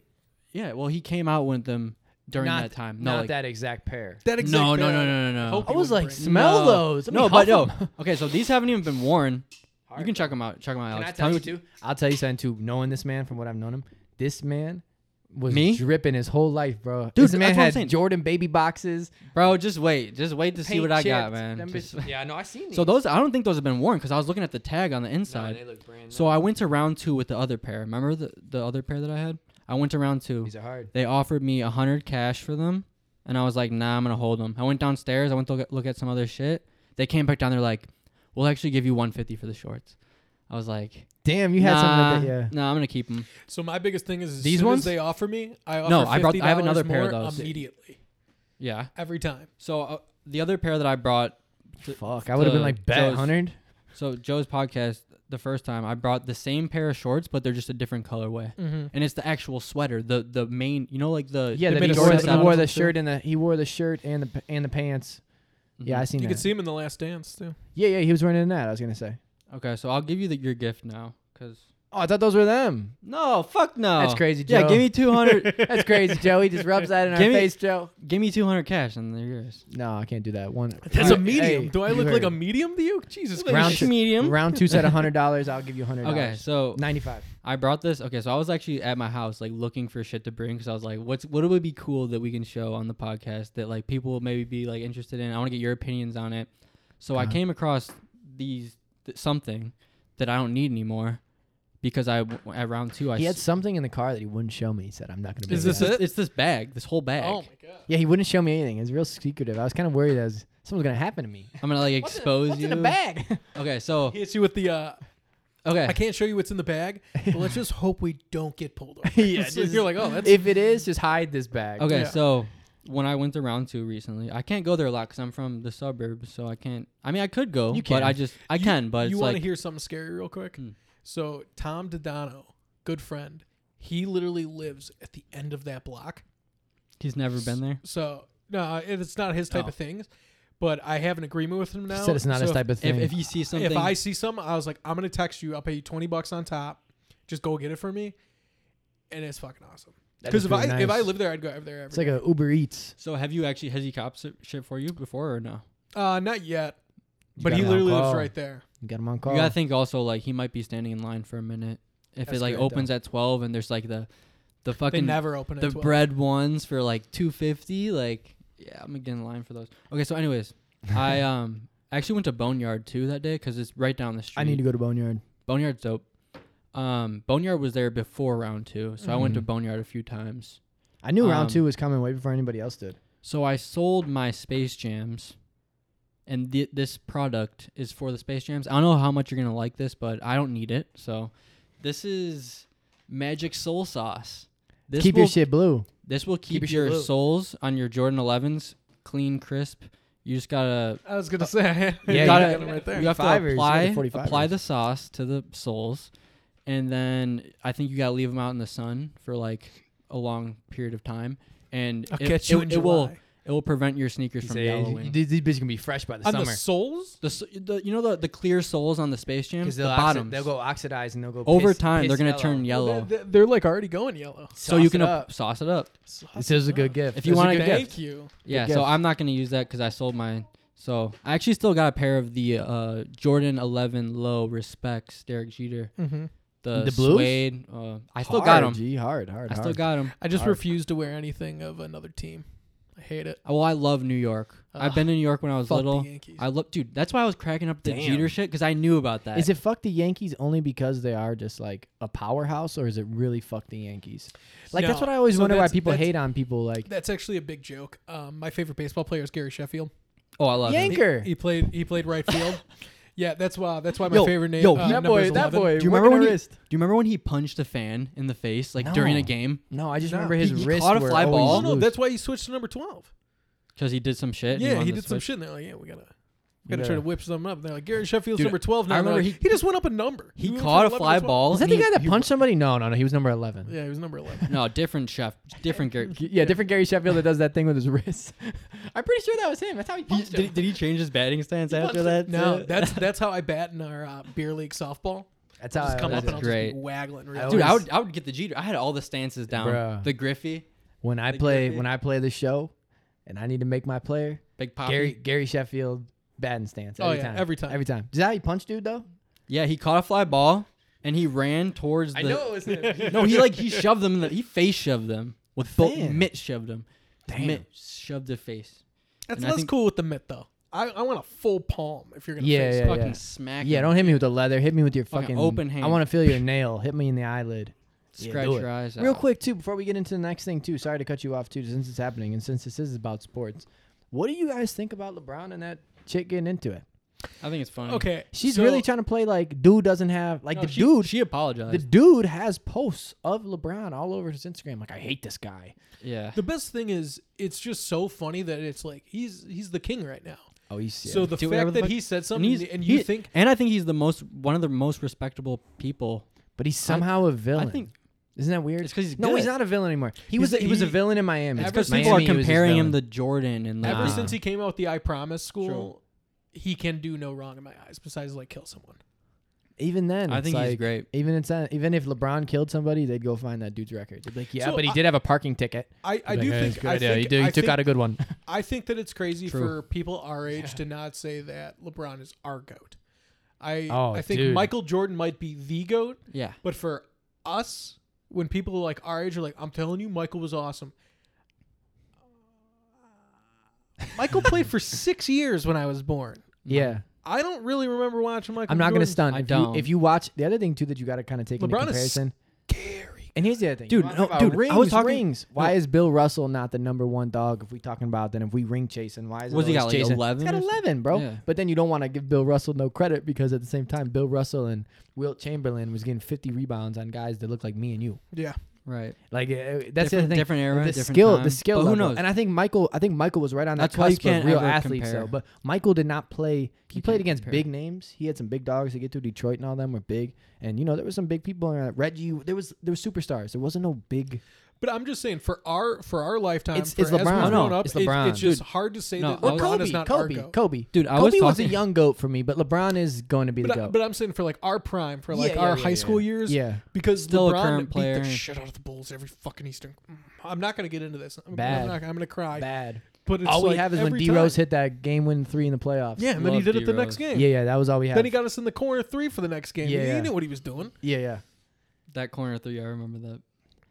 Speaker 3: Yeah, well, he came out with them during
Speaker 2: Not-
Speaker 3: that time. No,
Speaker 2: Not
Speaker 3: like,
Speaker 2: that exact pair.
Speaker 1: That exact
Speaker 3: no, no,
Speaker 1: pair.
Speaker 3: no, no,
Speaker 1: I
Speaker 3: no, no.
Speaker 1: hope
Speaker 2: I
Speaker 1: he
Speaker 2: was
Speaker 1: wouldn't
Speaker 2: like,
Speaker 1: bring it.
Speaker 2: smell
Speaker 3: No.
Speaker 2: those. Let me
Speaker 3: No,
Speaker 2: huff
Speaker 3: but no. <laughs>
Speaker 2: them.
Speaker 3: Okay, so these haven't even been worn. You can
Speaker 2: Hard.
Speaker 3: check them out. Check them out.
Speaker 2: Can
Speaker 3: Alex.
Speaker 2: I tell you
Speaker 3: what
Speaker 2: too? I'll tell you something too. Knowing this man from what I've known him, this man was
Speaker 3: Me?
Speaker 2: dripping his whole life, bro.
Speaker 3: Dude,
Speaker 2: this man
Speaker 3: that's what I'm
Speaker 2: had
Speaker 3: saying.
Speaker 2: Jordan baby boxes.
Speaker 3: Bro, just wait. Just wait to see
Speaker 2: paint
Speaker 3: what I got,
Speaker 2: chipped.
Speaker 3: man.
Speaker 2: Them
Speaker 3: Just- <laughs>
Speaker 2: bitches- yeah, no, I seen these.
Speaker 3: so those, I don't think those have been worn because I was looking at the tag on the
Speaker 2: No,
Speaker 3: inside.
Speaker 2: they look brand new.
Speaker 3: so I went to round two with the other pair. Remember the the other pair that I had? I went to round two.
Speaker 2: these are hard.
Speaker 3: They offered me a hundred cash for them, and I was like, "Nah, I'm gonna hold them." I went downstairs. I went to look at, look at some other shit. They came back down. They're like, "We'll actually give you 150 for the shorts." I was like,
Speaker 2: Damn, you had
Speaker 3: nah,
Speaker 2: something like that, yeah.
Speaker 3: nah, I'm gonna keep them."
Speaker 1: So my biggest thing is as
Speaker 2: These
Speaker 1: soon
Speaker 2: ones?
Speaker 1: as they offer me, I offer
Speaker 3: No,
Speaker 1: $50
Speaker 3: I brought- I have another pair of
Speaker 1: more
Speaker 3: those.
Speaker 1: immediately
Speaker 3: Yeah.
Speaker 1: every time.
Speaker 3: So uh, the other pair that I brought to-
Speaker 2: Fuck, I would have been
Speaker 3: to
Speaker 2: like bet
Speaker 3: Joe's-
Speaker 2: hundred.
Speaker 3: So Joe's podcast the first time I brought the same pair of shorts, but they're just a different colorway,
Speaker 1: Mm-hmm.
Speaker 3: and it's the actual sweater, the the main, you know, like the
Speaker 2: Yeah,
Speaker 1: They
Speaker 2: that
Speaker 1: made
Speaker 2: he
Speaker 1: a
Speaker 2: wore,
Speaker 1: set
Speaker 2: he
Speaker 1: out of
Speaker 2: wore the
Speaker 1: them, too.
Speaker 2: shirt and the he wore the shirt and the p- and the pants.
Speaker 3: Mm-hmm.
Speaker 2: Mm-hmm. Yeah, I seen
Speaker 1: You
Speaker 2: that.
Speaker 1: could see him in the Last Dance too.
Speaker 2: yeah, yeah, he was wearing it in that. I was gonna say.
Speaker 3: Okay, so I'll give you the, your gift now, cause
Speaker 2: Oh, I thought those were them.
Speaker 3: no, fuck no,
Speaker 2: That's crazy, Joe.
Speaker 3: Yeah, give me two hundred,
Speaker 2: <laughs> That's crazy, Joe. He just rubs that in our
Speaker 3: Gimme-
Speaker 2: face, Joe.
Speaker 3: give me two hundred cash, and they're yours.
Speaker 2: No, I can't do that. One.
Speaker 1: That's a
Speaker 2: Hey,
Speaker 1: medium. Do I
Speaker 2: you
Speaker 1: look like
Speaker 2: heard.
Speaker 1: a medium to you? Jesus
Speaker 2: Round
Speaker 1: Christ.
Speaker 2: two-
Speaker 3: medium.
Speaker 2: Round two
Speaker 1: <laughs>
Speaker 2: said hundred dollars. I'll give you hundred.
Speaker 3: Okay, so
Speaker 2: ninety-five.
Speaker 3: I brought this. Okay, so I was actually at my house, like looking for shit to bring, because I was like, "What's what would be cool that we can show on the podcast that like people will maybe be like interested in? I want to get your opinions on it." So I
Speaker 2: God.
Speaker 3: came across these th- something that I don't need anymore because I w- at round two I
Speaker 2: He had
Speaker 3: s-
Speaker 2: something in the car that he wouldn't show me. He said, "I'm not going to."
Speaker 1: Is this
Speaker 3: it's,
Speaker 1: it?
Speaker 3: it's this bag, this whole bag.
Speaker 1: Oh my god.
Speaker 2: Yeah, he wouldn't show me anything. It was real secretive. I was kind of worried that was, something was going to happen to me.
Speaker 3: I'm gonna like expose
Speaker 2: what's
Speaker 3: you.
Speaker 2: in the <laughs> bag?
Speaker 3: Okay, so
Speaker 1: He hits you with the. Uh, I
Speaker 3: okay,
Speaker 1: can't show you what's in the bag, but let's just hope we don't get pulled
Speaker 3: <laughs>
Speaker 1: over.
Speaker 2: Yeah,
Speaker 1: <laughs> So
Speaker 2: just-
Speaker 1: you're like, oh, that's
Speaker 2: if it is, just hide this bag.
Speaker 3: okay,
Speaker 1: Yeah.
Speaker 3: so. When I went to round two recently, I can't go there a lot because I'm from the suburbs, so I can't. I mean, I could go,
Speaker 2: You
Speaker 3: but I
Speaker 2: can.
Speaker 3: just I can.
Speaker 2: Uh,
Speaker 3: But
Speaker 1: you
Speaker 3: it's
Speaker 1: want
Speaker 3: like
Speaker 1: to hear something scary real quick?
Speaker 3: Hmm.
Speaker 1: So Tom Dodano, good friend, he literally lives at the end of that block.
Speaker 3: he's never been there.
Speaker 1: So no, it- it's not his type
Speaker 3: Oh.
Speaker 1: of things. But I have an agreement with him
Speaker 2: He
Speaker 1: now.
Speaker 2: said it's not
Speaker 1: so
Speaker 2: his
Speaker 1: if-
Speaker 2: type of
Speaker 3: if,
Speaker 2: thing.
Speaker 3: if you see something,
Speaker 1: If I see some, I was like, I'm gonna text you. I'll pay you twenty bucks on top. Just go get it for me, and it's fucking awesome.
Speaker 2: That
Speaker 1: Because
Speaker 2: is
Speaker 1: if I
Speaker 2: pretty
Speaker 1: if I
Speaker 2: nice.
Speaker 1: lived there, I'd go over there every.
Speaker 2: it's like a Uber Eats.
Speaker 3: so have you actually has he copped s- shit for you before or no?
Speaker 1: uh, not yet,
Speaker 2: You
Speaker 1: but
Speaker 2: got
Speaker 1: he
Speaker 2: him on
Speaker 1: literally lives
Speaker 2: call.
Speaker 1: right there.
Speaker 2: You got him on call.
Speaker 3: You gotta think also like he might be standing in line for a minute if
Speaker 2: That's
Speaker 3: it like
Speaker 2: good,
Speaker 3: opens at twelve and there's like the the
Speaker 1: They
Speaker 3: fucking
Speaker 1: never open it.
Speaker 3: the bread ones for like two fifty like Yeah, I'm gonna get in line for those. Okay, so anyways, <laughs> I um actually went to Boneyard too that day because it's right down the street.
Speaker 2: I need to go to Boneyard.
Speaker 3: Boneyard's dope. Um, Boneyard was there before round two, so I went to
Speaker 2: Mhm.
Speaker 3: Boneyard a few times.
Speaker 2: I knew round
Speaker 3: Um,
Speaker 2: two was coming way before anybody else did.
Speaker 3: So I sold my Space Jams, and thi- this product is for the Space Jams. I don't know how much you're gonna like this, but I don't need it. So this is Magic Soul Sauce. This
Speaker 2: Keep
Speaker 3: will
Speaker 2: your shit blue.
Speaker 3: This will keep,
Speaker 2: your shit
Speaker 3: your,
Speaker 2: low.
Speaker 3: soles on your Jordan 11s clean, crisp. You just gotta
Speaker 1: I was gonna say.
Speaker 2: Uh,
Speaker 1: <laughs> you
Speaker 2: Yeah, you
Speaker 1: got
Speaker 3: gotta-
Speaker 1: it right
Speaker 2: They're
Speaker 3: you
Speaker 1: there.
Speaker 3: have to
Speaker 2: fivers, you got the
Speaker 3: apply
Speaker 2: 45ers.
Speaker 3: apply the sauce to the soles, and then I think you gotta leave them out in the sun for like a long period of time, and
Speaker 1: I'll
Speaker 3: it,
Speaker 1: catch you
Speaker 3: it,
Speaker 1: in
Speaker 3: it will
Speaker 1: July.
Speaker 3: it will prevent your sneakers from yellowing.
Speaker 2: These these bitches gonna be fresh by the
Speaker 1: On the
Speaker 2: summer.
Speaker 1: soles.
Speaker 3: The, s- the you know the, the clear soles on the Space Jam, the
Speaker 2: Because they'll,
Speaker 3: bottoms
Speaker 2: oxi- they'll go oxidize and they'll go
Speaker 3: over
Speaker 2: piss-
Speaker 3: time they're
Speaker 2: piss
Speaker 3: gonna turn
Speaker 1: Well,
Speaker 3: yellow,
Speaker 1: they- they- They're like already going yellow.
Speaker 3: so you
Speaker 2: Sauce
Speaker 3: can
Speaker 2: it
Speaker 3: ap-
Speaker 2: up.
Speaker 3: sauce it up.
Speaker 2: This is a good gift.
Speaker 3: If you
Speaker 2: This is a
Speaker 3: wanna
Speaker 2: good
Speaker 3: get-
Speaker 1: Thank you.
Speaker 3: Yeah,
Speaker 2: Good
Speaker 3: so
Speaker 2: guess.
Speaker 3: I'm not gonna use that because I sold mine. So I actually still got a pair of the uh, Jordan 11 Low Respects Derek Jeter,
Speaker 1: Mm-hmm.
Speaker 3: the,
Speaker 2: The blues?
Speaker 3: suede. Uh, I still got 'em. got them.
Speaker 2: G, hard, hard,
Speaker 3: I still
Speaker 2: hard.
Speaker 3: got them.
Speaker 1: I just
Speaker 2: Hard.
Speaker 1: refuse to wear anything of another team. I hate it.
Speaker 3: Well, I love New York. I've
Speaker 1: Ugh,
Speaker 3: been to New York when I was
Speaker 1: Fuck
Speaker 3: little.
Speaker 1: the Yankees.
Speaker 3: I look, dude. That's why I was cracking up the
Speaker 2: Damn.
Speaker 3: Jeter shit because I knew about that.
Speaker 2: Is it fuck the Yankees only because they are just like a powerhouse, or is it really fuck the Yankees? Like that's
Speaker 1: No.
Speaker 2: what I always
Speaker 1: So
Speaker 2: wonder why
Speaker 1: that's-
Speaker 2: people
Speaker 1: that's-
Speaker 2: hate on people.
Speaker 1: <laughs>
Speaker 2: Like
Speaker 1: That's actually a big joke. Um, my favorite baseball player is Gary Sheffield.
Speaker 3: oh, I love him.
Speaker 2: Yanker.
Speaker 1: He played. He played
Speaker 3: <laughs>
Speaker 1: right field. yeah, that's why. That's why my
Speaker 3: Yo,
Speaker 1: favorite name.
Speaker 3: yo,
Speaker 1: uh,
Speaker 3: he-
Speaker 1: number is 11.
Speaker 3: Do you remember when
Speaker 2: whipping
Speaker 3: he-
Speaker 2: a wrist?
Speaker 3: Do you remember when he punched a fan in the face like during a
Speaker 2: No.
Speaker 3: game
Speaker 2: No, I just
Speaker 1: No.
Speaker 2: remember his
Speaker 3: He- he
Speaker 2: wrist.
Speaker 3: caught a
Speaker 2: were
Speaker 3: fly
Speaker 2: always
Speaker 3: ball.
Speaker 1: Oh no,
Speaker 2: loose.
Speaker 1: that's why he switched to number twelve.
Speaker 3: because he did some shit? and
Speaker 1: Yeah,
Speaker 3: won
Speaker 1: he
Speaker 3: the
Speaker 1: did some
Speaker 3: switch?
Speaker 1: shit. And they're like, yeah, we gotta.
Speaker 2: We
Speaker 1: Gotta try to
Speaker 2: gotta-
Speaker 1: whip something up. And they're like, Gary Sheffield's
Speaker 3: Dude,
Speaker 1: number 12 now.
Speaker 3: I
Speaker 1: And they're
Speaker 3: remember
Speaker 1: like, he, just went up a number.
Speaker 3: He
Speaker 1: went
Speaker 3: caught a
Speaker 1: from 11 to
Speaker 3: fly
Speaker 1: 12.
Speaker 3: ball.
Speaker 2: Was that
Speaker 3: and
Speaker 2: the
Speaker 3: he-
Speaker 2: guy that
Speaker 3: he-
Speaker 2: punched somebody? No, no, no. He was number eleven.
Speaker 1: Yeah, he was number 11.
Speaker 3: No, different chef, different
Speaker 2: <laughs>
Speaker 3: Gary.
Speaker 2: Yeah, different Gary Sheffield that does that thing with his <laughs> wrist. I'm pretty sure that was him. That's how he
Speaker 3: He-
Speaker 2: punched
Speaker 3: did, he-
Speaker 2: him.
Speaker 3: did he change his batting stance
Speaker 2: punched
Speaker 3: after that?
Speaker 1: no,
Speaker 3: too?
Speaker 1: that's that's how I bat in our uh, beer league softball.
Speaker 2: That's
Speaker 1: I'll
Speaker 2: how
Speaker 1: just
Speaker 2: I
Speaker 1: come
Speaker 2: always
Speaker 1: up
Speaker 3: that's
Speaker 1: and I'll
Speaker 2: did.
Speaker 1: just be
Speaker 3: great.
Speaker 1: waggling.
Speaker 2: I
Speaker 1: Real
Speaker 3: Dude, I
Speaker 2: always-
Speaker 3: would I would get the Jeter. I had all the stances down.
Speaker 2: Bruh.
Speaker 3: The Griffey,
Speaker 2: when I
Speaker 3: The
Speaker 2: play
Speaker 3: Griffey.
Speaker 2: when I play the show, and I need to make my player
Speaker 3: Big Poppy.
Speaker 2: Gary Gary Sheffield batting stance.
Speaker 1: Oh,
Speaker 2: Every
Speaker 1: yeah,
Speaker 2: time.
Speaker 1: every time.
Speaker 2: Every time. Is that how you punch dude though?
Speaker 3: Yeah, he caught a fly ball and he ran towards the.
Speaker 2: it was him.
Speaker 3: No, he like he shoved them. In the, he face shoved them with both.
Speaker 2: Damn.
Speaker 3: Mitt shoved him.
Speaker 2: Damn.
Speaker 3: Mitt shoved the face.
Speaker 1: That's
Speaker 3: And I
Speaker 1: less
Speaker 3: think-
Speaker 1: cool with the mitt though. I, I want a full palm if you're gonna
Speaker 2: Yeah,
Speaker 1: face
Speaker 2: yeah,
Speaker 1: it.
Speaker 3: Fucking
Speaker 2: yeah. <laughs>
Speaker 3: smack.
Speaker 2: Yeah,
Speaker 3: him.
Speaker 2: don't hit me with the leather. Hit me with your
Speaker 3: Fucking
Speaker 2: fucking
Speaker 3: open hand.
Speaker 2: I want to feel your nail. Hit me in the eyelid. Yeah,
Speaker 3: scratch
Speaker 2: do it.
Speaker 3: your eyes out.
Speaker 2: Real quick too, before we get into the next thing too. Sorry to cut you off too, since it's happening and since this is about sports. What do you guys think about LeBron and that chick getting into it?
Speaker 3: I think it's funny.
Speaker 1: Okay,
Speaker 2: She's
Speaker 1: so-
Speaker 2: really trying to play like dude doesn't have like
Speaker 3: No,
Speaker 2: the
Speaker 3: she-
Speaker 2: dude.
Speaker 3: She apologized.
Speaker 2: the dude has posts of LeBron all over his Instagram. Like I hate this guy.
Speaker 3: yeah.
Speaker 1: The best thing is it's just so funny that it's like he's he's the king right now.
Speaker 2: Oh, he's
Speaker 1: So the
Speaker 3: Do whatever
Speaker 1: fact
Speaker 3: the
Speaker 1: that
Speaker 3: fuck-
Speaker 1: he said
Speaker 3: and
Speaker 1: something
Speaker 3: he's
Speaker 1: and, you
Speaker 3: he-
Speaker 1: think
Speaker 3: and I think he's the most one of the most respectable people.
Speaker 2: but he's somehow a villain.
Speaker 3: I think
Speaker 2: Isn't that weird?
Speaker 3: it's because he's
Speaker 2: no,
Speaker 3: good.
Speaker 2: he's not a villain anymore. He
Speaker 1: He's-
Speaker 2: was a, he, was a
Speaker 1: he-
Speaker 2: villain in Miami.
Speaker 1: Ever
Speaker 3: Because
Speaker 1: since-
Speaker 3: people are
Speaker 2: Miami, he was his
Speaker 3: comparing him
Speaker 2: villain.
Speaker 3: to Jordan and uh, like,
Speaker 1: ever
Speaker 2: Nah.
Speaker 1: since he came out with the I Promise School,
Speaker 3: True.
Speaker 1: he can do no wrong in my eyes besides like kill someone.
Speaker 2: even then.
Speaker 3: I
Speaker 2: it's
Speaker 3: think he's
Speaker 2: like-
Speaker 3: great.
Speaker 2: Even it's even if LeBron killed somebody, they'd go find that dude's record. They'd be like, yeah,
Speaker 1: So
Speaker 2: but he
Speaker 1: I-
Speaker 2: did have a parking ticket.
Speaker 1: I, I
Speaker 2: Like,
Speaker 1: do
Speaker 2: "Yeah,
Speaker 1: think
Speaker 2: it's a good
Speaker 1: I
Speaker 2: idea.
Speaker 1: think
Speaker 2: he did,
Speaker 1: I
Speaker 2: he took
Speaker 1: think-
Speaker 2: out a good one.
Speaker 1: I think that it's crazy
Speaker 3: True.
Speaker 1: for people our age to not say that LeBron is our goat. I
Speaker 2: Oh,
Speaker 1: I think
Speaker 2: dude.
Speaker 1: Michael Jordan might be the goat,
Speaker 3: Yeah.
Speaker 1: but for us, when people like our age are like, "I'm telling you, Michael was awesome." Michael played
Speaker 2: <laughs>
Speaker 1: for six years when I was born.
Speaker 2: yeah,
Speaker 1: I don't really remember watching Michael.
Speaker 2: I'm not gonna
Speaker 1: Jordan.
Speaker 2: stun.
Speaker 3: I
Speaker 2: If
Speaker 3: don't.
Speaker 2: you, if you watch the other thing too that you got to kind of take
Speaker 1: LeBron
Speaker 2: into
Speaker 1: is
Speaker 2: comparison.
Speaker 1: Gary.
Speaker 2: and here's the other thing,
Speaker 3: Dude,
Speaker 2: Talk
Speaker 3: no,
Speaker 2: about
Speaker 3: dude, I
Speaker 2: rings,
Speaker 3: was talking-
Speaker 2: rings. Why is Bill Russell not the number one dog? If we talking about then if we ring chasing, why is it
Speaker 3: What's he
Speaker 2: always
Speaker 3: got, like,
Speaker 2: chasing?
Speaker 3: 11
Speaker 2: He's got
Speaker 3: or something?
Speaker 2: eleven, bro.
Speaker 3: Yeah.
Speaker 2: But then you don't want to give Bill Russell no credit because at the same time, Bill Russell and Wilt Chamberlain was getting 50 rebounds on guys that look like me and you.
Speaker 1: Yeah,
Speaker 3: Right.
Speaker 2: Like uh, that's the
Speaker 3: Different-
Speaker 2: other thing.
Speaker 3: different era,
Speaker 2: the
Speaker 3: different
Speaker 2: skill,
Speaker 3: time.
Speaker 2: the skill.
Speaker 3: But who
Speaker 2: level.
Speaker 3: knows?
Speaker 2: And I think Michael, I think Michael was right on that
Speaker 3: That's why you
Speaker 2: cusp of
Speaker 3: can't
Speaker 2: real
Speaker 3: ever
Speaker 2: athletes.
Speaker 3: compare.
Speaker 2: Though, but Michael did not play. He
Speaker 3: You
Speaker 2: played
Speaker 3: can't
Speaker 2: against
Speaker 3: compare.
Speaker 2: big names. He had some big dogs to get to Detroit, and all them were big. And you know there were some big people. around. Reggie, there was there were superstars. There wasn't no big.
Speaker 1: but I'm just saying for our for our lifetime,
Speaker 2: It's-
Speaker 1: for
Speaker 2: it's
Speaker 1: as we've
Speaker 2: LeBron.
Speaker 1: grown
Speaker 2: No,
Speaker 1: up,
Speaker 2: it's
Speaker 1: it-
Speaker 2: LeBron.
Speaker 1: it's just hard to say
Speaker 3: No,
Speaker 1: that
Speaker 3: I
Speaker 1: LeBron
Speaker 2: Or
Speaker 3: was-
Speaker 2: Kobe,
Speaker 1: is not our
Speaker 2: Kobe,
Speaker 1: goat.
Speaker 2: Kobe.
Speaker 3: Dude, I
Speaker 2: Kobe
Speaker 3: was
Speaker 2: was a
Speaker 3: talking-
Speaker 2: young goat for me, but LeBron is going to be
Speaker 1: But,
Speaker 2: the
Speaker 1: I,
Speaker 2: goat.
Speaker 1: but I'm saying for like our prime, for like
Speaker 2: Yeah, yeah,
Speaker 1: our
Speaker 2: yeah,
Speaker 1: high
Speaker 2: yeah,
Speaker 1: school years,
Speaker 2: yeah,
Speaker 1: because
Speaker 3: Still a
Speaker 1: LeBron
Speaker 3: current
Speaker 1: beat
Speaker 3: player.
Speaker 1: the shit out of the Bulls every fucking Eastern. I'm not gonna get into this. I'm,
Speaker 2: Bad.
Speaker 1: I'm, not, I'm gonna cry.
Speaker 2: bad.
Speaker 1: But it's
Speaker 2: All we
Speaker 1: like
Speaker 2: have is when
Speaker 1: every
Speaker 2: D Rose
Speaker 1: time-
Speaker 2: hit that game win three in the playoffs.
Speaker 1: Yeah, and then he
Speaker 3: Love
Speaker 1: did it the next
Speaker 3: D-Rose.
Speaker 1: game.
Speaker 2: yeah, yeah. That was all we had.
Speaker 1: Then he got us in the corner three for the next game.
Speaker 2: Yeah,
Speaker 1: he
Speaker 2: yeah.
Speaker 1: knew what he was doing.
Speaker 2: yeah, yeah.
Speaker 3: That corner three, I remember that.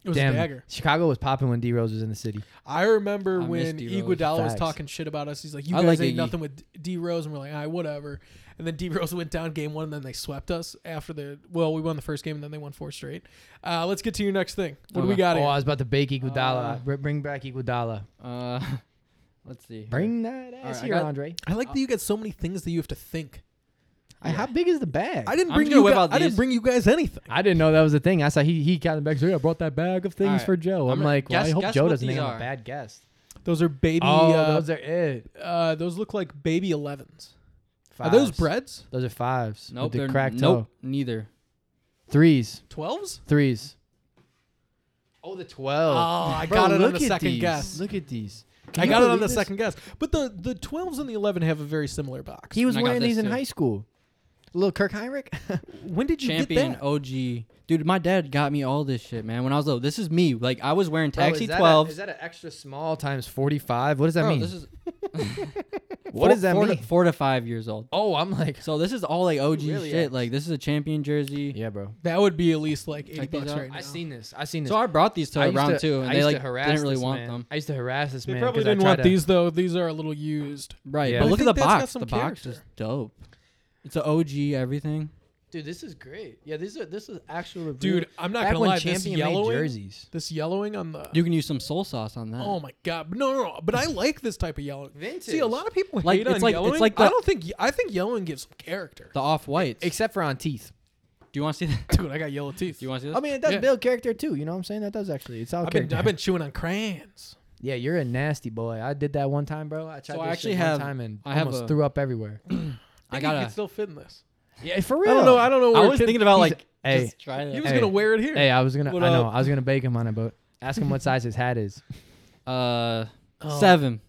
Speaker 1: It was
Speaker 2: Damn,
Speaker 1: a dagger.
Speaker 2: Chicago was popping when D Rose was in the city.
Speaker 1: I remember
Speaker 3: I
Speaker 1: when
Speaker 3: miss D-Rose.
Speaker 1: Iguodala was
Speaker 2: Facts.
Speaker 1: talking shit about us. He's like, "You
Speaker 3: I
Speaker 1: guys
Speaker 3: like
Speaker 1: ain't
Speaker 3: Iggy.
Speaker 1: nothing with D Rose," and we're like, "All right, whatever." And then D <laughs> Rose went down game one, and then they swept us after the. Well, we won the first game, and then they won four straight. Uh, let's get to your next thing. What do we
Speaker 3: Okay.
Speaker 1: got
Speaker 2: Oh, I
Speaker 1: here?
Speaker 2: was about to bake Iguodala.
Speaker 3: Uh,
Speaker 2: Br- bring back Iguodala.
Speaker 3: Uh, <laughs> let's see. here.
Speaker 2: Bring that ass
Speaker 3: I
Speaker 2: here,
Speaker 3: got-
Speaker 2: Andre.
Speaker 1: I like that you got so many things that you have to think.
Speaker 2: I- How big is the bag?
Speaker 1: I didn't
Speaker 3: I'm
Speaker 1: bring
Speaker 3: just gonna
Speaker 1: you.
Speaker 3: whip
Speaker 1: Guys,
Speaker 3: out
Speaker 1: I didn't
Speaker 3: these.
Speaker 1: bring you guys anything.
Speaker 2: I didn't know that was a thing. I saw he he got the bag. So I brought that bag of things
Speaker 3: Alright.
Speaker 2: for Joe.
Speaker 3: I'm
Speaker 2: I'm,
Speaker 3: gonna-
Speaker 2: like, well,
Speaker 3: guess-
Speaker 2: I hope
Speaker 3: guess
Speaker 2: Joe
Speaker 3: what
Speaker 2: doesn't
Speaker 3: these
Speaker 2: think I'm a
Speaker 3: are.
Speaker 2: bad guest.
Speaker 1: Those are baby.
Speaker 2: oh,
Speaker 1: uh,
Speaker 2: those are it.
Speaker 1: uh, those look like baby 11s. Are those
Speaker 2: Fives.
Speaker 1: breads?
Speaker 2: Those are fives.
Speaker 3: Nope.
Speaker 2: with
Speaker 3: they're-
Speaker 2: the cracked
Speaker 3: nope.
Speaker 2: toe.
Speaker 3: Neither.
Speaker 2: Threes.
Speaker 1: 12s?
Speaker 2: Threes. Oh, the
Speaker 1: Oh,
Speaker 2: twelve.
Speaker 1: I
Speaker 2: Bro,
Speaker 1: got it on
Speaker 2: look
Speaker 1: the
Speaker 2: at
Speaker 1: second
Speaker 2: these.
Speaker 1: guess.
Speaker 2: Look at these.
Speaker 1: I
Speaker 2: you
Speaker 1: got it on
Speaker 2: believe
Speaker 1: the
Speaker 2: this?
Speaker 1: second guess. But the the 12s and the 11 have a very similar box.
Speaker 2: He was
Speaker 3: I got
Speaker 2: wearing
Speaker 3: this
Speaker 2: these in
Speaker 3: too.
Speaker 2: high school. Little Kirk Heinrich. <laughs>
Speaker 1: when did you
Speaker 3: Champion
Speaker 1: get that?
Speaker 3: OG. Dude, my dad got me all this shit, man. When I was little, this is me. Like I was wearing Taxi
Speaker 2: Oh,
Speaker 3: 12.
Speaker 2: Is that an extra small times forty five? What does that
Speaker 3: Bro,
Speaker 2: mean?
Speaker 3: This is
Speaker 2: what
Speaker 3: four,
Speaker 2: does that
Speaker 3: four
Speaker 2: mean?
Speaker 3: To, four to five years old.
Speaker 2: oh, I'm like. <laughs>
Speaker 3: So this is all like OG
Speaker 2: really
Speaker 3: shit.
Speaker 2: ass.
Speaker 3: Like this is a champion jersey.
Speaker 2: Yeah, bro.
Speaker 1: That would be at least like 80
Speaker 3: Check these
Speaker 1: bucks
Speaker 3: out.
Speaker 1: right now.
Speaker 2: I seen this. I seen this.
Speaker 3: So I brought these to
Speaker 2: I
Speaker 3: a
Speaker 2: used
Speaker 3: round
Speaker 2: to-
Speaker 3: two,
Speaker 2: I
Speaker 3: and they
Speaker 2: used to
Speaker 3: like
Speaker 2: harass
Speaker 3: didn't really
Speaker 2: this
Speaker 3: want
Speaker 2: man.
Speaker 3: them.
Speaker 2: I used to harass this
Speaker 1: They
Speaker 2: man.
Speaker 1: probably
Speaker 2: 'cause I
Speaker 1: didn't want
Speaker 2: tried to-
Speaker 1: these though. These are a little used.
Speaker 3: Right,
Speaker 2: Yeah.
Speaker 3: but
Speaker 2: I
Speaker 3: look at
Speaker 1: think
Speaker 3: the
Speaker 1: that's got
Speaker 3: box. The
Speaker 1: some
Speaker 3: box is
Speaker 1: character.
Speaker 3: dope. It's an OG everything.
Speaker 2: Dude, this is great. Yeah, this is this is actual.
Speaker 1: Dude, I'm not
Speaker 2: back
Speaker 1: gonna
Speaker 2: when
Speaker 1: lie. This
Speaker 2: champion made
Speaker 1: yellowing,
Speaker 2: jerseys.
Speaker 1: this yellowing on
Speaker 2: Uh,
Speaker 1: the.
Speaker 3: You can use some soul sauce on that.
Speaker 1: oh my god! But No, no, no. But I like this type of yellowing. See,
Speaker 2: Vintage.
Speaker 1: a lot of people
Speaker 3: Like,
Speaker 1: hate
Speaker 3: it's
Speaker 1: on
Speaker 3: like- it's
Speaker 1: yellowing.
Speaker 3: like
Speaker 1: I
Speaker 3: the-
Speaker 1: don't think. I think yellowing gives some character. <laughs>
Speaker 3: The off whites. Do
Speaker 2: Except for on teeth.
Speaker 3: you want to see that?
Speaker 1: Dude, I got yellow teeth.
Speaker 3: Do you want to see
Speaker 2: I
Speaker 3: this?
Speaker 2: mean, it does
Speaker 1: Yeah.
Speaker 2: build character too. You know what I'm saying? That does actually. It's all
Speaker 1: I've been
Speaker 2: character.
Speaker 1: I've been chewing on crayons.
Speaker 2: <laughs> yeah, you're a nasty boy. I did that one time, bro. I tried
Speaker 3: So I
Speaker 2: this
Speaker 3: actually
Speaker 2: shit
Speaker 3: have-
Speaker 2: one time and
Speaker 3: I have
Speaker 2: almost
Speaker 3: a-
Speaker 2: threw up everywhere.
Speaker 3: I
Speaker 1: Think you
Speaker 3: got
Speaker 1: could
Speaker 3: to
Speaker 1: still fit in this.
Speaker 2: yeah, for
Speaker 1: I
Speaker 2: real.
Speaker 1: don't know. I don't know. Where
Speaker 3: I was
Speaker 1: Tim-
Speaker 3: thinking about
Speaker 2: he's-
Speaker 3: like
Speaker 2: Hey.
Speaker 3: just try
Speaker 1: he
Speaker 3: it.
Speaker 1: was
Speaker 2: Hey.
Speaker 1: gonna wear it here.
Speaker 2: Hey, I was gonna.
Speaker 1: What
Speaker 2: I know.
Speaker 1: up?
Speaker 2: I was gonna bake him on it, but ask him what size his hat <laughs> is.
Speaker 3: Uh,
Speaker 1: Oh. <laughs>
Speaker 3: seven,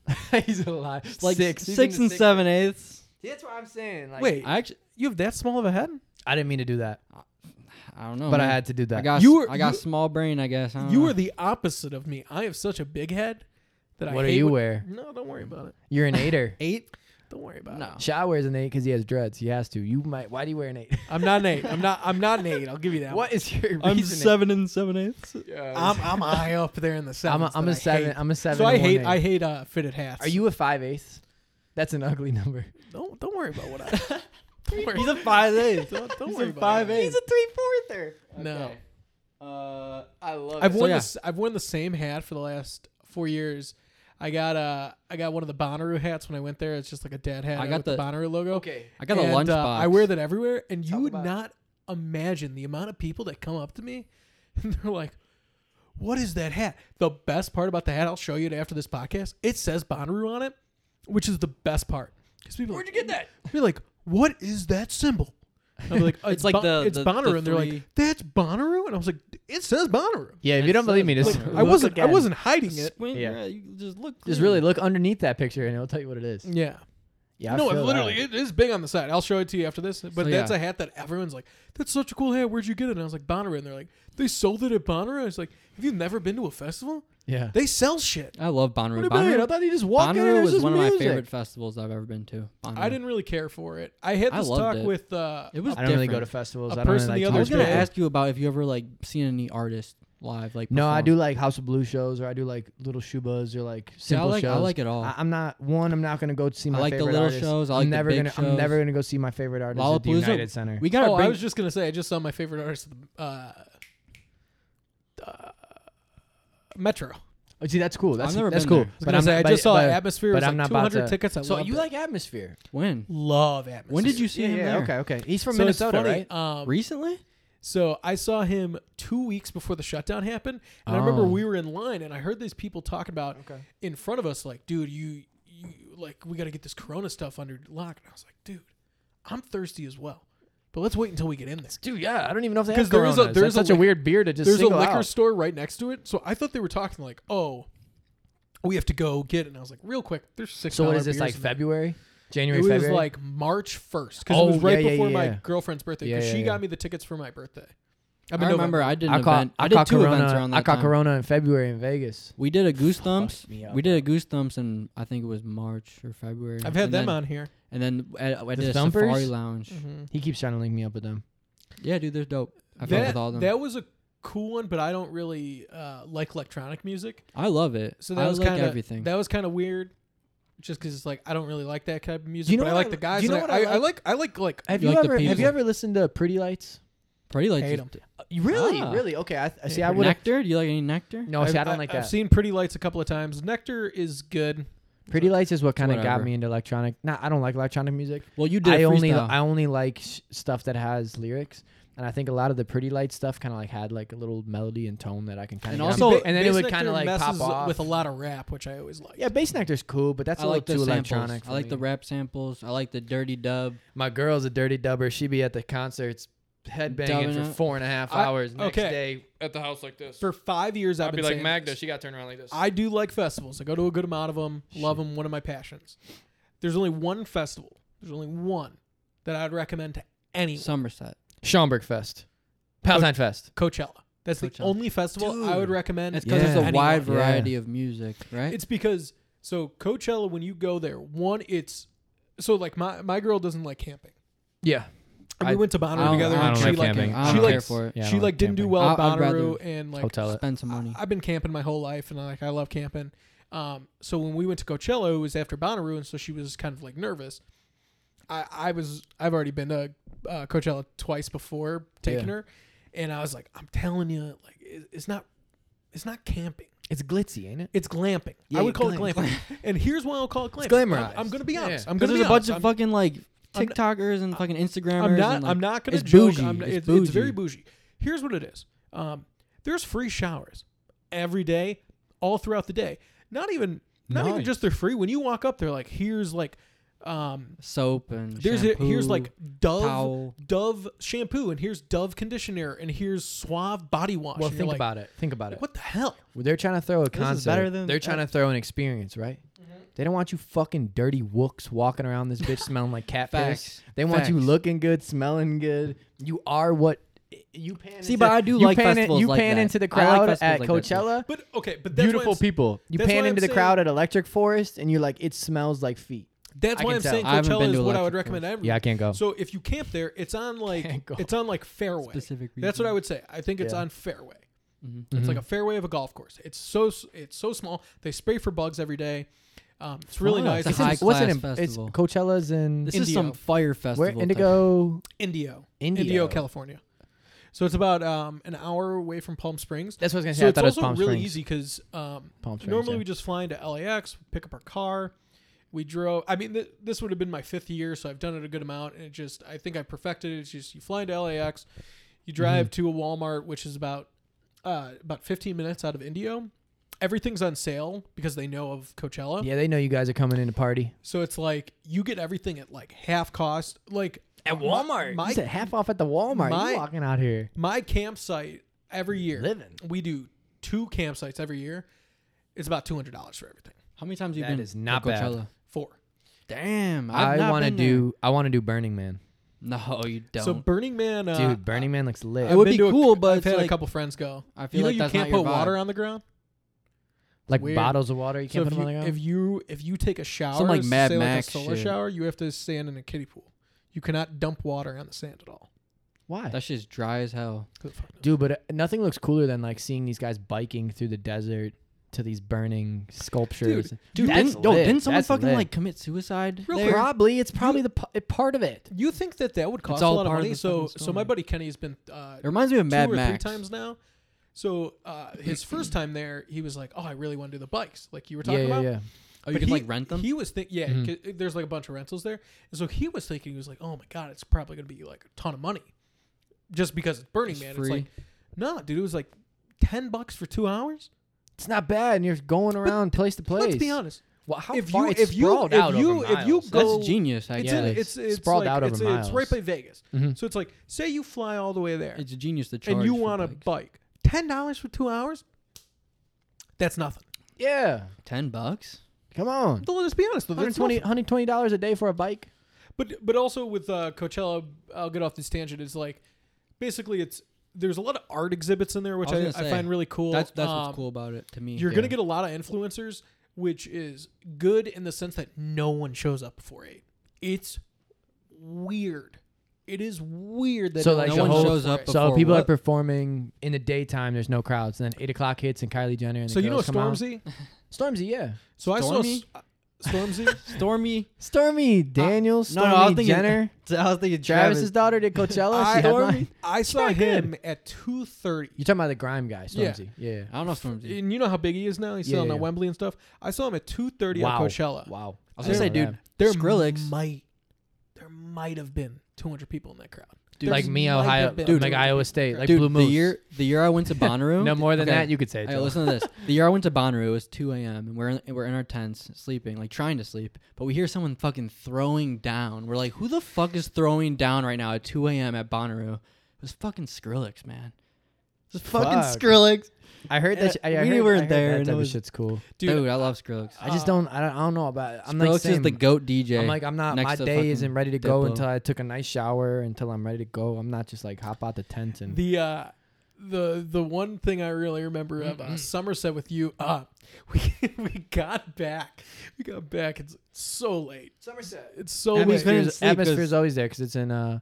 Speaker 2: He's alive.
Speaker 3: like
Speaker 2: six,
Speaker 3: six, and seven eighths.
Speaker 2: That's what I'm saying. Like,
Speaker 1: Wait,
Speaker 3: I actually,
Speaker 1: you have that small of a head?
Speaker 2: I didn't mean to do that,
Speaker 3: I don't
Speaker 1: Oh,
Speaker 3: know,
Speaker 2: but I
Speaker 3: man.
Speaker 2: had to do that.
Speaker 3: I got,
Speaker 1: You
Speaker 3: you
Speaker 1: were-
Speaker 3: I got
Speaker 1: you-
Speaker 3: small brain, I guess. I don't
Speaker 1: You
Speaker 3: know.
Speaker 1: are the opposite of me. I have such a big head that I.
Speaker 2: what do
Speaker 1: hate
Speaker 2: you
Speaker 1: when-
Speaker 2: wear?
Speaker 1: No, don't worry about it.
Speaker 2: You're
Speaker 1: <laughs>
Speaker 2: an eighter.
Speaker 3: eight.
Speaker 1: Don't worry about it.
Speaker 3: No,
Speaker 2: Shaw wears an eight because he has dreads. He has to. You might. Why do you wear an eight?
Speaker 1: I'm not an eight. I'm not. I'm not an eight. I'll give you that.
Speaker 2: what is your?
Speaker 3: <laughs> I'm
Speaker 2: reasoning?
Speaker 3: seven and seven eighths.
Speaker 1: One. I'm I'm high up there in the
Speaker 2: I'm
Speaker 1: seven.
Speaker 2: a, I'm a seven. I'm a seven.
Speaker 1: So
Speaker 2: and
Speaker 1: I
Speaker 2: one
Speaker 1: hate
Speaker 2: eight.
Speaker 1: I hate uh, fitted hats.
Speaker 2: Are you a five eighths? That's an ugly <laughs> number.
Speaker 1: Don't don't worry about what I. Don't worry.
Speaker 3: He's a
Speaker 2: <laughs>
Speaker 3: five eighth.
Speaker 1: Don't, don't
Speaker 3: He's
Speaker 1: worry
Speaker 3: a
Speaker 1: about
Speaker 3: five
Speaker 1: it.
Speaker 3: eight.
Speaker 2: a three fourther.
Speaker 1: No.
Speaker 3: Uh,
Speaker 2: I love
Speaker 1: I've
Speaker 3: So,
Speaker 1: worn
Speaker 3: yeah.
Speaker 1: this. I've worn the same hat for the last four years. I got uh I got one of the Bonnaroo hats when I went there. It's just like a dad hat.
Speaker 3: I got
Speaker 1: with the,
Speaker 3: the-
Speaker 1: Bonnaroo logo.
Speaker 2: Okay.
Speaker 3: I got a
Speaker 1: And,
Speaker 3: lunchbox.
Speaker 1: uh, I wear that everywhere, and you
Speaker 2: Talk
Speaker 1: would
Speaker 2: about it.
Speaker 1: not imagine the amount of people that come up to me <laughs> and they're like, "What is that hat?" The best part about the hat, I'll show you it after this podcast. It says Bonnaroo on it, which is the best part. Because people, where'd you get that? They're like, "What is that symbol?" And I'm like,
Speaker 3: <laughs> It's like
Speaker 1: Bon-
Speaker 3: the-
Speaker 1: it's
Speaker 3: the-
Speaker 1: Bonnaroo,"
Speaker 3: the
Speaker 1: and they're like,
Speaker 3: three-
Speaker 1: "That's Bonnaroo," and I was like, "It says Bonnaroo."
Speaker 2: Yeah, if
Speaker 3: It
Speaker 2: you don't believe
Speaker 3: says
Speaker 2: me, just
Speaker 3: Bonnaroo.
Speaker 1: I
Speaker 2: look
Speaker 1: wasn't. I
Speaker 2: again.
Speaker 1: wasn't hiding it.
Speaker 3: Swing,
Speaker 2: Yeah.
Speaker 3: yeah. You just look.
Speaker 2: Just
Speaker 3: clean.
Speaker 2: really look underneath that picture, and it'll tell you what it is.
Speaker 1: Yeah.
Speaker 2: Yeah, I
Speaker 1: no, it
Speaker 2: feel
Speaker 1: literally
Speaker 2: that.
Speaker 1: it is big on the side. I'll show it to you after this. But
Speaker 3: So,
Speaker 1: that's
Speaker 3: yeah.
Speaker 1: a hat that everyone's like, "That's such a cool hat. Where'd you get it?" And I was like, "Bonnaroo." And they're like, "They sold it at Bonnaroo." I was like, "Have you never been to a festival?
Speaker 2: Yeah.
Speaker 1: They sell shit."
Speaker 3: I love Bonnaroo.
Speaker 2: What do you mean? I
Speaker 3: Bonnaroo,
Speaker 2: thought you just walked in. and
Speaker 3: Bonnaroo
Speaker 2: it
Speaker 3: was
Speaker 2: just
Speaker 3: one of my
Speaker 2: music.
Speaker 3: favorite festivals I've ever been to. Bonnaroo.
Speaker 1: I didn't really care for it. I had
Speaker 3: I
Speaker 1: this
Speaker 3: loved
Speaker 1: talk
Speaker 3: it.
Speaker 1: with. Uh,
Speaker 3: It was
Speaker 2: I don't really go to
Speaker 3: different.
Speaker 1: A
Speaker 2: festivals. I don't
Speaker 1: person
Speaker 2: really
Speaker 1: the
Speaker 2: like
Speaker 1: other
Speaker 3: I was
Speaker 2: huge
Speaker 3: gonna
Speaker 1: people.
Speaker 3: ask you about if you ever like seen any artists live. Like
Speaker 2: No, I do
Speaker 3: perform.
Speaker 2: like House of Blues shows, or I do like little Shubas, or like
Speaker 3: See, I
Speaker 2: simple
Speaker 3: like
Speaker 2: shows.
Speaker 3: I like it all.
Speaker 2: I, am not one. I'm not gonna go see my
Speaker 3: like the
Speaker 2: favorite
Speaker 3: little
Speaker 2: artist.
Speaker 3: shows, I
Speaker 2: I'm
Speaker 3: like the
Speaker 2: never
Speaker 3: big
Speaker 2: gonna. I'm
Speaker 3: shows.
Speaker 2: never gonna go see my favorite artist at the
Speaker 3: Lollapalooza-
Speaker 2: United Center.
Speaker 3: we gotta
Speaker 1: oh,
Speaker 3: bring.
Speaker 1: I was just gonna say, I just saw my favorite artist, uh, uh, Metro.
Speaker 2: Oh, see, that's cool. That's
Speaker 3: never
Speaker 2: that's
Speaker 3: been
Speaker 2: cool.
Speaker 3: there. I was
Speaker 1: But i say,
Speaker 2: not-
Speaker 1: I just saw
Speaker 2: but-
Speaker 1: Atmosphere. It was
Speaker 2: but I'm
Speaker 1: like
Speaker 2: not about
Speaker 1: 200
Speaker 2: to-
Speaker 1: tickets. I
Speaker 2: So
Speaker 1: loved
Speaker 2: you
Speaker 1: it.
Speaker 2: like Atmosphere?
Speaker 3: when?
Speaker 1: love Atmosphere.
Speaker 3: When did you see
Speaker 2: yeah,
Speaker 3: him
Speaker 2: yeah,
Speaker 3: there?
Speaker 2: Okay, okay. He's from
Speaker 1: So it's
Speaker 2: Minnesota,
Speaker 1: funny,
Speaker 2: right?
Speaker 1: Um,
Speaker 3: Recently?
Speaker 1: So I saw him two weeks before the shutdown happened, and I remember
Speaker 2: Oh.
Speaker 1: we were in line, and I heard these people talking about
Speaker 2: Okay.
Speaker 1: in front of us, like, "Dude, you, you, like, we got to get this Corona stuff under lock." And I was like, "Dude, I'm thirsty as well, but let's wait until we get in there."
Speaker 2: Dude, yeah, I don't even know if they
Speaker 1: 'Cause
Speaker 2: have
Speaker 1: there is a-
Speaker 2: Coronas.
Speaker 1: there
Speaker 2: That's
Speaker 1: is a
Speaker 2: such a
Speaker 1: lic-
Speaker 2: weird beer to just
Speaker 1: There's a
Speaker 2: single
Speaker 1: liquor
Speaker 2: out.
Speaker 1: store right next to it, so I thought they were talking like, "Oh, we have to go get," it. and I was like, "Real quick, there's six.
Speaker 2: So what is this
Speaker 1: beers
Speaker 2: like
Speaker 1: in there."
Speaker 2: February,
Speaker 1: It
Speaker 2: January,
Speaker 1: was
Speaker 2: February?
Speaker 1: like March 1st because
Speaker 2: Oh,
Speaker 1: it was right
Speaker 2: yeah, yeah,
Speaker 1: before
Speaker 2: yeah,
Speaker 1: my
Speaker 2: yeah.
Speaker 1: girlfriend's birthday
Speaker 2: Yeah,
Speaker 1: because
Speaker 2: yeah,
Speaker 1: she
Speaker 2: yeah.
Speaker 1: got me the tickets for my birthday.
Speaker 3: I,
Speaker 1: I'm in November.
Speaker 3: remember I did an
Speaker 2: I caught
Speaker 3: event. I,
Speaker 2: I
Speaker 3: did
Speaker 2: caught
Speaker 3: two events
Speaker 2: Corona.
Speaker 3: around that
Speaker 2: I caught
Speaker 3: time.
Speaker 2: Corona in February in Vegas.
Speaker 3: We did a Goose Thumps.
Speaker 2: me up,
Speaker 3: We did a Goose Thumps in I think it was March or February.
Speaker 1: I've had
Speaker 3: and
Speaker 1: them
Speaker 3: then,
Speaker 1: on here.
Speaker 3: And then I, I did a
Speaker 2: Thumpers?
Speaker 3: Safari Lounge.
Speaker 1: Mm-hmm.
Speaker 2: He keeps trying to link me up with them.
Speaker 3: Yeah, dude, they're dope. I fuck
Speaker 1: that,
Speaker 3: with all of them.
Speaker 1: that was a cool one, but I don't really uh, like electronic music.
Speaker 3: I love it.
Speaker 1: So that
Speaker 3: I
Speaker 1: was
Speaker 3: like
Speaker 1: kind of
Speaker 3: everything.
Speaker 1: That was kind of weird, just because it's like I don't really like that type of music.
Speaker 2: You know
Speaker 1: but I
Speaker 2: what
Speaker 1: like
Speaker 2: I-
Speaker 1: the guys.
Speaker 2: you know
Speaker 1: that
Speaker 2: what
Speaker 1: I,
Speaker 2: I
Speaker 1: I like. I like like
Speaker 2: Have
Speaker 3: You
Speaker 2: you,
Speaker 3: like the
Speaker 2: ever have you
Speaker 3: people.
Speaker 2: ever listened to Pretty Lights?
Speaker 3: Pretty like
Speaker 1: hate 'em.
Speaker 2: Uh, Really,
Speaker 3: Ah.
Speaker 2: really? Okay, I th- see. I would have.
Speaker 3: nectar. Do you like any nectar?
Speaker 2: No, see, I don't
Speaker 1: I've-
Speaker 2: like
Speaker 1: I've
Speaker 2: that.
Speaker 1: seen Pretty Lights a couple of times. Nectar is good.
Speaker 2: Pretty Lights is what kind of got
Speaker 3: Whatever.
Speaker 2: me into electronic. Nah, I don't like electronic music.
Speaker 3: Well, you did.
Speaker 2: I
Speaker 3: a
Speaker 2: only
Speaker 3: freestyle.
Speaker 2: I only like sh- stuff that has lyrics, and I think a lot of the Pretty Lights stuff kind of like had like a little melody and tone that I can kind
Speaker 3: And
Speaker 2: of
Speaker 3: also-
Speaker 1: Ba-
Speaker 2: and then it
Speaker 1: Bass
Speaker 2: would
Speaker 1: Nectar
Speaker 2: kind of like
Speaker 1: messes
Speaker 2: pop off
Speaker 1: with a lot of rap, which I always like.
Speaker 2: Yeah, bass nectar's cool, but that's
Speaker 3: I
Speaker 2: a
Speaker 3: like
Speaker 2: little
Speaker 3: the
Speaker 2: too
Speaker 3: samples.
Speaker 2: electronic.
Speaker 3: I like the rap samples. I like the dirty dub.
Speaker 2: My girl's a dirty dubber. She be at the concerts headbanging
Speaker 3: Dubbing
Speaker 2: for
Speaker 3: it.
Speaker 2: four and a half
Speaker 1: I-
Speaker 2: hours. Next
Speaker 1: okay.
Speaker 2: day at the house like this.
Speaker 1: For five years, I've
Speaker 2: I'd be
Speaker 1: been
Speaker 2: like
Speaker 1: saying
Speaker 2: Magda.
Speaker 1: this.
Speaker 2: She got turned around like this.
Speaker 1: I do like festivals. I go to a good amount of them. Love them. One of my passions. There's only one festival. There's only one that I'd recommend to anyone.
Speaker 3: Somerset.
Speaker 2: Schaumburg Fest,
Speaker 3: Oh,
Speaker 2: Palatine Fest.
Speaker 1: Coachella. That's the
Speaker 3: Coachella.
Speaker 1: only festival I would
Speaker 3: Dude.
Speaker 1: recommend.
Speaker 3: It's because
Speaker 1: to
Speaker 3: there's
Speaker 2: Yeah.
Speaker 3: a
Speaker 1: anyone.
Speaker 3: wide
Speaker 2: Yeah.
Speaker 3: variety of music, right?
Speaker 1: It's because so Coachella when you go there, one it's so like my my girl doesn't like camping.
Speaker 2: Yeah,
Speaker 1: And we
Speaker 2: I-
Speaker 1: went to
Speaker 3: I
Speaker 1: Bonnaroo
Speaker 3: don't-
Speaker 1: together,
Speaker 3: I
Speaker 1: and
Speaker 3: don't
Speaker 1: she
Speaker 3: like
Speaker 1: like
Speaker 3: camping. I
Speaker 1: she
Speaker 3: don't care
Speaker 1: likes-
Speaker 3: for it.
Speaker 1: she like didn't do well
Speaker 3: I-
Speaker 1: at
Speaker 3: I'd
Speaker 1: Bonnaroo,
Speaker 3: rather
Speaker 1: and like
Speaker 2: hotel it.
Speaker 3: Spend some money.
Speaker 1: I've been camping my whole life, and like I love camping. Um, so when we went to Coachella, it was after Bonnaroo, and so she was kind of like nervous. I, I was I've already been to uh, Coachella twice before taking
Speaker 2: Yeah.
Speaker 1: her, and I was like, I'm telling you, like it, it's not it's not camping,
Speaker 2: It's glitzy, ain't it?
Speaker 1: it's glamping.
Speaker 2: Yeah,
Speaker 1: I would call
Speaker 2: glam-
Speaker 1: it
Speaker 3: <laughs>
Speaker 1: glamping, and here's why I'll call it glamping.
Speaker 2: It's
Speaker 1: I'm,
Speaker 2: glamorized.
Speaker 1: I'm gonna be
Speaker 2: Yeah.
Speaker 1: honest. I'm
Speaker 3: Because
Speaker 1: gonna
Speaker 3: there's
Speaker 1: be
Speaker 3: a bunch
Speaker 1: honest.
Speaker 3: of fucking like
Speaker 1: I'm-
Speaker 3: TikTokers and fucking Instagrammers.
Speaker 1: I'm not.
Speaker 3: and, like,
Speaker 1: I'm not gonna
Speaker 3: it's
Speaker 1: joke.
Speaker 3: bougie.
Speaker 1: I'm not-
Speaker 3: It's
Speaker 1: it's, it's very bougie. Here's what it is. Um, there's free showers every day, all throughout the day. Not even. Not even
Speaker 2: Nice.
Speaker 1: just they're free. When you walk up, they're like, here's like, um,
Speaker 3: soap and
Speaker 1: there's
Speaker 3: shampoo,
Speaker 1: a, here's like Dove
Speaker 3: towel.
Speaker 1: Dove shampoo, and here's Dove conditioner, and here's Suave body wash.
Speaker 2: Well,
Speaker 1: And you're
Speaker 2: think
Speaker 1: like,
Speaker 2: about it. Think about it.
Speaker 1: What the hell?
Speaker 2: They're trying to throw a
Speaker 3: This
Speaker 2: concert.
Speaker 3: is better than- Mm-hmm.
Speaker 2: They're trying to throw an experience, right? They don't want you fucking dirty wooks walking around this
Speaker 3: <laughs>
Speaker 2: bitch smelling like cat piss.
Speaker 3: Facts.
Speaker 2: They want you
Speaker 3: Facts.
Speaker 2: looking good, smelling good. You are what you pan.
Speaker 3: See,
Speaker 2: into-
Speaker 3: but I do
Speaker 2: you
Speaker 3: like
Speaker 2: pan in-
Speaker 3: festivals
Speaker 2: you
Speaker 3: like
Speaker 2: pan
Speaker 3: that.
Speaker 2: into the
Speaker 3: I like
Speaker 2: crowd
Speaker 3: festivals
Speaker 2: at
Speaker 3: like that too.
Speaker 2: Coachella.
Speaker 1: But okay, but that's
Speaker 2: Beautiful
Speaker 1: why I'm, s-
Speaker 2: people. You
Speaker 1: that's why
Speaker 2: pan
Speaker 1: I'm
Speaker 2: into the
Speaker 1: saying-
Speaker 2: crowd at Electric Forest, and you're like, it smells like feet.
Speaker 1: That's
Speaker 2: I
Speaker 1: why
Speaker 2: can
Speaker 1: I'm
Speaker 2: tell.
Speaker 1: saying
Speaker 3: I haven't
Speaker 1: Coachella
Speaker 3: been
Speaker 1: is
Speaker 3: to
Speaker 1: what I would
Speaker 3: Electric
Speaker 1: recommend. Everyone.
Speaker 2: Yeah, I can't go.
Speaker 1: So if you camp there, it's on like
Speaker 2: Can't go.
Speaker 1: it's on like fairway.
Speaker 3: Specific
Speaker 1: That's what I
Speaker 3: reason.
Speaker 1: would say. I think it's
Speaker 2: Yeah.
Speaker 1: on fairway.
Speaker 3: Mhm.
Speaker 1: It's
Speaker 2: Mm-hmm.
Speaker 1: like a fairway of a golf course. It's so s- it's so small. They spray for bugs every day. Um, it's really
Speaker 3: Oh,
Speaker 1: nice.
Speaker 3: that's
Speaker 1: It's
Speaker 2: It's
Speaker 1: in
Speaker 2: in,
Speaker 3: a
Speaker 2: what's it
Speaker 3: high-class
Speaker 2: in? It's
Speaker 3: festival.
Speaker 2: Coachella's in
Speaker 3: This is
Speaker 1: Indio.
Speaker 3: some fire festival.
Speaker 2: where
Speaker 3: type.
Speaker 2: Indigo.
Speaker 1: Indio,
Speaker 2: Indio.
Speaker 1: Indio, California. So it's about um, an hour away from Palm Springs.
Speaker 2: That's what I was gonna say.
Speaker 1: So
Speaker 2: I
Speaker 1: it's
Speaker 2: thought it was
Speaker 1: also
Speaker 2: Palm
Speaker 1: really
Speaker 2: Springs.
Speaker 1: easy because um,
Speaker 2: Palm Springs,
Speaker 1: normally
Speaker 2: yeah.
Speaker 1: we just fly into LAX, pick up our car. We drove. I mean, th- this would have been my fifth year, so I've done it a good amount, and it just I think I perfected it. It's just you fly into LAX, you
Speaker 2: Mm-hmm.
Speaker 1: drive to a Walmart, which is about uh, about 15 minutes out of Indio. Everything's on sale because they know of Coachella.
Speaker 2: Yeah, they know you guys are coming in to party.
Speaker 1: So it's like you get everything at like half cost. Like
Speaker 2: At
Speaker 1: my-
Speaker 2: you
Speaker 1: my
Speaker 2: said half off at the Walmart.
Speaker 1: my-
Speaker 2: you walking out here
Speaker 1: my campsite every year.
Speaker 2: living.
Speaker 1: We do two campsites every year. It's about two hundred dollars for everything.
Speaker 3: How many times have you
Speaker 2: That
Speaker 3: been
Speaker 2: is not
Speaker 3: to
Speaker 2: bad.
Speaker 3: Coachella?
Speaker 1: Four.
Speaker 3: Damn, I've
Speaker 2: I
Speaker 3: not
Speaker 2: want to
Speaker 3: been there.
Speaker 2: do. I want to do Burning Man,
Speaker 3: No, you don't.
Speaker 1: So Burning Man, uh,
Speaker 2: dude. Burning Man looks lit.
Speaker 3: It would
Speaker 1: I've
Speaker 3: be
Speaker 1: been to a-
Speaker 3: cool, but
Speaker 1: I've
Speaker 3: it's
Speaker 1: had a
Speaker 3: like-
Speaker 1: couple friends go.
Speaker 3: I feel
Speaker 1: You know
Speaker 3: like
Speaker 1: you
Speaker 3: that's
Speaker 1: can't
Speaker 3: not
Speaker 1: put
Speaker 3: your vibe.
Speaker 1: water on the ground.
Speaker 2: like
Speaker 1: weird.
Speaker 2: bottles of water. You
Speaker 1: So
Speaker 2: can't
Speaker 1: if
Speaker 2: put them
Speaker 1: you,
Speaker 2: on the
Speaker 1: if
Speaker 2: ground.
Speaker 1: you if you take a shower,
Speaker 3: Some, like, Mad
Speaker 1: say like
Speaker 3: Max
Speaker 1: a solar
Speaker 3: shit.
Speaker 1: shower, you have to stand in a kiddie pool. You cannot dump water on the sand at all.
Speaker 2: Why,
Speaker 3: That shit's dry as hell.
Speaker 1: Who the fuck knows?
Speaker 2: dude? But uh, nothing looks cooler than like seeing these guys biking through the desert to these burning sculptures.
Speaker 3: Dude,
Speaker 2: that's
Speaker 3: didn't, yo,
Speaker 2: lit.
Speaker 3: didn't someone
Speaker 2: That's
Speaker 3: fucking
Speaker 2: lit.
Speaker 3: like commit suicide?
Speaker 1: Real
Speaker 3: there?
Speaker 1: quick.
Speaker 2: probably it's probably the p- part of it.
Speaker 1: You think that that would cost a
Speaker 3: all
Speaker 1: lot of
Speaker 3: part of
Speaker 1: money?
Speaker 3: the
Speaker 1: So
Speaker 3: fucking
Speaker 1: so my
Speaker 3: story.
Speaker 1: buddy Kenny's been uh,
Speaker 3: It reminds me of
Speaker 1: two
Speaker 3: Mad
Speaker 1: or
Speaker 3: Max.
Speaker 1: three times now. So uh, his first time there, he was like, "Oh, I really want to do the bikes," like you were talking
Speaker 2: yeah,
Speaker 1: about.
Speaker 2: yeah, yeah.
Speaker 3: Oh, you
Speaker 1: But
Speaker 3: can
Speaker 1: he-
Speaker 3: like rent them.
Speaker 1: He was thinking, yeah,
Speaker 2: Mhm.
Speaker 1: 'cause there's like a bunch of rentals there, and so he was thinking, he was like, "Oh my god, it's probably gonna be like a ton of money, just because it's Burning
Speaker 3: It's
Speaker 1: Man."
Speaker 3: free.
Speaker 1: It's like, no, dude, it was like ten bucks for two hours.
Speaker 2: It's not bad, and you're going around place to place.
Speaker 1: Let's be honest.
Speaker 2: Well, how
Speaker 1: if
Speaker 2: far
Speaker 1: you-
Speaker 2: it's
Speaker 1: if you-
Speaker 2: sprawled
Speaker 1: if
Speaker 2: out over
Speaker 1: you- if you
Speaker 2: miles.
Speaker 1: go-
Speaker 3: that's genius. I
Speaker 1: it's,
Speaker 3: guess
Speaker 1: in, it's it's
Speaker 2: Sprawled
Speaker 1: like-
Speaker 2: out over
Speaker 1: it's, it's right
Speaker 2: miles.
Speaker 1: by Vegas,
Speaker 2: Mhm.
Speaker 1: so it's like say you fly all the way there,
Speaker 3: It's genius. The charge
Speaker 1: and you
Speaker 3: for
Speaker 1: want a
Speaker 3: bikes.
Speaker 1: bike, ten dollars for two hours. That's nothing.
Speaker 2: yeah,
Speaker 3: ten bucks.
Speaker 2: come on.
Speaker 1: Well, Let's be honest. Though, that's
Speaker 2: 120
Speaker 1: nothing.
Speaker 2: $120 dollars a day for a bike.
Speaker 1: But but also with uh, Coachella, I'll get off this tangent. Is like basically it's there's a lot of art exhibits in there, which
Speaker 3: I
Speaker 1: I,
Speaker 3: was
Speaker 1: I,
Speaker 3: gonna say,
Speaker 1: find really cool.
Speaker 3: that's that's
Speaker 1: Um,
Speaker 3: what's cool about it to me.
Speaker 1: You're gonna
Speaker 2: Yeah.
Speaker 1: get a lot of influencers, which is good in the sense that no one shows up before eight. It's weird. it is weird that
Speaker 2: So,
Speaker 1: no
Speaker 2: like,
Speaker 1: one
Speaker 2: the whole-
Speaker 1: shows
Speaker 3: shows up
Speaker 1: up.
Speaker 2: So
Speaker 3: Before
Speaker 2: people are
Speaker 3: what?
Speaker 2: performing in the daytime. There's no crowds. And then eight o'clock hits and Kylie Jenner and the
Speaker 1: So you know
Speaker 2: girls come out.
Speaker 1: Stormzy?
Speaker 2: Stormzy, yeah.
Speaker 1: So I saw
Speaker 3: Stormy?
Speaker 1: S-
Speaker 2: <laughs>
Speaker 1: Stormzy.
Speaker 3: Stormy.
Speaker 2: Stormy Daniels,
Speaker 3: no,
Speaker 2: Stormy
Speaker 3: no, I was thinking-
Speaker 2: Jenner,
Speaker 3: I was thinking
Speaker 2: Travis's daughter did <laughs> Coachella. she
Speaker 1: I, um,
Speaker 2: headlined.
Speaker 1: I saw
Speaker 2: not good.
Speaker 1: him at two thirty.
Speaker 2: You're talking about the grime guy,
Speaker 1: Yeah.
Speaker 2: Stormzy. Yeah.
Speaker 3: I don't know Stormzy.
Speaker 1: And you know how big he is now. He's
Speaker 2: Yeah,
Speaker 1: selling
Speaker 2: yeah,
Speaker 1: at
Speaker 2: yeah.
Speaker 1: Wembley and stuff. I saw him at two thirty
Speaker 2: Wow.
Speaker 1: at Coachella.
Speaker 2: Wow.
Speaker 3: I
Speaker 1: gonna
Speaker 3: was
Speaker 2: didn't
Speaker 1: say,
Speaker 2: know
Speaker 3: dude,
Speaker 2: that.
Speaker 1: There
Speaker 3: Skrillex.
Speaker 1: might there might have been two hundred people in that crowd.
Speaker 3: Dude,
Speaker 2: like
Speaker 1: There's
Speaker 2: me,
Speaker 1: might
Speaker 2: Ohio,
Speaker 1: have been
Speaker 2: dude,
Speaker 1: two
Speaker 2: like
Speaker 1: hundred
Speaker 2: Iowa
Speaker 1: people.
Speaker 2: State, like
Speaker 3: Dude,
Speaker 2: Blue Moose.
Speaker 3: the year the year I went to Bonnaroo.
Speaker 2: no more than
Speaker 3: Okay.
Speaker 2: that, you could say.
Speaker 3: Hey,
Speaker 2: Joel.
Speaker 3: listen to this. The year I went to Bonnaroo, it was 2 a.m. and we're in, we're in our tents sleeping, like trying to sleep, but we hear someone fucking throwing down. We're like, who the fuck is throwing down right now at 2 a.m. at Bonnaroo? It was fucking Skrillex, man. It was fucking
Speaker 2: Fuck.
Speaker 3: Skrillex.
Speaker 2: I heard that.
Speaker 3: and
Speaker 2: sh- I,
Speaker 3: we
Speaker 2: I heard,
Speaker 3: weren't
Speaker 2: I heard
Speaker 3: there,
Speaker 2: That
Speaker 3: and it
Speaker 2: type
Speaker 3: was-
Speaker 2: of shit's cool.
Speaker 3: Dude,
Speaker 1: Dude,
Speaker 3: I love Skrillex.
Speaker 1: uh,
Speaker 3: I,
Speaker 2: I just don't. I don't, I don't know about. I'm
Speaker 3: Skrillex
Speaker 2: like
Speaker 3: is
Speaker 2: saying,
Speaker 3: the goat DJ.
Speaker 2: I'm like I'm not.
Speaker 3: next
Speaker 2: My
Speaker 3: to
Speaker 2: day
Speaker 3: fucking
Speaker 2: isn't ready to go
Speaker 3: Diplo.
Speaker 2: until I took a nice shower, until I'm ready to go. I'm not just like hop out the tent and.
Speaker 1: the uh the the one thing I really remember of uh, Somerset with you, uh, <laughs> we we got back, we got back. It's so late.
Speaker 2: Somerset.
Speaker 1: It's so
Speaker 3: Atmosphere
Speaker 1: late.
Speaker 3: couldn't
Speaker 2: Atmosphere's,
Speaker 3: sleep 'cause-
Speaker 2: atmosphere's always there because it's in uh,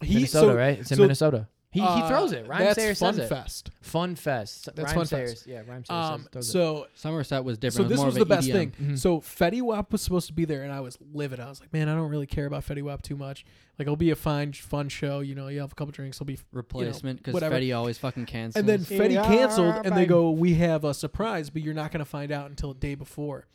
Speaker 1: He-
Speaker 2: Minnesota,
Speaker 1: so-
Speaker 2: right? It's in
Speaker 1: so,
Speaker 2: Minnesota. He, he
Speaker 1: uh,
Speaker 2: throws it. Rhyme
Speaker 1: that's
Speaker 2: Sayers
Speaker 1: fun
Speaker 2: says it.
Speaker 1: fest.
Speaker 2: Fun fest.
Speaker 1: That's
Speaker 2: Rhyme
Speaker 1: Fun
Speaker 2: Sayers.
Speaker 1: Fest.
Speaker 2: Yeah, Rhyme Sayers
Speaker 1: Um,
Speaker 2: says- throws it.
Speaker 1: so mm-hmm.
Speaker 3: Somerset was different.
Speaker 1: so
Speaker 3: It
Speaker 1: this
Speaker 3: more
Speaker 1: was
Speaker 3: of E
Speaker 1: the
Speaker 3: a
Speaker 1: best
Speaker 3: EDM.
Speaker 1: thing.
Speaker 2: Mhm.
Speaker 1: So Fetty Wap was supposed to be there, and I was livid. I was like, man, I don't really care about Fetty Wap too much. Like, it'll be a fine, fun show. You know, you have a couple drinks, it'll be
Speaker 3: Replacement because
Speaker 1: whatever.
Speaker 3: Fetty always fucking cancels.
Speaker 1: And then
Speaker 2: Here
Speaker 1: Fetty
Speaker 2: we are,
Speaker 1: canceled, and they
Speaker 2: baby.
Speaker 1: go, "We have a surprise, but you're not going to find out until the day before."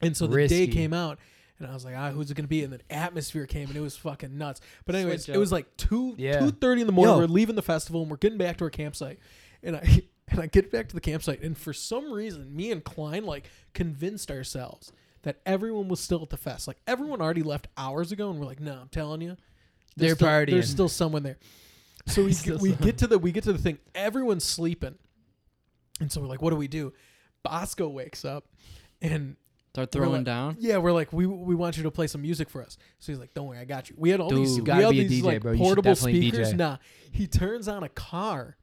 Speaker 1: And so the
Speaker 2: Risky.
Speaker 1: day came out, and I was like, "Ah, who's it going to be?" And then atmosphere came, and it was fucking nuts. But anyways,
Speaker 3: Switch
Speaker 1: it was
Speaker 3: up.
Speaker 1: like two
Speaker 2: Yeah.
Speaker 1: two thirty in the morning.
Speaker 3: Yo.
Speaker 1: We're leaving the festival, and we're getting back to our campsite, and I. <laughs> And I get back to the campsite, and for some reason, me and Klein like convinced ourselves that everyone was still at the fest. Like everyone already left hours ago, and we're like, "No, I'm telling you,
Speaker 2: They're
Speaker 1: still,
Speaker 2: partying.
Speaker 1: There's still someone there." So
Speaker 2: <laughs>
Speaker 1: we
Speaker 2: Still
Speaker 1: we
Speaker 2: someone.
Speaker 1: get to the we get to the thing. Everyone's sleeping, and so we're like, "What do we do?" Bosco wakes up, and
Speaker 3: Start
Speaker 1: we're
Speaker 3: throwing
Speaker 1: like-
Speaker 3: down.
Speaker 1: Yeah, we're like, "We we want you to play some music for us." So he's like, "Don't worry, I got you." We had all these
Speaker 3: Dude.
Speaker 2: You
Speaker 1: we
Speaker 2: gotta
Speaker 1: had
Speaker 2: be a
Speaker 1: these
Speaker 2: DJ,
Speaker 1: like
Speaker 2: bro. You should
Speaker 1: portable
Speaker 2: definitely
Speaker 1: speakers.
Speaker 2: DJ.
Speaker 1: Nah, he turns on a car,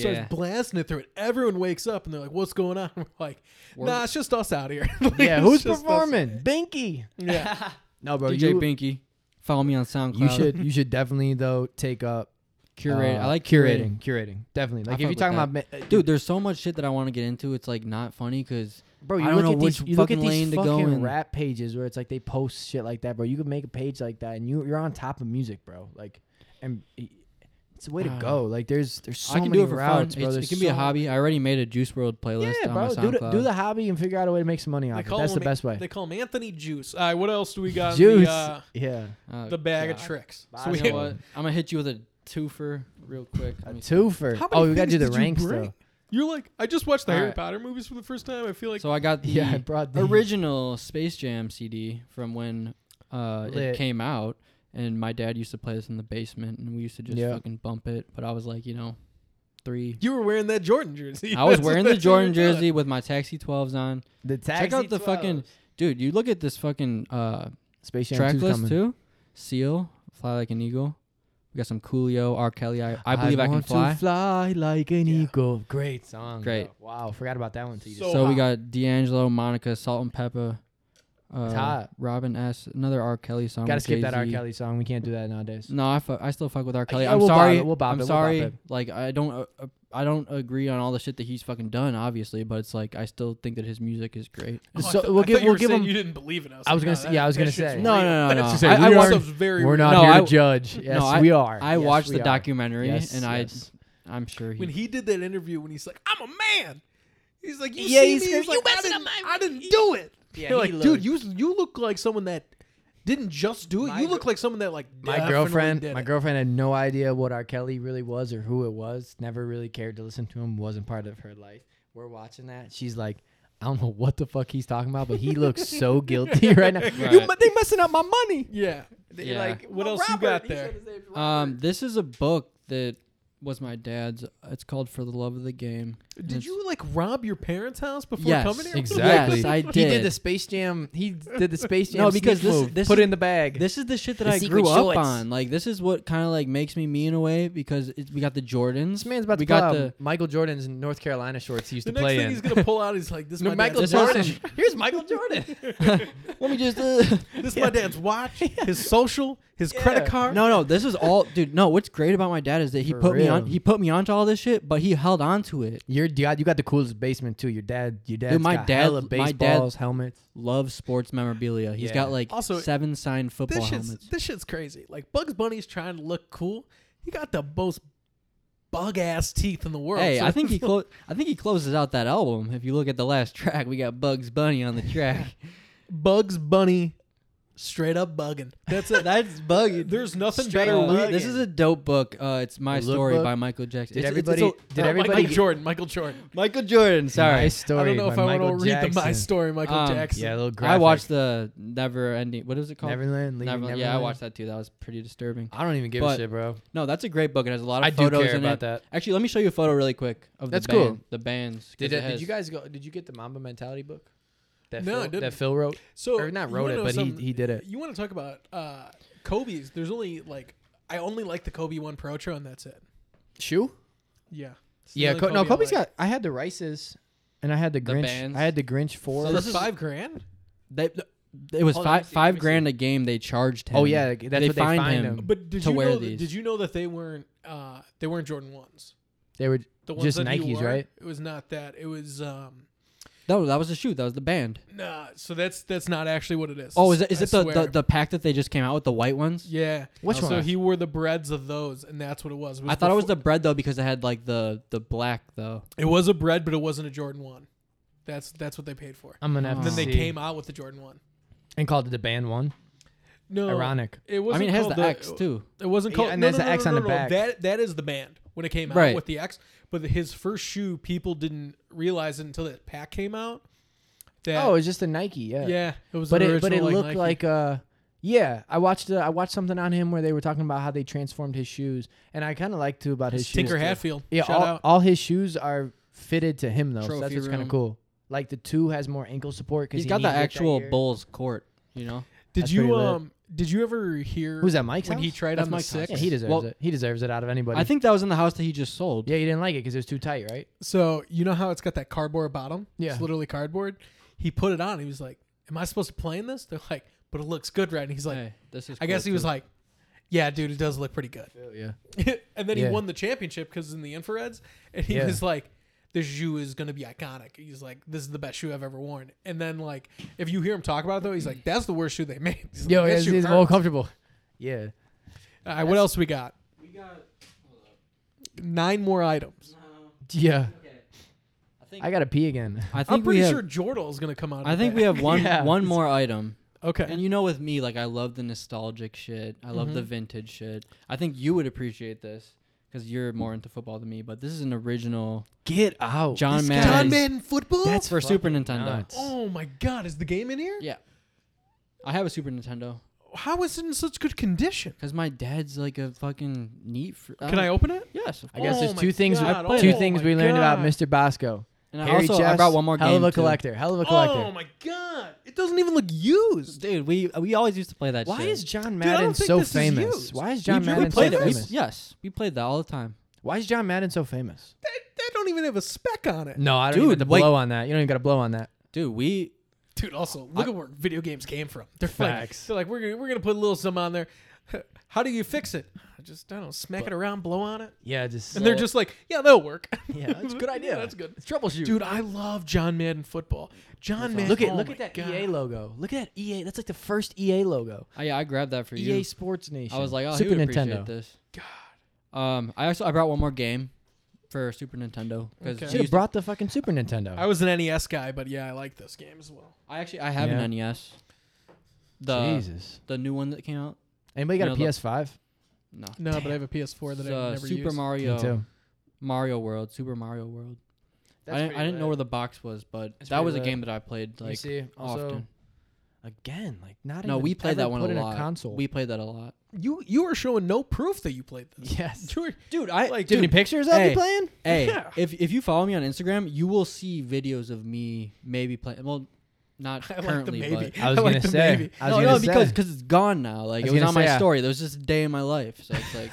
Speaker 1: <laughs> starts blasting it through it. Everyone wakes up and they're like, "What's going on?" <laughs> We're like,
Speaker 3: We're-
Speaker 1: "Nah, it's just us out here." <laughs> Like,
Speaker 2: yeah,
Speaker 1: it's
Speaker 2: who's
Speaker 1: just us.
Speaker 2: performing? Binky.
Speaker 1: Yeah,
Speaker 2: <laughs> No, bro.
Speaker 3: DJ
Speaker 2: you,
Speaker 3: Binky. Follow me on SoundCloud.
Speaker 2: you should you should definitely though take up
Speaker 3: curate.
Speaker 2: uh,
Speaker 3: I like curating.
Speaker 2: curating. Curating, definitely. Like
Speaker 3: I
Speaker 2: if you're
Speaker 3: fuck
Speaker 2: talking
Speaker 3: with
Speaker 2: about, ma- uh,
Speaker 3: Dude, there's so much shit that I want to get into. It's like not funny because
Speaker 2: bro,
Speaker 3: I
Speaker 2: you
Speaker 3: don't
Speaker 2: look
Speaker 3: know
Speaker 2: at these,
Speaker 3: which
Speaker 2: you look at
Speaker 3: fucking
Speaker 2: these
Speaker 3: lane to go
Speaker 2: fucking
Speaker 3: in.
Speaker 2: rap pages where it's like they post shit like that, bro. You could make a page like that, and you you're on top of music, bro. Like, and y- it's a way to
Speaker 3: Ah.
Speaker 2: go. Like, there's there's so
Speaker 3: I can
Speaker 2: many
Speaker 3: do it for
Speaker 2: routes,
Speaker 3: fun.
Speaker 2: bro.
Speaker 3: It's-
Speaker 2: There's
Speaker 3: it can be a
Speaker 2: so-
Speaker 3: hobby. I already made a Juice World playlist
Speaker 2: Yeah,
Speaker 3: on my
Speaker 2: bro. Do the,
Speaker 3: SoundCloud.
Speaker 2: do the hobby and figure out a way to make some money
Speaker 1: they
Speaker 2: off it.
Speaker 1: call
Speaker 2: That's the
Speaker 1: him.
Speaker 2: best way.
Speaker 1: They call him Anthony Juice. All right, what else do we got? in
Speaker 2: Juice.
Speaker 1: The, uh,
Speaker 2: yeah.
Speaker 3: Uh,
Speaker 1: the bag of
Speaker 3: God.
Speaker 1: tricks.
Speaker 2: I
Speaker 1: So we
Speaker 3: You
Speaker 2: know
Speaker 3: know what? I'm gonna hit you with a twofer real quick.
Speaker 2: A
Speaker 3: Let me see.
Speaker 2: twofer.
Speaker 1: How many
Speaker 2: Oh, we gotta
Speaker 1: things
Speaker 2: do the
Speaker 1: did you
Speaker 2: ranks
Speaker 1: bring?
Speaker 2: though.
Speaker 1: You're like, I just watched the
Speaker 3: All
Speaker 1: Harry
Speaker 3: right.
Speaker 1: Potter movies for the first time. I feel like
Speaker 3: So I got
Speaker 2: <laughs>
Speaker 3: the
Speaker 2: <laughs> Yeah, I brought the
Speaker 3: <laughs> original Space Jam CD from when uh,
Speaker 2: Lit.
Speaker 3: it came out, and my dad used to play this in the basement, and we used to just
Speaker 2: Yeah.
Speaker 3: fucking bump it. But I was like, you know,
Speaker 1: <laughs>
Speaker 3: three.
Speaker 1: you were wearing that Jordan jersey. <laughs>
Speaker 3: I was
Speaker 1: That's-
Speaker 3: wearing the
Speaker 1: that's what
Speaker 3: Jordan
Speaker 1: you were doing.
Speaker 3: jersey with my Taxi 12s on.
Speaker 2: The
Speaker 3: Check out the fucking dude. You look at this fucking uh,
Speaker 2: Space Jam
Speaker 3: track
Speaker 2: 2's
Speaker 3: list
Speaker 2: coming.
Speaker 3: too. Seal, Fly Like an Eagle. We got some Coolio, R. Kelly. I, I believe I, can
Speaker 2: want
Speaker 3: fly.
Speaker 2: To fly like an
Speaker 1: Yeah.
Speaker 2: eagle. Great song.
Speaker 3: Great.
Speaker 2: bro. Wow, forgot about that one. Till you
Speaker 1: So
Speaker 2: just,
Speaker 3: So we
Speaker 1: hot.
Speaker 3: got D'Angelo, Monica, Salt and Pepper,
Speaker 2: It's
Speaker 3: uh,
Speaker 2: hot.
Speaker 3: Robin S. Another R. Kelly song.
Speaker 2: gotta
Speaker 3: with
Speaker 2: skip that R.
Speaker 3: Jay-Z.
Speaker 2: Kelly song. We can't do that nowadays.
Speaker 3: No, I, fu- I still fuck with R. Kelly.
Speaker 2: yeah,
Speaker 3: I'm
Speaker 2: we'll bop
Speaker 3: sorry.
Speaker 2: it, we'll bop
Speaker 3: I'm
Speaker 2: it, we'll bop
Speaker 3: sorry.
Speaker 2: it.
Speaker 3: Like I don't uh, uh, I don't agree on all the shit that he's fucking done, obviously, but it's like I still think that his music is great.
Speaker 1: Oh, I
Speaker 2: So
Speaker 1: thought- I
Speaker 2: we'll
Speaker 1: thought
Speaker 2: give-
Speaker 1: you were
Speaker 2: we'll give
Speaker 1: saying
Speaker 2: him-
Speaker 1: You didn't believe it. I was,
Speaker 2: I
Speaker 1: like,
Speaker 2: was gonna
Speaker 1: "Nah,
Speaker 2: say- yeah, I
Speaker 1: that-
Speaker 2: was
Speaker 1: that
Speaker 2: gonna
Speaker 1: shit's
Speaker 2: say.
Speaker 1: real."
Speaker 3: No, no, no,
Speaker 1: That's
Speaker 3: no.
Speaker 1: just-
Speaker 3: I- I
Speaker 1: that
Speaker 3: watched-
Speaker 1: stuff's very
Speaker 2: We're
Speaker 1: real.
Speaker 2: not
Speaker 3: No,
Speaker 2: here
Speaker 3: I-
Speaker 2: to judge. Yes,
Speaker 3: I-
Speaker 2: we are.
Speaker 3: I
Speaker 2: Yes,
Speaker 3: watched
Speaker 2: we
Speaker 3: the
Speaker 2: are.
Speaker 3: documentary
Speaker 2: Yes,
Speaker 3: and
Speaker 2: yes.
Speaker 3: I I'm sure he,
Speaker 1: When he did that interview, when he's like, "I'm a man," he's like, "You
Speaker 2: Yeah,
Speaker 1: see
Speaker 2: he's
Speaker 1: me?"
Speaker 2: gonna-
Speaker 1: He's
Speaker 2: you
Speaker 1: like, I,
Speaker 2: messing up
Speaker 1: didn't, I didn't do it."
Speaker 2: Yeah,
Speaker 1: You're
Speaker 2: he
Speaker 1: like, dude, you you look like someone that didn't just do it.
Speaker 2: My
Speaker 1: you
Speaker 2: gr-
Speaker 1: look like someone that like
Speaker 2: My
Speaker 1: definitely
Speaker 2: girlfriend,
Speaker 1: did
Speaker 2: my
Speaker 1: it."
Speaker 2: girlfriend had no idea what R. Kelly really was or who it was. Never really cared to listen to him. Wasn't part of her life. We're watching that. She's like, I don't know what the fuck he's talking about, but he
Speaker 1: <laughs>
Speaker 2: looks so guilty right now. You,
Speaker 3: Right.
Speaker 2: but they messing up my money.
Speaker 1: Yeah.
Speaker 2: They
Speaker 3: Yeah.
Speaker 2: Like,
Speaker 1: What
Speaker 2: "Well,
Speaker 1: else you
Speaker 2: Robert,"
Speaker 1: got
Speaker 2: he said
Speaker 1: there?
Speaker 2: his name's Robert.
Speaker 3: Um, this is a book that was my dad's. It's called For the Love of the Game.
Speaker 1: Did
Speaker 3: It's-
Speaker 1: you like rob your parents' house before
Speaker 3: Yes,
Speaker 1: coming here?
Speaker 2: exactly.
Speaker 3: Yes, I
Speaker 2: He
Speaker 3: did.
Speaker 2: did the Space Jam. He did
Speaker 3: <laughs>
Speaker 2: the Space Jam.
Speaker 3: No, because
Speaker 2: sneak
Speaker 3: this-
Speaker 2: move.
Speaker 3: this
Speaker 2: put
Speaker 3: is-
Speaker 2: it in the bag.
Speaker 3: This is the shit that
Speaker 2: The
Speaker 3: I
Speaker 2: secret
Speaker 3: grew up
Speaker 2: shorts.
Speaker 3: on. Like this is what kind of like makes me me in a way because it, we got the Jordans.
Speaker 2: This man's about
Speaker 3: we
Speaker 2: to pull
Speaker 3: got
Speaker 2: out <laughs>
Speaker 3: the-
Speaker 2: Michael Jordan's North Carolina shorts he used
Speaker 1: The
Speaker 2: to
Speaker 1: next
Speaker 2: play
Speaker 1: thing
Speaker 2: in.
Speaker 1: he's
Speaker 2: <laughs>
Speaker 1: gonna pull out is like this. is
Speaker 2: No,
Speaker 1: my
Speaker 2: Michael
Speaker 1: dad's
Speaker 3: This
Speaker 2: Jordan.
Speaker 1: watch.
Speaker 3: <laughs> is-
Speaker 2: Here's Michael Jordan.
Speaker 3: Let me just. <laughs> Uh,
Speaker 1: <laughs> This is my dad's
Speaker 3: <laughs>
Speaker 1: watch. His social. His credit
Speaker 2: Yeah.
Speaker 1: card.
Speaker 3: no, no, this is all, dude. No, what's great about my dad is that he
Speaker 2: For
Speaker 3: put me on.
Speaker 2: real.
Speaker 3: He put me onto all this shit, but he held on to it.
Speaker 2: Your dad, you got the coolest basement too. Your dad, your dad,
Speaker 3: my
Speaker 2: got
Speaker 3: dad-
Speaker 2: hella
Speaker 3: my dad-
Speaker 2: baseballs, helmets.
Speaker 3: Love sports memorabilia. He's
Speaker 2: Yeah.
Speaker 3: got like
Speaker 1: Also,
Speaker 3: seven signed football
Speaker 1: This shit's
Speaker 3: helmets.
Speaker 1: this shit's crazy. Like Bugs Bunny's trying to look cool. He got the most bug ass teeth in the world.
Speaker 3: Hey,
Speaker 1: so
Speaker 3: I
Speaker 2: <laughs>
Speaker 3: think he
Speaker 1: it's
Speaker 3: clo- I think he closes out that album. If you look at the last track, we got Bugs Bunny on the track.
Speaker 1: <laughs>
Speaker 2: <laughs>
Speaker 1: Bugs Bunny, straight up bugging. That's it.
Speaker 3: That's <laughs>
Speaker 1: <laughs>
Speaker 3: bugging.
Speaker 1: There's nothing
Speaker 2: Straight
Speaker 1: better.
Speaker 2: up
Speaker 3: Uh,
Speaker 1: with-
Speaker 3: this is a dope book. Uh, it's My
Speaker 2: The
Speaker 3: Story
Speaker 2: Lookbook?
Speaker 3: by Michael Jackson.
Speaker 2: Did
Speaker 3: It's- it's-
Speaker 2: everybody?
Speaker 3: it's a-
Speaker 2: did
Speaker 1: Uh,
Speaker 2: everybody?
Speaker 1: Michael
Speaker 2: get-
Speaker 1: Jordan. Michael Jordan.
Speaker 3: Michael Jordan. Sorry,
Speaker 2: Nice story.
Speaker 1: I don't know
Speaker 2: by
Speaker 1: if I
Speaker 2: Michael
Speaker 1: want to read the My
Speaker 2: Jackson.
Speaker 1: Story, Michael
Speaker 3: Um,
Speaker 1: Jackson.
Speaker 2: Yeah, a little graphic.
Speaker 3: I watched the Never Ending. What is it called?
Speaker 2: Neverland. Leaving
Speaker 3: Neverland.
Speaker 2: Neverland.
Speaker 3: Yeah, I watched that too. That was pretty disturbing.
Speaker 2: I don't even give
Speaker 3: But
Speaker 2: a shit, bro.
Speaker 3: No, that's a great book. It has a lot of
Speaker 2: I do
Speaker 3: photos
Speaker 2: care
Speaker 3: in
Speaker 2: about
Speaker 3: it.
Speaker 2: that.
Speaker 3: Actually, let me show you a photo really quick of
Speaker 2: That's
Speaker 3: the band,
Speaker 2: cool.
Speaker 3: the bands. 'cause
Speaker 2: Did,
Speaker 3: it
Speaker 2: it, did
Speaker 3: has-
Speaker 2: you guys go? Did you get the Mamba Mentality book? That
Speaker 1: No,
Speaker 2: Phil,
Speaker 1: I didn't.
Speaker 2: That Phil wrote,
Speaker 1: So
Speaker 2: or not
Speaker 1: you
Speaker 2: wrote
Speaker 1: wanna
Speaker 2: it,
Speaker 1: know
Speaker 2: but he,
Speaker 1: something?
Speaker 2: he did it.
Speaker 1: You want to talk about uh, Kobe's? There's only like I only like the Kobe one Protro, and that's it.
Speaker 2: Shoe?
Speaker 1: Yeah. It's the
Speaker 2: Yeah.
Speaker 1: only
Speaker 2: Co- no,
Speaker 1: Kobe I
Speaker 2: Kobe's
Speaker 1: like.
Speaker 2: got. I had the Rices, and I had the
Speaker 3: The
Speaker 2: Grinch.
Speaker 3: bands.
Speaker 2: I had the Grinch four.
Speaker 3: So
Speaker 1: for
Speaker 3: this is-
Speaker 1: five grand.
Speaker 3: They, it was
Speaker 2: Hold on, let me see, let
Speaker 3: five five
Speaker 2: me see.
Speaker 3: grand a game they charged him.
Speaker 2: oh yeah, like, that's
Speaker 3: They
Speaker 2: what
Speaker 3: find
Speaker 2: they find
Speaker 3: him.
Speaker 2: him.
Speaker 1: But did
Speaker 3: to
Speaker 1: you
Speaker 3: wear
Speaker 1: know?
Speaker 3: these.
Speaker 1: Did you know that they weren't? Uh, they weren't Jordan ones.
Speaker 2: They were
Speaker 1: The ones
Speaker 2: Just
Speaker 1: that he
Speaker 2: Nikes,
Speaker 1: wore,
Speaker 2: right?
Speaker 1: It was not that. It was um.
Speaker 3: No, that was a shoot. That was the band.
Speaker 1: Nah. So that's that's not actually what it is.
Speaker 3: Oh, is it,
Speaker 1: I
Speaker 3: is it the,
Speaker 1: swear.
Speaker 3: the the pack that they just came out with the white ones?
Speaker 1: Yeah.
Speaker 2: Which
Speaker 1: so
Speaker 2: one?
Speaker 1: he wore the breads of those, and that's what it was.
Speaker 3: I thought it was
Speaker 1: befo-
Speaker 3: the bread though because it had like the the black though.
Speaker 1: It was a bread, but it wasn't a Jordan one. That's that's what they paid for.
Speaker 2: I'm gonna have
Speaker 3: Oh.
Speaker 2: to
Speaker 1: Then they
Speaker 2: see.
Speaker 1: came out with the Jordan one.
Speaker 2: and called it the band one.
Speaker 1: No,
Speaker 2: Ironic.
Speaker 1: It
Speaker 3: I
Speaker 1: wasn't
Speaker 3: mean, it has
Speaker 1: called
Speaker 3: the, X too.
Speaker 1: It wasn't
Speaker 2: Yeah,
Speaker 1: called.
Speaker 2: and
Speaker 1: no,
Speaker 2: there's
Speaker 1: no,
Speaker 2: the
Speaker 1: no,
Speaker 2: X
Speaker 1: no,
Speaker 2: on
Speaker 1: no,
Speaker 2: the
Speaker 1: no.
Speaker 2: back.
Speaker 1: That that is the band when it came out
Speaker 3: Right.
Speaker 1: with the X. But his first shoe, people didn't realize it until that pack came out. That,
Speaker 2: Oh, it's just a Nike. Yeah.
Speaker 1: yeah, it was.
Speaker 2: But
Speaker 1: an
Speaker 2: it but it
Speaker 1: original,
Speaker 2: looked
Speaker 1: Nike.
Speaker 2: like uh yeah. I watched uh, I watched something on him where they were talking about how they transformed his shoes, and I kind of like too about his
Speaker 1: Tinker
Speaker 2: shoes. too.
Speaker 1: Hatfield.
Speaker 2: Yeah,
Speaker 1: shout
Speaker 2: all,
Speaker 1: out.
Speaker 2: all his shoes are fitted to him though, so that's
Speaker 3: Trophy
Speaker 2: what's kind
Speaker 3: room.
Speaker 2: of cool. Like the two has more ankle support because
Speaker 3: He's got the actual
Speaker 2: bowl.
Speaker 3: Bulls court. You know,
Speaker 1: Did
Speaker 2: that's
Speaker 1: you
Speaker 2: pretty lit.
Speaker 1: um? Did you ever hear
Speaker 2: Who's that, Mike's
Speaker 1: when he
Speaker 2: house?
Speaker 1: tried
Speaker 3: That's
Speaker 1: on the
Speaker 3: Mike's house.
Speaker 1: six?
Speaker 2: Yeah, he deserves
Speaker 3: Well-
Speaker 2: it. He deserves it out of anybody.
Speaker 3: I think that was in the house that he just sold.
Speaker 2: yeah, he didn't like it because it was too tight, right?
Speaker 1: So you know how it's got that cardboard bottom?
Speaker 2: Yeah.
Speaker 1: It's literally cardboard. He put it on. He was like, Am I supposed to play in this? They're like, But it looks good, right? And he's like,
Speaker 3: Hey, this is.
Speaker 1: I guess
Speaker 3: cool,
Speaker 1: he was
Speaker 3: too.
Speaker 1: like, Yeah, dude, it does look pretty good.
Speaker 2: Yeah.
Speaker 1: <laughs> and then he
Speaker 2: Yeah.
Speaker 1: won the championship because in the infrareds. And he
Speaker 2: Yeah.
Speaker 1: was like, This shoe is going to be iconic. He's like, This is the best shoe I've ever worn. And then, like, if you hear him talk about it, though, he's like, That's the worst shoe they <laughs> made. He's like,
Speaker 2: Yo,
Speaker 1: "That
Speaker 2: it's,
Speaker 1: shoe
Speaker 2: it's
Speaker 1: hurts."
Speaker 2: more comfortable. Yeah.
Speaker 1: All right, what else we got? Nine more items.
Speaker 2: Yeah.
Speaker 3: I think,
Speaker 2: I gotta pee again.
Speaker 3: I think
Speaker 1: I'm pretty
Speaker 3: we have,
Speaker 1: sure Jordal is going to come out.
Speaker 3: I
Speaker 1: with
Speaker 3: think
Speaker 1: that.
Speaker 3: we have <laughs> one
Speaker 2: Yeah.
Speaker 3: one more item.
Speaker 1: <laughs> Okay.
Speaker 3: And you know, with me, like I love the nostalgic shit. I love the vintage shit. I think you would appreciate this because you're more into football than me. But this is an original
Speaker 2: Get out,
Speaker 3: John
Speaker 2: This
Speaker 3: Madden.
Speaker 2: guy-
Speaker 1: John
Speaker 3: Guys,
Speaker 1: Madden football?
Speaker 2: That's
Speaker 3: for Super
Speaker 2: fucking
Speaker 3: Nintendo.
Speaker 2: nuts.
Speaker 1: Oh my god, is the game in here?
Speaker 3: Yeah, I have a Super Nintendo
Speaker 1: How is it in such good condition?
Speaker 3: because my dad's like a fucking neat. Fr- uh,
Speaker 1: Can I open it?
Speaker 3: Yes, of
Speaker 2: I
Speaker 3: course.
Speaker 2: guess
Speaker 1: Oh
Speaker 2: there's
Speaker 1: my
Speaker 2: two things
Speaker 1: God,
Speaker 3: oh
Speaker 2: two
Speaker 1: my
Speaker 2: things we learned about
Speaker 1: God.
Speaker 2: Mr. Bosco.
Speaker 3: And I
Speaker 2: Harry
Speaker 3: also I
Speaker 2: Chess,
Speaker 3: brought one more
Speaker 2: hell of
Speaker 3: game.
Speaker 2: a
Speaker 3: too.
Speaker 2: collector, hell of a collector.
Speaker 1: Oh my god. It doesn't even look used.
Speaker 3: dude. We we always used to play that.
Speaker 2: Why
Speaker 3: shit.
Speaker 2: is John
Speaker 1: I don't
Speaker 2: Madden
Speaker 1: think
Speaker 2: so
Speaker 1: this is
Speaker 2: famous?
Speaker 1: used.
Speaker 2: Why is
Speaker 3: We-
Speaker 2: John
Speaker 3: we
Speaker 2: Madden so
Speaker 3: played it? We-
Speaker 2: famous?
Speaker 3: yes, we played that all the time.
Speaker 2: Why is John Madden so famous?
Speaker 1: That, that don't even have a speck on it.
Speaker 2: No, I
Speaker 3: don't even have to blow
Speaker 2: on that. You don't even got to blow on that.
Speaker 3: Dude, we
Speaker 1: Dude, also, look at where video games came from. They're
Speaker 2: Facts.
Speaker 1: Like, they're like, we're gonna we're gonna put a little something on there. <laughs> How do you fix it? I Just I don't know, smack it around, blow on it.
Speaker 2: Yeah, <laughs> just
Speaker 1: And they're just like, yeah, that'll work. <laughs>
Speaker 2: yeah, that's a good idea.
Speaker 1: that's good.
Speaker 2: It's troubleshoot.
Speaker 1: Dude, I love John Madden football. John Madden.
Speaker 2: look at
Speaker 1: oh
Speaker 2: look
Speaker 1: my
Speaker 2: at that
Speaker 1: God.
Speaker 2: EA logo. Look at that EA. That's like the first EA logo.
Speaker 3: I, Oh, I grabbed that for
Speaker 2: EA
Speaker 3: you.
Speaker 2: Sports Nation.
Speaker 3: I was like, oh,
Speaker 2: E Super
Speaker 3: he would appreciate
Speaker 2: Nintendo.
Speaker 3: this. God. Um, I also I brought one more game for Super Nintendo because
Speaker 1: Okay.
Speaker 2: Should have brought the fucking Super Nintendo.
Speaker 1: I was an NES guy, but yeah, I like this game as well.
Speaker 3: I actually I have
Speaker 2: Yeah.
Speaker 3: an NES. The
Speaker 2: Jesus.
Speaker 3: the new one that came out.
Speaker 2: Anybody got
Speaker 3: No,
Speaker 2: a
Speaker 3: uh, the-
Speaker 2: PS5?
Speaker 3: No.
Speaker 2: E
Speaker 1: No, but I have a PS4 that
Speaker 3: It's, uh,
Speaker 1: I never
Speaker 3: Super
Speaker 1: used.
Speaker 3: Mario
Speaker 2: Me too.
Speaker 3: Mario World Super Mario World. I didn't, I didn't know where the box was, but
Speaker 2: That's
Speaker 3: that
Speaker 2: pretty
Speaker 3: was a
Speaker 2: lit.
Speaker 3: game that I played
Speaker 2: Let me
Speaker 3: like
Speaker 2: see. Also,
Speaker 3: often.
Speaker 2: Again, like not
Speaker 3: No,
Speaker 2: even
Speaker 3: we played
Speaker 2: ever
Speaker 3: that one
Speaker 2: put
Speaker 3: a
Speaker 2: in
Speaker 3: lot.
Speaker 2: console.
Speaker 3: We played that a lot.
Speaker 1: you you are showing no proof that you played this.
Speaker 2: Yes.
Speaker 1: <laughs> You were-
Speaker 3: Dude, I
Speaker 1: Like,
Speaker 3: like,
Speaker 2: Do you have
Speaker 3: dude,
Speaker 2: any pictures of
Speaker 3: Hey.
Speaker 2: you playing?
Speaker 3: Hey,
Speaker 1: Yeah.
Speaker 3: if if you follow me on Instagram, you will see videos of me maybe playing. Well, <laughs> not
Speaker 1: I like the
Speaker 3: currently,
Speaker 1: maybe. <laughs>
Speaker 3: but
Speaker 1: I was I like gonna the say, maybe.
Speaker 2: I
Speaker 3: no, no, because because it's gone now. Like
Speaker 2: I
Speaker 3: it
Speaker 2: was
Speaker 3: was
Speaker 2: gonna
Speaker 3: on my
Speaker 2: say, I-
Speaker 3: story. There was just a day in my life. So it's <laughs> like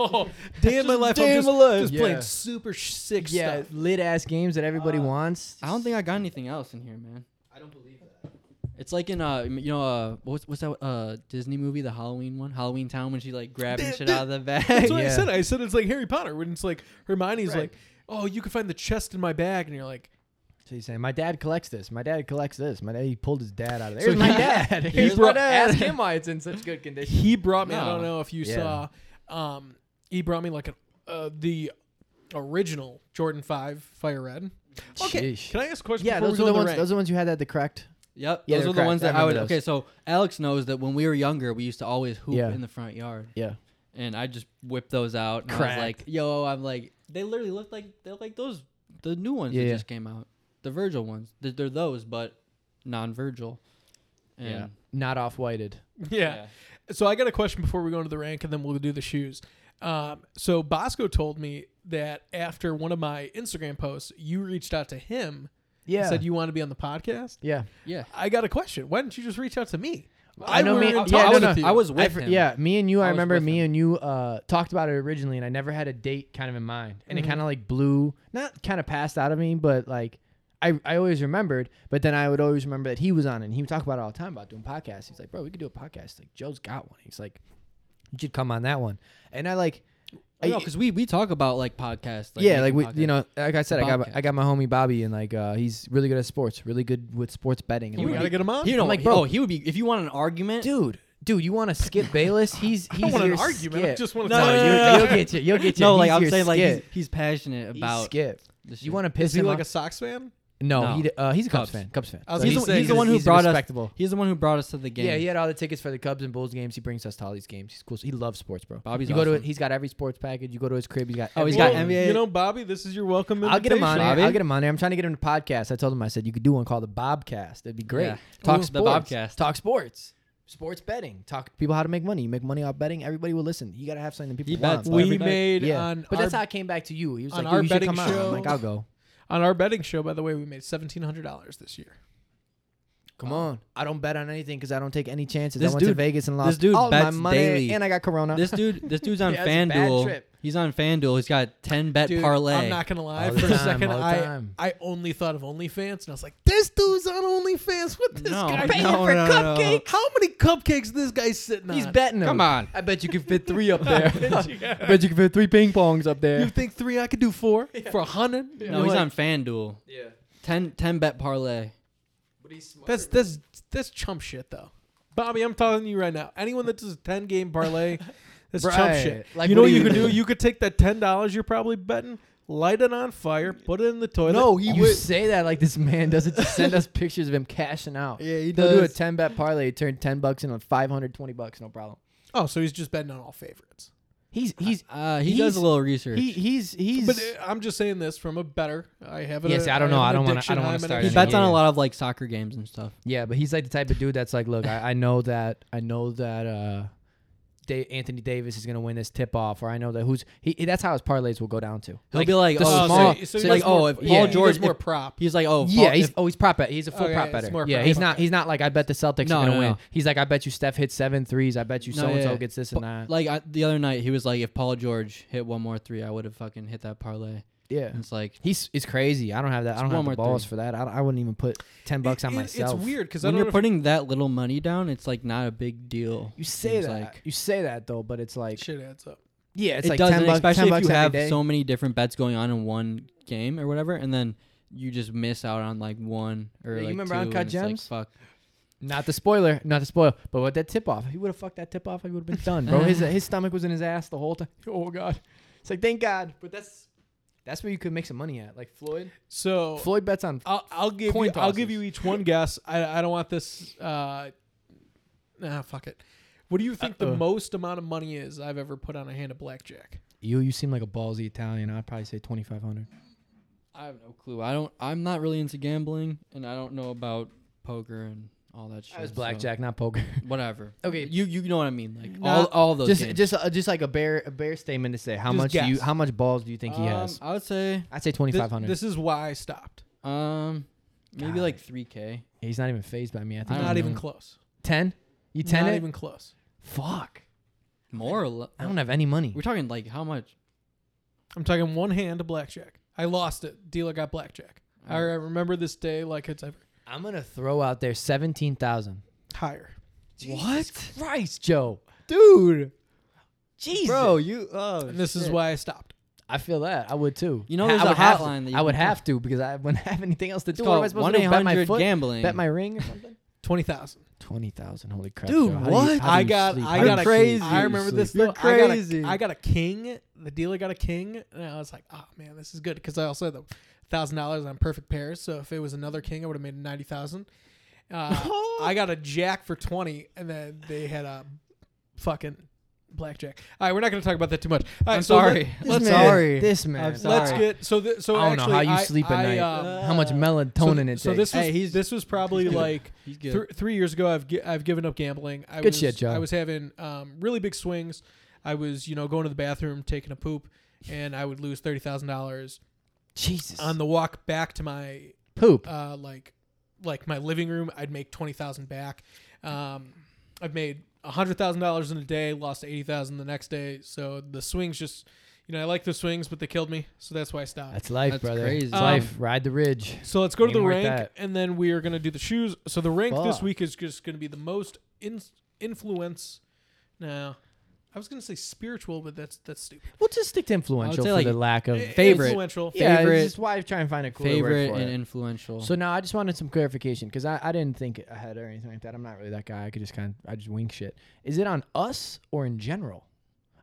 Speaker 1: Oh, day in my
Speaker 3: Just
Speaker 1: life.
Speaker 3: day
Speaker 1: I'm
Speaker 3: in
Speaker 1: just,
Speaker 3: my life.
Speaker 1: just
Speaker 2: Yeah.
Speaker 1: playing super sh- sick
Speaker 2: yeah,
Speaker 1: stuff.
Speaker 2: lit ass games that everybody
Speaker 3: Uh,
Speaker 2: wants.
Speaker 3: I don't think I got anything else in here, man.
Speaker 2: I don't believe that.
Speaker 3: It's like in uh you know uh what's what's that uh Disney movie the Halloween one Halloween Town when she like grabbing shit out of the bag. <laughs>
Speaker 2: <laughs>
Speaker 1: That's what I
Speaker 2: Yeah.
Speaker 1: said. I said it's like Harry Potter when it's like Hermione's
Speaker 2: Right.
Speaker 1: like, oh, you can find the chest in my bag, and you're like,
Speaker 2: So he's saying, my dad collects this. My dad collects this. My dad, he pulled his dad out of there.
Speaker 1: So
Speaker 2: Here's my
Speaker 1: he-
Speaker 3: <laughs>
Speaker 2: dad.
Speaker 1: he
Speaker 2: Here's my
Speaker 1: brought-
Speaker 2: dad. Ask him why
Speaker 1: <laughs>
Speaker 2: it's in <laughs> such good condition.
Speaker 1: he brought me. I
Speaker 3: No.
Speaker 1: don't know if you saw.
Speaker 2: Yeah.
Speaker 1: Um, he brought me like a uh, the original Jordan Five Fire Red. Okay,
Speaker 2: Sheesh.
Speaker 1: can I ask a question?
Speaker 2: Yeah,
Speaker 1: before
Speaker 2: those
Speaker 1: we go
Speaker 2: are the
Speaker 1: in
Speaker 2: ones.
Speaker 1: rank?
Speaker 2: Those are the ones you had that the correct.
Speaker 3: Yep,
Speaker 2: Yeah,
Speaker 3: those
Speaker 2: they're
Speaker 3: are the
Speaker 2: cracked.
Speaker 3: ones
Speaker 2: I
Speaker 3: that I, would.
Speaker 2: remember
Speaker 3: Okay, so Alex knows that when we were younger, we used to always hoop
Speaker 2: Yeah.
Speaker 3: in the front yard,
Speaker 2: Yeah.
Speaker 3: and I just whipped those out. And I was
Speaker 2: Cracked.
Speaker 3: like, yo, I'm like, they literally look like they're like those the new ones
Speaker 2: Yeah,
Speaker 3: that
Speaker 2: yeah.
Speaker 3: just came out, the Virgil ones. They're, they're those, but non-Virgil. And
Speaker 2: yeah. Not off whited.
Speaker 1: yeah. So I got a question before we go into the rank, and then we'll do the shoes. Um, so Bosco told me that after one of my Instagram posts, you reached out to him
Speaker 2: Yeah.
Speaker 1: and said you want to be on the podcast.
Speaker 2: yeah.
Speaker 3: yeah.
Speaker 1: I know, me- I was with you. I know question. Why didn't you just reach out to me?
Speaker 2: I know me- yeah,
Speaker 3: I,
Speaker 2: no,
Speaker 3: was,
Speaker 2: no.
Speaker 3: I was
Speaker 2: I
Speaker 3: with
Speaker 2: fr-
Speaker 3: him.
Speaker 2: Yeah, me and you. I,
Speaker 3: I was
Speaker 2: remember
Speaker 3: with
Speaker 2: me
Speaker 3: him.
Speaker 2: and you uh, talked about it originally, and I never had a date kind of in mind, and
Speaker 1: Mhm.
Speaker 2: it kind of like blew, not kind of passed out of me, but like I, I always remembered. But then I would always remember that he was on, it, and he would talk about it all the time about doing podcasts. He's like, bro, we could do a podcast. Like Joe's got one. He's like, you should come on that one. And I like, I-
Speaker 3: because we, we talk about like podcasts. Like,
Speaker 2: yeah, like
Speaker 3: making
Speaker 2: we,
Speaker 3: podcasts.
Speaker 2: you know, like I said, I got my,
Speaker 3: Bobcat.
Speaker 2: I got my homie Bobby, and like uh, he's really good at sports, really good with sports betting. And
Speaker 1: We
Speaker 2: he-
Speaker 1: gotta get him on.
Speaker 3: you know,
Speaker 2: I'm like,
Speaker 3: like,
Speaker 2: bro.
Speaker 3: bro, he would be if you want an argument.
Speaker 2: dude, dude, you want to
Speaker 3: <laughs>
Speaker 2: skip Bayless? He's he's
Speaker 1: I want an
Speaker 2: your
Speaker 1: argument. I
Speaker 2: Skip.
Speaker 1: just want to
Speaker 3: No,
Speaker 1: tell
Speaker 3: no,
Speaker 1: you.
Speaker 3: no, <laughs>
Speaker 2: You'll- you'll get you. You'll get you.
Speaker 3: no, like
Speaker 2: He's
Speaker 3: I'm
Speaker 2: your
Speaker 3: saying, like he's,
Speaker 2: skip.
Speaker 3: he's passionate
Speaker 2: He's
Speaker 3: about.
Speaker 2: skip.
Speaker 3: this
Speaker 2: You
Speaker 3: shit.
Speaker 2: want to piss
Speaker 1: Is he
Speaker 2: him
Speaker 1: like a
Speaker 2: off?
Speaker 1: Sox fan?
Speaker 2: no?
Speaker 3: No.
Speaker 2: He, uh, he's a Cubs,
Speaker 3: Cubs.
Speaker 2: fan. Cubs fan.
Speaker 1: I was
Speaker 2: He's
Speaker 1: gonna
Speaker 2: the-
Speaker 1: say,
Speaker 2: he's the
Speaker 1: he's-
Speaker 2: one who
Speaker 3: he's
Speaker 2: brought us.
Speaker 3: respectable. He's the one who brought us to the game.
Speaker 2: Yeah, he had all the tickets for the Cubs and Bulls games. He brings us to all these games. He's cool. He loves sports, bro.
Speaker 3: Bobby's
Speaker 2: you go to
Speaker 3: awesome.
Speaker 2: it. He's got every sports package. You go to his crib. He's got.
Speaker 3: Oh, he's
Speaker 2: every-
Speaker 3: got Well, NBA
Speaker 1: You know, Bobby, this is your welcome.
Speaker 2: I'll get him
Speaker 1: invitation.
Speaker 2: on. There.
Speaker 3: Bobby?
Speaker 2: I'll get him on there. I'm trying to get him to podcast. I told him I said you could do one called the Bobcast. It'd be great.
Speaker 3: Yeah.
Speaker 2: Talk
Speaker 3: Ooh, the
Speaker 2: sports.
Speaker 3: Bobcast.
Speaker 2: Talk sports. Sports betting. Talk to people how to make money. You make money off betting. Everybody will listen. You gotta have something that people
Speaker 3: He
Speaker 2: want.
Speaker 3: bets
Speaker 2: Like,
Speaker 1: We
Speaker 3: Every night.
Speaker 1: made
Speaker 2: yeah.
Speaker 1: on
Speaker 2: but
Speaker 1: our,
Speaker 2: that's how I came back to you. He was
Speaker 1: on
Speaker 2: like,
Speaker 1: our
Speaker 2: "Dude, you should
Speaker 1: betting
Speaker 2: come on."
Speaker 1: show-
Speaker 2: I'm like, I'll go.
Speaker 1: on our betting show. By the way, we made seventeen hundred dollars this year.
Speaker 2: Come
Speaker 3: Wow.
Speaker 2: on. I don't bet on anything because I don't take any chances. I
Speaker 3: This
Speaker 2: went to
Speaker 3: dude-
Speaker 2: Vegas and lost
Speaker 3: this dude
Speaker 2: all my
Speaker 3: bets
Speaker 2: money,
Speaker 3: daily.
Speaker 2: and I got Corona.
Speaker 3: This dude, this dude's on
Speaker 2: Yeah, it's a bad
Speaker 3: FanDuel.
Speaker 2: trip.
Speaker 3: He's on FanDuel. He's got ten bet
Speaker 1: Dude,
Speaker 3: parlay.
Speaker 1: I'm not gonna lie.
Speaker 2: All
Speaker 1: For
Speaker 2: the
Speaker 1: a
Speaker 2: time,
Speaker 1: second,
Speaker 2: all the
Speaker 1: I
Speaker 2: time.
Speaker 1: I only thought of OnlyFans, and I was like, this dude's on OnlyFans. What this
Speaker 3: No,
Speaker 1: guy
Speaker 3: no, no, no,
Speaker 1: cupcakes? How many cupcakes this guy's sitting
Speaker 3: <laughs>
Speaker 2: He's
Speaker 1: on?
Speaker 2: betting.
Speaker 3: Come
Speaker 2: them.
Speaker 3: on.
Speaker 2: I bet you can fit three <laughs> up there.
Speaker 1: bet you can.
Speaker 2: I bet you can fit three ping pongs
Speaker 1: <laughs>
Speaker 2: up
Speaker 1: You
Speaker 2: there.
Speaker 1: think three? I could do
Speaker 2: <laughs>
Speaker 1: four for a hundred.
Speaker 3: No, he's on FanDuel.
Speaker 2: Yeah,
Speaker 3: 10, 10 bet parlay.
Speaker 2: but he's smart.
Speaker 1: That's that's that's chump shit though. Bobby, I'm talking to you right now. Anyone that does a ten game
Speaker 2: <laughs>
Speaker 1: parlay, that's chump
Speaker 2: Right.
Speaker 1: shit.
Speaker 2: Like,
Speaker 1: you know
Speaker 2: what
Speaker 1: what
Speaker 2: do
Speaker 1: you
Speaker 2: you
Speaker 1: could
Speaker 2: do? <laughs>
Speaker 1: do? You could take that ten dollars you're probably betting, light it on fire, put it in the toilet.
Speaker 2: No, he you say that like this man
Speaker 1: <laughs>
Speaker 2: doesn't just send us pictures of him cashing out.
Speaker 1: Yeah, he
Speaker 2: He'll do a
Speaker 1: does.
Speaker 2: ten bet parlay. Turn ten bucks into five hundred twenty bucks, no problem.
Speaker 1: Oh, so he's just betting on all favorites.
Speaker 2: He's he's
Speaker 3: Uh, he does
Speaker 2: He's-
Speaker 3: a little research.
Speaker 2: he he's he's.
Speaker 1: But uh, I'm just saying this from a better. I have it.
Speaker 2: Yes, I don't know. I don't wanna- I don't wanna start
Speaker 3: he
Speaker 2: anything.
Speaker 3: bets on
Speaker 2: Yeah.
Speaker 3: a lot of like soccer games and stuff.
Speaker 2: yeah, but he's like the type of dude that's like, look, I, I know that I know that uh, da- Anthony Davis is gonna win this tip off, or I know that who's he. That's how his parlays will go down to.
Speaker 3: He'll be like,
Speaker 2: the
Speaker 3: oh,
Speaker 2: small-
Speaker 3: so,
Speaker 2: so
Speaker 3: so
Speaker 2: he
Speaker 3: like,
Speaker 2: does
Speaker 3: oh,
Speaker 1: more-
Speaker 3: if
Speaker 1: yeah,
Speaker 3: Paul
Speaker 1: he
Speaker 3: George,
Speaker 1: does more
Speaker 3: if-
Speaker 1: prop.
Speaker 3: he's like, oh, Paul,
Speaker 2: yeah, he's
Speaker 3: if-
Speaker 2: oh he's prop bet. He's a full
Speaker 1: Okay,
Speaker 2: prop
Speaker 1: it's
Speaker 2: better.
Speaker 1: more
Speaker 2: Yeah,
Speaker 1: prop
Speaker 2: he's
Speaker 1: bet.
Speaker 2: not he's not like I bet the Celtics
Speaker 3: No,
Speaker 2: are gonna
Speaker 3: no,
Speaker 2: win.
Speaker 3: no.
Speaker 2: He's like I bet you Steph hits seven threes. I bet you
Speaker 3: No,
Speaker 2: so and so
Speaker 3: yeah.
Speaker 2: gets this
Speaker 3: Pa-
Speaker 2: and that.
Speaker 3: like I, the other night, he was like, if Paul George hit one more three, I would have fucking hit that parlay.
Speaker 2: yeah,
Speaker 3: And it's like
Speaker 2: he's it's crazy. I don't have that. I
Speaker 3: It's
Speaker 2: don't have
Speaker 3: one
Speaker 2: the
Speaker 3: more
Speaker 2: balls
Speaker 3: thing.
Speaker 2: for that. I, I wouldn't even put ten bucks on
Speaker 1: It- it-
Speaker 2: myself.
Speaker 1: It's weird because I
Speaker 3: when
Speaker 1: don't
Speaker 3: you're
Speaker 1: know.
Speaker 3: putting that little money down, it's like not a big deal.
Speaker 2: You say
Speaker 3: Seems
Speaker 2: that.
Speaker 3: like-
Speaker 2: you say that though, but it's
Speaker 1: if
Speaker 2: like
Speaker 1: shit adds up.
Speaker 2: yeah, it's
Speaker 3: it
Speaker 2: like
Speaker 3: doesn't,
Speaker 2: 10 bucks,
Speaker 3: especially
Speaker 2: 10
Speaker 3: if
Speaker 2: bucks
Speaker 3: you
Speaker 2: every
Speaker 3: have
Speaker 2: day.
Speaker 3: so many different bets going on in one game or whatever, and then you just miss out on like one or
Speaker 2: Yeah, you
Speaker 3: like
Speaker 2: remember
Speaker 3: two,
Speaker 2: Uncut
Speaker 3: and it's like,
Speaker 2: Gems?
Speaker 3: fuck.
Speaker 2: Not the spoiler, not the spoil, but with that tip off, he would have fucked that tip off. He would have been done, bro. <laughs> His his stomach was in his ass the whole time. <laughs> Oh god, it's like thank God, but that's that's where you could make some money at, like Floyd.
Speaker 1: So
Speaker 2: Floyd bets on.
Speaker 1: I'll, I'll give
Speaker 2: Coin
Speaker 1: you, I'll
Speaker 2: tosses.
Speaker 1: give you each one guess. I, I don't want this. Uh, nah, fuck it. What do you think the
Speaker 2: Uh-oh.
Speaker 1: most amount of money is I've ever put on a hand of blackjack?
Speaker 2: You you seem like a ballsy Italian. I'd probably say twenty five hundred.
Speaker 3: I have no clue. I don't. I'm not really into gambling, and I don't know about poker and all that shit.
Speaker 2: That was
Speaker 3: so
Speaker 2: blackjack, not poker.
Speaker 3: whatever.
Speaker 2: <laughs> Okay.
Speaker 3: you you know what I mean? Like
Speaker 1: Nah,
Speaker 3: all all those.
Speaker 2: just
Speaker 3: games.
Speaker 2: just uh, just like a bare a bare statement to say how
Speaker 1: Just
Speaker 2: much do you
Speaker 1: guess.
Speaker 2: how much balls do you think he
Speaker 3: Um,
Speaker 2: has?
Speaker 3: I would say
Speaker 2: I'd say
Speaker 1: This-
Speaker 2: twenty five hundred.
Speaker 1: This, is why I stopped.
Speaker 3: um maybe
Speaker 2: God.
Speaker 3: like three k.
Speaker 2: He's not even phased by me. I think
Speaker 3: don't
Speaker 1: Not even
Speaker 3: know.
Speaker 1: close.
Speaker 2: ten. You ten
Speaker 1: Not
Speaker 2: it?
Speaker 1: even close.
Speaker 2: Fuck.
Speaker 3: More or less.
Speaker 2: I don't have any money.
Speaker 3: We're talking like how much?
Speaker 1: I'm talking one hand blackjack. I lost it. Dealer got blackjack. I
Speaker 3: Oh.
Speaker 1: remember this day like it's ever
Speaker 2: I'm gonna throw out there seventeen thousand.
Speaker 1: higher.
Speaker 2: What? Christ, Joe,
Speaker 1: Dude.
Speaker 2: Jesus, bro, you.
Speaker 1: And this is why I stopped.
Speaker 2: I feel that. I would too.
Speaker 3: You know
Speaker 2: I
Speaker 3: there's
Speaker 2: would
Speaker 3: a
Speaker 2: have
Speaker 3: hotline
Speaker 2: to.
Speaker 3: that you
Speaker 2: I would
Speaker 3: can
Speaker 2: have to because I <laughs> wouldn't have anything else to
Speaker 3: It's
Speaker 2: do. What am I
Speaker 3: called
Speaker 2: supposed
Speaker 3: one
Speaker 2: to
Speaker 3: eight
Speaker 2: do? Bet my
Speaker 3: hundred
Speaker 2: foot?
Speaker 3: gambling.
Speaker 2: Bet my ring or something?
Speaker 1: 20,000.
Speaker 2: Twenty thousand. Holy crap,
Speaker 3: Dude,
Speaker 2: Joe. How do you-
Speaker 3: what?
Speaker 2: how do you
Speaker 1: I got
Speaker 2: sleep?
Speaker 1: I
Speaker 2: How do
Speaker 1: got
Speaker 2: you
Speaker 1: a,
Speaker 2: sleep?
Speaker 3: crazy.
Speaker 1: I remember this
Speaker 3: You're
Speaker 1: though. I got, a,
Speaker 3: crazy.
Speaker 1: I got a king. The dealer got a king and I was like, "Oh man, this is good cuz I also had the $1,000 on perfect pairs, so if it was another king, I would have made 90,000." Uh, I got a jack for 20 and then they had a fucking blackjack. All right, we're not going to talk about that too much. All right,
Speaker 3: I'm
Speaker 1: so let-
Speaker 3: sorry.
Speaker 2: This
Speaker 1: Let's
Speaker 2: man-
Speaker 3: Sorry.
Speaker 2: This man.
Speaker 3: sorry.
Speaker 1: Let's get so th- so
Speaker 2: I don't know
Speaker 1: actually,
Speaker 2: how you sleep at
Speaker 1: I,
Speaker 2: night.
Speaker 1: um,
Speaker 2: how much
Speaker 1: so,
Speaker 2: melatonin it
Speaker 1: Um, so this
Speaker 2: takes.
Speaker 1: was
Speaker 3: Hey, he's-
Speaker 1: this was probably
Speaker 3: he's good.
Speaker 1: like
Speaker 3: He's good.
Speaker 1: th- three years ago. I've gi- I've given up gambling. I
Speaker 2: Good
Speaker 1: was,
Speaker 2: shit, Joe.
Speaker 1: I was having um, really big swings. I was you know going to the bathroom, taking a poop, and I would lose thirty thousand dollars
Speaker 2: Jesus.
Speaker 1: on the walk back to my
Speaker 2: poop.
Speaker 1: uh, like like my living room. I'd make twenty thousand back. Um, I've made hundred thousand dollars in a day. Lost eighty thousand the next day. So the swings just. You know, I like the swings, but they killed me, so that's why I stopped.
Speaker 2: That's life,
Speaker 3: That's
Speaker 2: brother.
Speaker 3: crazy.
Speaker 2: It's
Speaker 1: Um,
Speaker 2: life. Ride the ridge.
Speaker 1: So let's go to
Speaker 2: Name
Speaker 1: the
Speaker 2: like
Speaker 1: rank,
Speaker 2: that.
Speaker 1: and then we are going to do the shoes. So the rank this
Speaker 2: Fuck.
Speaker 1: week is just going to be the most in, influence. Now, I was going to say spiritual, but that's that's stupid.
Speaker 2: We'll just stick to influential
Speaker 3: say,
Speaker 2: for
Speaker 3: like,
Speaker 2: the lack of
Speaker 1: I-
Speaker 3: favorite.
Speaker 1: influential.
Speaker 2: Yeah,
Speaker 3: favorite-
Speaker 2: This is why I try and find a cooler
Speaker 3: favorite
Speaker 2: word for
Speaker 3: and
Speaker 2: it.
Speaker 3: influential.
Speaker 2: so now I just wanted some clarification because I, I didn't think ahead or anything like that. I'm not really that guy. I could just kind of I just wink shit. Is it on us or in general?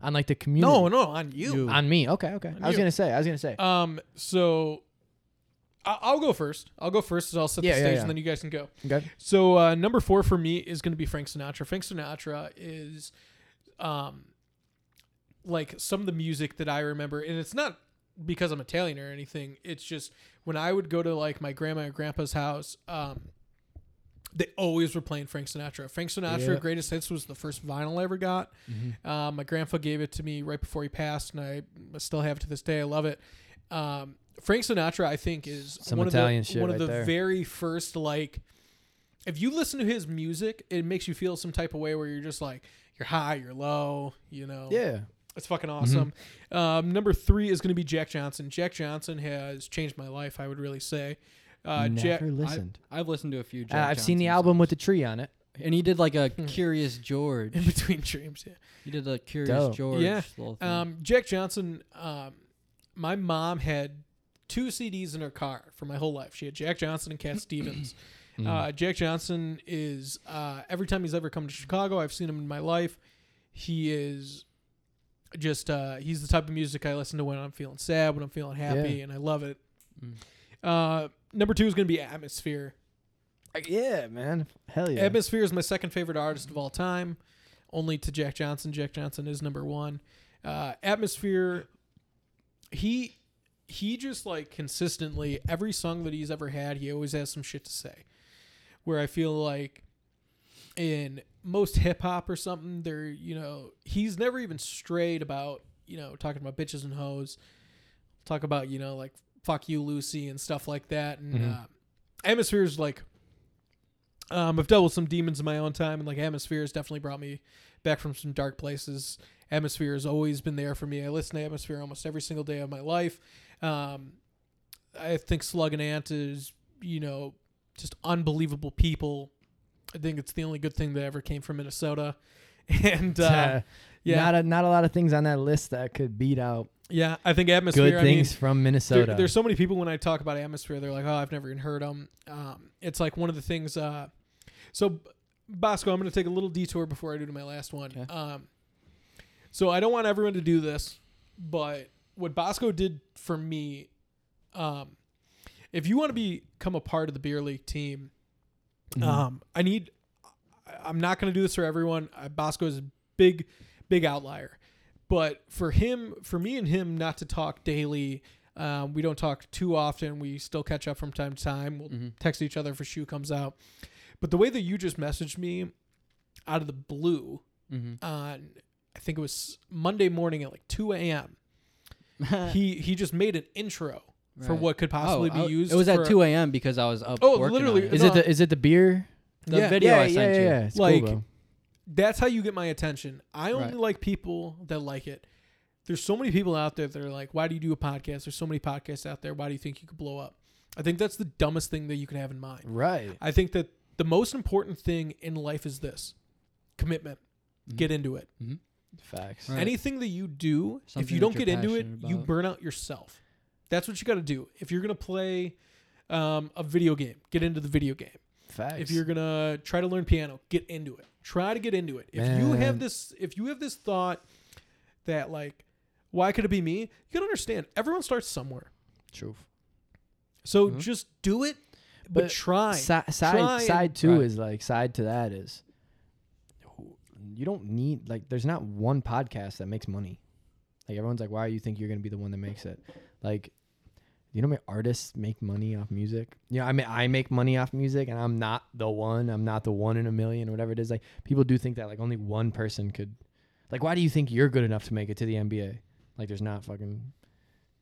Speaker 2: On like the community?
Speaker 1: No, no, on you.
Speaker 2: On Uh, me. Okay, okay.
Speaker 1: On
Speaker 2: I was
Speaker 1: you.
Speaker 2: gonna say. I was gonna say.
Speaker 1: Um, so I- I'll go first. I'll go first, so I'll set
Speaker 2: Yeah,
Speaker 1: the
Speaker 2: yeah,
Speaker 1: stage,
Speaker 2: yeah.
Speaker 1: and then you guys can go.
Speaker 2: okay.
Speaker 1: So uh, number four for me is going to be Frank Sinatra. Frank Sinatra is, um, like some of the music that I remember, and it's not because I'm Italian or anything. It's just when I would go to like my grandma and grandpa's house, um, they always were playing Frank Sinatra. Frank Sinatra
Speaker 2: Yeah. Mm-hmm.
Speaker 1: Greatest Hits was the first vinyl I ever got. Um, my grandpa gave it to me right before he passed, and I still have it to this day. I love it. Um, Frank Sinatra, I think, is
Speaker 2: Some
Speaker 1: one
Speaker 2: Italian
Speaker 1: of the
Speaker 2: shit
Speaker 1: one
Speaker 2: right
Speaker 1: of the
Speaker 2: there.
Speaker 1: very first like. If you listen to his music, it makes you feel some type of way where you're just like you're high, you're low, you know.
Speaker 2: Yeah.
Speaker 1: It's fucking awesome. Um, number three is going to be Jack Johnson. Jack Johnson has changed my life. I would really say. Uh,
Speaker 2: Never
Speaker 1: Jack,
Speaker 2: listened.
Speaker 3: I've listened to a few.
Speaker 2: Uh,
Speaker 3: Jack
Speaker 2: I've seen the
Speaker 3: Johnson
Speaker 2: album with the Hmm. tree on it.
Speaker 3: songs. and he did like a Curious
Speaker 1: <laughs>
Speaker 3: George.
Speaker 1: in between dreams. Yeah.
Speaker 3: He did a Curious
Speaker 2: Dope.
Speaker 3: George.
Speaker 1: Yeah.
Speaker 3: Little thing.
Speaker 1: Um, Jack Johnson. Um, my mom had two CDs in her car for my whole life. She had Jack Johnson and
Speaker 2: <clears throat>
Speaker 1: Cat Stevens.
Speaker 2: Mm.
Speaker 1: Uh, Jack Johnson is uh, every time he's ever come to Chicago, I've seen him in my life. He is just uh, he's the type of music I listen to when I'm feeling sad, when I'm feeling happy, and I love it.
Speaker 3: Mm.
Speaker 1: Uh, number two is going to be Atmosphere.
Speaker 2: Uh, yeah, man. Hell yeah.
Speaker 1: Atmosphere is my second favorite artist of all time, only to Jack Johnson. Jack Johnson is number one. Uh, Atmosphere, he he just like consistently every song that he's ever had, he always has some shit to say. Where I feel like in most hip hop or something, there you know he's never even strayed about you know talking about bitches and hoes, talk about you know like fuck you Lucy and stuff like that. And
Speaker 2: Mhm.
Speaker 1: uh, Atmosphere is like um, I've dealt with some demons in my own time, and like Atmosphere has definitely brought me back from some dark places. Atmosphere has always been there for me. I listen to Atmosphere almost every single day of my life. Um, I think Slug and Ant is, you know, just unbelievable people. I think it's the only good thing that ever came from Minnesota. <laughs>
Speaker 2: <laughs>
Speaker 1: And uh, yeah,
Speaker 2: Not a, not a lot of things on that list that could beat out
Speaker 1: yeah, I think Atmosphere.
Speaker 2: good
Speaker 1: I mean,
Speaker 2: things from Minnesota.
Speaker 1: there- there's so many people when I talk about atmosphere, they're like, "Oh, I've never even heard them." Um, it's like one of the things. Uh, so, Bosco, I'm going to take a little detour before I do to my last one.
Speaker 3: Okay.
Speaker 1: Um, so I don't want everyone to do this, but what Bosco did for me, um, if you want to be, become a part of the beer league team,
Speaker 2: Mm-hmm.
Speaker 3: Mm-hmm.
Speaker 1: um, I need. I- I'm not going to do this for everyone. Uh, Bosco is a big, big outlier, but for him, for me and him, not to talk daily. Um, we don't talk too often. We still catch up from time to time. We'll
Speaker 3: Mhm.
Speaker 1: text each other if a shoe comes out. But the way that you just messaged me out of the blue
Speaker 3: Mm-hmm.
Speaker 1: on, I think it was Monday morning at like 2 a.m.,
Speaker 3: Mm-hmm. <laughs> Uh.
Speaker 1: he, he just made an intro for what could possibly be used.
Speaker 3: Oh, It was
Speaker 1: for-
Speaker 3: at 2 a.m. because I was up.
Speaker 1: Oh,
Speaker 3: working
Speaker 1: literally,
Speaker 3: on it.
Speaker 1: it's
Speaker 2: Is
Speaker 1: not-
Speaker 2: it the is it the beer?
Speaker 3: the
Speaker 1: yeah.
Speaker 3: video I sent you.
Speaker 2: It's
Speaker 1: Like-
Speaker 2: bro.
Speaker 1: That's how you get my attention. I only
Speaker 3: Right.
Speaker 1: like people that like it. There's so many people out there that are like, why do you do a podcast? There's so many podcasts out there. Why do you think you could blow up? I think that's the dumbest thing that you can have in mind.
Speaker 2: right.
Speaker 1: I think that the most important thing in life is this commitment.
Speaker 2: Mm-hmm.
Speaker 3: Mhm.
Speaker 1: Get into it.
Speaker 2: Facts.
Speaker 3: Right.
Speaker 1: Anything that you do, if
Speaker 3: Something
Speaker 1: you
Speaker 3: that
Speaker 1: don't
Speaker 3: you're
Speaker 1: get into it,
Speaker 3: passionate
Speaker 1: you
Speaker 3: about.
Speaker 1: burn out yourself. That's what you got to do. If you're going to play um, a video game, get into the video game.
Speaker 2: Facts.
Speaker 1: If you're going to try to learn piano, get into it. Try to get into it. If you have
Speaker 2: Man.
Speaker 1: this if you have this thought that like why could it be me? You got to understand everyone starts somewhere.
Speaker 2: truth.
Speaker 1: So
Speaker 3: Mhm.
Speaker 1: just do it but,
Speaker 2: Mm-hmm. But
Speaker 1: try.
Speaker 2: Si- side
Speaker 1: Try and-
Speaker 2: side two
Speaker 3: Right.
Speaker 2: is like side to that is who- you don't need like there's not one podcast that makes money. Like everyone's like, why you think you're gonna be the one that makes it? Like, you know, how many artists make money off music. You know, I mean, I make money off music, and I'm not the one. I'm not the one in a million or whatever it is. Like people do think that like only one person could. Like, why do you think you're good enough to make it to the NBA? Like, there's not fucking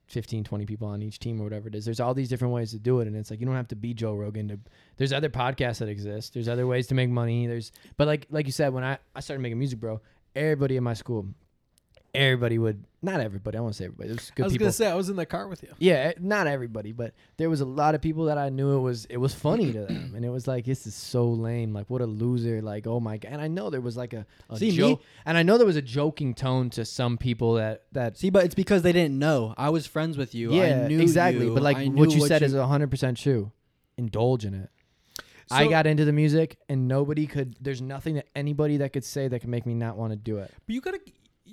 Speaker 2: 15, 20 people on each team or whatever it is. There's all these different ways to do it. And it's like, you don't have to be Joe Rogan to, there's other podcasts that exist. There's other ways to make money. There's, but like, like you said, when I, I started making music, bro, everybody in my school, everybody would, not everybody, I won't say everybody. There's
Speaker 1: I
Speaker 2: good
Speaker 1: was
Speaker 2: people.
Speaker 1: going to say I was in the car with you.
Speaker 2: yeah. eh, Not everybody, but there was a lot of people that I knew it was, it was funny to them. And it was like, this is so lame. Like what a loser. Like, oh my God. And I know there was like a, a
Speaker 3: See, me-
Speaker 2: joke. And I know there was a joking tone to some people that, that
Speaker 3: See, but it's because they didn't know. I was friends with you. I knew
Speaker 2: exactly.
Speaker 3: you.
Speaker 2: But like
Speaker 3: I
Speaker 2: what
Speaker 3: knew
Speaker 2: you said is is hundred percent true. Indulge in it. I
Speaker 1: So-
Speaker 2: got into the music, and nobody could. There's nothing that anybody that could say that could make me not want to do it.
Speaker 1: But you gotta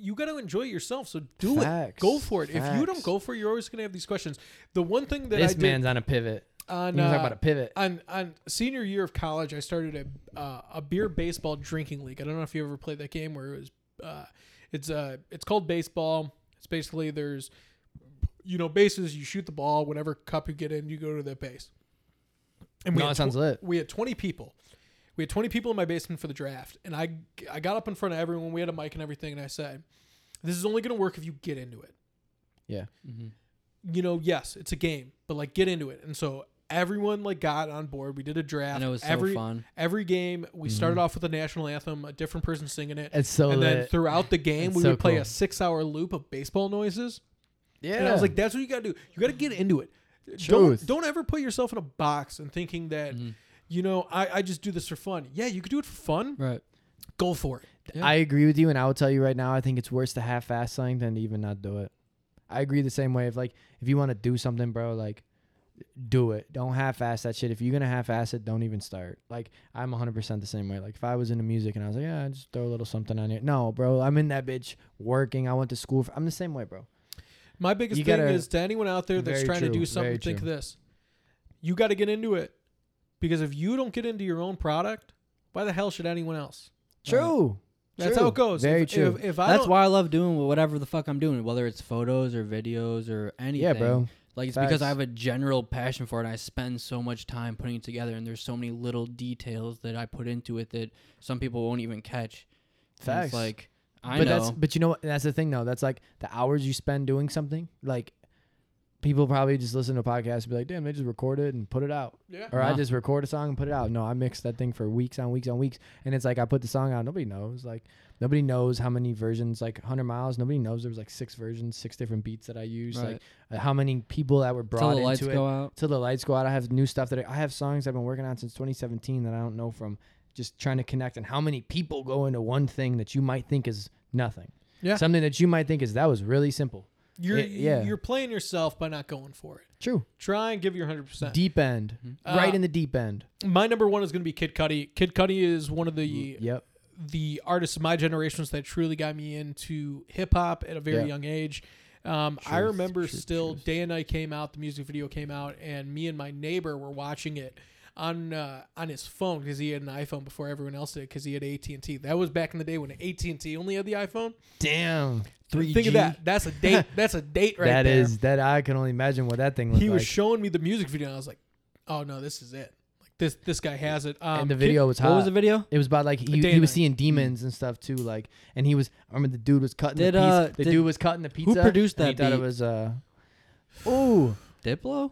Speaker 1: you gotta enjoy yourself. So do it.
Speaker 2: Facts.
Speaker 1: Go for it. If you don't
Speaker 2: Facts.
Speaker 1: go for it, you're always gonna have these questions. The one thing that I
Speaker 2: this
Speaker 1: did
Speaker 2: man's on a pivot.
Speaker 1: on,
Speaker 2: You wanna
Speaker 1: uh,
Speaker 2: talk about a pivot.
Speaker 1: on on senior year of college, I started a uh, a beer baseball drinking league. I don't know if you ever played that game where it was uh, it's uh it's called baseball. It's basically there's you know bases. You shoot the ball. Whatever cup you get in, you go to that base. And
Speaker 2: No,
Speaker 1: had
Speaker 2: it sounds lit.
Speaker 1: We had 20 people. We had 20 people in my basement for the draft, and I I got up in front of everyone. We had a mic and everything, and I said, "This is only going to work if you get into it."
Speaker 2: Yeah.
Speaker 3: Mm-hmm.
Speaker 1: You know, yes, it's a game, but like get into it. And so everyone like got on board. We did a draft.
Speaker 3: and it was so
Speaker 1: every
Speaker 2: <laughs>
Speaker 3: fun.
Speaker 1: every game we started off with the national anthem, a different person singing it.
Speaker 2: It's so
Speaker 1: and then
Speaker 2: lit.
Speaker 1: throughout the game,
Speaker 2: It's
Speaker 1: we
Speaker 2: so
Speaker 1: would play
Speaker 2: cool.
Speaker 1: a six-hour loop of baseball noises.
Speaker 2: yeah.
Speaker 1: And I was like, "That's what you gotta do. You gotta get into it.
Speaker 2: Truth.
Speaker 1: Don't don't ever put yourself in a box and thinking that,
Speaker 3: Mm-hmm.
Speaker 1: you know, I, I just do this for fun. Yeah, you could do it for fun.
Speaker 3: Right.
Speaker 1: Go for it.
Speaker 3: yeah.
Speaker 2: I agree with you, and I will tell you right now, I think it's worse to half-ass something than to even not do it. I agree the same way. If like, if you want to do something, bro, like, do it. Don't half-ass that shit. If you're gonna half-ass it, don't even start. Like, I'm 100% the same way. Like, if I was into music and I was like, yeah, just throw a little something on here. No, bro, I'm in that bitch working. I went to school. For, I'm the same way, bro.
Speaker 1: My biggest
Speaker 2: You
Speaker 1: thing
Speaker 2: gotta-
Speaker 1: is to anyone out there that's
Speaker 2: Very
Speaker 1: trying to
Speaker 2: true,
Speaker 1: do something,
Speaker 2: very
Speaker 1: think
Speaker 2: true.
Speaker 1: this. You gotta get into it. Because if you don't get into your own product, why the hell should anyone else?
Speaker 2: True.
Speaker 1: That's
Speaker 2: True.
Speaker 1: how it goes.
Speaker 2: Very
Speaker 1: if,
Speaker 2: true.
Speaker 1: If, if I
Speaker 3: That's
Speaker 1: don't-
Speaker 3: why I love doing whatever the fuck I'm doing, whether it's photos or videos or anything.
Speaker 2: yeah, bro.
Speaker 3: Like it's because I
Speaker 2: Facts.
Speaker 3: have a general passion for it. And I spend so much time putting it together, and there's so many little details that I put into it that some people won't even catch. And
Speaker 2: Facts.
Speaker 3: it's like I
Speaker 2: but
Speaker 3: know.
Speaker 2: that's but you know what that's the thing though that's like the hours you spend doing something like people probably just listen to podcasts and be like damn they just record it and put it out
Speaker 1: Yeah.
Speaker 2: or i
Speaker 3: Nah.
Speaker 2: just record a song and put it out no i mixed that thing for weeks on weeks on weeks and it's like i put the song out nobody knows like nobody knows how many versions like 100 miles nobody knows there was like six versions six different beats that i used
Speaker 3: Right.
Speaker 2: like uh, how many people that were
Speaker 3: Till
Speaker 2: brought
Speaker 3: the lights
Speaker 2: into it
Speaker 3: go out.
Speaker 2: till the lights go out. I have new stuff that I, I have songs I've been working on since 2017 that I don't know from. Just trying to connect and how many people go into one thing that you might think is nothing.
Speaker 1: Yeah.
Speaker 2: Something that you might think is that was really simple.
Speaker 1: you're
Speaker 2: yeah.
Speaker 1: you're playing yourself by not going for it.
Speaker 2: True.
Speaker 1: Try and give your hundred percent.
Speaker 2: Deep end.
Speaker 1: Uh,
Speaker 2: right in the deep end.
Speaker 1: My number one is gonna be Kid Cudi. Kid Cudi is one of the
Speaker 2: Yep.
Speaker 1: the artists of my generations that truly got me into hip hop at a very
Speaker 2: Yeah.
Speaker 1: young age. Um, I
Speaker 2: Truth,
Speaker 1: remember
Speaker 2: truth,
Speaker 1: still
Speaker 2: truth.
Speaker 1: day and night came out, the music video came out, and me and my neighbor were watching it on uh, on his phone because he had an iPhone before everyone else did because he had AT and T. That was back in the day when AT and T only had the iPhone.
Speaker 2: Damn.
Speaker 1: Think of that. That's a
Speaker 2: <laughs>
Speaker 1: date. That's a date right
Speaker 2: That is
Speaker 1: there.
Speaker 2: that I can only imagine what that thing looked
Speaker 1: He was
Speaker 2: like.
Speaker 1: showing me the music video, and I was like, "Oh no, this is it! Like this this guy has it. Um,
Speaker 2: and the
Speaker 1: kid-
Speaker 2: video was hot.
Speaker 3: What was the video?
Speaker 2: It was about like he,
Speaker 1: day
Speaker 2: he
Speaker 1: and
Speaker 2: was
Speaker 1: night.
Speaker 2: seeing demons and stuff too. Like, and he was. I remember the dude was cutting
Speaker 3: Did,
Speaker 2: the pizza.
Speaker 3: uh,
Speaker 2: the
Speaker 3: did-
Speaker 2: dude was cutting the pizza.
Speaker 3: produced
Speaker 2: and
Speaker 3: that
Speaker 2: He thought
Speaker 3: beat?
Speaker 2: it was. Uh, ooh,
Speaker 3: Diplo?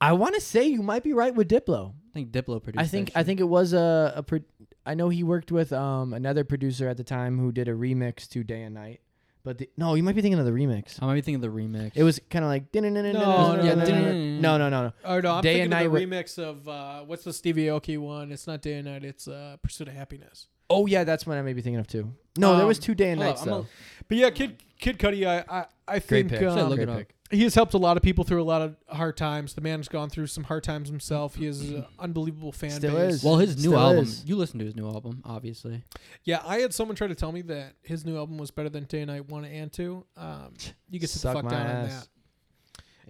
Speaker 2: I want to say you might be right with Diplo.
Speaker 3: I think Diplo produced.
Speaker 2: I
Speaker 3: that
Speaker 2: think
Speaker 3: shit.
Speaker 2: I think it was a. a pro- I know he worked with um another producer at the time who did a remix to Day and Night, but the, no, you might be thinking of the remix.
Speaker 3: I might be thinking of the remix.
Speaker 2: It was kind of like no no
Speaker 1: no,
Speaker 2: yeah,
Speaker 1: no, no,
Speaker 3: no.
Speaker 2: no no no no
Speaker 1: Or Oh, no, I'm
Speaker 2: Day
Speaker 1: thinking
Speaker 2: and
Speaker 1: of the
Speaker 2: Night
Speaker 1: remix of uh, what's the Stevie Aoki one? It's not Day and Night. It's uh, Pursuit of Happiness.
Speaker 2: oh yeah that's what I may be thinking of too no there was
Speaker 1: Um,
Speaker 2: two Day and
Speaker 3: hold
Speaker 2: Nights
Speaker 3: up, I'm a-
Speaker 2: though
Speaker 1: But yeah, Kid Kid Cudi, I I, I
Speaker 2: great
Speaker 1: think
Speaker 2: pick
Speaker 3: Should I
Speaker 1: um,
Speaker 3: look
Speaker 2: great
Speaker 3: it up?
Speaker 2: pick.
Speaker 1: he has helped a lot of people through a lot of hard times. The man's gone through some hard times himself. He is an unbelievable fan
Speaker 2: Still
Speaker 1: base.
Speaker 2: is.
Speaker 3: well, his new
Speaker 2: Still
Speaker 3: album.
Speaker 2: is.
Speaker 3: You listen to his new album, obviously.
Speaker 1: Yeah, I had someone try to tell me that his new album was better than Day and Night One and Two. Um, you get
Speaker 2: Suck
Speaker 1: the fuck
Speaker 2: my
Speaker 1: down on
Speaker 2: ass.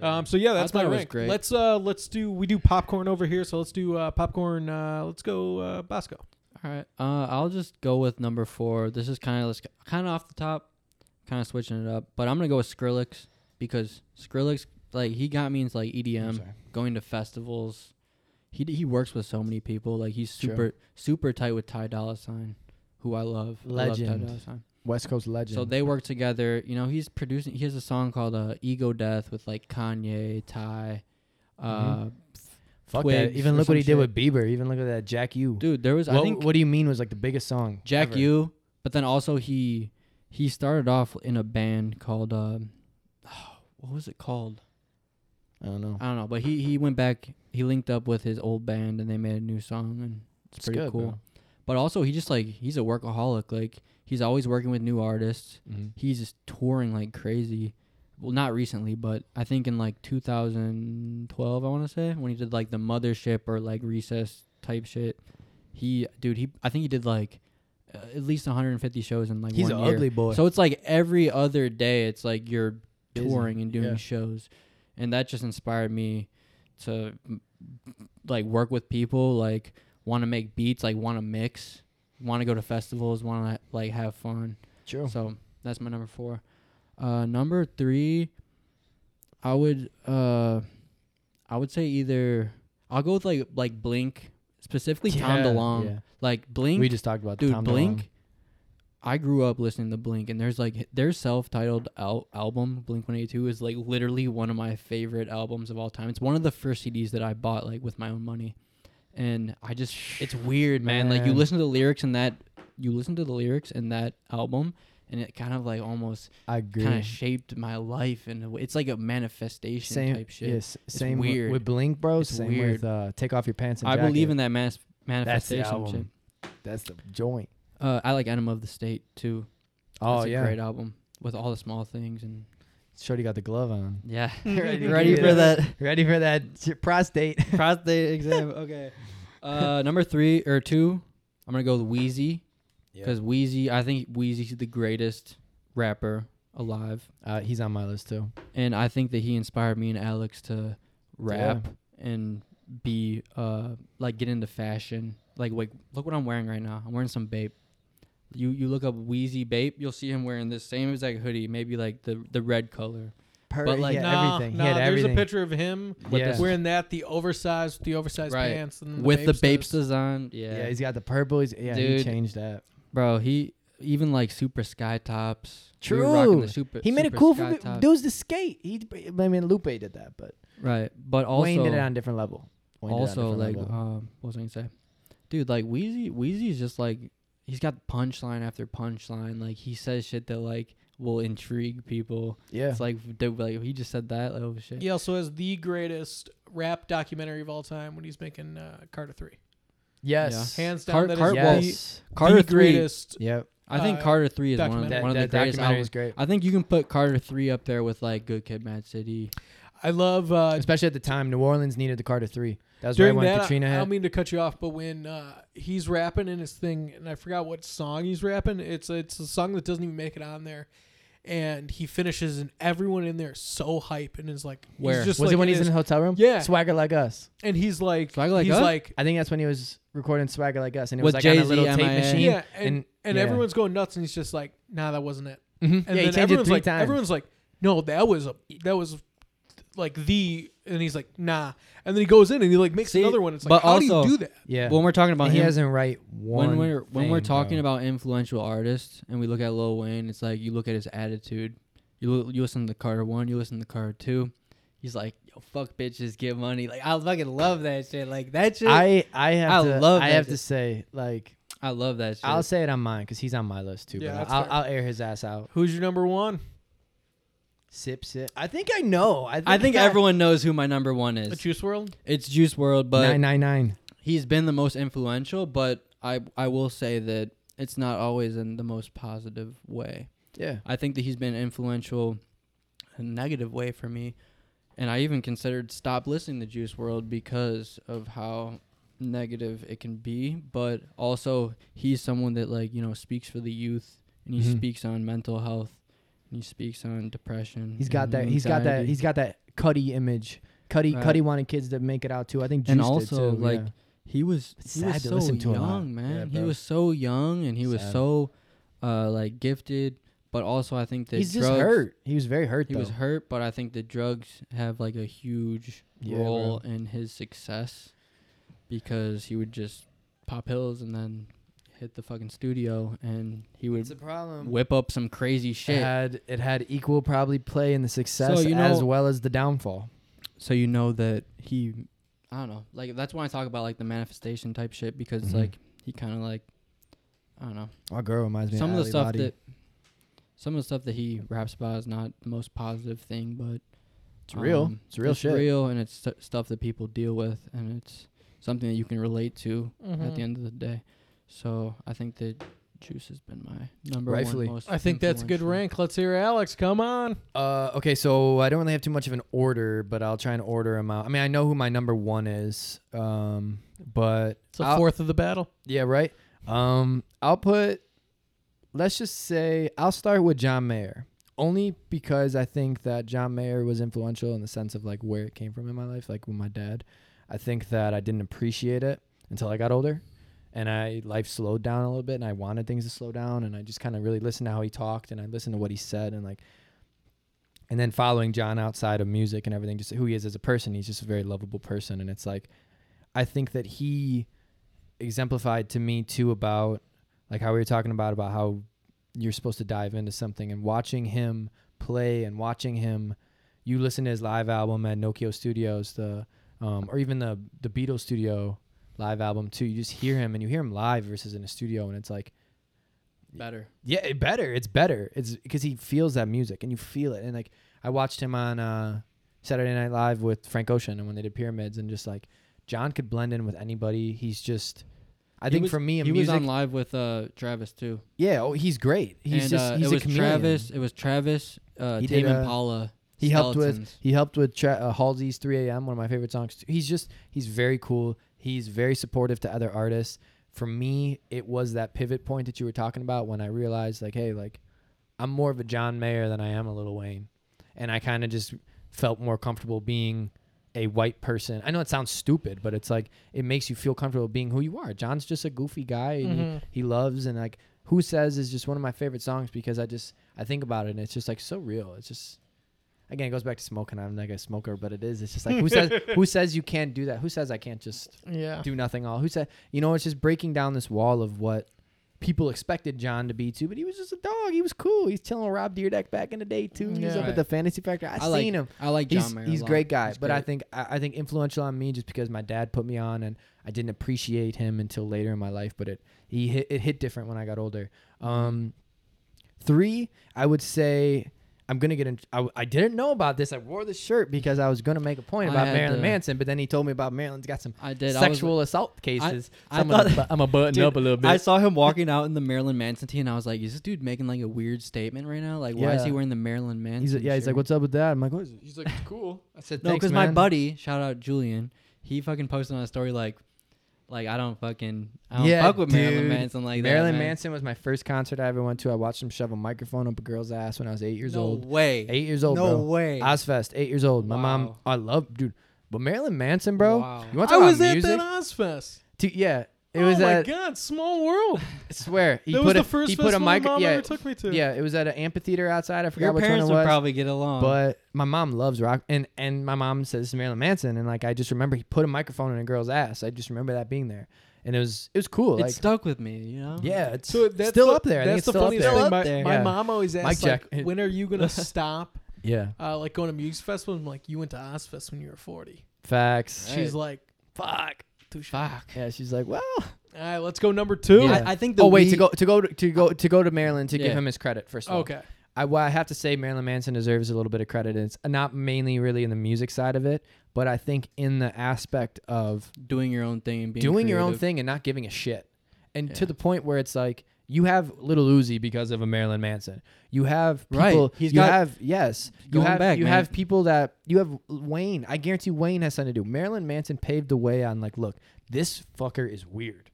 Speaker 1: that. Um, so yeah, that's
Speaker 3: I thought
Speaker 1: my
Speaker 3: it was
Speaker 1: rank.
Speaker 3: great.
Speaker 1: Let's uh, let's do. We do popcorn over here, so let's do uh, popcorn. Uh, let's go uh, Bosco.
Speaker 3: All right. Uh, I'll just go with number four. This is kind of kind of off the top, kind of switching it up, but I'm gonna go with Skrillex because Skrillex, like, he got me into like
Speaker 2: I'm
Speaker 3: EDM,
Speaker 2: sorry.
Speaker 3: going to festivals. He d- he works with so many people. Like, he's
Speaker 2: True.
Speaker 3: super super tight with Ty Dolla Sign, who I love. I love Ty
Speaker 2: Legend.
Speaker 3: Dolla Sign.
Speaker 2: West Coast legend
Speaker 3: So they work together. You know, he's producing. He has a song called uh, "Ego Death" with like Kanye, Ty. Uh,
Speaker 2: Mhm. Fuck
Speaker 3: Twigs
Speaker 2: that. Even
Speaker 3: or
Speaker 2: look what he did
Speaker 3: some
Speaker 2: with Bieber. Even look at that Jack U.
Speaker 3: Dude, there was
Speaker 2: what,
Speaker 3: I think
Speaker 2: what do you mean was like the biggest song?
Speaker 3: Jack
Speaker 2: ever?
Speaker 3: U, but then also he he started off in a band called um, <sighs> what was it called?
Speaker 2: I don't know.
Speaker 3: I don't know. But he he went back. He linked up with his old band and they made a new song and it's, pretty
Speaker 2: good,
Speaker 3: cool.
Speaker 2: bro.
Speaker 3: But also he just like he's a workaholic. Like he's always working with new artists.
Speaker 2: Mm-hmm.
Speaker 3: he's just touring like crazy. Well, not recently, but I think in like 2012, I want to say when he did like the mothership or like recess type shit. He, dude, he, I think he did like uh, at least 150 shows in like
Speaker 2: He's
Speaker 3: one
Speaker 2: an
Speaker 3: year.
Speaker 2: ugly boy.
Speaker 3: So it's like every other day, it's like you're
Speaker 2: Busy.
Speaker 3: touring and doing
Speaker 2: Yeah.
Speaker 3: shows, and that just inspired me to m- like work with people, like want to make beats, like want to mix, want to go to festivals, want to like have fun.
Speaker 2: True.
Speaker 3: So that's my number four. Uh, number three, I would uh, I would say either I'll go with like like Blink specifically Tom
Speaker 2: Yeah,
Speaker 3: DeLonge.
Speaker 2: yeah.
Speaker 3: Like Blink,
Speaker 2: We just talked about
Speaker 3: dude,
Speaker 2: Tom
Speaker 3: Blink.
Speaker 2: DeLonge.
Speaker 3: I grew up listening to Blink, and there's like h- their self-titled al- album Blink One Eighty Two is like literally one of my favorite albums of all time. It's one of the first CDs that I bought like with my own money, and I just it's weird, man. Like you
Speaker 2: Man.
Speaker 3: listen to the lyrics in that you listen to the lyrics in that album, and it kind of like almost
Speaker 2: I agree.
Speaker 3: kind of shaped my life, and it's like a manifestation
Speaker 2: same
Speaker 3: type shit.
Speaker 2: Yes. Same wi-
Speaker 3: weird.
Speaker 2: with Blink, bro.
Speaker 3: It's
Speaker 2: same
Speaker 3: weird.
Speaker 2: with uh, Take Off Your Pants and
Speaker 3: I believe
Speaker 2: Jacket.
Speaker 3: in that mass manifestation
Speaker 2: album.
Speaker 3: shit.
Speaker 2: That's the joint.
Speaker 3: Uh, I like Enema of the State too.
Speaker 2: Oh
Speaker 3: That's a
Speaker 2: yeah.
Speaker 3: great album with all the small things and
Speaker 2: Shorty got the glove <laughs> on.
Speaker 3: <laughs> yeah.
Speaker 2: Ready to
Speaker 3: Ready
Speaker 2: get
Speaker 3: for
Speaker 2: it.
Speaker 3: that
Speaker 2: Ready for that j- <laughs> prostate. <laughs>
Speaker 3: prostate exam? Okay. Uh, number three or two, I'm gonna go with Wheezy because Wheezy. I think Wheezy's the greatest rapper alive,
Speaker 2: Uh, he's on my list too.
Speaker 3: and I think that he inspired me and Alex to rap and be uh like get into fashion. Like like look what I'm wearing right now. I'm wearing some Bape. You you look up Wheezy Bape, you'll see him wearing this same exact hoodie, maybe like the the red color.
Speaker 2: Per-
Speaker 3: But,
Speaker 2: he
Speaker 3: like-
Speaker 2: had
Speaker 1: Nah,
Speaker 2: everything.
Speaker 1: nah,
Speaker 2: he had
Speaker 1: there's
Speaker 2: everything.
Speaker 1: a picture of him
Speaker 3: with
Speaker 2: Yeah.
Speaker 3: this-
Speaker 1: wearing that, the oversized, the oversized
Speaker 3: Right.
Speaker 1: pants, and
Speaker 3: with the Bapes
Speaker 1: Bapes does.
Speaker 3: design.
Speaker 2: Hmm. Yeah, he's got the purple. He's, yeah, he
Speaker 3: Dude.
Speaker 2: changed that.
Speaker 3: Bro, he even like super sky tops. we were rocking the
Speaker 2: True.
Speaker 3: super,
Speaker 2: He made it
Speaker 3: super
Speaker 2: cool
Speaker 3: sky
Speaker 2: for
Speaker 3: top.
Speaker 2: dudes to skate. He, I mean, Lupe did that, but
Speaker 3: Right, but
Speaker 2: Wayne did it on
Speaker 3: also
Speaker 2: a different level. Wayne did it on a
Speaker 3: also
Speaker 2: different
Speaker 3: like
Speaker 2: level.
Speaker 3: um, what was I gonna say, dude? Like Wheezy, Wheezy's just like he's got punchline after punchline. Like he says shit that like will intrigue people.
Speaker 2: yeah,
Speaker 3: It's like dude, like he just said that. Like, oh shit.
Speaker 1: He also has the greatest rap documentary of all time when he's making uh, Carter Three.
Speaker 2: yes,
Speaker 1: Hands down,
Speaker 3: Car-
Speaker 1: that is
Speaker 3: Car-
Speaker 1: the-
Speaker 3: well,
Speaker 1: the,
Speaker 2: yes,
Speaker 3: Carter three.
Speaker 1: greatest.
Speaker 2: yep.
Speaker 3: I think
Speaker 1: uh,
Speaker 3: Carter three is one of,
Speaker 1: documentary.
Speaker 2: That,
Speaker 3: one of the
Speaker 2: that
Speaker 3: greatest
Speaker 2: documentary
Speaker 3: albums.
Speaker 2: was great,
Speaker 3: I think you can put Carter three up there with like Good Kid, Mad City.
Speaker 1: I love uh,
Speaker 2: especially at the time. New Orleans needed the Carter Three. That was
Speaker 1: during
Speaker 2: right when
Speaker 1: that. I-
Speaker 2: Katrina
Speaker 1: I,
Speaker 2: hit.
Speaker 1: don't mean to cut you off, but when uh, he's rapping in his thing, and I forgot what song he's rapping. It's it's a song that doesn't even make it on there. And he finishes, and everyone in there is so hype, and is like, he's
Speaker 3: Where?
Speaker 1: just
Speaker 2: was
Speaker 1: like
Speaker 2: it when
Speaker 1: in
Speaker 2: he's in
Speaker 1: his-
Speaker 2: the hotel room?
Speaker 1: Yeah.
Speaker 2: Swagger Like Us.
Speaker 1: and he's like,
Speaker 3: Swag Like
Speaker 1: he's
Speaker 3: Us?
Speaker 1: like,
Speaker 2: I think that's when he was recording Swagger Like Us, and it
Speaker 3: With
Speaker 2: was like on a
Speaker 3: Jay-Z,
Speaker 2: little tape
Speaker 3: MIA.
Speaker 2: machine.
Speaker 1: yeah, and and,
Speaker 2: yeah.
Speaker 1: everyone's going nuts, and he's just like, nah, that wasn't it.
Speaker 2: Mhm.
Speaker 1: And
Speaker 2: yeah,
Speaker 1: then
Speaker 2: he changed it
Speaker 1: everyone's
Speaker 2: three
Speaker 1: like,
Speaker 2: times.
Speaker 1: everyone's like, no, that was a that was like the and he's like nah and then he goes in and he like makes
Speaker 3: See,
Speaker 1: another one it's like
Speaker 3: but
Speaker 1: how
Speaker 3: also-
Speaker 1: do you do that
Speaker 2: Yeah.
Speaker 3: When we're talking about
Speaker 2: And he
Speaker 3: him,
Speaker 2: hasn't right one.
Speaker 3: when we're when we're
Speaker 2: thing,
Speaker 3: talking
Speaker 2: bro.
Speaker 3: about influential artists and we look at Lil Wayne, it's like you look at his attitude. You lo- you listen to Carter one, you listen to Carter two. He's like, yo, fuck bitches, get money. Like I fucking love that shit. Like that shit, I,
Speaker 2: I I have
Speaker 3: I
Speaker 2: to
Speaker 3: love
Speaker 2: I
Speaker 3: that
Speaker 2: have to
Speaker 3: shit.
Speaker 2: say like
Speaker 3: love that shit.
Speaker 2: I'll say it on mine because he's on my list too.
Speaker 1: Yeah,
Speaker 2: Yeah,
Speaker 1: that's
Speaker 2: I'll,
Speaker 1: fair.
Speaker 2: I'll air his ass out.
Speaker 1: who's your number one
Speaker 2: Sip sip. I think I know. I think,
Speaker 3: I think everyone knows who my number one
Speaker 1: a
Speaker 3: is.
Speaker 1: juice world
Speaker 3: It's Juice World, but
Speaker 2: nine nine nine.
Speaker 3: he's been the most influential. But I I will say that it's not always in the most positive way.
Speaker 2: Yeah.
Speaker 3: I think that he's been influential in a negative way for me. And I even considered stop listening to Juice World because of how negative it can be. But also he's someone that like, you know, speaks for the youth and he
Speaker 2: Mhm.
Speaker 3: speaks on mental health and he speaks on depression.
Speaker 2: He's got
Speaker 3: and
Speaker 2: that. He's got that.
Speaker 3: Mm-hmm. anxiety.
Speaker 2: He's got that Cuddy image. Cuddy
Speaker 3: Right.
Speaker 2: Cuddy wanted kids to make it out too. I think Juice
Speaker 3: And
Speaker 2: did,
Speaker 3: also,
Speaker 2: too,
Speaker 3: like,
Speaker 2: yeah.
Speaker 3: he was
Speaker 2: It's
Speaker 3: he was
Speaker 2: sad to
Speaker 3: so
Speaker 2: listen to a lot.
Speaker 3: young, man.
Speaker 2: Yeah,
Speaker 3: he
Speaker 2: bro.
Speaker 3: was so young and he was
Speaker 2: Sad.
Speaker 3: so uh like gifted, but also I think that
Speaker 2: he's just
Speaker 3: drugs,
Speaker 2: hurt. He was very hurt.
Speaker 3: He
Speaker 2: though.
Speaker 3: was hurt, but I think the drugs have like a huge
Speaker 2: Yeah,
Speaker 3: role in his success because he would just pop pills and then hit the fucking studio and he would
Speaker 2: a problem.
Speaker 3: whip up some crazy
Speaker 2: It
Speaker 3: shit.
Speaker 2: had it had equal probably play in the success
Speaker 3: So, you
Speaker 2: as
Speaker 3: know-
Speaker 2: well as the downfall.
Speaker 3: So you know that he, I don't know, like that's why I talk about like the manifestation type shit because
Speaker 2: Mhm.
Speaker 3: like he kind of like, I don't know,
Speaker 2: Our girl reminds me
Speaker 3: some of the
Speaker 2: Ali
Speaker 3: stuff
Speaker 2: Badi.
Speaker 3: that. Some of the stuff that he raps about is not the most positive thing, but
Speaker 2: it's real.
Speaker 3: Um,
Speaker 2: it's real shit.
Speaker 3: real, and it's stu stuff that people deal with, and it's something that you can relate to at
Speaker 1: Mhm.
Speaker 3: the end of the day. So I think that Juice has been my number
Speaker 2: Rightfully.
Speaker 3: one. Most
Speaker 1: i think that's a good
Speaker 3: influential.
Speaker 1: rank let's hear alex come on
Speaker 2: Uh, okay, so I don't really have too much of an order, but I'll try and order them out. I mean, I know who my number one is, um, but
Speaker 1: it's a
Speaker 2: I'll-
Speaker 1: fourth of the battle
Speaker 2: yeah, right. Um, I'll put. Let's just say I'll start with John Mayer, only because I think that John Mayer was influential in the sense of like where it came from in my life, like with my dad. I think that I didn't appreciate it until I got older, and I life slowed down a little bit, and I wanted things to slow down, and I just kind of really listened to how he talked, and I listened to what he said, and like. And then following John outside of music and everything, just who he is as a person, he's just a very lovable person, and it's like, I think that he exemplified to me too about like how we were talking about about how you're supposed to dive into something and watching him play and watching him you listen to his live album at Nokia Studios the um, or even the the Beatles studio live album too you just hear him and you hear him live versus in a studio and it's like
Speaker 3: Better.
Speaker 2: yeah, it better. It's better. It's because he feels that music and you feel it. And like I watched him on uh, Saturday Night Live with Frank Ocean and when they did Pyramids and just like John could blend in with anybody. He's just, I
Speaker 3: He
Speaker 2: think
Speaker 3: was-
Speaker 2: for me, in
Speaker 3: he
Speaker 2: music,
Speaker 3: was on live with uh, Travis too.
Speaker 2: yeah, oh, he's great. He's
Speaker 3: and,
Speaker 2: just
Speaker 3: uh,
Speaker 2: he's
Speaker 3: it
Speaker 2: a
Speaker 3: was
Speaker 2: chameleon.
Speaker 3: Travis. It was Travis. Uh,
Speaker 2: He
Speaker 3: Tame
Speaker 2: did, uh,
Speaker 3: Impala.
Speaker 2: he helped with-
Speaker 3: Skeletons.
Speaker 2: He helped with Tra- uh, Halsey's 3 a.m., one of my favorite songs. too. He's just, he's very cool. He's very supportive to other artists. For me, it was that pivot point that you were talking about when I realized, like, hey, like, I'm more of a John Mayer than I am a Lil Wayne. And I kind of just felt more comfortable being a white person. I know it sounds stupid, but it's like, it makes you feel comfortable being who you are. John's just a goofy guy and he-
Speaker 1: Mhm.
Speaker 2: he loves and like who says is just one of my favorite songs because i just i think about it and it's just like so real it's just again it goes back to smoking i'm like a smoker but it is it's just like who
Speaker 3: <laughs>
Speaker 2: says who says you can't do that who says i can't just
Speaker 1: yeah
Speaker 2: do nothing all who said you know it's just breaking down this wall of what people expected john to be too but he was just a dog he was cool he's chilling with rob deerdeck back in the day too he's
Speaker 1: Yeah.
Speaker 2: up at the fantasy factory i,
Speaker 3: I
Speaker 2: seen
Speaker 3: like
Speaker 2: him
Speaker 3: I like John
Speaker 2: he's,
Speaker 3: Mayer.
Speaker 2: he's
Speaker 3: a lot.
Speaker 2: great guy,
Speaker 3: He's
Speaker 2: but I
Speaker 3: great.
Speaker 2: think I, I think influential on me just because my dad put me on, and I didn't appreciate him until later in my life. But it he hit, it hit different when I got older. Um, three, I would say I'm gonna get. In, I, I didn't know about this. I wore the shirt because I was gonna make a point
Speaker 3: I
Speaker 2: about
Speaker 3: had
Speaker 2: Marilyn
Speaker 3: to-
Speaker 2: Manson, but then he told me about Marilyn's got some
Speaker 3: I did.
Speaker 2: sexual assault cases.
Speaker 3: I
Speaker 2: I'm, <laughs> gonna
Speaker 3: thought- <laughs>
Speaker 2: bu- I'm gonna button
Speaker 3: Dude,
Speaker 2: up a little
Speaker 3: I, was, <laughs> I
Speaker 2: bit.
Speaker 3: saw him walking out in the Marilyn Manson tee, and I was like, "Is this dude making like a weird statement right now? Like, why is
Speaker 2: Yeah.
Speaker 3: he wearing the Marilyn Manson?"
Speaker 2: he's, yeah, he's like,
Speaker 3: shirt?
Speaker 2: "What's up with that?" I'm like, what is it? He's like, "Cool." I said,
Speaker 3: No,
Speaker 2: "Thanks,
Speaker 3: because my
Speaker 2: man."
Speaker 3: buddy, shout out Julian, he fucking posted on a story like, like I don't fucking, I don't
Speaker 2: Yeah,
Speaker 3: fuck with Marilyn
Speaker 2: dude.
Speaker 3: Manson like
Speaker 2: Marilyn
Speaker 3: that. man.
Speaker 2: Manson was my first concert I ever went to. I watched him shove a microphone up a girl's ass when I was eight years
Speaker 3: no
Speaker 2: old.
Speaker 3: way,
Speaker 2: Eight years old,
Speaker 3: no
Speaker 2: bro.
Speaker 3: way.
Speaker 2: Ozfest, eight years old. My mom,
Speaker 3: Wow.
Speaker 2: I love, dude. But Marilyn Manson, bro.
Speaker 3: Wow.
Speaker 2: You want to
Speaker 1: i
Speaker 2: talk
Speaker 1: was
Speaker 2: about
Speaker 1: at
Speaker 2: music?
Speaker 1: that ozfest
Speaker 2: To- yeah, It was
Speaker 1: oh my
Speaker 2: at
Speaker 1: god, small world.
Speaker 2: I swear he
Speaker 1: that
Speaker 2: put
Speaker 1: was
Speaker 2: a,
Speaker 1: the first
Speaker 2: he put a
Speaker 1: festival
Speaker 2: mic
Speaker 1: my mom
Speaker 2: yeah,
Speaker 1: ever took me to.
Speaker 2: yeah it was at an amphitheater outside I forgot
Speaker 3: Your
Speaker 2: which
Speaker 3: parents
Speaker 2: one it
Speaker 3: would
Speaker 2: was
Speaker 3: probably get along.
Speaker 2: but my mom loves rock and and my mom says Marilyn Manson and like I just remember he put a microphone in a girl's ass I just remember that being there and it was it was cool
Speaker 3: it
Speaker 2: like
Speaker 3: stuck with me, you know.
Speaker 2: yeah it's
Speaker 1: So that's
Speaker 2: still
Speaker 1: the-
Speaker 2: up there I
Speaker 1: That's
Speaker 2: think it's
Speaker 1: the
Speaker 2: still up
Speaker 1: funniest
Speaker 2: there.
Speaker 1: thing.
Speaker 3: Still
Speaker 1: my,
Speaker 3: up there.
Speaker 1: my
Speaker 2: Yeah.
Speaker 1: mom always asks,
Speaker 2: Mic
Speaker 1: like,
Speaker 2: check.
Speaker 1: when are you
Speaker 2: <laughs>
Speaker 1: gonna stop?
Speaker 2: yeah
Speaker 1: Uh, like going to music festival. I'm like, you went to Ozfest when you were 40.
Speaker 2: facts
Speaker 1: She's like, fuck, touche.
Speaker 3: Fuck.
Speaker 2: yeah she's like well
Speaker 1: All right, let's go number two.
Speaker 2: Yeah.
Speaker 3: I, I think the
Speaker 2: oh wait
Speaker 3: we-
Speaker 2: to go to go to, to go to go to Maryland to
Speaker 3: Yeah.
Speaker 2: give him his credit first of all.
Speaker 1: Okay.
Speaker 2: I, well, I have to say Marilyn Manson deserves a little bit of credit. and It's not mainly really in the music side of it, but I think in the aspect of
Speaker 3: doing your own thing and being
Speaker 2: doing your own
Speaker 3: creative.
Speaker 2: thing and not giving a shit. And to
Speaker 3: Yeah.
Speaker 2: the point where it's like you have Little Uzi because of a Marilyn Manson. You have
Speaker 3: Right.
Speaker 2: people.
Speaker 3: He's
Speaker 2: you
Speaker 3: got-
Speaker 2: have yes. You
Speaker 3: going
Speaker 2: have
Speaker 3: back,
Speaker 2: you
Speaker 3: man.
Speaker 2: have people that you have Wayne. I guarantee Wayne has something to do. Marilyn Manson paved the way on like, look, this fucker is weird,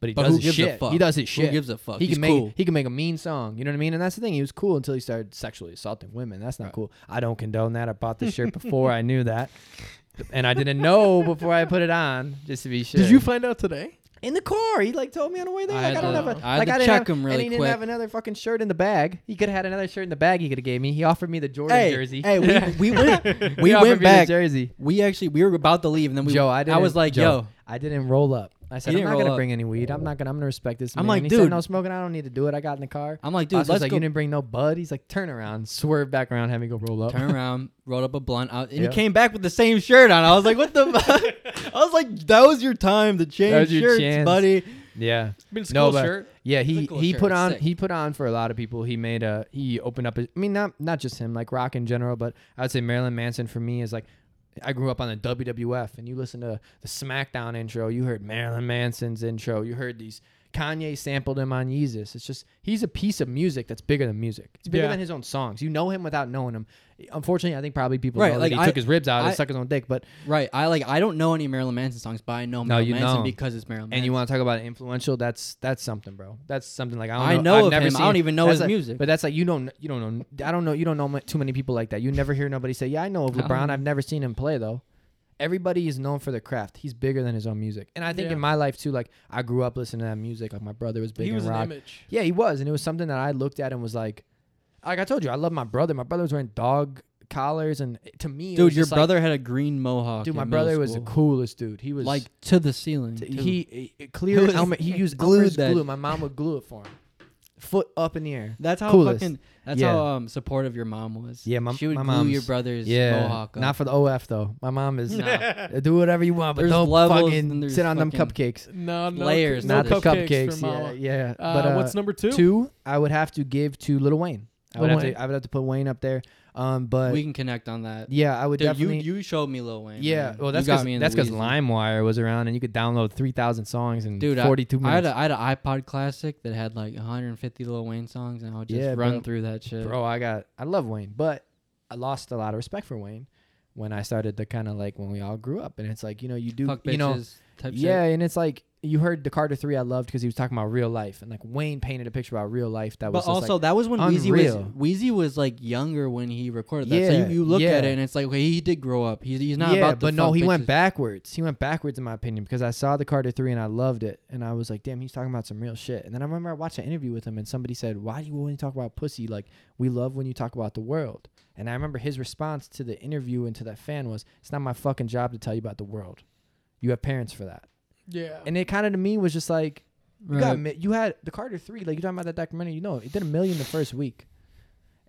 Speaker 2: but he
Speaker 3: But
Speaker 2: does
Speaker 3: who
Speaker 2: his
Speaker 3: gives a
Speaker 2: shit.
Speaker 3: fuck?
Speaker 2: He does his
Speaker 3: Who
Speaker 2: shit.
Speaker 3: gives a fuck?
Speaker 2: He
Speaker 3: He's
Speaker 2: can make
Speaker 3: cool.
Speaker 2: he can make a mean song. You know what I mean? And that's the thing. He was cool until he started sexually assaulting women. That's not cool. I don't condone that. I bought this <laughs> shirt before I knew that, and I didn't know before I put it on. Just to be sure.
Speaker 1: Did you find out today?
Speaker 2: in the car? He like told me on the way there.
Speaker 3: I
Speaker 2: like
Speaker 3: had
Speaker 2: I don't
Speaker 1: to-
Speaker 2: have a
Speaker 3: I had
Speaker 2: like
Speaker 3: to
Speaker 2: I didn't
Speaker 3: check
Speaker 2: have,
Speaker 3: him really
Speaker 2: and he didn't
Speaker 3: quick.
Speaker 2: have another fucking shirt in the bag. He could have had another shirt in the bag. He could have gave me. He offered me the Jordan
Speaker 3: Hey,
Speaker 2: jersey. <laughs>
Speaker 3: hey, we, we went, we
Speaker 2: He offered
Speaker 3: went
Speaker 2: me the
Speaker 3: back.
Speaker 2: jersey.
Speaker 3: We actually we were about to leave, and then we.
Speaker 2: Joe, I
Speaker 3: I
Speaker 2: didn't,
Speaker 3: was like,
Speaker 2: Joe,
Speaker 3: yo,
Speaker 2: I didn't roll up. I said, I'm
Speaker 3: didn't
Speaker 2: not
Speaker 3: roll
Speaker 2: gonna
Speaker 3: up.
Speaker 2: bring any weed. I'm not gonna. I'm gonna respect this.
Speaker 3: I'm
Speaker 2: man."
Speaker 3: like,
Speaker 2: he
Speaker 3: "Dude."
Speaker 2: said, no smoking. I don't need to do it. I got in the car.
Speaker 3: I'm like, dude,
Speaker 2: Boss was
Speaker 3: let's
Speaker 2: like,
Speaker 3: go.
Speaker 2: you didn't bring no bud. He's like, turn around, swerve back around, have me go roll up.
Speaker 3: Turn around, rolled up a blunt, out, and
Speaker 2: Yeah.
Speaker 3: he came back with the same shirt on. I was like, what the?
Speaker 2: <laughs>
Speaker 3: fuck? I was like, that was your time to change
Speaker 2: was your
Speaker 3: shirts,
Speaker 2: chance.
Speaker 3: buddy.
Speaker 2: <laughs> Yeah,
Speaker 1: I mean, it's a
Speaker 2: No,
Speaker 1: cool
Speaker 2: but-
Speaker 1: shirt.
Speaker 2: yeah. He
Speaker 3: Cool
Speaker 2: he
Speaker 3: shirt,
Speaker 2: put on
Speaker 3: sick.
Speaker 2: he put on for a lot of people. He made a he opened up. His, I mean, not not just him, like rock in general, but I would say Marilyn Manson for me is like. I grew up on the WWF, and you listen to the SmackDown intro. You heard Marilyn Manson's intro. You heard these Kanye sampled him on Yeezus. It's just he's a piece of music that's bigger than music. It's bigger
Speaker 1: Yeah.
Speaker 2: than his own songs. You know him without knowing him. Unfortunately, I think probably people
Speaker 3: Right,
Speaker 2: know
Speaker 3: like,
Speaker 2: that he
Speaker 3: I-
Speaker 2: took his ribs out
Speaker 3: I-
Speaker 2: and stuck his own dick. But
Speaker 3: Right. I like. I don't know any Marilyn Manson songs, but I know Marilyn
Speaker 2: you
Speaker 3: Manson
Speaker 2: know him.
Speaker 3: because it's Marilyn.
Speaker 2: and
Speaker 3: Manson.
Speaker 2: you want to talk about influential that's that's something bro that's something like
Speaker 3: I
Speaker 2: i don't
Speaker 3: know
Speaker 2: I've
Speaker 3: of
Speaker 2: never
Speaker 3: him. I
Speaker 2: seen-
Speaker 3: don't even know
Speaker 2: that's
Speaker 3: his
Speaker 2: like-
Speaker 3: music.
Speaker 2: but that's like you don't you don't know i don't know you don't know mu- too many people like that you never hear nobody say yeah i know of
Speaker 3: I don't
Speaker 2: lebron
Speaker 3: know.
Speaker 2: i've never seen him play though everybody is known for their craft he's bigger than his own music and i think
Speaker 1: Yeah.
Speaker 2: in my life too like i grew up listening to that music like my brother was big
Speaker 1: He
Speaker 2: in
Speaker 1: was
Speaker 2: rock
Speaker 1: an image.
Speaker 2: yeah he was and it was something that i looked at and was like like i told you i love my brother my brother was wearing dog collars and to me it
Speaker 3: dude,
Speaker 2: was
Speaker 3: your
Speaker 2: just like-
Speaker 3: brother had a green mohawk.
Speaker 2: dude my
Speaker 3: in middle
Speaker 2: brother was the
Speaker 3: school.
Speaker 2: coolest dude he was
Speaker 3: like to the ceiling.
Speaker 2: T-
Speaker 3: too.
Speaker 2: He it- clear
Speaker 3: was-
Speaker 2: Elmer, he used
Speaker 3: glued
Speaker 2: Elmer's
Speaker 3: that.
Speaker 2: glue. My mom would glue it for him. Foot up in the air.
Speaker 3: That's how
Speaker 2: Coolest.
Speaker 3: fucking. That's
Speaker 2: Yeah.
Speaker 3: how um, supportive your mom was.
Speaker 2: Yeah, my-
Speaker 3: she would
Speaker 2: my
Speaker 3: glue your
Speaker 2: mom's-
Speaker 3: brother's mohawk. Up.
Speaker 2: Not for the OF though. My mom is
Speaker 3: Nah.
Speaker 2: <laughs> do whatever you want, but
Speaker 3: There's
Speaker 2: don't
Speaker 3: levels, then
Speaker 2: fucking
Speaker 3: there's
Speaker 2: sit on them
Speaker 3: fucking-
Speaker 1: <laughs>
Speaker 2: cupcakes.
Speaker 1: No, no
Speaker 3: Layers,
Speaker 1: no
Speaker 2: Not the
Speaker 1: cupcakes.
Speaker 2: cupcakes.
Speaker 1: for Mama.
Speaker 2: yeah, yeah.
Speaker 1: Uh,
Speaker 2: but uh,
Speaker 1: what's number two?
Speaker 2: two? I would have to give to Little Wayne. I would
Speaker 1: Lil
Speaker 2: have
Speaker 1: Wayne.
Speaker 2: to. I would have to put Wayne up there. Um, but
Speaker 3: we can connect on that.
Speaker 2: yeah, I would
Speaker 3: Dude, you
Speaker 2: definitely.
Speaker 3: you showed me Lil Wayne.
Speaker 2: yeah,
Speaker 3: man.
Speaker 2: well,
Speaker 3: You
Speaker 2: that's
Speaker 3: got
Speaker 2: because
Speaker 3: me in
Speaker 2: that's
Speaker 3: the
Speaker 2: because
Speaker 3: Weezy.
Speaker 2: LimeWire was around, and you could download three thousand songs in
Speaker 3: Dude, I-
Speaker 2: forty-two
Speaker 3: I had
Speaker 2: minutes.
Speaker 3: a, I had an iPod Classic that had like 150 Lil Wayne songs, and I would just
Speaker 2: Yeah,
Speaker 3: run
Speaker 2: bro.
Speaker 3: through that shit.
Speaker 2: Bro, I got I love Wayne, but I lost a lot of respect for Wayne when I started to kind of like when we all grew up, and it's like you know you do
Speaker 3: Fuck bitches
Speaker 2: you know
Speaker 3: type
Speaker 2: yeah,
Speaker 3: shit.
Speaker 2: and it's like you heard the Carter Three I loved because he was talking about real life, and like Wayne painted a picture about real life that was
Speaker 3: But
Speaker 2: just, like,
Speaker 3: also, that was when
Speaker 2: unreal.
Speaker 3: Weezy was Weezy was like younger when he recorded that. so
Speaker 2: Yeah,
Speaker 3: you, you look at
Speaker 2: yeah.
Speaker 3: it and it's like, okay, he did grow up. He's he's not
Speaker 2: yeah,
Speaker 3: about. The
Speaker 2: but no,
Speaker 3: fuck
Speaker 2: he went
Speaker 3: bitches.
Speaker 2: backwards. He went backwards in my opinion because I saw the Carter Three and I loved it, and I was like, damn, he's talking about some real shit. And then I remember I watched an interview with him, and somebody said, why do you only talk about pussy? Like we love when you talk about the world. And I remember his response to the interview and to that fan was, it's not my fucking job to tell you about the world. You have parents for that.
Speaker 1: Yeah.
Speaker 2: And it kind of to me was just like, you, got,
Speaker 3: Right.
Speaker 2: mi- you had the Carter Three, like you're talking about that documentary. You know, it did a million the first week.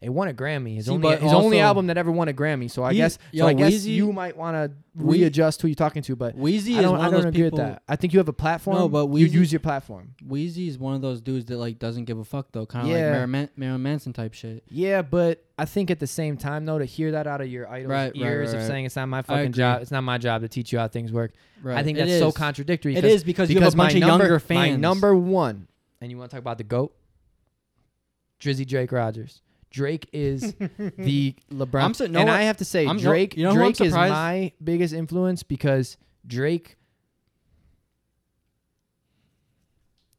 Speaker 2: It won a Grammy. His,
Speaker 3: See,
Speaker 2: only,
Speaker 3: but
Speaker 2: his only
Speaker 3: also-
Speaker 2: album that ever won a Grammy. So I
Speaker 3: He-
Speaker 2: guess,
Speaker 3: yo,
Speaker 2: so I guess
Speaker 3: Wheezy-
Speaker 2: you might want to
Speaker 3: We-
Speaker 2: readjust who you're talking to, but
Speaker 3: Weezy
Speaker 2: I
Speaker 3: is
Speaker 2: don't,
Speaker 3: one
Speaker 2: I don't
Speaker 3: of those
Speaker 2: agree
Speaker 3: people.
Speaker 2: with that. I think you have a platform.
Speaker 3: No, but
Speaker 2: you
Speaker 3: Wheezy-
Speaker 2: use your platform.
Speaker 3: Weezy is one of those dudes that like doesn't give a fuck though, kind of
Speaker 2: Yeah.
Speaker 3: like Marilyn, Man- Marilyn Manson type shit.
Speaker 2: Yeah, but I think at the same time though, to hear that out of your idol's
Speaker 3: Right, right,
Speaker 2: ears
Speaker 3: right,
Speaker 2: of
Speaker 3: right.
Speaker 2: saying it's not my
Speaker 3: agree.
Speaker 2: fucking job, it's not my job to teach you how things work.
Speaker 3: Right.
Speaker 2: I think
Speaker 3: It
Speaker 2: that's so
Speaker 3: is.
Speaker 2: contradictory.
Speaker 3: It
Speaker 2: 'cause-
Speaker 3: is because you have a bunch
Speaker 2: my
Speaker 3: of
Speaker 2: number,
Speaker 3: younger
Speaker 2: My
Speaker 3: fans.
Speaker 2: number one, and you want to talk about the goat, Drizzy Drake Rogers. Drake
Speaker 3: <laughs>
Speaker 2: is the LeBron.
Speaker 3: I'm su- no,
Speaker 2: and
Speaker 3: I-
Speaker 2: I have to say,
Speaker 3: I'm- no,
Speaker 2: Drake.
Speaker 3: you know who I'm
Speaker 2: Drake is
Speaker 3: surprised-
Speaker 2: my biggest influence because Drake.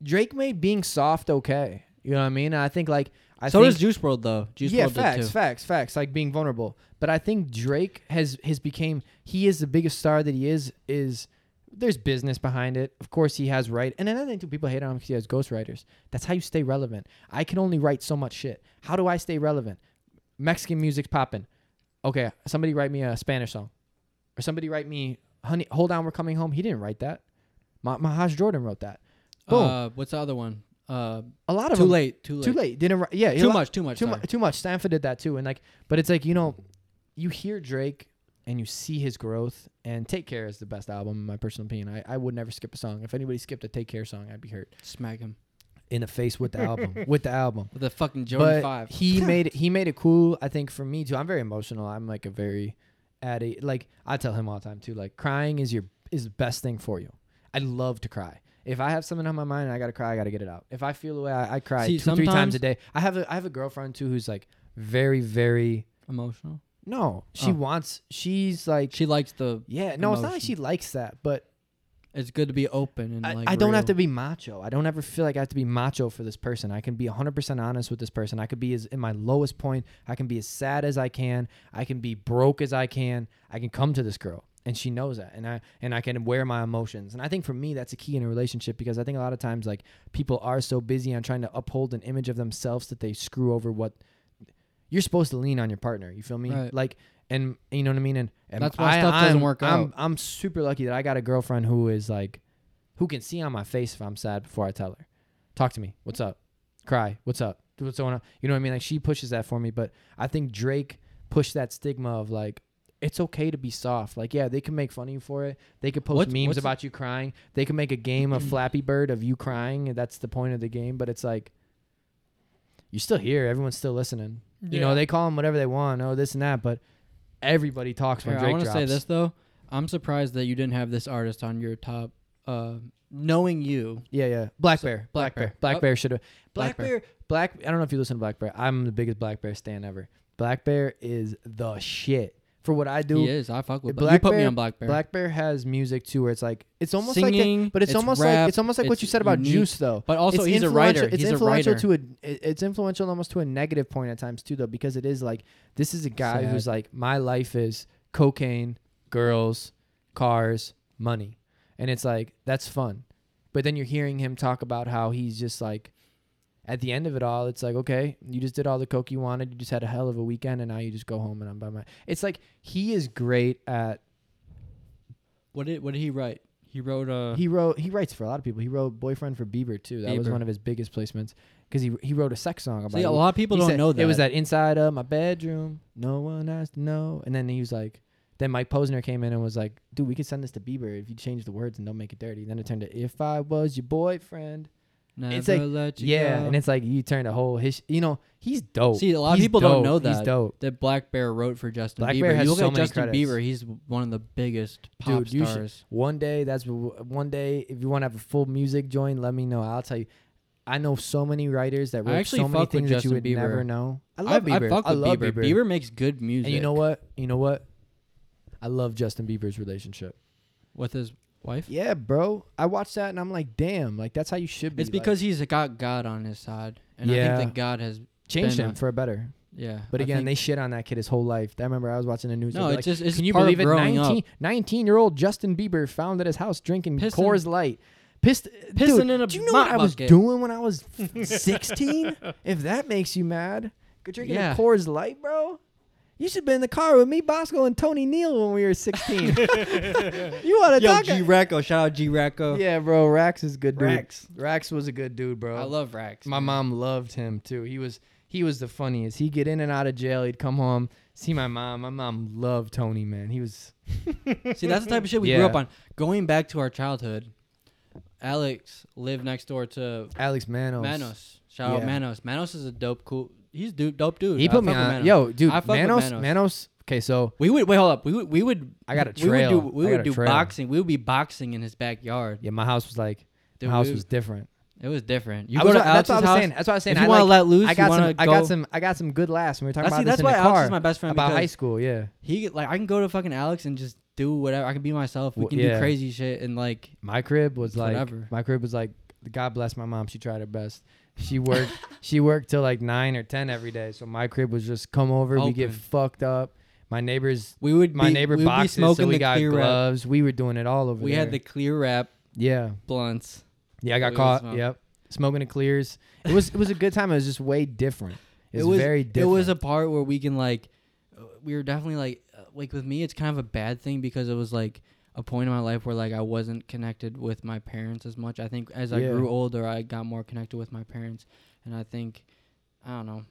Speaker 2: Drake made being soft okay. You know what I mean? I think like I
Speaker 3: so
Speaker 2: think,
Speaker 3: does Juice World though. Juice
Speaker 2: yeah,
Speaker 3: World
Speaker 2: facts,
Speaker 3: did too.
Speaker 2: facts, facts. Like being vulnerable. But I think Drake has has became he is the biggest star that he is is there's business behind it. Of course, he has right. And another thing, too, people hate on him because he has ghostwriters. That's how you stay relevant. I can only write so much shit. How do I stay relevant? Mexican music's popping. Okay, somebody write me a Spanish song, or somebody write me "Honey, Hold On, We're Coming Home." He didn't write that. Ma- Mahaj Jordan wrote that. Boom.
Speaker 3: Uh, what's the other one? Uh,
Speaker 2: a lot of
Speaker 3: too
Speaker 2: them-
Speaker 3: late. Too late.
Speaker 2: Too late. Didn't write. Yeah. a
Speaker 3: Too
Speaker 2: lot-
Speaker 3: much. Too much.
Speaker 2: Too
Speaker 3: sorry.
Speaker 2: much. Too much. Stanford did that too, and like, but it's like you know, you hear Drake and you see his growth. And Take Care is the best album in my personal opinion. I, I would never skip a song. If anybody skipped a Take Care song, I'd be hurt
Speaker 3: Smack him
Speaker 2: in the face with the album. <laughs> with the album.
Speaker 3: with a fucking Jordan
Speaker 2: but
Speaker 3: Five. <laughs>
Speaker 2: he made it, he made it cool. I think for me too. I'm very emotional. I'm like a very addict. Like I tell him all the time too. Like crying is your is the best thing for you. I love to cry. If I have something on my mind and I gotta cry, I gotta get it out. If I feel the way I, I cry
Speaker 3: See,
Speaker 2: two three times
Speaker 3: sometimes-
Speaker 2: a day. I have a I have a girlfriend too who's like very very
Speaker 3: Emotional.
Speaker 2: no. She
Speaker 3: Oh.
Speaker 2: wants. She's like
Speaker 3: She likes the.
Speaker 2: yeah. No, it's not like
Speaker 3: emotion.
Speaker 2: she likes that, but
Speaker 3: It's good to be open and
Speaker 2: I,
Speaker 3: like.
Speaker 2: I don't have to
Speaker 3: real.
Speaker 2: be macho. I don't ever feel like I have to be macho for this person. I can be 100% honest with this person. I could be as in my lowest point. I can be as sad as I can. I can be broke as I can. I can come to this girl and she knows that. And I and I can wear my emotions. And I think for me that's a key in a relationship because I think a lot of times like people are so busy on trying to uphold an image of themselves that they screw over what you're supposed to lean on your partner. You feel me?
Speaker 3: Right.
Speaker 2: Like and you know what I mean? And, and
Speaker 3: That's why
Speaker 2: I,
Speaker 3: stuff doesn't
Speaker 2: I'm-
Speaker 3: work
Speaker 2: I'm,
Speaker 3: out.
Speaker 2: I'm super lucky that I got a girlfriend who is like who can see on my face if I'm sad before I tell her. Talk to me. What's up? Cry. What's up? Do what's going on? You know what I mean? Like she pushes that for me, but I think Drake pushed that stigma of like it's okay to be soft. Like yeah, they can make fun of you for it. They could post
Speaker 3: What's-
Speaker 2: memes
Speaker 3: what's-
Speaker 2: about you crying. They can make a game
Speaker 3: <clears throat>
Speaker 2: of Flappy Bird of you crying. and That's the point of the game, but it's like you're still here. Everyone's still listening. You know,
Speaker 1: Yeah.
Speaker 2: they call him whatever they want. Oh, this and that, but everybody talks when
Speaker 3: Here, I
Speaker 2: Drake
Speaker 3: want to
Speaker 2: drops.
Speaker 3: say this though. I'm surprised that you didn't have this artist on your top. Uh, knowing you,
Speaker 2: Yeah, yeah. Black
Speaker 3: So-
Speaker 2: Bear. Black
Speaker 3: Black
Speaker 2: Bear.
Speaker 3: Bear.
Speaker 2: Black
Speaker 3: Oh.
Speaker 2: Bear should have. Black
Speaker 3: Black Bear.
Speaker 2: Bear. Black. I don't know if you listen to Black Bear. I'm the biggest Black Bear stan ever. Black Bear is the shit for what I
Speaker 3: he
Speaker 2: do.
Speaker 3: is. I fuck with. Black
Speaker 2: Black
Speaker 3: you put me
Speaker 2: Bear-
Speaker 3: on Black Bear.
Speaker 2: Black Bear has music too, where it's like it's almost like,
Speaker 3: Singing,
Speaker 2: that, but it's,
Speaker 3: it's
Speaker 2: almost like
Speaker 3: rap,
Speaker 2: it's almost like what
Speaker 3: it's
Speaker 2: you said about
Speaker 3: unique.
Speaker 2: Juice though.
Speaker 3: but also,
Speaker 2: It's
Speaker 3: he's a
Speaker 2: influential-
Speaker 3: writer.
Speaker 2: It's
Speaker 3: he's a
Speaker 2: influential
Speaker 3: writer.
Speaker 2: to a. it- It's influential almost to a negative point at times too, though, because it is like this is a guy
Speaker 3: Sad.
Speaker 2: who's like my life is cocaine, girls, cars, money, and it's like that's fun, but then you're hearing him talk about how he's just like. At the end of it all, it's like okay, you just did all the coke you wanted. You just had a hell of a weekend, and now you just go home and I'm by my. It's like he is great at
Speaker 3: what did What did he write? He wrote uh,
Speaker 2: he wrote he writes for a lot of people. He wrote "Boyfriend" for Bieber too. That was
Speaker 3: Bieber.
Speaker 2: one of his biggest placements because he he wrote a sex song about
Speaker 3: See,
Speaker 2: it.
Speaker 3: a lot of people
Speaker 2: He
Speaker 3: don't
Speaker 2: said-
Speaker 3: know that.
Speaker 2: It was that inside of my bedroom. No one has to know. And then he was like, then Mike Posner came in and was like, dude, we could send this to Bieber if you change the words and don't make it dirty. Then it turned to if I was your boyfriend.
Speaker 3: Never
Speaker 2: it's like-
Speaker 3: let you
Speaker 2: yeah,
Speaker 3: go.
Speaker 2: and it's like you turned a whole his. You know, he's dope.
Speaker 3: See, a lot of
Speaker 2: He's
Speaker 3: people don't
Speaker 2: dope.
Speaker 3: know
Speaker 2: He's
Speaker 3: that.
Speaker 2: dope.
Speaker 3: that Black Bear wrote for Justin
Speaker 2: Black
Speaker 3: Bieber.
Speaker 2: Bear has
Speaker 3: you look
Speaker 2: so
Speaker 3: at
Speaker 2: many
Speaker 3: Justin
Speaker 2: credits.
Speaker 3: Bieber; he's one of the biggest pop
Speaker 2: Dude, you should-
Speaker 3: stars.
Speaker 2: One day, that's wh- one day. If you want to have a full music joint, let me know. I'll tell you. I know so many writers that
Speaker 3: I
Speaker 2: wrote
Speaker 3: actually
Speaker 2: so many
Speaker 3: fuck with
Speaker 2: things that you
Speaker 3: Justin
Speaker 2: would
Speaker 3: Bieber.
Speaker 2: never know. I
Speaker 3: I,
Speaker 2: love
Speaker 3: I
Speaker 2: Bieber.
Speaker 3: fuck with
Speaker 2: love
Speaker 3: Bieber. Bieber. makes good music.
Speaker 2: And you know what? You know what? I love Justin Bieber's relationship.
Speaker 3: With his wife,
Speaker 2: Yeah, bro. I watched that and I'm like, damn. Like that's how you should be.
Speaker 3: it's because he's got God on his side, and I
Speaker 2: Yeah.
Speaker 3: think that God has
Speaker 2: like, changed
Speaker 3: Ben,
Speaker 2: him
Speaker 3: uh,
Speaker 2: for a better.
Speaker 3: yeah.
Speaker 2: But
Speaker 3: I
Speaker 2: again,
Speaker 3: think-
Speaker 2: they shit on that kid his whole life. I remember I was watching the news.
Speaker 3: no,
Speaker 2: they'd be
Speaker 3: it's
Speaker 2: like,
Speaker 3: just it's
Speaker 2: can you
Speaker 3: part
Speaker 2: believe
Speaker 3: of
Speaker 2: it?
Speaker 3: growing
Speaker 2: 19,
Speaker 3: up.
Speaker 2: 19 year old Justin Bieber found at his house drinking
Speaker 3: Pissing-
Speaker 2: Coors Light. Pissed,
Speaker 3: Pissing
Speaker 2: dude,
Speaker 3: in a
Speaker 2: do you know what
Speaker 3: mop
Speaker 2: I was
Speaker 3: bucket.
Speaker 2: doing when I was 16? <laughs> if that makes you mad, drinking
Speaker 3: Yeah.
Speaker 2: a Coors Light, bro. You should have been in the car with me, Bosco, and Tony Neal when we were
Speaker 3: <laughs>
Speaker 2: 16. you want to
Speaker 3: Yo,
Speaker 2: talk?
Speaker 3: G Racco, shout out G Racco.
Speaker 2: Yeah, bro. Rax is a good dude.
Speaker 3: Rax.
Speaker 2: Rax was a good dude, bro.
Speaker 3: I love Rax.
Speaker 2: My
Speaker 3: man.
Speaker 2: mom loved him too. He was he was the funniest. He'd get in and out of jail. He'd come home, see my mom. My mom loved Tony, man. He was
Speaker 3: See, that's the type of shit we
Speaker 2: Yeah.
Speaker 3: grew up on. Going back to our childhood, Alex lived next door to
Speaker 2: Alex Manos.
Speaker 3: Manos. Shout out
Speaker 2: Yeah.
Speaker 3: Manos. Manos is a dope, cool. He's dude, dope dude.
Speaker 2: He
Speaker 3: I
Speaker 2: put me
Speaker 3: fuck with
Speaker 2: on.
Speaker 3: Manos.
Speaker 2: Yo, dude,
Speaker 3: I fuck with
Speaker 2: Manos, Manos.
Speaker 3: Manos.
Speaker 2: Okay, so
Speaker 3: We would wait. Hold up. We would. We would.
Speaker 2: I got a
Speaker 3: We
Speaker 2: trail.
Speaker 3: would do, we
Speaker 2: I got
Speaker 3: would
Speaker 2: a
Speaker 3: do
Speaker 2: trail.
Speaker 3: boxing. We would be boxing in his backyard.
Speaker 2: yeah, my house was like
Speaker 3: Dude,
Speaker 2: my house
Speaker 3: we-
Speaker 2: was different.
Speaker 3: It was different. You
Speaker 2: I
Speaker 3: go
Speaker 2: was,
Speaker 3: to
Speaker 2: that's
Speaker 3: Alex's
Speaker 2: what I was
Speaker 3: house.
Speaker 2: saying. That's what I was saying.
Speaker 3: if you
Speaker 2: I,
Speaker 3: want to
Speaker 2: like,
Speaker 3: let loose,
Speaker 2: I got
Speaker 3: you want
Speaker 2: some.
Speaker 3: to
Speaker 2: I
Speaker 3: go.
Speaker 2: got some. I got some good laughs. when We were talking
Speaker 3: That's,
Speaker 2: about
Speaker 3: see,
Speaker 2: this
Speaker 3: that's
Speaker 2: in
Speaker 3: why
Speaker 2: the
Speaker 3: Alex
Speaker 2: car
Speaker 3: is my best friend
Speaker 2: about
Speaker 3: because
Speaker 2: high school. Yeah,
Speaker 3: he could- like I can go to fucking Alex and just do whatever. I can be myself. We
Speaker 2: Well,
Speaker 3: can
Speaker 2: yeah.
Speaker 3: do crazy shit and like
Speaker 2: my crib was like
Speaker 3: Whatever.
Speaker 2: my crib was like god bless my mom she tried her best she worked
Speaker 3: <laughs>
Speaker 2: she worked till like 9 or 10 every day so my crib was just come over we get
Speaker 3: Open.
Speaker 2: fucked up My neighbors,
Speaker 3: We would
Speaker 2: my
Speaker 3: be,
Speaker 2: neighbor
Speaker 3: we would be
Speaker 2: boxes,
Speaker 3: smoking
Speaker 2: so we
Speaker 3: the
Speaker 2: got
Speaker 3: clear wrap.
Speaker 2: gloves. We were doing it all over
Speaker 3: We
Speaker 2: there.
Speaker 3: had the clear wrap
Speaker 2: yeah,
Speaker 3: blunts.
Speaker 2: yeah. I got
Speaker 3: We was
Speaker 2: caught.
Speaker 3: smoking.
Speaker 2: Yep, smoking the clears. It was it was a good time. It was just way
Speaker 3: <laughs>
Speaker 2: different. It was, very
Speaker 3: It
Speaker 2: different.
Speaker 3: was a part where we can like, uh, we were definitely like, uh, like with me, it's kind of a bad thing because it was like a point in my life where like I wasn't connected with my parents as much. I think as I
Speaker 2: Yeah.
Speaker 3: grew older, I got more connected with my parents, and I think, I don't know,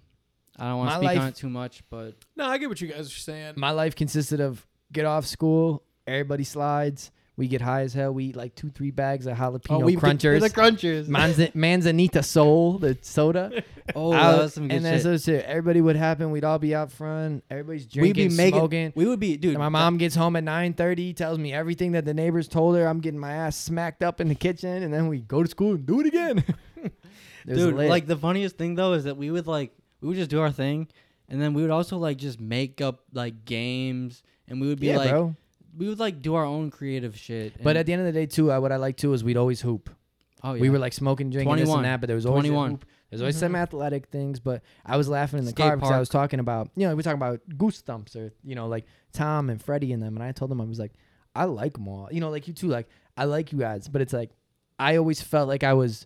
Speaker 3: I don't want
Speaker 2: My
Speaker 3: to speak on
Speaker 2: life-
Speaker 3: it too much, but
Speaker 1: No, I get what you guys are saying.
Speaker 2: my life consisted of get off school, everybody slides. We get high as hell. We eat like two, three bags of jalapeno
Speaker 3: Oh, we
Speaker 2: crunchers,
Speaker 3: <laughs> the crunchers.
Speaker 2: Manza- manzanita soul, the soda.
Speaker 3: <laughs> oh,
Speaker 2: I-
Speaker 3: that was some good
Speaker 2: and that's
Speaker 3: shit.
Speaker 2: other shit. Everybody would happen. We'd all be out front. Everybody's
Speaker 3: We'd
Speaker 2: drinking,
Speaker 3: be making,
Speaker 2: smoking.
Speaker 3: we would be, dude.
Speaker 2: And my mom gets home at 9:30, tells me everything that the neighbors told her. I'm getting my ass smacked up in the kitchen, and then we go to school and do it again. <laughs> It was
Speaker 3: dude
Speaker 2: lit.
Speaker 3: like the funniest thing though is that we would like we would just do our thing and then we would also like just make up like games and we would be
Speaker 2: yeah,
Speaker 3: like
Speaker 2: bro.
Speaker 3: we would like do our own creative shit
Speaker 2: But
Speaker 3: and-
Speaker 2: at the end of the day, too, I, what I like too is we'd always hoop.
Speaker 3: oh yeah
Speaker 2: We were like smoking, drinking this
Speaker 3: 21.
Speaker 2: and that, but there was always
Speaker 3: 21.
Speaker 2: a hoop. There's always some athletic things, but I was laughing in the
Speaker 3: Skate
Speaker 2: car because I
Speaker 3: park.
Speaker 2: was talking about, you know, we're talking about goose thumps or you know, like Tom and Freddie and them, and I told them I was like, I like them all, you know, like you too, like I like you guys, but it's like I always felt like I was,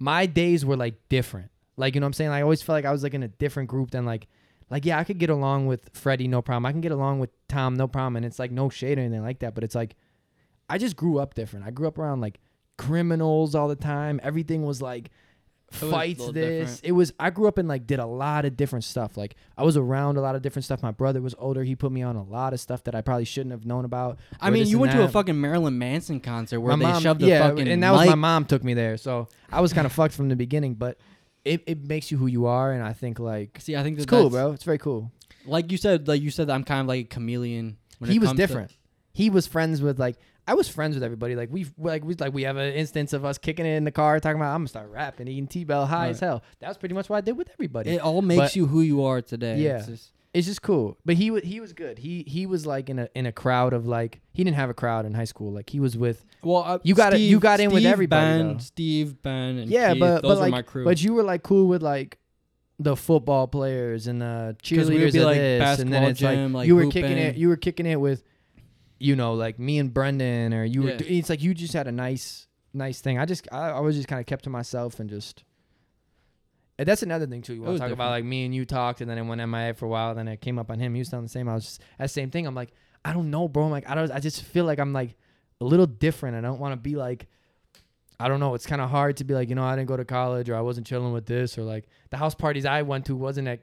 Speaker 2: my days were like different, like you know what I'm saying. I always felt like I was like in a different group than like. Like yeah, I could get along with Freddie, no problem. I can get along with Tom, no problem. And it's like no shade or anything like that. But it's like I just grew up different. I grew up around like criminals all the time. Everything was like
Speaker 3: was a
Speaker 2: fights
Speaker 3: little
Speaker 2: this.
Speaker 3: different.
Speaker 2: It was I grew up and like did a lot of different stuff. Like I was around a lot of different stuff. My brother was older. He put me on a lot of stuff that I probably shouldn't have known about.
Speaker 3: i
Speaker 2: or
Speaker 3: mean
Speaker 2: this
Speaker 3: you
Speaker 2: and
Speaker 3: went to a
Speaker 2: that.
Speaker 3: fucking marilyn manson concert
Speaker 2: My
Speaker 3: where they
Speaker 2: mom-
Speaker 3: shoved the
Speaker 2: yeah,
Speaker 3: fucking
Speaker 2: and that was my
Speaker 3: mic-
Speaker 2: mom took me there. So I was kind of fucked from the beginning, but it, it makes you who you are and I think like
Speaker 3: see i think
Speaker 2: it's
Speaker 3: that
Speaker 2: cool,
Speaker 3: that's-
Speaker 2: bro. It's very cool.
Speaker 3: like you said like you said i'm kind of like a chameleon when
Speaker 2: he
Speaker 3: it
Speaker 2: was
Speaker 3: comes to-
Speaker 2: different. he was friends with like I was friends with everybody. Like we've like we like we have an instance of us kicking it in the car, talking about I'm gonna start rapping, eating T Bell high
Speaker 3: Right.
Speaker 2: as hell. That was pretty much what I did with everybody.
Speaker 3: it all makes
Speaker 2: But-
Speaker 3: you who you are today
Speaker 2: Yeah.
Speaker 3: It's just-
Speaker 2: it's just cool. But he wa- he was good. He he was like in a in a crowd of like he didn't have a crowd in high school. Like he was with
Speaker 3: well uh,
Speaker 2: You got it- you
Speaker 3: Steve-
Speaker 2: got in with
Speaker 3: Steve
Speaker 2: everybody,
Speaker 3: ben,
Speaker 2: though.
Speaker 3: steve ben and
Speaker 2: yeah,
Speaker 3: Keith,
Speaker 2: but
Speaker 3: those
Speaker 2: but
Speaker 3: are
Speaker 2: like
Speaker 3: my crew
Speaker 2: but you were like cool with like the football players and the
Speaker 3: we would
Speaker 2: cheerleaders
Speaker 3: be,
Speaker 2: of
Speaker 3: like,
Speaker 2: this, and then
Speaker 3: basketball
Speaker 2: it's like
Speaker 3: gym, like,
Speaker 2: you were kicking
Speaker 3: hooping.
Speaker 2: it. You were kicking it with, you know, like me and Brendan, or you
Speaker 3: Yeah.
Speaker 2: were. It's like you just had a nice nice thing. I just I, I was just kind of kept to myself and just. And that's another thing too. You want
Speaker 3: was
Speaker 2: to talk about like
Speaker 3: different.
Speaker 2: me and you talked, and then I went MIA for a while. Then I came up on him. He was doing the same. I was just that same thing. I'm like, I don't know, bro. I'm like, I don't. I just feel like I'm like a little different. I don't want to be like, I don't know. It's kind of hard to be like, you know, I didn't go to college or I wasn't chilling with this or like the house parties I went to wasn't at,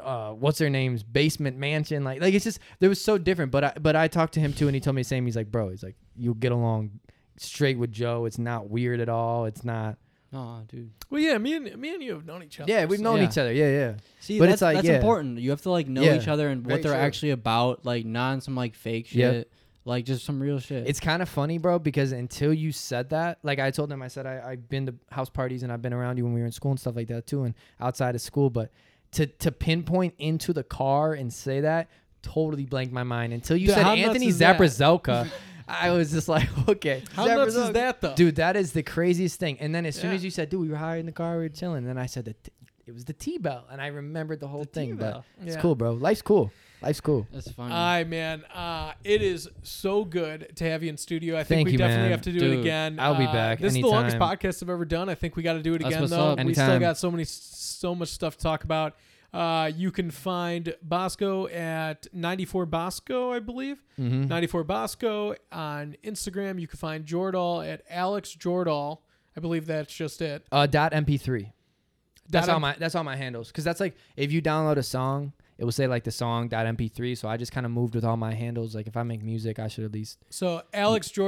Speaker 2: uh, what's her name's basement mansion. Like, like it's just there was so different. But I, but I talked to him too, and he told me the same. He's like, bro, he's like, you'll get along straight with Joe. It's not weird at all. It's not.
Speaker 3: Aw, dude
Speaker 1: Well, yeah, me and me and you have known each other.
Speaker 2: Yeah, we've
Speaker 1: so-
Speaker 2: known
Speaker 3: Yeah.
Speaker 2: each other. Yeah, yeah.
Speaker 3: See,
Speaker 2: But
Speaker 3: that's,
Speaker 2: it's like,
Speaker 3: that's
Speaker 2: yeah.
Speaker 3: important. You have to like know
Speaker 2: Yeah.
Speaker 3: each other and
Speaker 2: Very
Speaker 3: what they're
Speaker 2: true.
Speaker 3: actually about, like not on some like fake shit,
Speaker 2: Yep.
Speaker 3: like just some real shit.
Speaker 2: It's kind of funny, bro, because until you said that, like I told him, I said I, I've been to house parties and I've been around you when we were in school and stuff like that too, and outside of school. But to to pinpoint into the car and say that totally blanked my mind until you
Speaker 1: Dude,
Speaker 2: said
Speaker 1: how nuts
Speaker 2: Anthony
Speaker 1: is that? <laughs>
Speaker 2: Zabrazelka. I was just like, <laughs> okay,
Speaker 1: How nuts is
Speaker 2: Zabrazelka.
Speaker 1: that though?
Speaker 2: dude? That is the craziest thing. And then as soon
Speaker 1: Yeah.
Speaker 2: as you said, dude, we were high in the car, we were chilling, and then I said that t- it was the T bell, and I remembered the whole thing. But it's
Speaker 1: Yeah.
Speaker 2: cool, bro. Life's cool. Life's cool.
Speaker 3: that's funny.
Speaker 1: Aye, man. Uh, it is so good to have you in studio. I think
Speaker 2: Thank
Speaker 1: we
Speaker 2: you,
Speaker 1: definitely
Speaker 2: man.
Speaker 1: have to do it
Speaker 3: Dude,
Speaker 1: again.
Speaker 2: I'll be
Speaker 1: Uh,
Speaker 2: back
Speaker 1: This is the longest
Speaker 2: anytime.
Speaker 1: podcast I've ever done. I think we got to do it
Speaker 3: That's
Speaker 1: again,
Speaker 3: what's
Speaker 1: though.
Speaker 3: up.
Speaker 1: We still
Speaker 2: Anytime.
Speaker 1: got so many, so much stuff to talk about. Uh, you can find Bosco at 94 Bosco, I believe.
Speaker 2: Mm-hmm.
Speaker 1: 94 Bosco on Instagram. You can find Jordal at Alex Jordal. I believe that's just it.
Speaker 2: Uh, dot MP3. That's
Speaker 1: Dot
Speaker 2: all my that's all my handles. Cause that's like if you download a song, it will say like the song dot MP3. So I just kind of moved with all my handles. Like if I make music, I should at least
Speaker 1: So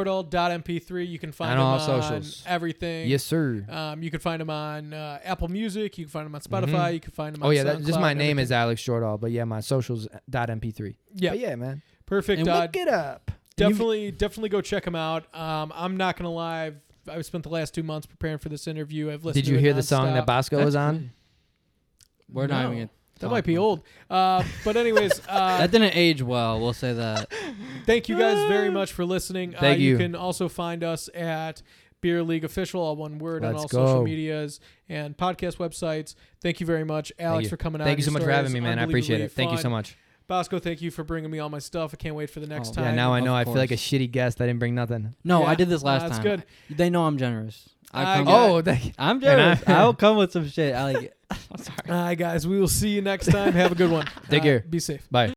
Speaker 1: alexjordal.mp3. You can find
Speaker 2: And
Speaker 1: him
Speaker 2: all
Speaker 1: on
Speaker 2: socials.
Speaker 1: everything.
Speaker 2: yes sir.
Speaker 1: Um, you can find him on uh, Apple Music. You can find him on Spotify.
Speaker 2: Mhm.
Speaker 1: You can find him.
Speaker 2: oh
Speaker 1: on
Speaker 2: yeah, that, just
Speaker 1: SoundCloud
Speaker 2: my
Speaker 1: and
Speaker 2: name is
Speaker 1: everything.
Speaker 2: Alex Shortall, but yeah, my socials dot MP3.
Speaker 1: Yeah,
Speaker 2: But yeah, man.
Speaker 1: perfect.
Speaker 3: And
Speaker 1: Uh,
Speaker 2: Look it up. And you've-
Speaker 1: definitely, definitely go check him out. Um, I'm not gonna lie. I've, I've spent the last two months preparing for this interview. I've listened.
Speaker 2: Did you
Speaker 1: to it
Speaker 2: hear the song that
Speaker 1: nonstop.
Speaker 2: Bosco
Speaker 3: That's
Speaker 2: was on?
Speaker 3: crazy. We're not
Speaker 1: No.
Speaker 3: even. Gonna
Speaker 1: That
Speaker 3: talk
Speaker 1: might be
Speaker 3: about
Speaker 1: old. Uh, but
Speaker 2: <laughs>
Speaker 1: anyways,
Speaker 3: that.
Speaker 1: uh,
Speaker 3: That didn't age well. We'll say
Speaker 1: <laughs>
Speaker 3: that.
Speaker 1: thank you guys
Speaker 2: <laughs>
Speaker 1: very much for listening. uh,
Speaker 2: Thank
Speaker 1: you.
Speaker 2: you.
Speaker 1: can also find us at Beer League Official, all one word on
Speaker 2: Let's
Speaker 1: all social
Speaker 2: go.
Speaker 1: medias and podcast websites. Thank you very much, Alex,
Speaker 2: you.
Speaker 1: for coming out.
Speaker 2: Thank you
Speaker 1: Your
Speaker 2: so much for
Speaker 1: story
Speaker 2: having
Speaker 1: is
Speaker 2: me, man. I appreciate
Speaker 1: unbelievably
Speaker 2: it. Thank you so
Speaker 1: fun.
Speaker 2: much.
Speaker 1: Bosco, thank you for bringing me all my stuff. I can't wait for the next
Speaker 3: Oh,
Speaker 1: time.
Speaker 2: yeah, now I
Speaker 3: Of
Speaker 2: know. I feel like a
Speaker 3: course.
Speaker 2: shitty guest. I didn't bring nothing.
Speaker 3: No,
Speaker 1: Yeah.
Speaker 3: I did this
Speaker 1: No,
Speaker 3: last
Speaker 1: that's
Speaker 3: time.
Speaker 1: good.
Speaker 3: They know I'm generous.
Speaker 1: I
Speaker 3: I come.
Speaker 1: got-
Speaker 3: oh,
Speaker 2: Oh, <laughs> that,
Speaker 3: I'm
Speaker 2: And I-
Speaker 3: generous. I, will come with some shit. I like. I'm sorry. <laughs>
Speaker 1: All right, guys, we will see you next time. Have a good one.
Speaker 2: Take
Speaker 1: Uh,
Speaker 2: care.
Speaker 1: Be safe.
Speaker 2: bye.